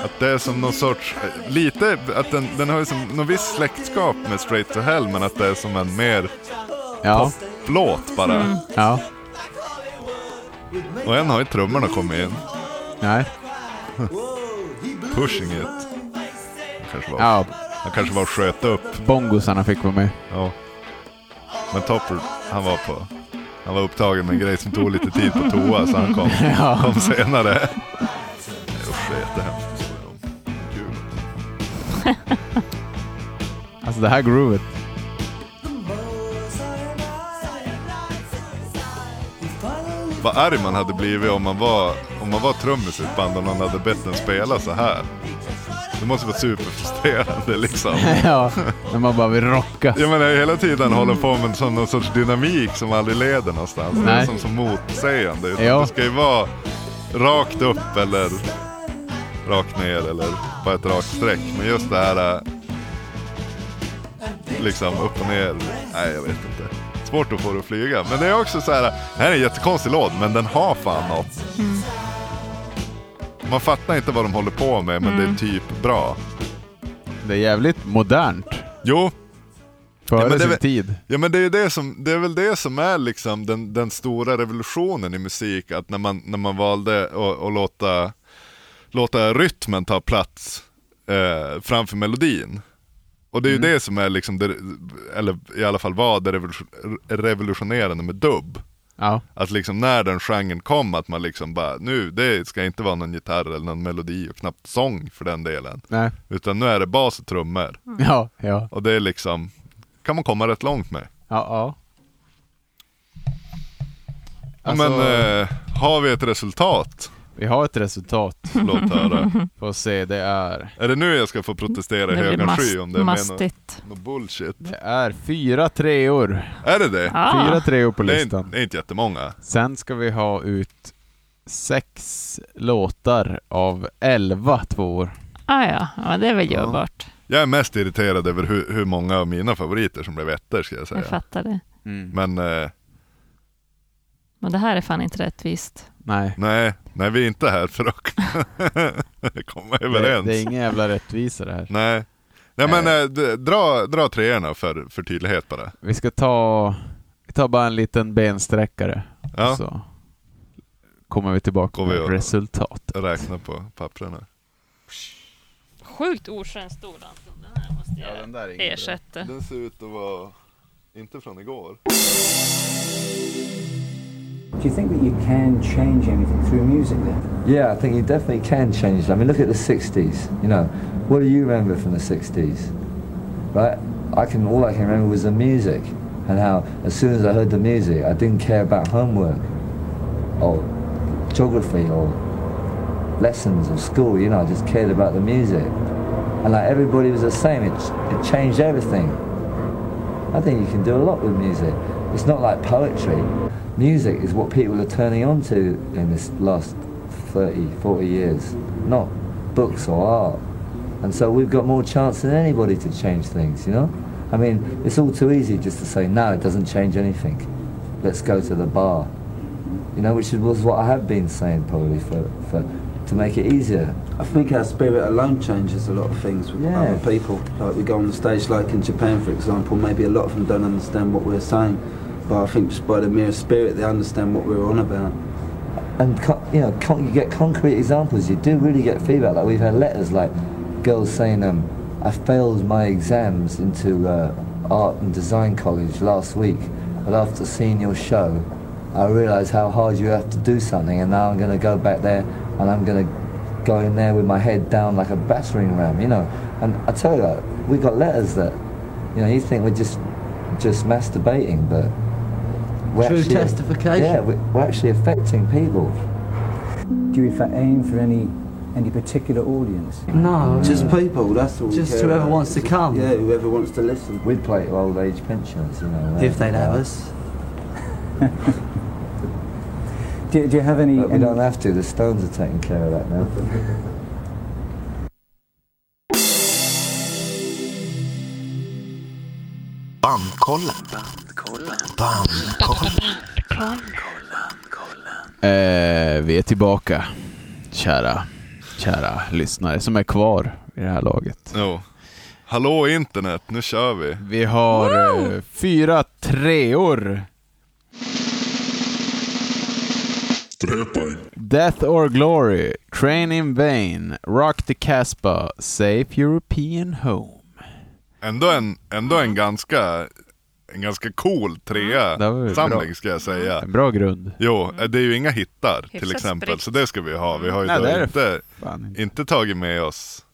Speaker 2: Att det är som någon sorts, eh, lite, att den, den har ju som någon viss släktskap med Straight to Hell men att det är som en mer
Speaker 3: Ja,
Speaker 2: poplåt bara.
Speaker 3: ja,
Speaker 2: Och än har ju trummorna kommit in.
Speaker 3: nej,
Speaker 2: Pushing it. Han kanske var,
Speaker 3: ja.
Speaker 2: han kanske var och sköt upp.
Speaker 3: Bongosarna fick vara med.
Speaker 2: Ja. Men Topper, han var på... Han var upptagen med en grej som tog lite tid på toa så han kom, kom senare. Usch, det är jättehemskt. Kul.
Speaker 3: Alltså det här groovet.
Speaker 2: Vad arg man hade blivit om man var, om man var trummis i ett band och någon hade bett en spela så här. Det måste vara superfrustrerande liksom.
Speaker 3: ja, när man bara vill rocka.
Speaker 2: Jag menar hela tiden håller på med som någon sorts dynamik som aldrig leder någonstans. Det är
Speaker 3: Nej.
Speaker 2: som, som motsägande. Utan
Speaker 3: Ja.
Speaker 2: Det ska ju vara rakt upp eller rakt ner eller bara ett rakt streck. Men just det här eh, liksom upp och ner. Nej jag vet inte. Svårt att få det att flyga. Men det är också så här. Det här är en jättekonstig låt men den har fan något.
Speaker 3: Mm.
Speaker 2: Man fattar inte vad de håller på med men
Speaker 3: Mm.
Speaker 2: det är typ bra.
Speaker 3: Det är jävligt modernt.
Speaker 2: Jo, Ja,
Speaker 3: Före
Speaker 2: men det är
Speaker 3: sin
Speaker 2: väl-
Speaker 3: tid.
Speaker 2: Ja men det är, ju det, som, det är väl det som är liksom den, den stora revolutionen i musik, att när man, när man valde att, att låta, låta rytmen ta plats eh, framför melodin. Och det är ju
Speaker 3: Mm.
Speaker 2: det som är liksom, det, eller i alla fall var det revolution- revolutionerande med dubb.
Speaker 3: Ja,
Speaker 2: Att liksom när den genren kom, att man liksom bara, nu det ska inte vara någon gitarr eller någon melodi och knappt sång för den delen.
Speaker 3: nej,
Speaker 2: Utan nu är det bas och trummor.
Speaker 3: ja, ja,
Speaker 2: Och det är liksom, kan man komma rätt långt med.
Speaker 3: ja. ja.
Speaker 2: Ja,
Speaker 3: Alltså,
Speaker 2: Men eh, har vi ett resultat?
Speaker 3: vi har ett resultat.
Speaker 2: Låt
Speaker 4: *laughs*
Speaker 2: höra.
Speaker 3: Får se, det är...
Speaker 2: är det nu jag ska få protestera i
Speaker 4: Det blir
Speaker 2: högan sky om det är
Speaker 4: mast,
Speaker 2: med något
Speaker 4: mastigt.
Speaker 2: något bullshit?
Speaker 3: Det är fyra treor.
Speaker 2: Är det det?
Speaker 4: Ah.
Speaker 3: Fyra treor på
Speaker 2: det, är, inte-
Speaker 3: listan.
Speaker 2: det är inte jättemånga.
Speaker 3: Sen ska vi ha ut sex låtar av elva tvåor.
Speaker 4: Ah, ja, ja, det är väl görbart.
Speaker 2: Jag är mest irriterad över hur, hur många av mina favoriter som blev ettor ska jag
Speaker 4: Jag
Speaker 2: säga.
Speaker 4: fattar det.
Speaker 2: Men eh,
Speaker 4: Men det här är fan inte rättvist.
Speaker 3: Nej.
Speaker 2: nej, nej, vi är inte här för *laughs* att komma
Speaker 3: Det,
Speaker 2: överens.
Speaker 3: det är ingen jävla rättvisa det här.
Speaker 2: Nej. Nej men eh, d- dra, dra treorna för, för tydlighet bara.
Speaker 3: Vi ska ta... Vi tar bara en liten bensträckare.
Speaker 2: Ja,
Speaker 3: Så kommer vi tillbaka
Speaker 2: Går vi
Speaker 3: med
Speaker 2: och-
Speaker 3: resultatet.
Speaker 2: räkna på papperna.
Speaker 4: Sjukt oskön stor Anton. Den här måste jag
Speaker 3: där är
Speaker 4: ersätta.
Speaker 2: Den ser ut att vara, inte från igår.
Speaker 10: Do you think that you can change anything through music then? Yeah, I think you definitely can change. I mean, look at the 60s, you know. What do you remember from the 60s? Right? I can, all I can remember was the music and how as soon as I heard the music, I didn't care about homework or geography or lessons or school, you know, I just cared about the music. And like everybody was the same, it, it changed everything. I think you can do a lot with music. It's not like poetry. Music is what people are turning on to in this last 30, 40 years, not books or art. And so we've got more chance than anybody to change things, you know? I mean, it's all too easy just to say, no, it doesn't change anything. Let's go to the bar. You know, which was what I have been saying probably for, for to make it easier.
Speaker 11: I think our spirit alone changes a lot of things with
Speaker 10: Yeah.
Speaker 11: other people. Like we go on the stage, like in Japan, for example, maybe a lot of them don't understand what we're saying, but I think just by the mere spirit, they understand what we're on about.
Speaker 10: and co- you know con- you get concrete examples you do really get feedback like we've had letters like girls saying um, i failed my exams into uh, art and design college last week but after seeing your show i realised how hard you have to do something and now i'm going to go back there and i'm going to go in there with my head down like a battering ram you know and i tell you that we got letters that you know you think we're just just masturbating but we're
Speaker 12: True
Speaker 10: actually-
Speaker 12: testification.
Speaker 10: yeah we- we're actually affecting people
Speaker 12: Do you in fact aim for any any particular audience?
Speaker 10: No.
Speaker 11: Just people, that's all. we
Speaker 10: Just
Speaker 11: care
Speaker 10: whoever
Speaker 11: about.
Speaker 10: wants to
Speaker 11: Just-
Speaker 10: come.
Speaker 11: Yeah, whoever wants to listen.
Speaker 10: We'd play to old age pensioners, you know.
Speaker 11: If they'd have
Speaker 10: us.
Speaker 12: Do, do you have any?
Speaker 10: But we
Speaker 12: any-
Speaker 10: don't have to, the Stones are taking care of that now.
Speaker 5: Bandkollen. Bandkollen.
Speaker 3: Eh, vi är tillbaka, kära, kära lyssnare som är kvar i det här laget.
Speaker 2: Jo. Hallå internet, nu kör vi.
Speaker 3: Vi har eh, fyra treor. Death or Glory, Train in Vain, Rock the Casbah, Safe European Home.
Speaker 2: Ändå en, ändå en ganska, en ganska cool trea
Speaker 3: Mm. Det var ju
Speaker 2: samling
Speaker 3: bra.
Speaker 2: ska jag säga.
Speaker 3: Bra grund.
Speaker 2: Jo, eh, det är ju inga hittar till
Speaker 3: Hyfsat
Speaker 2: exempel,
Speaker 3: spritt.
Speaker 2: så det ska vi ha. Vi har ju
Speaker 3: Nej,
Speaker 2: då
Speaker 3: det är det
Speaker 2: inte, inte tagit med oss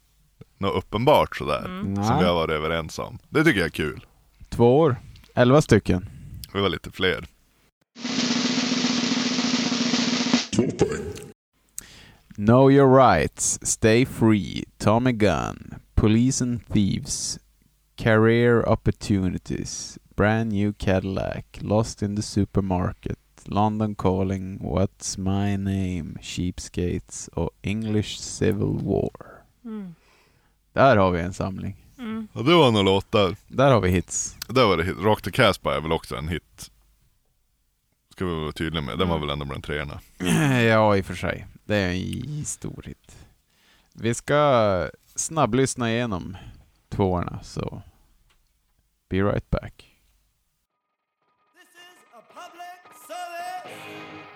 Speaker 2: något uppenbart sådär,
Speaker 3: Mm.
Speaker 2: som
Speaker 3: Nej.
Speaker 2: vi har varit överens om. Det tycker jag är kul.
Speaker 3: Två år, elva stycken.
Speaker 2: Vi var lite fler.
Speaker 3: Know Your Rights, Stay Free, Tommy Gun, Police and Thieves, Career Opportunities, Brand New Cadillac, Lost in the Supermarket, London Calling, What's My Name, Sheepskates och English Civil War.
Speaker 4: Mm.
Speaker 3: Där har vi en samling.
Speaker 4: Mm.
Speaker 2: Ja, det var några låtar.
Speaker 3: Där har vi hits. *clears throat*
Speaker 2: Där var det hit. Rock the Casbah är väl också en hit. Ska vi vara tydliga med. Den var
Speaker 3: Mm.
Speaker 2: väl ändå bland treorna.
Speaker 3: ja, i och för sig. Det är en stor hit. Vi ska snabblyssna igenom tvåorna, så be right back.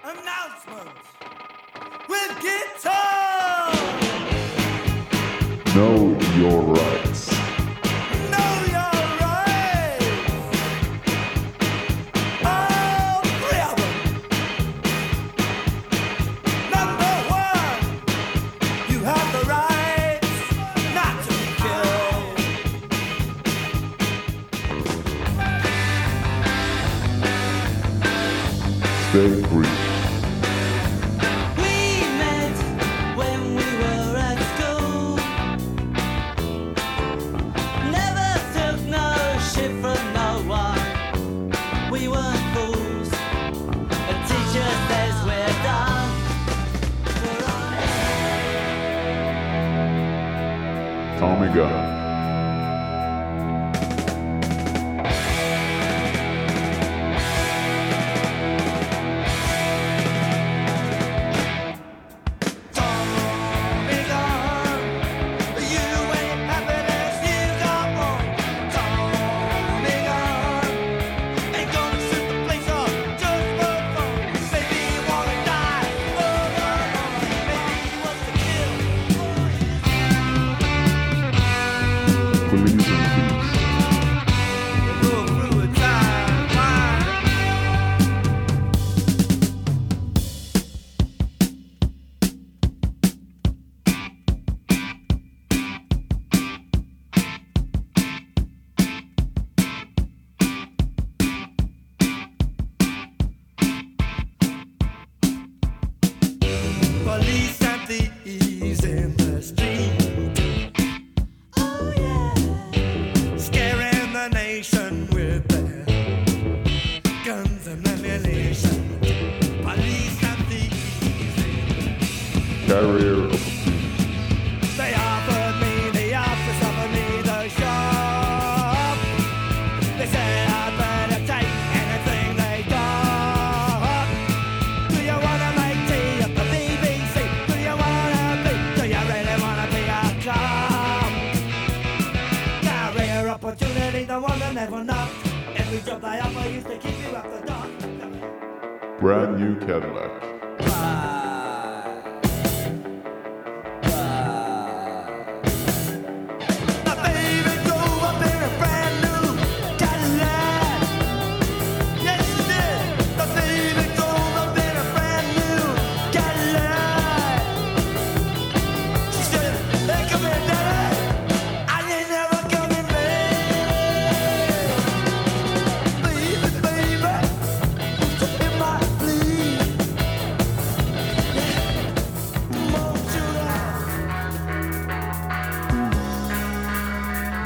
Speaker 5: Announcement with guitar.
Speaker 13: Know your rights.
Speaker 5: Know your rights. All Oh, three of 'em. Number one, you have the rights not to be killed.
Speaker 13: Stay free.
Speaker 5: We met when we were at school. Never took no shit from no one. We were fools. A teacher says we're done.
Speaker 13: Tommy Gun. Police and thieves.
Speaker 5: Police and thieves in the street. Oh yeah.
Speaker 13: Carrier of opinion.
Speaker 5: They offered me the office, offered me the shop. They said I'd better take anything they got. Do you wanna make tea at the BBC? Do you wanna be? Do you really wanna be a cop? Career opportunity, the one that never knocked. Every job they offer used to keep you up the dock.
Speaker 13: Brand new Cadillac.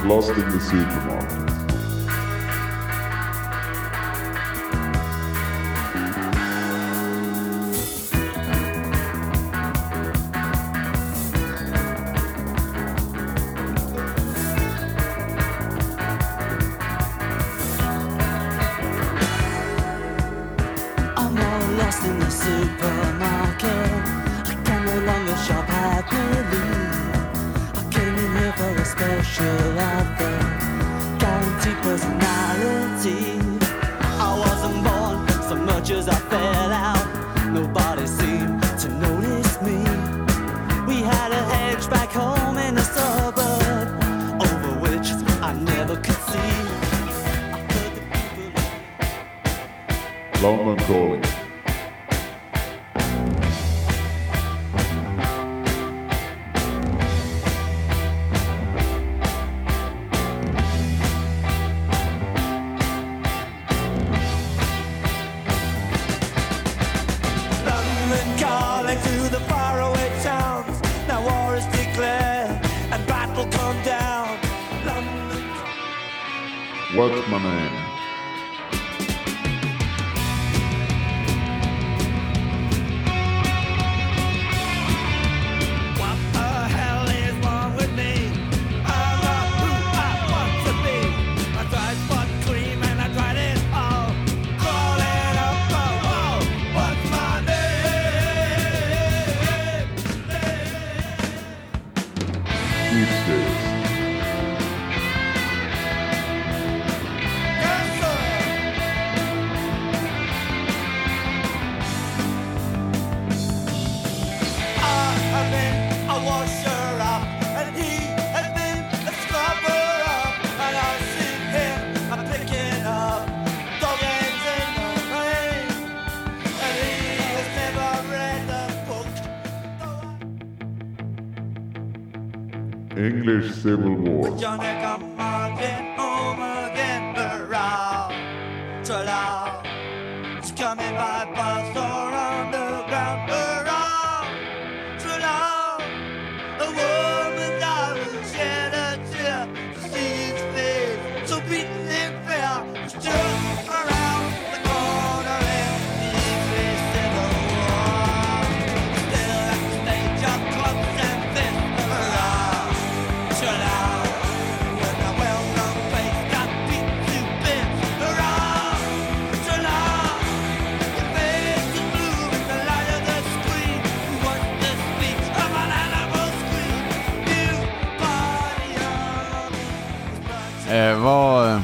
Speaker 13: Lost in the supermarket.
Speaker 5: I'm all lost in the supermarket. I can no longer shop happily. I came in here for a special offer, guaranteed personality. I wasn't born so much as I fell out. Nobody seemed to notice me. We had a hedge back home in the suburb, over which I never could see.
Speaker 13: London calling.
Speaker 5: London calling to the faraway towns. Now war is declared and battle come down. London.
Speaker 13: What's my name?
Speaker 5: What the hell is wrong with me? I'm not who I want to be. I tried butt cream and I tried it all. Crawling up a wall. What's my name?
Speaker 13: Cheapskates.
Speaker 5: Yes, sir. I have been a washer up, and he has been a scrubber up, and I see him a picking up dog ends in the rain, and he has never read the book.
Speaker 13: English Civil War.
Speaker 5: Johnny come again, home again, morale, tra-la. It's coming by bus or underground, morale, tra-la. A woman's eyes shed a tear to see his face, so beaten and fair. Still around the corner and the English Civil War. Still at the stage of clubs and fists, morale, tra-la. When a well-known face got beat to bits, morale, tra-la.
Speaker 3: Eh, vad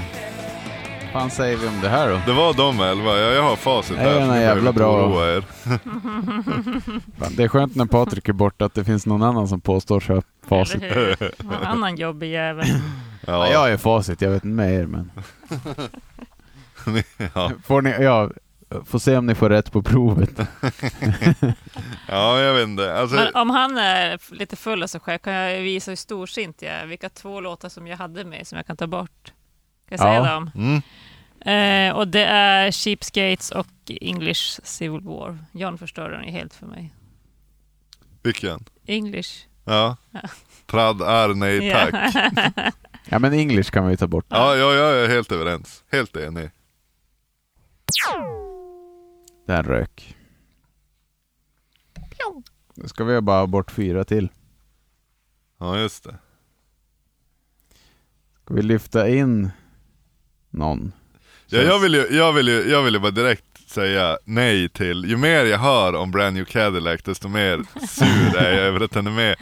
Speaker 3: fan säger vi om det här då?
Speaker 2: Det var de elva, jag, jag har facit
Speaker 3: Det är
Speaker 2: här.
Speaker 3: en
Speaker 2: så ni behöver
Speaker 3: jävla
Speaker 2: inte
Speaker 3: bra-
Speaker 2: oroa er.
Speaker 3: Fan, Det är skönt när Patrik är borta att det finns någon annan som påstår sig ha facit.
Speaker 4: Eller hur? Någon annan jobbig jävel.
Speaker 3: *laughs* Ja. Jag är facit, jag vet inte med er men.
Speaker 2: ja. *laughs*
Speaker 3: Får ni, ja, får se om ni får rätt på provet.
Speaker 2: ja, jag vet inte. Alltså,
Speaker 4: Men om han är f- lite full av sig själv kan jag visa hur storsint jag är. Vilka två låtar som jag hade med som jag kan ta bort. Kan jag säga
Speaker 2: Ja.
Speaker 4: dem?
Speaker 2: Mm.
Speaker 4: Eh, och det är Cheapskates och English Civil War. John förstör den ju helt för mig.
Speaker 2: vilken?
Speaker 3: *laughs*
Speaker 4: English.
Speaker 2: Ja. Trad är nej
Speaker 4: Ja.
Speaker 2: tack.
Speaker 3: ja men English kan vi ta bort.
Speaker 2: Ja, ja, jag är helt överens. Helt enig.
Speaker 3: Den rök. Nu ska vi bara ha bort fyra till.
Speaker 2: Ja, just det.
Speaker 3: Ska vi lyfta in någon?
Speaker 2: Ja, jag, vill ju, jag, vill ju, jag vill ju bara direkt säga nej till, ju mer jag hör om Brand New Cadillac desto mer sur är jag över att den är med.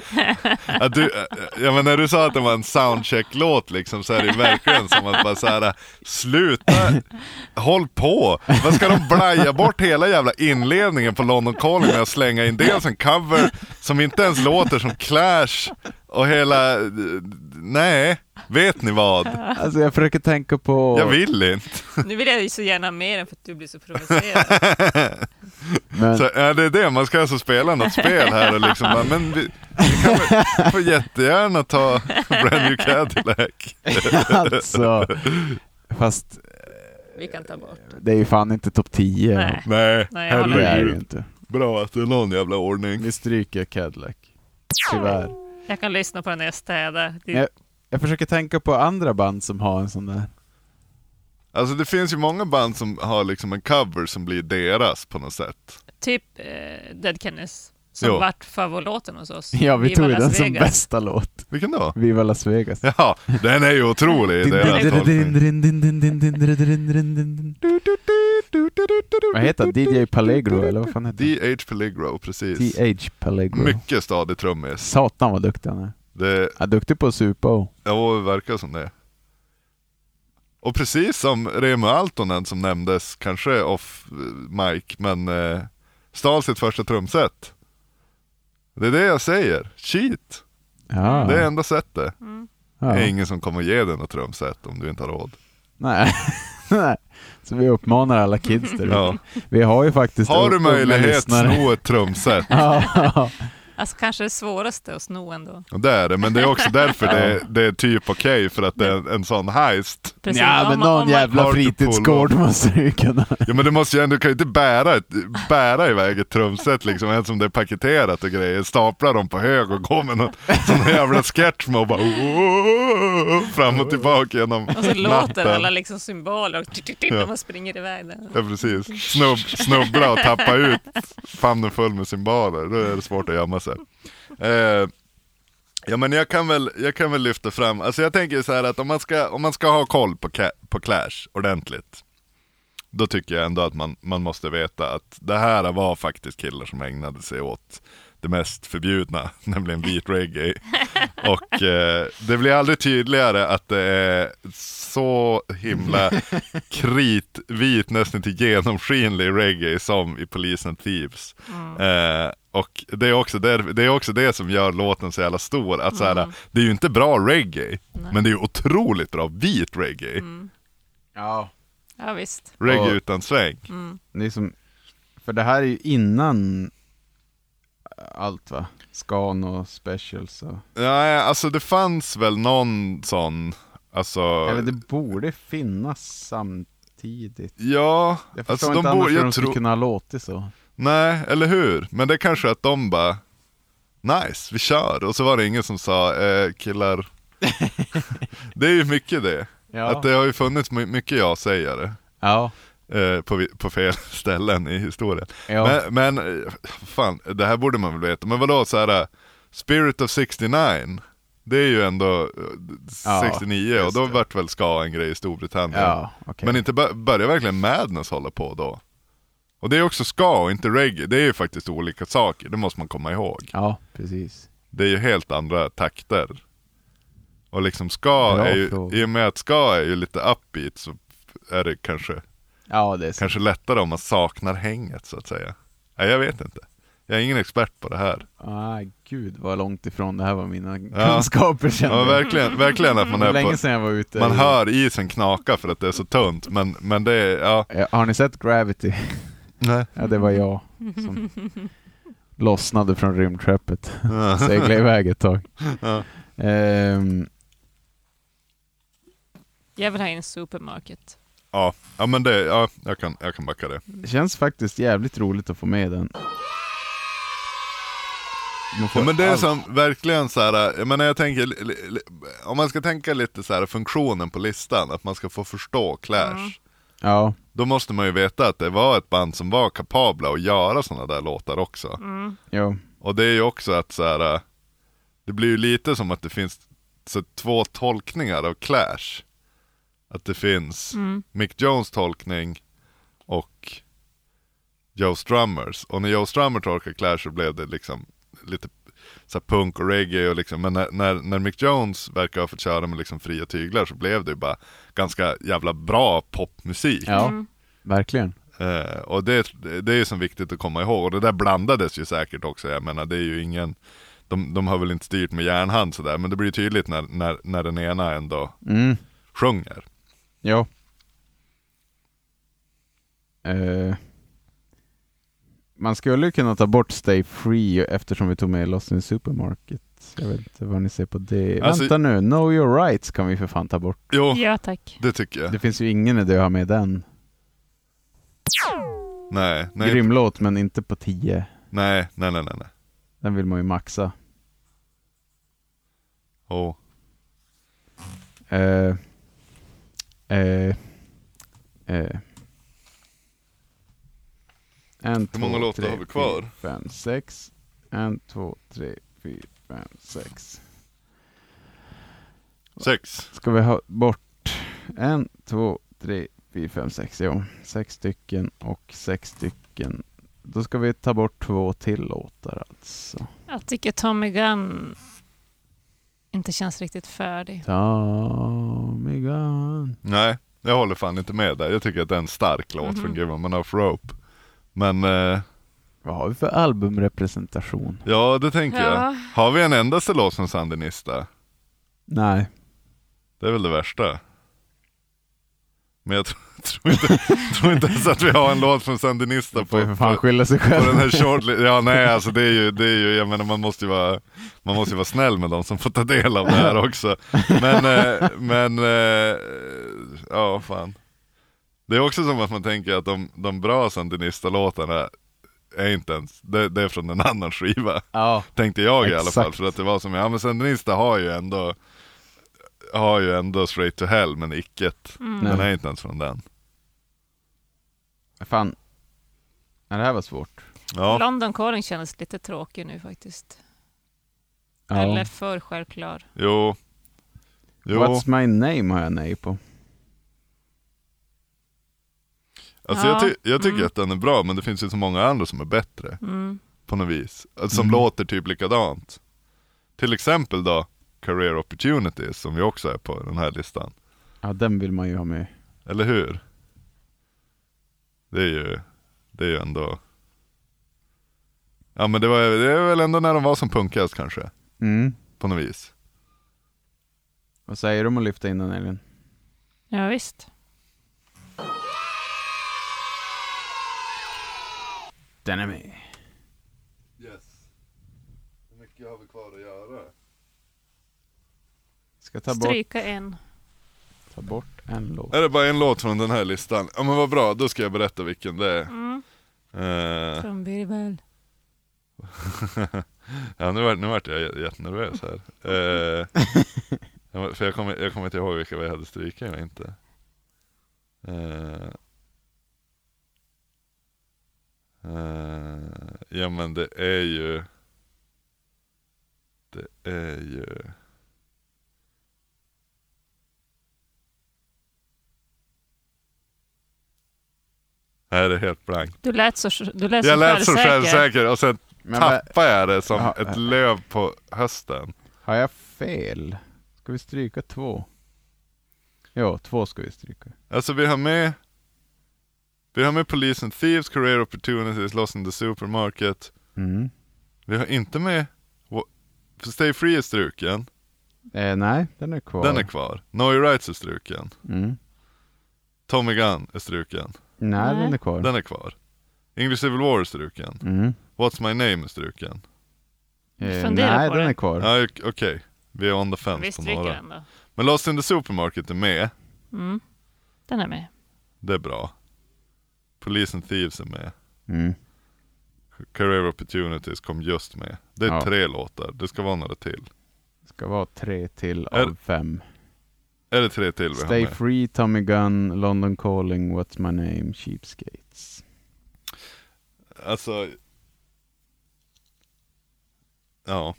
Speaker 2: Att du, eh, ja, men när du sa att det var en soundcheck-låt liksom, så är det ju verkligen som att bara så här, sluta, håll på. Vad ska de blaja bort hela jävla inledningen på London Calling med att slänga in dels en cover som inte ens låter som Clash och hela, eh, nej, vet ni vad?
Speaker 3: Alltså jag försöker tänka på...
Speaker 2: Jag vill inte. *laughs*
Speaker 14: Nu vill jag ju så gärna ha med den för att du blir så provocerad.
Speaker 2: Så, ja, det är det, man ska alltså spela något spel här och liksom bara, men vi, vi kan väl, får jättegärna ta *laughs* Brand New Cadillac. *laughs*
Speaker 3: alltså, fast
Speaker 14: Vi kan ta bort.
Speaker 3: det är ju fan inte topp 10.
Speaker 14: Nej.
Speaker 2: Nej,
Speaker 14: Nej, jag håller
Speaker 3: det är det ju
Speaker 2: herregud.
Speaker 3: inte.
Speaker 2: Bra att det är någon jävla ordning.
Speaker 3: Vi stryker Cadillac. Tyvärr.
Speaker 14: Jag kan lyssna på den när jag städar. Det,
Speaker 3: Jag, jag försöker tänka på andra band som har en sån där. *laughs*
Speaker 2: Alltså det finns ju många band som har liksom en cover som blir deras på något sätt.
Speaker 14: Typ eh, Dead Kennedys, som
Speaker 2: Jo.
Speaker 14: vart favoritlåten hos oss.
Speaker 3: Ja, vi
Speaker 14: Viva
Speaker 3: tog ju
Speaker 14: Las
Speaker 3: den som
Speaker 14: Vegas.
Speaker 3: bästa låt.
Speaker 2: Vilken då?
Speaker 3: Viva Las Vegas.
Speaker 2: Ja, den är ju otrolig i deras tolkning.
Speaker 3: Vad heter han? DJ Pallegro eller vad fan heter han?
Speaker 2: D.H. Pellegro, precis.
Speaker 3: TH Pallegro.
Speaker 2: Mycket stadig trummis.
Speaker 3: Satan vad duktig han är.
Speaker 2: Det,
Speaker 3: Han är duktig på att supa och...
Speaker 2: ja, det verkar som det. Och precis som Remu Altonen som nämndes, kanske off eh, mic, men eh, stal sitt första trumset. Det är det jag säger, cheat.
Speaker 3: Ja.
Speaker 2: Det är enda sättet.
Speaker 3: Ja.
Speaker 2: Det är ingen som kommer ge dig något trumset om du inte har råd.
Speaker 3: Nej. *laughs* Nej. Så vi uppmanar alla kids där ute.
Speaker 2: Ja.
Speaker 3: Vi har ju faktiskt
Speaker 2: Mm. Har du
Speaker 3: unga
Speaker 2: möjlighet,
Speaker 3: lyssnare.
Speaker 2: sno ett trumset.
Speaker 3: *laughs* Ja.
Speaker 14: Alltså kanske det svåraste att sno ändå.
Speaker 2: Det är det, men det är också därför det är, det är typ okej för att det är en, en sån heist.
Speaker 14: Precis,
Speaker 3: ja
Speaker 14: om
Speaker 3: men
Speaker 14: man- om
Speaker 3: någon
Speaker 14: man-
Speaker 3: jävla
Speaker 2: Hard to pull
Speaker 3: fritidsgård
Speaker 2: off.
Speaker 3: måste du ju kunna.
Speaker 2: Ja men du måste ju ändå, du kan ju inte bära, ett, bära iväg ett trumset liksom, ens om det är paketerat och grejer. Stapla dem på hög och gå med någon sån här jävla sketch med och bara "Åh", fram och tillbaka genom
Speaker 14: Och så låter
Speaker 2: natten.
Speaker 14: alla liksom symboler och titt, titt, titt,
Speaker 2: Ja.
Speaker 14: man springer iväg där.
Speaker 2: Ja precis, Snubb, snubbla och tappa ut famnen full med cymbaler, då är det svårt att gömma sig. Eh, ja men jag kan, väl, jag kan väl lyfta fram, alltså jag tänker så här att om man ska, om man ska ha koll på, ca- på Clash ordentligt, då tycker jag ändå att man, man måste veta att det här var faktiskt killar som ägnade sig åt det mest förbjudna, *laughs* nämligen beat reggae. Och eh, det blir aldrig tydligare att det är så himla kritvit, nästan till genomskinlig reggae som i Police and Thieves. Eh, och det är, också där, det är också det som gör låten så jävla stor, att så här, det är ju inte bra reggae, men det är ju otroligt bra vit reggae.
Speaker 3: Ja.
Speaker 14: Ja visst.
Speaker 2: Reggae
Speaker 3: Och-
Speaker 2: utan sväng.
Speaker 3: Det är som, för det här är ju innan allt va? Scan och specials och...
Speaker 2: Nej, alltså det fanns väl någon sån, alltså...
Speaker 3: Eller det borde finnas samtidigt.
Speaker 2: Ja,
Speaker 3: Jag förstår
Speaker 2: alltså
Speaker 3: inte
Speaker 2: de
Speaker 3: annars
Speaker 2: borde,
Speaker 3: hur de
Speaker 2: jag
Speaker 3: skulle
Speaker 2: tror...
Speaker 3: kunna ha låtit så.
Speaker 2: Nej, eller hur? Men det är kanske att de bara, nice, vi kör. Och så var det ingen som sa, eh, killar. det är ju mycket det.
Speaker 3: Ja.
Speaker 2: Att det har ju funnits my- mycket jag-sägare.
Speaker 3: Ja.
Speaker 2: eh, på, vi- på fel *laughs* ställen i historien.
Speaker 3: Ja.
Speaker 2: Men, men eh, fan, det här borde man väl veta. Men vadå så här, eh, Spirit of 69, det är ju ändå eh,
Speaker 3: Ja,
Speaker 2: 69 och
Speaker 3: just
Speaker 2: då
Speaker 3: det.
Speaker 2: vart väl ska en grej i Storbritannien.
Speaker 3: Ja, okej.
Speaker 2: Men inte bör- börjar verkligen Madness hålla på då? Och det är också ska och inte reggae, det är ju faktiskt olika saker, det måste man komma ihåg.
Speaker 3: Ja, precis.
Speaker 2: Det är ju helt andra takter. Och liksom ska,
Speaker 3: Bra
Speaker 2: är ju,
Speaker 3: fråga.
Speaker 2: i och med att ska är ju lite upbeat så är det kanske
Speaker 3: Ja, det är så.
Speaker 2: Kanske lättare om man saknar hänget så att säga. Nej, jag vet inte. Jag är ingen expert på det här.
Speaker 3: Ah, gud vad långt ifrån det här var mina
Speaker 2: Ja.
Speaker 3: kunskaper känner
Speaker 2: Ja,
Speaker 3: jag.
Speaker 2: verkligen, verkligen att man
Speaker 3: Det var
Speaker 2: är
Speaker 3: länge
Speaker 2: på...
Speaker 3: sedan jag var ute.
Speaker 2: Man
Speaker 3: i-
Speaker 2: hör isen knaka för att det är så tunt, men, men det är, ja.
Speaker 3: Ja, Eh, Har ni sett Gravity?
Speaker 2: Nej.
Speaker 3: Ja, det var jag som lossnade från rymdskeppet. Seglade iväg ett tag.
Speaker 2: Ja.
Speaker 3: Ehm,
Speaker 14: Jag vill ha in supermarket.
Speaker 2: Ja, ja men det, ja, jag kan, jag kan backa det.
Speaker 3: Det känns faktiskt jävligt roligt att få med den. Man får
Speaker 2: Ja, men det är
Speaker 3: allt.
Speaker 2: som verkligen så här, jag menar jag tänker, li- li-
Speaker 14: Mm.
Speaker 2: li- om man ska tänka lite så här funktionen på listan, att man ska få förstå Clash.
Speaker 3: Ja.
Speaker 2: Då måste man ju veta att det var ett band som var kapabla att göra sådana där låtar också.
Speaker 14: Mm.
Speaker 3: Jo.
Speaker 2: Och det är ju också att så här, äh, det blir ju lite som att det finns så, här, två tolkningar av Clash. Att det finns
Speaker 14: Mm.
Speaker 2: Mick Jones tolkning och Joe Strummers. Och när Joe Strummer tolkade Clash så blev det liksom lite så här punk och reggae och liksom, men när, när, när Mick Jones verkar ha fått köra med liksom fria tyglar så blev det ju bara ganska jävla bra popmusik.
Speaker 3: Ja. Mm. Verkligen.
Speaker 2: Eh, och det, det är ju som viktigt att komma ihåg. Och det där blandades ju säkert också. Jag menar det är ju ingen, de, de har väl inte styrt med järnhand sådär. Men det blir ju tydligt när, när, när den ena ändå
Speaker 3: Mm.
Speaker 2: sjunger.
Speaker 3: Ja. Eh, man skulle ju kunna ta bort Stay Free eftersom vi tog med Lost in Supermarket. Jag vet inte vad ni ser på det.
Speaker 2: Alltså-
Speaker 3: Vänta nu, Know Your Rights kan vi för fan ta bort.
Speaker 2: Jo,
Speaker 14: Ja, tack.
Speaker 2: det tycker jag.
Speaker 3: Det finns ju ingen idé att ha med den.
Speaker 2: Nej, nej,
Speaker 3: Grym låt, men inte på 10.
Speaker 2: nej, nej, nej, nej. nej.
Speaker 3: Den vill man ju maxa.
Speaker 2: Oh.
Speaker 3: Eh, eh, eh. En,
Speaker 2: Hur många
Speaker 3: två,
Speaker 2: låtar
Speaker 3: tre,
Speaker 2: har vi kvar?
Speaker 3: fyra, Fem, sex. En, två, tre, fyra, fem, sex.
Speaker 2: Sex.
Speaker 3: Ska vi ha bort en, två, tre, fyra, fem, sex. Jo, sex stycken och sex stycken. Då ska vi ta bort två till låtar alltså.
Speaker 14: Jag tycker Tommy Gunn inte känns riktigt färdig.
Speaker 3: Tommy Gunn.
Speaker 2: Nej, jag håller fan inte med där. Jag tycker att det är en stark låt
Speaker 14: Mhm.
Speaker 2: från Give 'em an off rope. Men eh,
Speaker 3: Vad har vi för albumrepresentation?
Speaker 2: ja, det tänker
Speaker 14: Ja.
Speaker 2: jag. Har vi en endaste låt som Sandinista?
Speaker 3: Nej.
Speaker 2: Det är väl det värsta. Men jag tror, *laughs* tror, inte, tror inte ens att vi har en låt från Sandinista
Speaker 3: Får ju för
Speaker 2: på,
Speaker 3: fan
Speaker 2: på,
Speaker 3: skylla sig
Speaker 2: på
Speaker 3: själv.
Speaker 2: den här shortlisten. Ja nej alltså det är ju, det är ju jag menar man måste ju, vara, man måste ju vara snäll med de som får ta del av det här också. Men, eh, men eh, ja fan. Det är också som att man tänker att de, de bra Sandinista-låtarna är inte ens, det, det är från en annan skiva.
Speaker 3: Ja.
Speaker 2: Tänkte jag i alla
Speaker 3: Exakt.
Speaker 2: fall. För att det var som, ja men Sandinista har ju ändå har ju ändå Straight to Hell men icket.
Speaker 14: Mm.
Speaker 2: Den
Speaker 3: Nej.
Speaker 2: är inte ens från den.
Speaker 3: Fan. Ja, det här var svårt.
Speaker 2: Ja,
Speaker 14: Londonkåren kändes lite tråkig nu faktiskt.
Speaker 3: Ja.
Speaker 14: Eller för självklar.
Speaker 2: jo. Jo,
Speaker 3: What's my name har jag nej på.
Speaker 2: alltså jag, ty- jag tycker
Speaker 14: Mm.
Speaker 2: att den är bra men det finns ju så många andra som är bättre
Speaker 14: Mm.
Speaker 2: på något vis. Alltså, som
Speaker 3: Mm.
Speaker 2: låter typ likadant. Till exempel då Career Opportunities som ju också är på den här listan.
Speaker 3: Ja, den vill man ju ha med.
Speaker 2: Eller hur? Det är ju, det är ju ändå Ja men det, var, det är väl ändå när de var som punkigast kanske,
Speaker 3: Mm.
Speaker 2: på något vis.
Speaker 3: Vad säger du om att lyfta in den Elin?
Speaker 14: Ja, visst.
Speaker 3: Den är med.
Speaker 2: Yes. Hur mycket har vi kvar att göra?
Speaker 3: Ska ta bort,
Speaker 14: Stryka en.
Speaker 3: ta bort en låt.
Speaker 2: Är det bara en låt från den här listan? Ja men vad bra, då ska jag berätta vilken det är.
Speaker 14: Mm.
Speaker 2: Eh,
Speaker 14: Trumvirvel.
Speaker 2: *laughs* ja nu vart nu vart jag j- jättenervös här. Eh, *laughs* jag var- för jag kommer, jag kommer inte ihåg vilka vi hade strykit och inte. Eh, eh, ja men det är ju Det är ju Nej det är helt blankt.
Speaker 14: Du lät så, du lät
Speaker 2: Jag
Speaker 14: så
Speaker 2: lät
Speaker 14: Alltså,
Speaker 2: så
Speaker 14: självsäker.
Speaker 2: självsäker och sen
Speaker 3: Men vad-
Speaker 2: tappade jag det som
Speaker 3: Ja,
Speaker 2: ett
Speaker 3: eh.
Speaker 2: löv på hösten.
Speaker 3: har jag fel? Ska vi stryka två? Ja, två ska vi stryka.
Speaker 2: Alltså vi har med Vi har med Police and Thieves, Career Opportunities, Lost in the Supermarket.
Speaker 3: Mm.
Speaker 2: Vi har inte med Wha- Stay Free är struken,
Speaker 3: Eh, nej, den är kvar.
Speaker 2: den är kvar. No Your Rights är struken.
Speaker 3: Mm.
Speaker 2: Tommy Gunn är struken,
Speaker 3: Nej,
Speaker 14: Nej.
Speaker 3: den är kvar.
Speaker 2: den är kvar. English Civil War är struken.
Speaker 3: Mm.
Speaker 2: What's My Name är struken.
Speaker 3: Eh,
Speaker 14: Fundera
Speaker 3: nej,
Speaker 14: på
Speaker 3: den
Speaker 14: det.
Speaker 3: är kvar.
Speaker 2: Ja, Okej, vi är on the fence
Speaker 14: Vi
Speaker 2: på
Speaker 14: stryker
Speaker 2: några.
Speaker 14: den då.
Speaker 2: Men Lost in the Supermarket är med,
Speaker 14: Mm. Den är med.
Speaker 2: det är bra. Police and Thieves är med.
Speaker 3: Mm.
Speaker 2: Career Opportunities kom just med. Det är
Speaker 3: Ja.
Speaker 2: tre låtar, det ska vara några till.
Speaker 3: Ska vara tre till
Speaker 2: Är-
Speaker 3: av fem.
Speaker 2: Är det tre till vi har
Speaker 3: Stay
Speaker 2: med?
Speaker 3: Free, Tommy Gun, London Calling, What's My Name, Cheapskates.
Speaker 2: Alltså... Ja.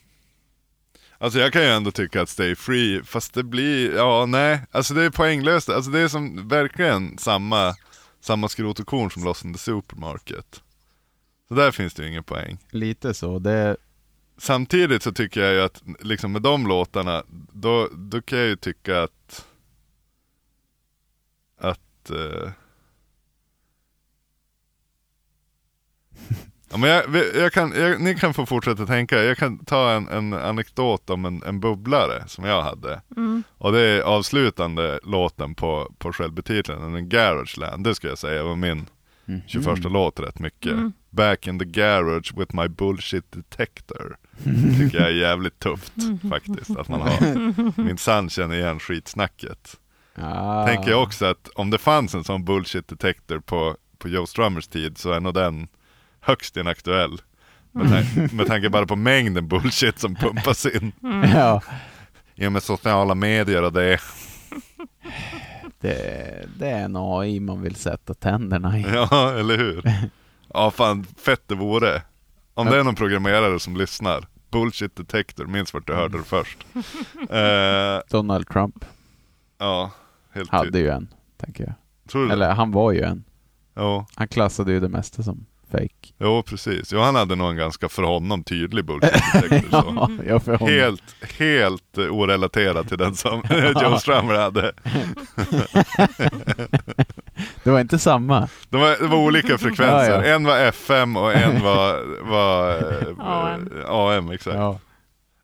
Speaker 2: Alltså jag kan ju ändå tycka att Stay Free, fast det blir, ja nej, alltså det är poänglöst. Alltså det är som verkligen samma, samma skrot och korn som Lost in the Supermarket. Så där finns det ju ingen poäng.
Speaker 3: Lite så, det...
Speaker 2: Samtidigt så tycker jag ju att liksom med de låtarna, då, då kan jag ju tycka att, att eh, Ja, men jag, jag kan, jag, ni kan få fortsätta tänka. Jag kan ta en, en anekdot om en, en bubblare som jag hade.
Speaker 14: Mm.
Speaker 2: Och det är avslutande låten på, på självbetitlingen, Garageland. Det skulle jag säga var min 21 låt rätt mycket.
Speaker 14: Mm.
Speaker 2: Back in the garage with my bullshit detector. Tycker jag är jävligt tufft faktiskt. Att man har, min sann känner igen skitsnacket.
Speaker 3: Ah.
Speaker 2: Tänker jag också att om det fanns en sån bullshit detector på, på Joe Strummers tid så är nog den högst inaktuell. Med, tan- med tanke bara på mängden bullshit som pumpas in.
Speaker 3: Mm. *laughs* Ja.
Speaker 2: I och med sociala medier och det. *laughs*
Speaker 3: Det, det är en AI man vill sätta tänderna i.
Speaker 2: Ja, eller hur? Ja, fan fett det vore. Om det är någon programmerare som lyssnar. Bullshit detector, minns vart du hörde det först. Eh,
Speaker 3: Donald Trump
Speaker 2: ja, helt
Speaker 3: hade
Speaker 2: ty-
Speaker 3: ju en, tänker jag.
Speaker 2: Tror du det?
Speaker 3: Eller han var ju en.
Speaker 2: Ja.
Speaker 3: Han klassade ju det mesta som fake.
Speaker 2: Jo, precis. Jo, han hade nog en ganska för honom tydlig
Speaker 3: *laughs*
Speaker 2: bullshit detector. så.
Speaker 14: Mm.
Speaker 3: Ja, ja, för honom.
Speaker 2: Helt, helt eh, orelaterad till den som *laughs* Joe Strummer hade.
Speaker 3: Det var inte samma.
Speaker 2: De var, det var olika frekvenser.
Speaker 3: Ja, ja.
Speaker 2: En var FM och
Speaker 3: *laughs*
Speaker 2: en var, var eh,
Speaker 14: AM.
Speaker 2: AM. exakt.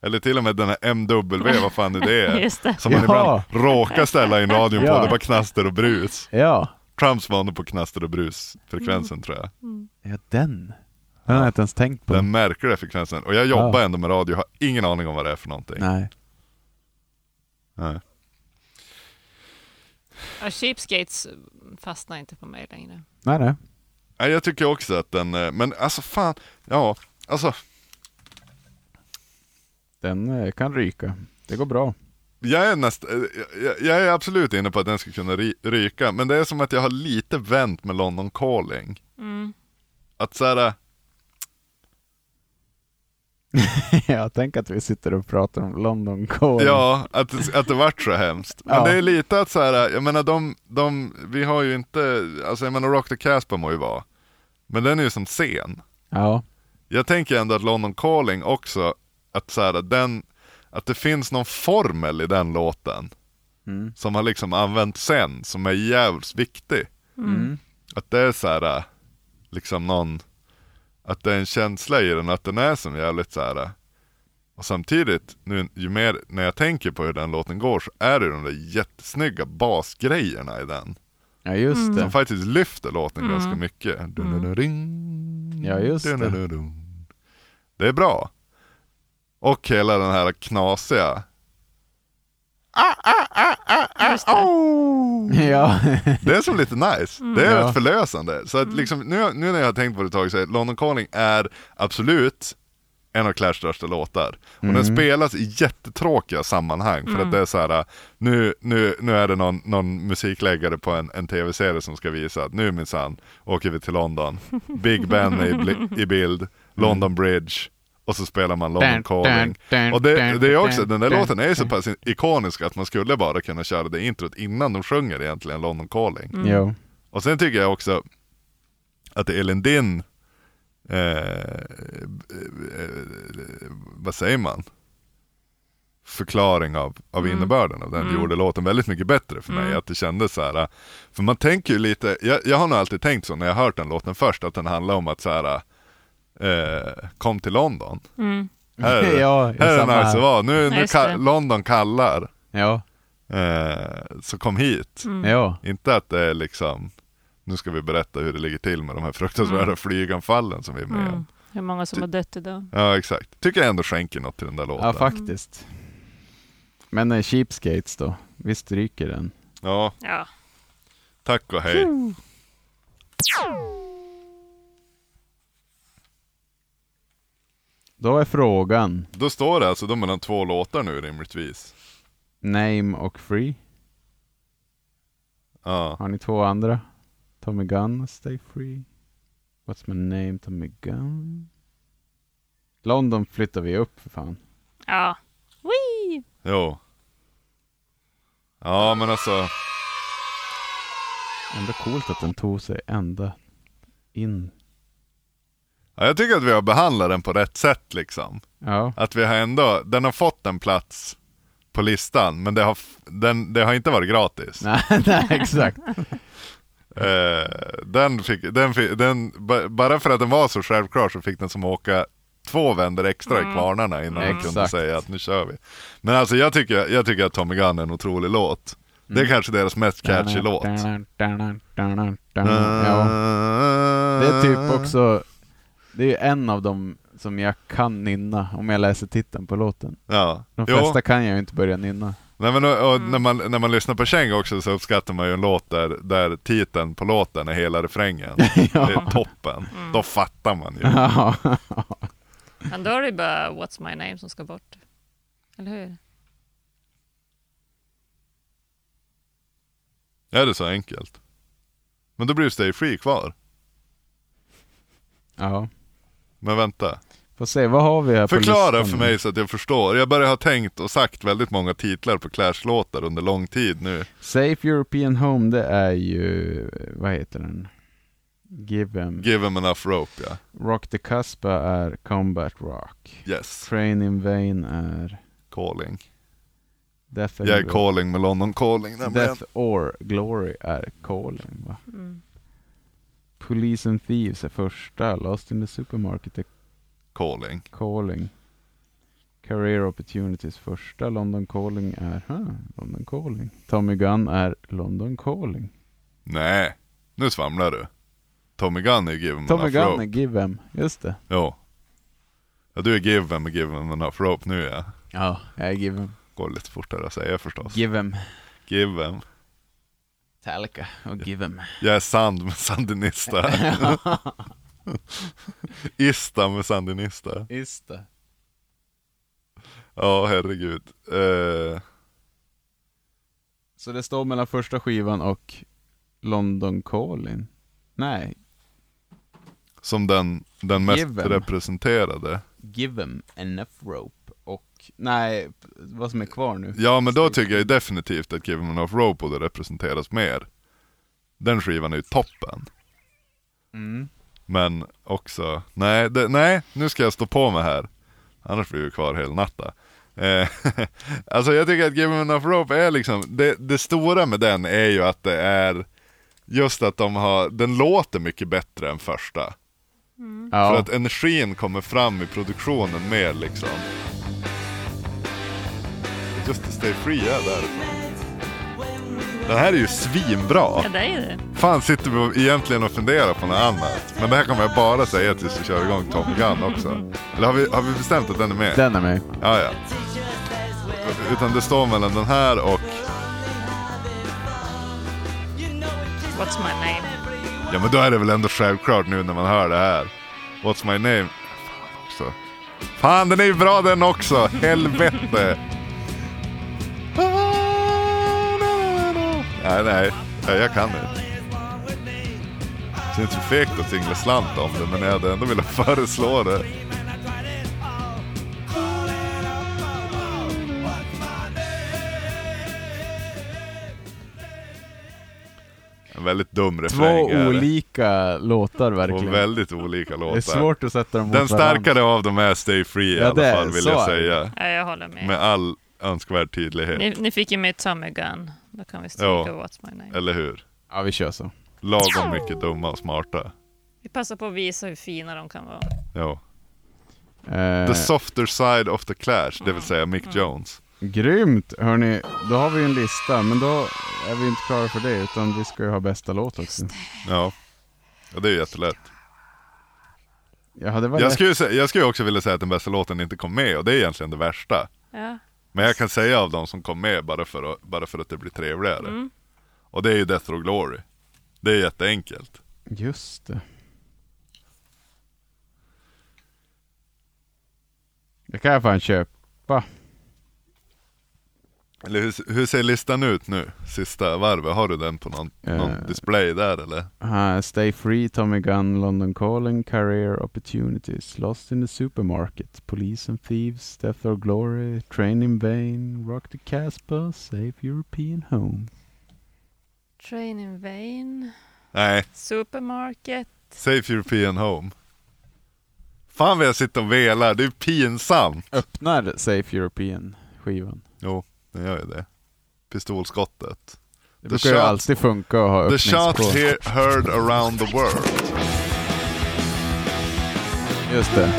Speaker 2: Eller till och med den här MW, vad fan nu det
Speaker 3: *laughs*
Speaker 2: är.
Speaker 14: Just det.
Speaker 2: Som man
Speaker 3: Ja.
Speaker 2: ibland råkar ställa in radion på.
Speaker 3: Ja.
Speaker 2: Det var knaster och brus.
Speaker 3: Ja,
Speaker 2: Trumps var nog på knaster och brus-frekvensen
Speaker 3: Mm.
Speaker 2: tror jag.
Speaker 3: ja den. Den har jag inte ens tänkt på.
Speaker 2: Den märkliga frekvensen. Och jag jobbar ändå med radio, har ingen aning om vad det är för någonting.
Speaker 3: Nej.
Speaker 2: Nej.
Speaker 4: Ja, Cheapskates fastnar inte på mig längre.
Speaker 3: Nej, nej.
Speaker 2: Nej, jag tycker också att den, eh, men alltså fan, ja, alltså
Speaker 3: Den eh, kan ryka. Det går *laughs* bra.
Speaker 2: jag är, näst, eh, jag, jag är absolut inne på att den skulle kunna ry, ryka, men det är som att jag har lite vänt med London calling.
Speaker 4: Mm.
Speaker 2: Att eh, såhär,
Speaker 3: jag tänker att vi sitter och pratar om London Calling.
Speaker 2: ja, att, det- att det vart så hemskt. Men
Speaker 3: Ja.
Speaker 2: det är lite att såhär, jag menar de, de, vi har ju inte, alltså jag menar Rock the Casper må ju vara, men den är ju som scen.
Speaker 3: Ja.
Speaker 2: Jag tänker ändå att London Calling också, att, så här, den, att det finns någon formel i den låten
Speaker 3: Mm.
Speaker 2: som har liksom använts sen, som är jävligt viktig.
Speaker 3: Mm.
Speaker 2: Att det är så här, äh, liksom någon, att det är en känsla i den, att den är som jävligt så här. äh. Och samtidigt, nu, ju mer när jag tänker på hur den låten går så är det de där jättesnygga basgrejerna i den.
Speaker 3: Ja, just
Speaker 2: Som
Speaker 3: det.
Speaker 2: faktiskt lyfter låten
Speaker 14: Mm.
Speaker 2: ganska mycket. Dun, dun, dun, ring.
Speaker 3: Ja, just det.
Speaker 2: Dun, dun, dun, dun. Det är bra. Och hela den här knasiga. Ah,
Speaker 14: Just det.
Speaker 3: *laughs* Ja.
Speaker 2: Det är som lite nice. Det är
Speaker 3: Ja.
Speaker 2: rätt förlösande. Så att liksom, nu, nu när jag har tänkt på det ett tag så är London Calling är absolut en av Clash största låtar. Och den
Speaker 3: Mm.
Speaker 2: spelas i jättetråkiga sammanhang för att det är så här, nu, nu, nu är det någon, någon musikläggare på en, en tv-serie som ska visa att nu minsann åker vi till London. Big Ben är i, bli- i bild, London Bridge och så spelar man London
Speaker 3: Mm. Dun,
Speaker 2: Calling.
Speaker 3: dun, dun,
Speaker 2: Och det, det är också,
Speaker 3: dun,
Speaker 2: den där
Speaker 3: dun,
Speaker 2: låten är ju så pass ikonisk att man skulle bara kunna köra det introt innan de sjunger egentligen London Calling.
Speaker 3: *laughs* Jo.
Speaker 2: Och sen tycker jag också att det är Elin Din, eh, eh, vad säger man? förklaring av, av innebörden av den gjorde låten väldigt mycket bättre för mig. Att det kändes så här, eh, för man tänker ju lite, jag, jag har nog alltid tänkt så när jag hört den låten först, att den handlar om att så här, eh, kom till London.
Speaker 14: Mm.
Speaker 2: Här är det,
Speaker 3: Ja,
Speaker 2: här är det
Speaker 3: samma här.
Speaker 2: nice att vara, nu, nu
Speaker 14: Just
Speaker 2: ka-
Speaker 14: det.
Speaker 2: London kallar,
Speaker 3: Ja.
Speaker 2: eh, så kom hit.
Speaker 3: Ja.
Speaker 2: Inte att det är liksom, nu ska vi berätta hur det ligger till med de här fruktansvärda flyganfallen som vi är med om.
Speaker 4: Mm. Hur många som har dött idag.
Speaker 2: Ja exakt, tycker jag ändå skänker något till den där låten.
Speaker 3: Ja, faktiskt. Men eh, Cheapskates då? Vi stryker den.
Speaker 2: ja
Speaker 4: Ja.
Speaker 2: tack och hej.
Speaker 3: Då är frågan
Speaker 2: Då står det alltså då mellan två låtar nu rimligtvis.
Speaker 3: Name och Free. Har ni två andra? Tommy Gunn, Stay Free. What's my name, Tommy Gunn? London flyttar vi upp för fan.
Speaker 14: Ja. Wee!
Speaker 2: Jo. Ja men alltså.
Speaker 3: Ändå coolt att den tog sig ända in.
Speaker 2: Ja, jag tycker att vi har behandlat den på rätt sätt liksom.
Speaker 3: Ja.
Speaker 2: Att vi har ändå, den har fått en plats på listan men det har, f- den, det har inte varit gratis.
Speaker 3: Nej, *laughs* nej exakt.
Speaker 2: Eh, den fick, den fick, den, ba- bara för att den var så självklar så fick den som åka två vänder extra i kvarnarna innan den kunde
Speaker 3: Exakt.
Speaker 2: säga att nu kör vi. Men alltså jag tycker, jag tycker att Tommy Gunn är en otrolig låt. Det är
Speaker 3: Mm.
Speaker 2: kanske deras mest catchy låt.
Speaker 3: Ja. Det är
Speaker 2: Eh, Ah.
Speaker 3: typ också, det är ju en av dem som jag kan nynna om jag läser titeln på låten.
Speaker 2: Ja.
Speaker 3: De
Speaker 2: Jo.
Speaker 3: flesta kan jag ju inte
Speaker 2: *laughs*
Speaker 3: börja nynna.
Speaker 2: Nej, men, och, och när, man, när man lyssnar på Cheng också så uppskattar man ju en låt där, där titeln på låten är hela
Speaker 3: *laughs*
Speaker 2: refrängen. Det är toppen. Då fattar man ju.
Speaker 3: Ja.
Speaker 14: Men då är det bara What's My Name som ska bort. Eller hur?
Speaker 2: Är det så enkelt? Men då blir ju Stay Free kvar.
Speaker 3: Ja.
Speaker 2: Men vänta.
Speaker 3: Får se, vad har vi här på
Speaker 2: Förklara
Speaker 3: listan?
Speaker 2: för mig så att jag förstår. Jag börjar ha tänkt och sagt väldigt många titlar på Clash-låtar under lång tid nu.
Speaker 3: Safe European Home, det är ju, vad heter den? Give 'em.
Speaker 2: Give him enough rope ja.
Speaker 3: Rock the Casbah
Speaker 2: Mm,
Speaker 3: är Combat Rock.
Speaker 2: Yes.
Speaker 3: Train in Vain är
Speaker 2: Calling.
Speaker 3: Death and
Speaker 2: Jag är
Speaker 3: Glory.
Speaker 2: calling med London calling nämligen.
Speaker 3: Death or Glory är Calling va?
Speaker 14: Mm.
Speaker 3: Police and Thieves är första, Lost in the Supermarket är
Speaker 2: Calling.
Speaker 3: Calling. Career Opportunities första, London Calling är huh, London Calling. Tommy Gunn är London Calling.
Speaker 2: Nej, nu svamlar du. Tommy Gunn är ju Give him
Speaker 3: Tommy
Speaker 2: enough
Speaker 3: Gunn
Speaker 2: rope.
Speaker 3: är Give 'em, just det.
Speaker 2: Jo. Ja, du är give him och give him enough rope nu ja.
Speaker 3: Ja, jag är Give 'em.
Speaker 2: Går lite fortare att säga förstås.
Speaker 3: Give 'em.
Speaker 2: Give him.
Speaker 3: Metallica och Give 'em.
Speaker 2: Jag är sand med
Speaker 3: *laughs*
Speaker 2: sandinista. *laughs* Ista med sandinista.
Speaker 3: Just det.
Speaker 2: Ja, herregud. Eh,
Speaker 3: Så det står mellan första skivan och London Calling? Nej,
Speaker 2: som den, den mest
Speaker 3: Give 'em.
Speaker 2: representerade.
Speaker 3: Give 'em enough rope och, nej, vad som är kvar nu.
Speaker 2: Ja, men då tycker jag ju definitivt att Give him enough rope borde representeras mer. Den skivan är ju toppen.
Speaker 3: Mm.
Speaker 2: Men också, nej, det, nej, nu ska jag stå på mig här. Annars blir vi kvar hela natta. Eh, *laughs* alltså jag tycker att Give Me Enough Rope är liksom, det, det stora med den är ju att det är just att de har, den låter mycket bättre än första.
Speaker 3: Ja.
Speaker 2: För att energin kommer fram i produktionen mer liksom. Just to stay free är därifrån. Den här är ju svinbra.
Speaker 14: Ja, det är ju det.
Speaker 2: Fan sitter vi egentligen och funderar på något annat. Men det här kommer jag bara säga tills vi kör igång Tom Gunn också. Eller har vi, har vi bestämt att den är med?
Speaker 3: Den är med.
Speaker 2: Ja, ja. Utan det står mellan den här och...
Speaker 14: What's My Name.
Speaker 2: Ja men då är det väl ändå självklart nu när man hör det här. What's my name? Fan också. Fan den är ju bra den också. Helvete. Nej, nej. Ja, jag kan det. Känns ju fegt att singla slant om det, men jag hade ändå velat *laughs* föreslå det. En väldigt dum refräng
Speaker 3: Två
Speaker 2: är det.
Speaker 3: olika låtar
Speaker 2: Och
Speaker 3: verkligen.
Speaker 2: väldigt olika låtar.
Speaker 3: Det är svårt att sätta dem mot
Speaker 2: Den
Speaker 3: varandra.
Speaker 2: starkare av dem är Stay Free i
Speaker 3: Ja, det
Speaker 2: alla
Speaker 3: är-
Speaker 2: fall vill
Speaker 3: så
Speaker 2: jag
Speaker 3: är det.
Speaker 2: säga.
Speaker 14: Ja, jag håller med.
Speaker 2: Med all önskvärd tydlighet.
Speaker 14: Ni, ni fick ju med Tommy Gunn. Då kan vi stryka What's My Name.
Speaker 2: eller hur?
Speaker 3: Ja, vi kör så.
Speaker 2: Lagom mycket dumma och smarta.
Speaker 14: Vi passar på att visa hur fina de kan vara.
Speaker 2: Jo.
Speaker 3: Eh,
Speaker 2: The softer side of the clash, det vill säga Mick Jones.
Speaker 3: Grymt! Hörni, då har vi ju en lista, men då är vi inte klara för det, utan vi ska ju ha bästa låt också.
Speaker 2: Ja. ja, det är jättelätt.
Speaker 3: Ja, det var
Speaker 2: Jag
Speaker 3: lätt.
Speaker 2: skulle, sä- jag skulle också vilja säga att den bästa låten inte kom med och det är egentligen det värsta.
Speaker 14: Ja.
Speaker 2: Men jag kan säga av de som kom med bara för att, bara för att det blir trevligare.
Speaker 14: Mm.
Speaker 2: Och det är ju Death Row Glory. Det är jätteenkelt.
Speaker 3: Just det. Det kan jag fan köpa.
Speaker 2: Eller hur, hur ser listan ut nu? Sista varvet, har du den på någon,
Speaker 3: Eh.
Speaker 2: någon display där eller?
Speaker 3: Aha, Stay Free, Tommy Gunn, London Calling, Career Opportunities, Lost in the Supermarket, Police and Thieves, Death or Glory, Train in Vain, Rock the Casbah, Save European Home.
Speaker 14: Train in Vain.
Speaker 2: Nej,
Speaker 14: Supermarket.
Speaker 2: Safe European Home. Fan vad jag sitter och velar, det är pinsamt.
Speaker 3: Öppnar Safe European skivan.
Speaker 2: Jo, den gör ju det. Pistolskottet.
Speaker 3: Det brukar ju alltid funka att ha
Speaker 2: The shot
Speaker 3: öppningskod.
Speaker 2: here heard around the world.
Speaker 3: Just det.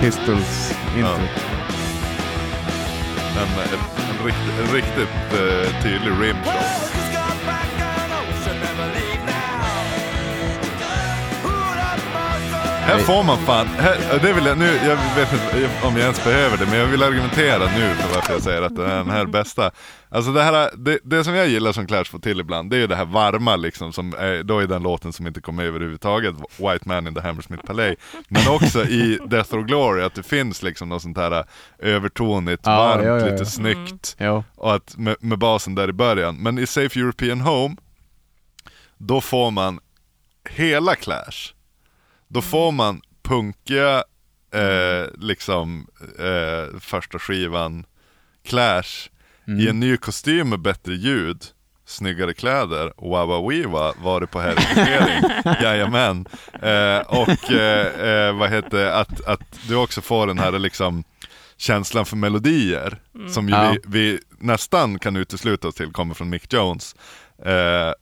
Speaker 3: Pistols intro.
Speaker 2: En, en, eh, en, rikt, en riktigt eh, tydlig rimshot. Här får man fan, här, det vill jag, nu, jag vet inte om jag ens behöver det, men jag vill argumentera nu för varför jag säger att den är den här bästa. Alltså det här, det, det som jag gillar som Clash får till ibland, det är ju det här varma liksom, som är, då är den låten som inte kommer överhuvudtaget, White Man in the Hammersmith Palais. Men också i Death or Glory, att det finns liksom något sånt här övertonigt,
Speaker 3: Ja,
Speaker 2: varmt,
Speaker 3: ja, ja, ja.
Speaker 2: lite snyggt.
Speaker 3: Ja.
Speaker 2: Och att med, med basen där i början. Men i Safe European Home, då får man hela Clash. Då får man punkiga, eh, liksom eh, första skivan Clash i en ny kostym med bättre ljud, snyggare kläder, Wawa Wiwa var det på herrrekrytering, jajamän. Eh, och eh, eh, vad heter det? att, att du också får den här liksom känslan för melodier som ju
Speaker 3: Ja.
Speaker 2: vi, vi nästan kan utesluta oss till kommer från Mick Jones. Eh,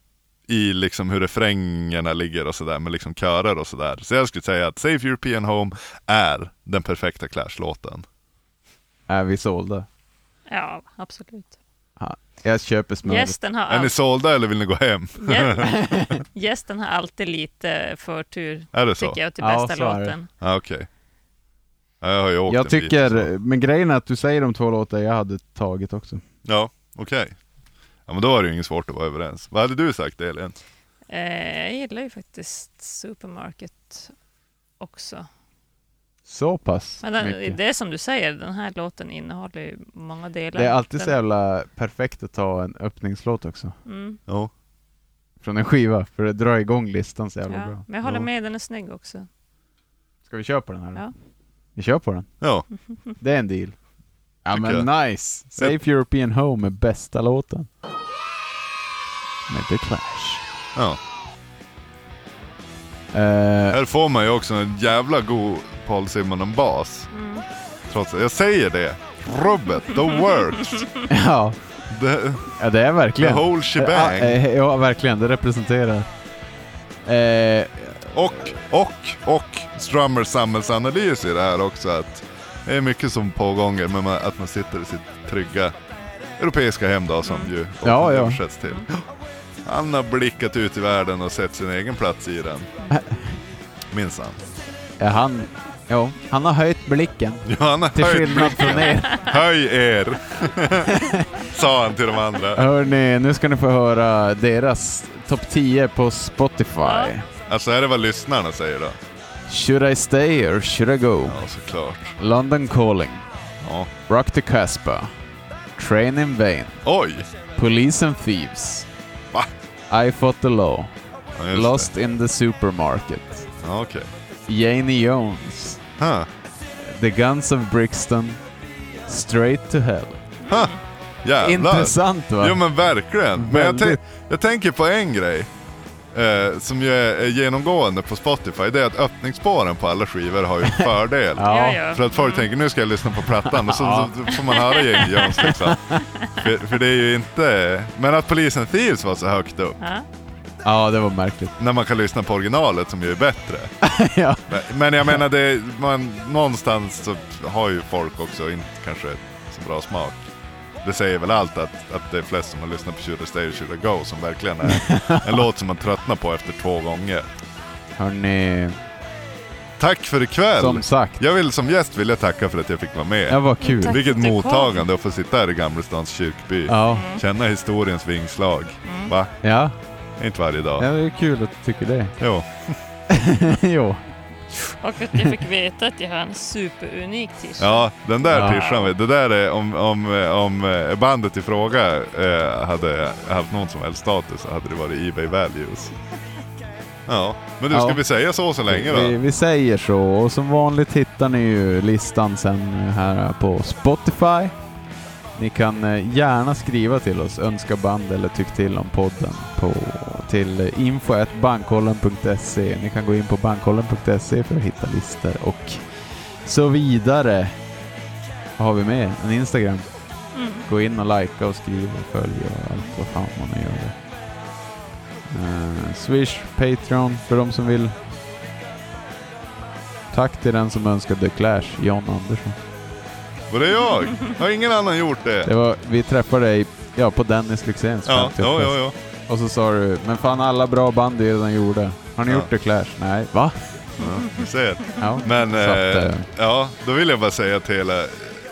Speaker 2: i liksom hur refrängerna ligger och sådär med liksom körer och sådär. Så jag skulle säga att Save European Home är den perfekta Clash-låten.
Speaker 3: Är vi sålda?
Speaker 14: Ja, absolut.
Speaker 3: Ja. Jag köper smöret.
Speaker 14: Gästen har
Speaker 2: Är ni *laughs*
Speaker 14: allt.
Speaker 2: sålda eller vill ni gå hem?
Speaker 14: Gä- *laughs* Gästen har alltid lite förtur,
Speaker 2: Är det så?
Speaker 14: tycker jag, till
Speaker 3: Ja,
Speaker 14: bästa
Speaker 3: så är det.
Speaker 14: låten.
Speaker 2: Ja, okej. Ja, jag har ju åkt
Speaker 3: Jag
Speaker 2: en
Speaker 3: tycker, men grejen är att du säger de två låtar jag hade tagit också.
Speaker 2: Ja, okej. Ja, men då var det ju inget svårt att vara överens. Vad hade du sagt Elin?
Speaker 14: Eh, jag gillar ju faktiskt Supermarket också.
Speaker 3: Så pass
Speaker 14: Men
Speaker 4: eh,
Speaker 14: den,
Speaker 3: mycket.
Speaker 14: det är som du säger, den här låten innehåller ju många delar.
Speaker 3: Det är alltid så
Speaker 14: Den-
Speaker 3: jävla perfekt att ta en öppningslåt också.
Speaker 14: Mm.
Speaker 2: Ja.
Speaker 3: Från en skiva, för det drar igång listan så jävla
Speaker 14: Ja,
Speaker 3: bra.
Speaker 14: men jag håller
Speaker 3: Ja.
Speaker 14: med, den är snygg också.
Speaker 3: Ska vi köra på den här då?
Speaker 14: Ja. Mm.
Speaker 3: Vi kör på den.
Speaker 2: Ja.
Speaker 3: Det är en deal. Ja men
Speaker 2: Tycker
Speaker 3: nice! Safe European Home är bästa låten. Med The Clash.
Speaker 2: Ja.
Speaker 3: Eh, *laughs*
Speaker 2: Här får man ju också en jävla god Paul Simonen-bas.
Speaker 14: Mm.
Speaker 2: Trots att jag säger det. Rubbet, the works.
Speaker 3: ja.
Speaker 2: Det,
Speaker 3: ja, det är verkligen...
Speaker 2: The whole shebang.
Speaker 3: Ja, eh, ja, verkligen. Det representerar... Eh,
Speaker 2: Och, och, och Strummers samhällsanalys i det här också att det är mycket som pågånger men man, att man sitter i sitt trygga europeiska hem då som ju
Speaker 3: Ja, ja.
Speaker 2: översätts till. Han har blickat ut i världen och sett sin egen plats i den. Minsann.
Speaker 3: ja, han... Ja, han har höjt blicken.
Speaker 2: Ja, han har
Speaker 3: Till
Speaker 2: höjt
Speaker 3: skillnad
Speaker 2: blicken.
Speaker 3: från er.
Speaker 2: Höj er! *laughs* Sa han till de andra.
Speaker 3: Hörni, nu ska ni få höra deras topp 10 på Spotify.
Speaker 2: Alltså är det vad lyssnarna säger då?
Speaker 3: Should I stay or should I go?
Speaker 2: Ja, såklart.
Speaker 3: London calling.
Speaker 2: Ja.
Speaker 3: Rock the Casbah. Train in vain.
Speaker 2: Oj!
Speaker 3: Police and thieves.
Speaker 2: Va?
Speaker 3: I fought the law.
Speaker 2: Ja, just
Speaker 3: Lost
Speaker 2: det.
Speaker 3: in the supermarket.
Speaker 2: Ja, okej.
Speaker 3: Janie Jones.
Speaker 2: Huh.
Speaker 3: The Guns of Brixton. Straight to hell.
Speaker 2: Huh. Jävlar.
Speaker 3: Intressant va?
Speaker 2: Jo men verkligen. Men jag,
Speaker 3: Väldigt.
Speaker 2: tän- jag tänker på en grej. Eh, som ju är, är genomgående på Spotify. Det är att öppningsspåren på alla skivor har
Speaker 3: *laughs*
Speaker 2: ju en fördel.
Speaker 3: Ja.
Speaker 14: Ja, ja.
Speaker 2: För att folk tänker nu ska jag lyssna på plattan och så, så får man höra Jane Jones
Speaker 3: *laughs*
Speaker 2: liksom. för, för det är ju inte... Men att Polisen Thieves var så högt upp.
Speaker 14: Ja.
Speaker 3: Ja, det var märkligt.
Speaker 2: När man kan lyssna på originalet som ju är bättre.
Speaker 3: *laughs* ja.
Speaker 2: Men- Men jag menar, det, man, någonstans så har ju folk också inte kanske så bra smak. Det säger väl allt att, att det är flest som har lyssnat på Should I Stay or Should I Go som verkligen är
Speaker 3: *laughs*
Speaker 2: en låt som man tröttnar på efter två gånger.
Speaker 3: Hörni,
Speaker 2: Tack för ikväll!
Speaker 3: som sagt.
Speaker 2: Jag vill som gäst vill jag tacka för att jag fick vara med.
Speaker 3: Ja, vad kul.
Speaker 14: Tack.
Speaker 2: Vilket
Speaker 14: att du kom.
Speaker 2: mottagande att få sitta här i Gamlestans kyrkby.
Speaker 3: Ja.
Speaker 2: Känna historiens vingslag. Va?
Speaker 3: Ja.
Speaker 2: Inte varje
Speaker 3: ja,
Speaker 2: dag.
Speaker 3: det är kul att du tycker det.
Speaker 2: Jo.
Speaker 3: *laughs* jo.
Speaker 4: Och att jag fick veta att jag har en superunik t-shirt.
Speaker 2: Ja, den där
Speaker 4: Ja.
Speaker 2: t-shirten, det där är om, om, om eh, bandet i fråga eh, hade haft någon som helst status så hade det varit Ebay Values. Ja, men du, ska
Speaker 3: Ja.
Speaker 2: vi säga så så länge då?
Speaker 3: Vi, vi säger så och som vanligt hittar ni ju listan sen här på Spotify. Ni kan eh, gärna skriva till oss, önska band eller tyck till om podden på, till info.bankkollen.se. Ni kan gå in på bankkollen.se för att hitta listor och så vidare. Vad har vi med? En Instagram.
Speaker 4: Mm.
Speaker 3: Gå in och likea och skriv och följ och allt vad fan man nu gör det. Eh, Swish, Patreon för de som vill. Tack till den som önskade Clash, John Andersson.
Speaker 2: Var det jag? Har ingen annan gjort det?
Speaker 3: Det var, vi träffade dig ja, på Dennis Lyxzéns
Speaker 2: Ja,
Speaker 3: 50-årsfest.
Speaker 2: ja, ja, ja.
Speaker 3: Och så sa du, men fan alla bra band är redan gjorda. Har ni
Speaker 2: Ja.
Speaker 3: gjort The Clash? Nej.
Speaker 2: *laughs*
Speaker 3: Va? *laughs*
Speaker 2: Du ser.
Speaker 3: Ja,
Speaker 2: Men
Speaker 3: så att,
Speaker 2: eh,
Speaker 3: eh,
Speaker 2: ja, då vill jag bara säga till hela,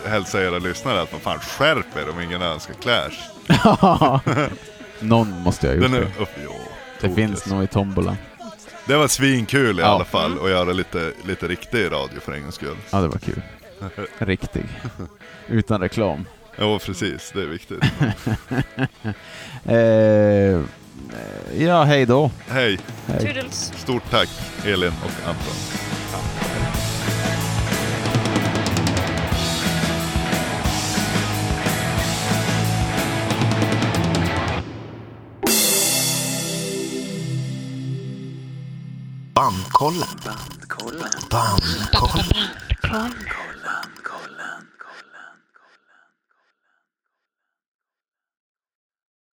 Speaker 2: hälsa era lyssnare att man fan skärper om ingen önskar Clash.
Speaker 3: Någon måste jag ha gjort
Speaker 2: Den är
Speaker 3: det.
Speaker 2: upp, ja,
Speaker 3: det finns nog i tombolan.
Speaker 2: Det var svinkul i
Speaker 3: Ja.
Speaker 2: alla fall att göra lite, lite riktig radio för en gångs skull.
Speaker 3: Ja, det var kul. Riktig. Utan reklam.
Speaker 2: Ja, precis. Det är viktigt.
Speaker 3: eh, eh, ja, hej då.
Speaker 2: Hej.
Speaker 3: Hej.
Speaker 2: Stort tack Elin och Anton.
Speaker 5: Bandkollen. Bandkollen. Bandkollen.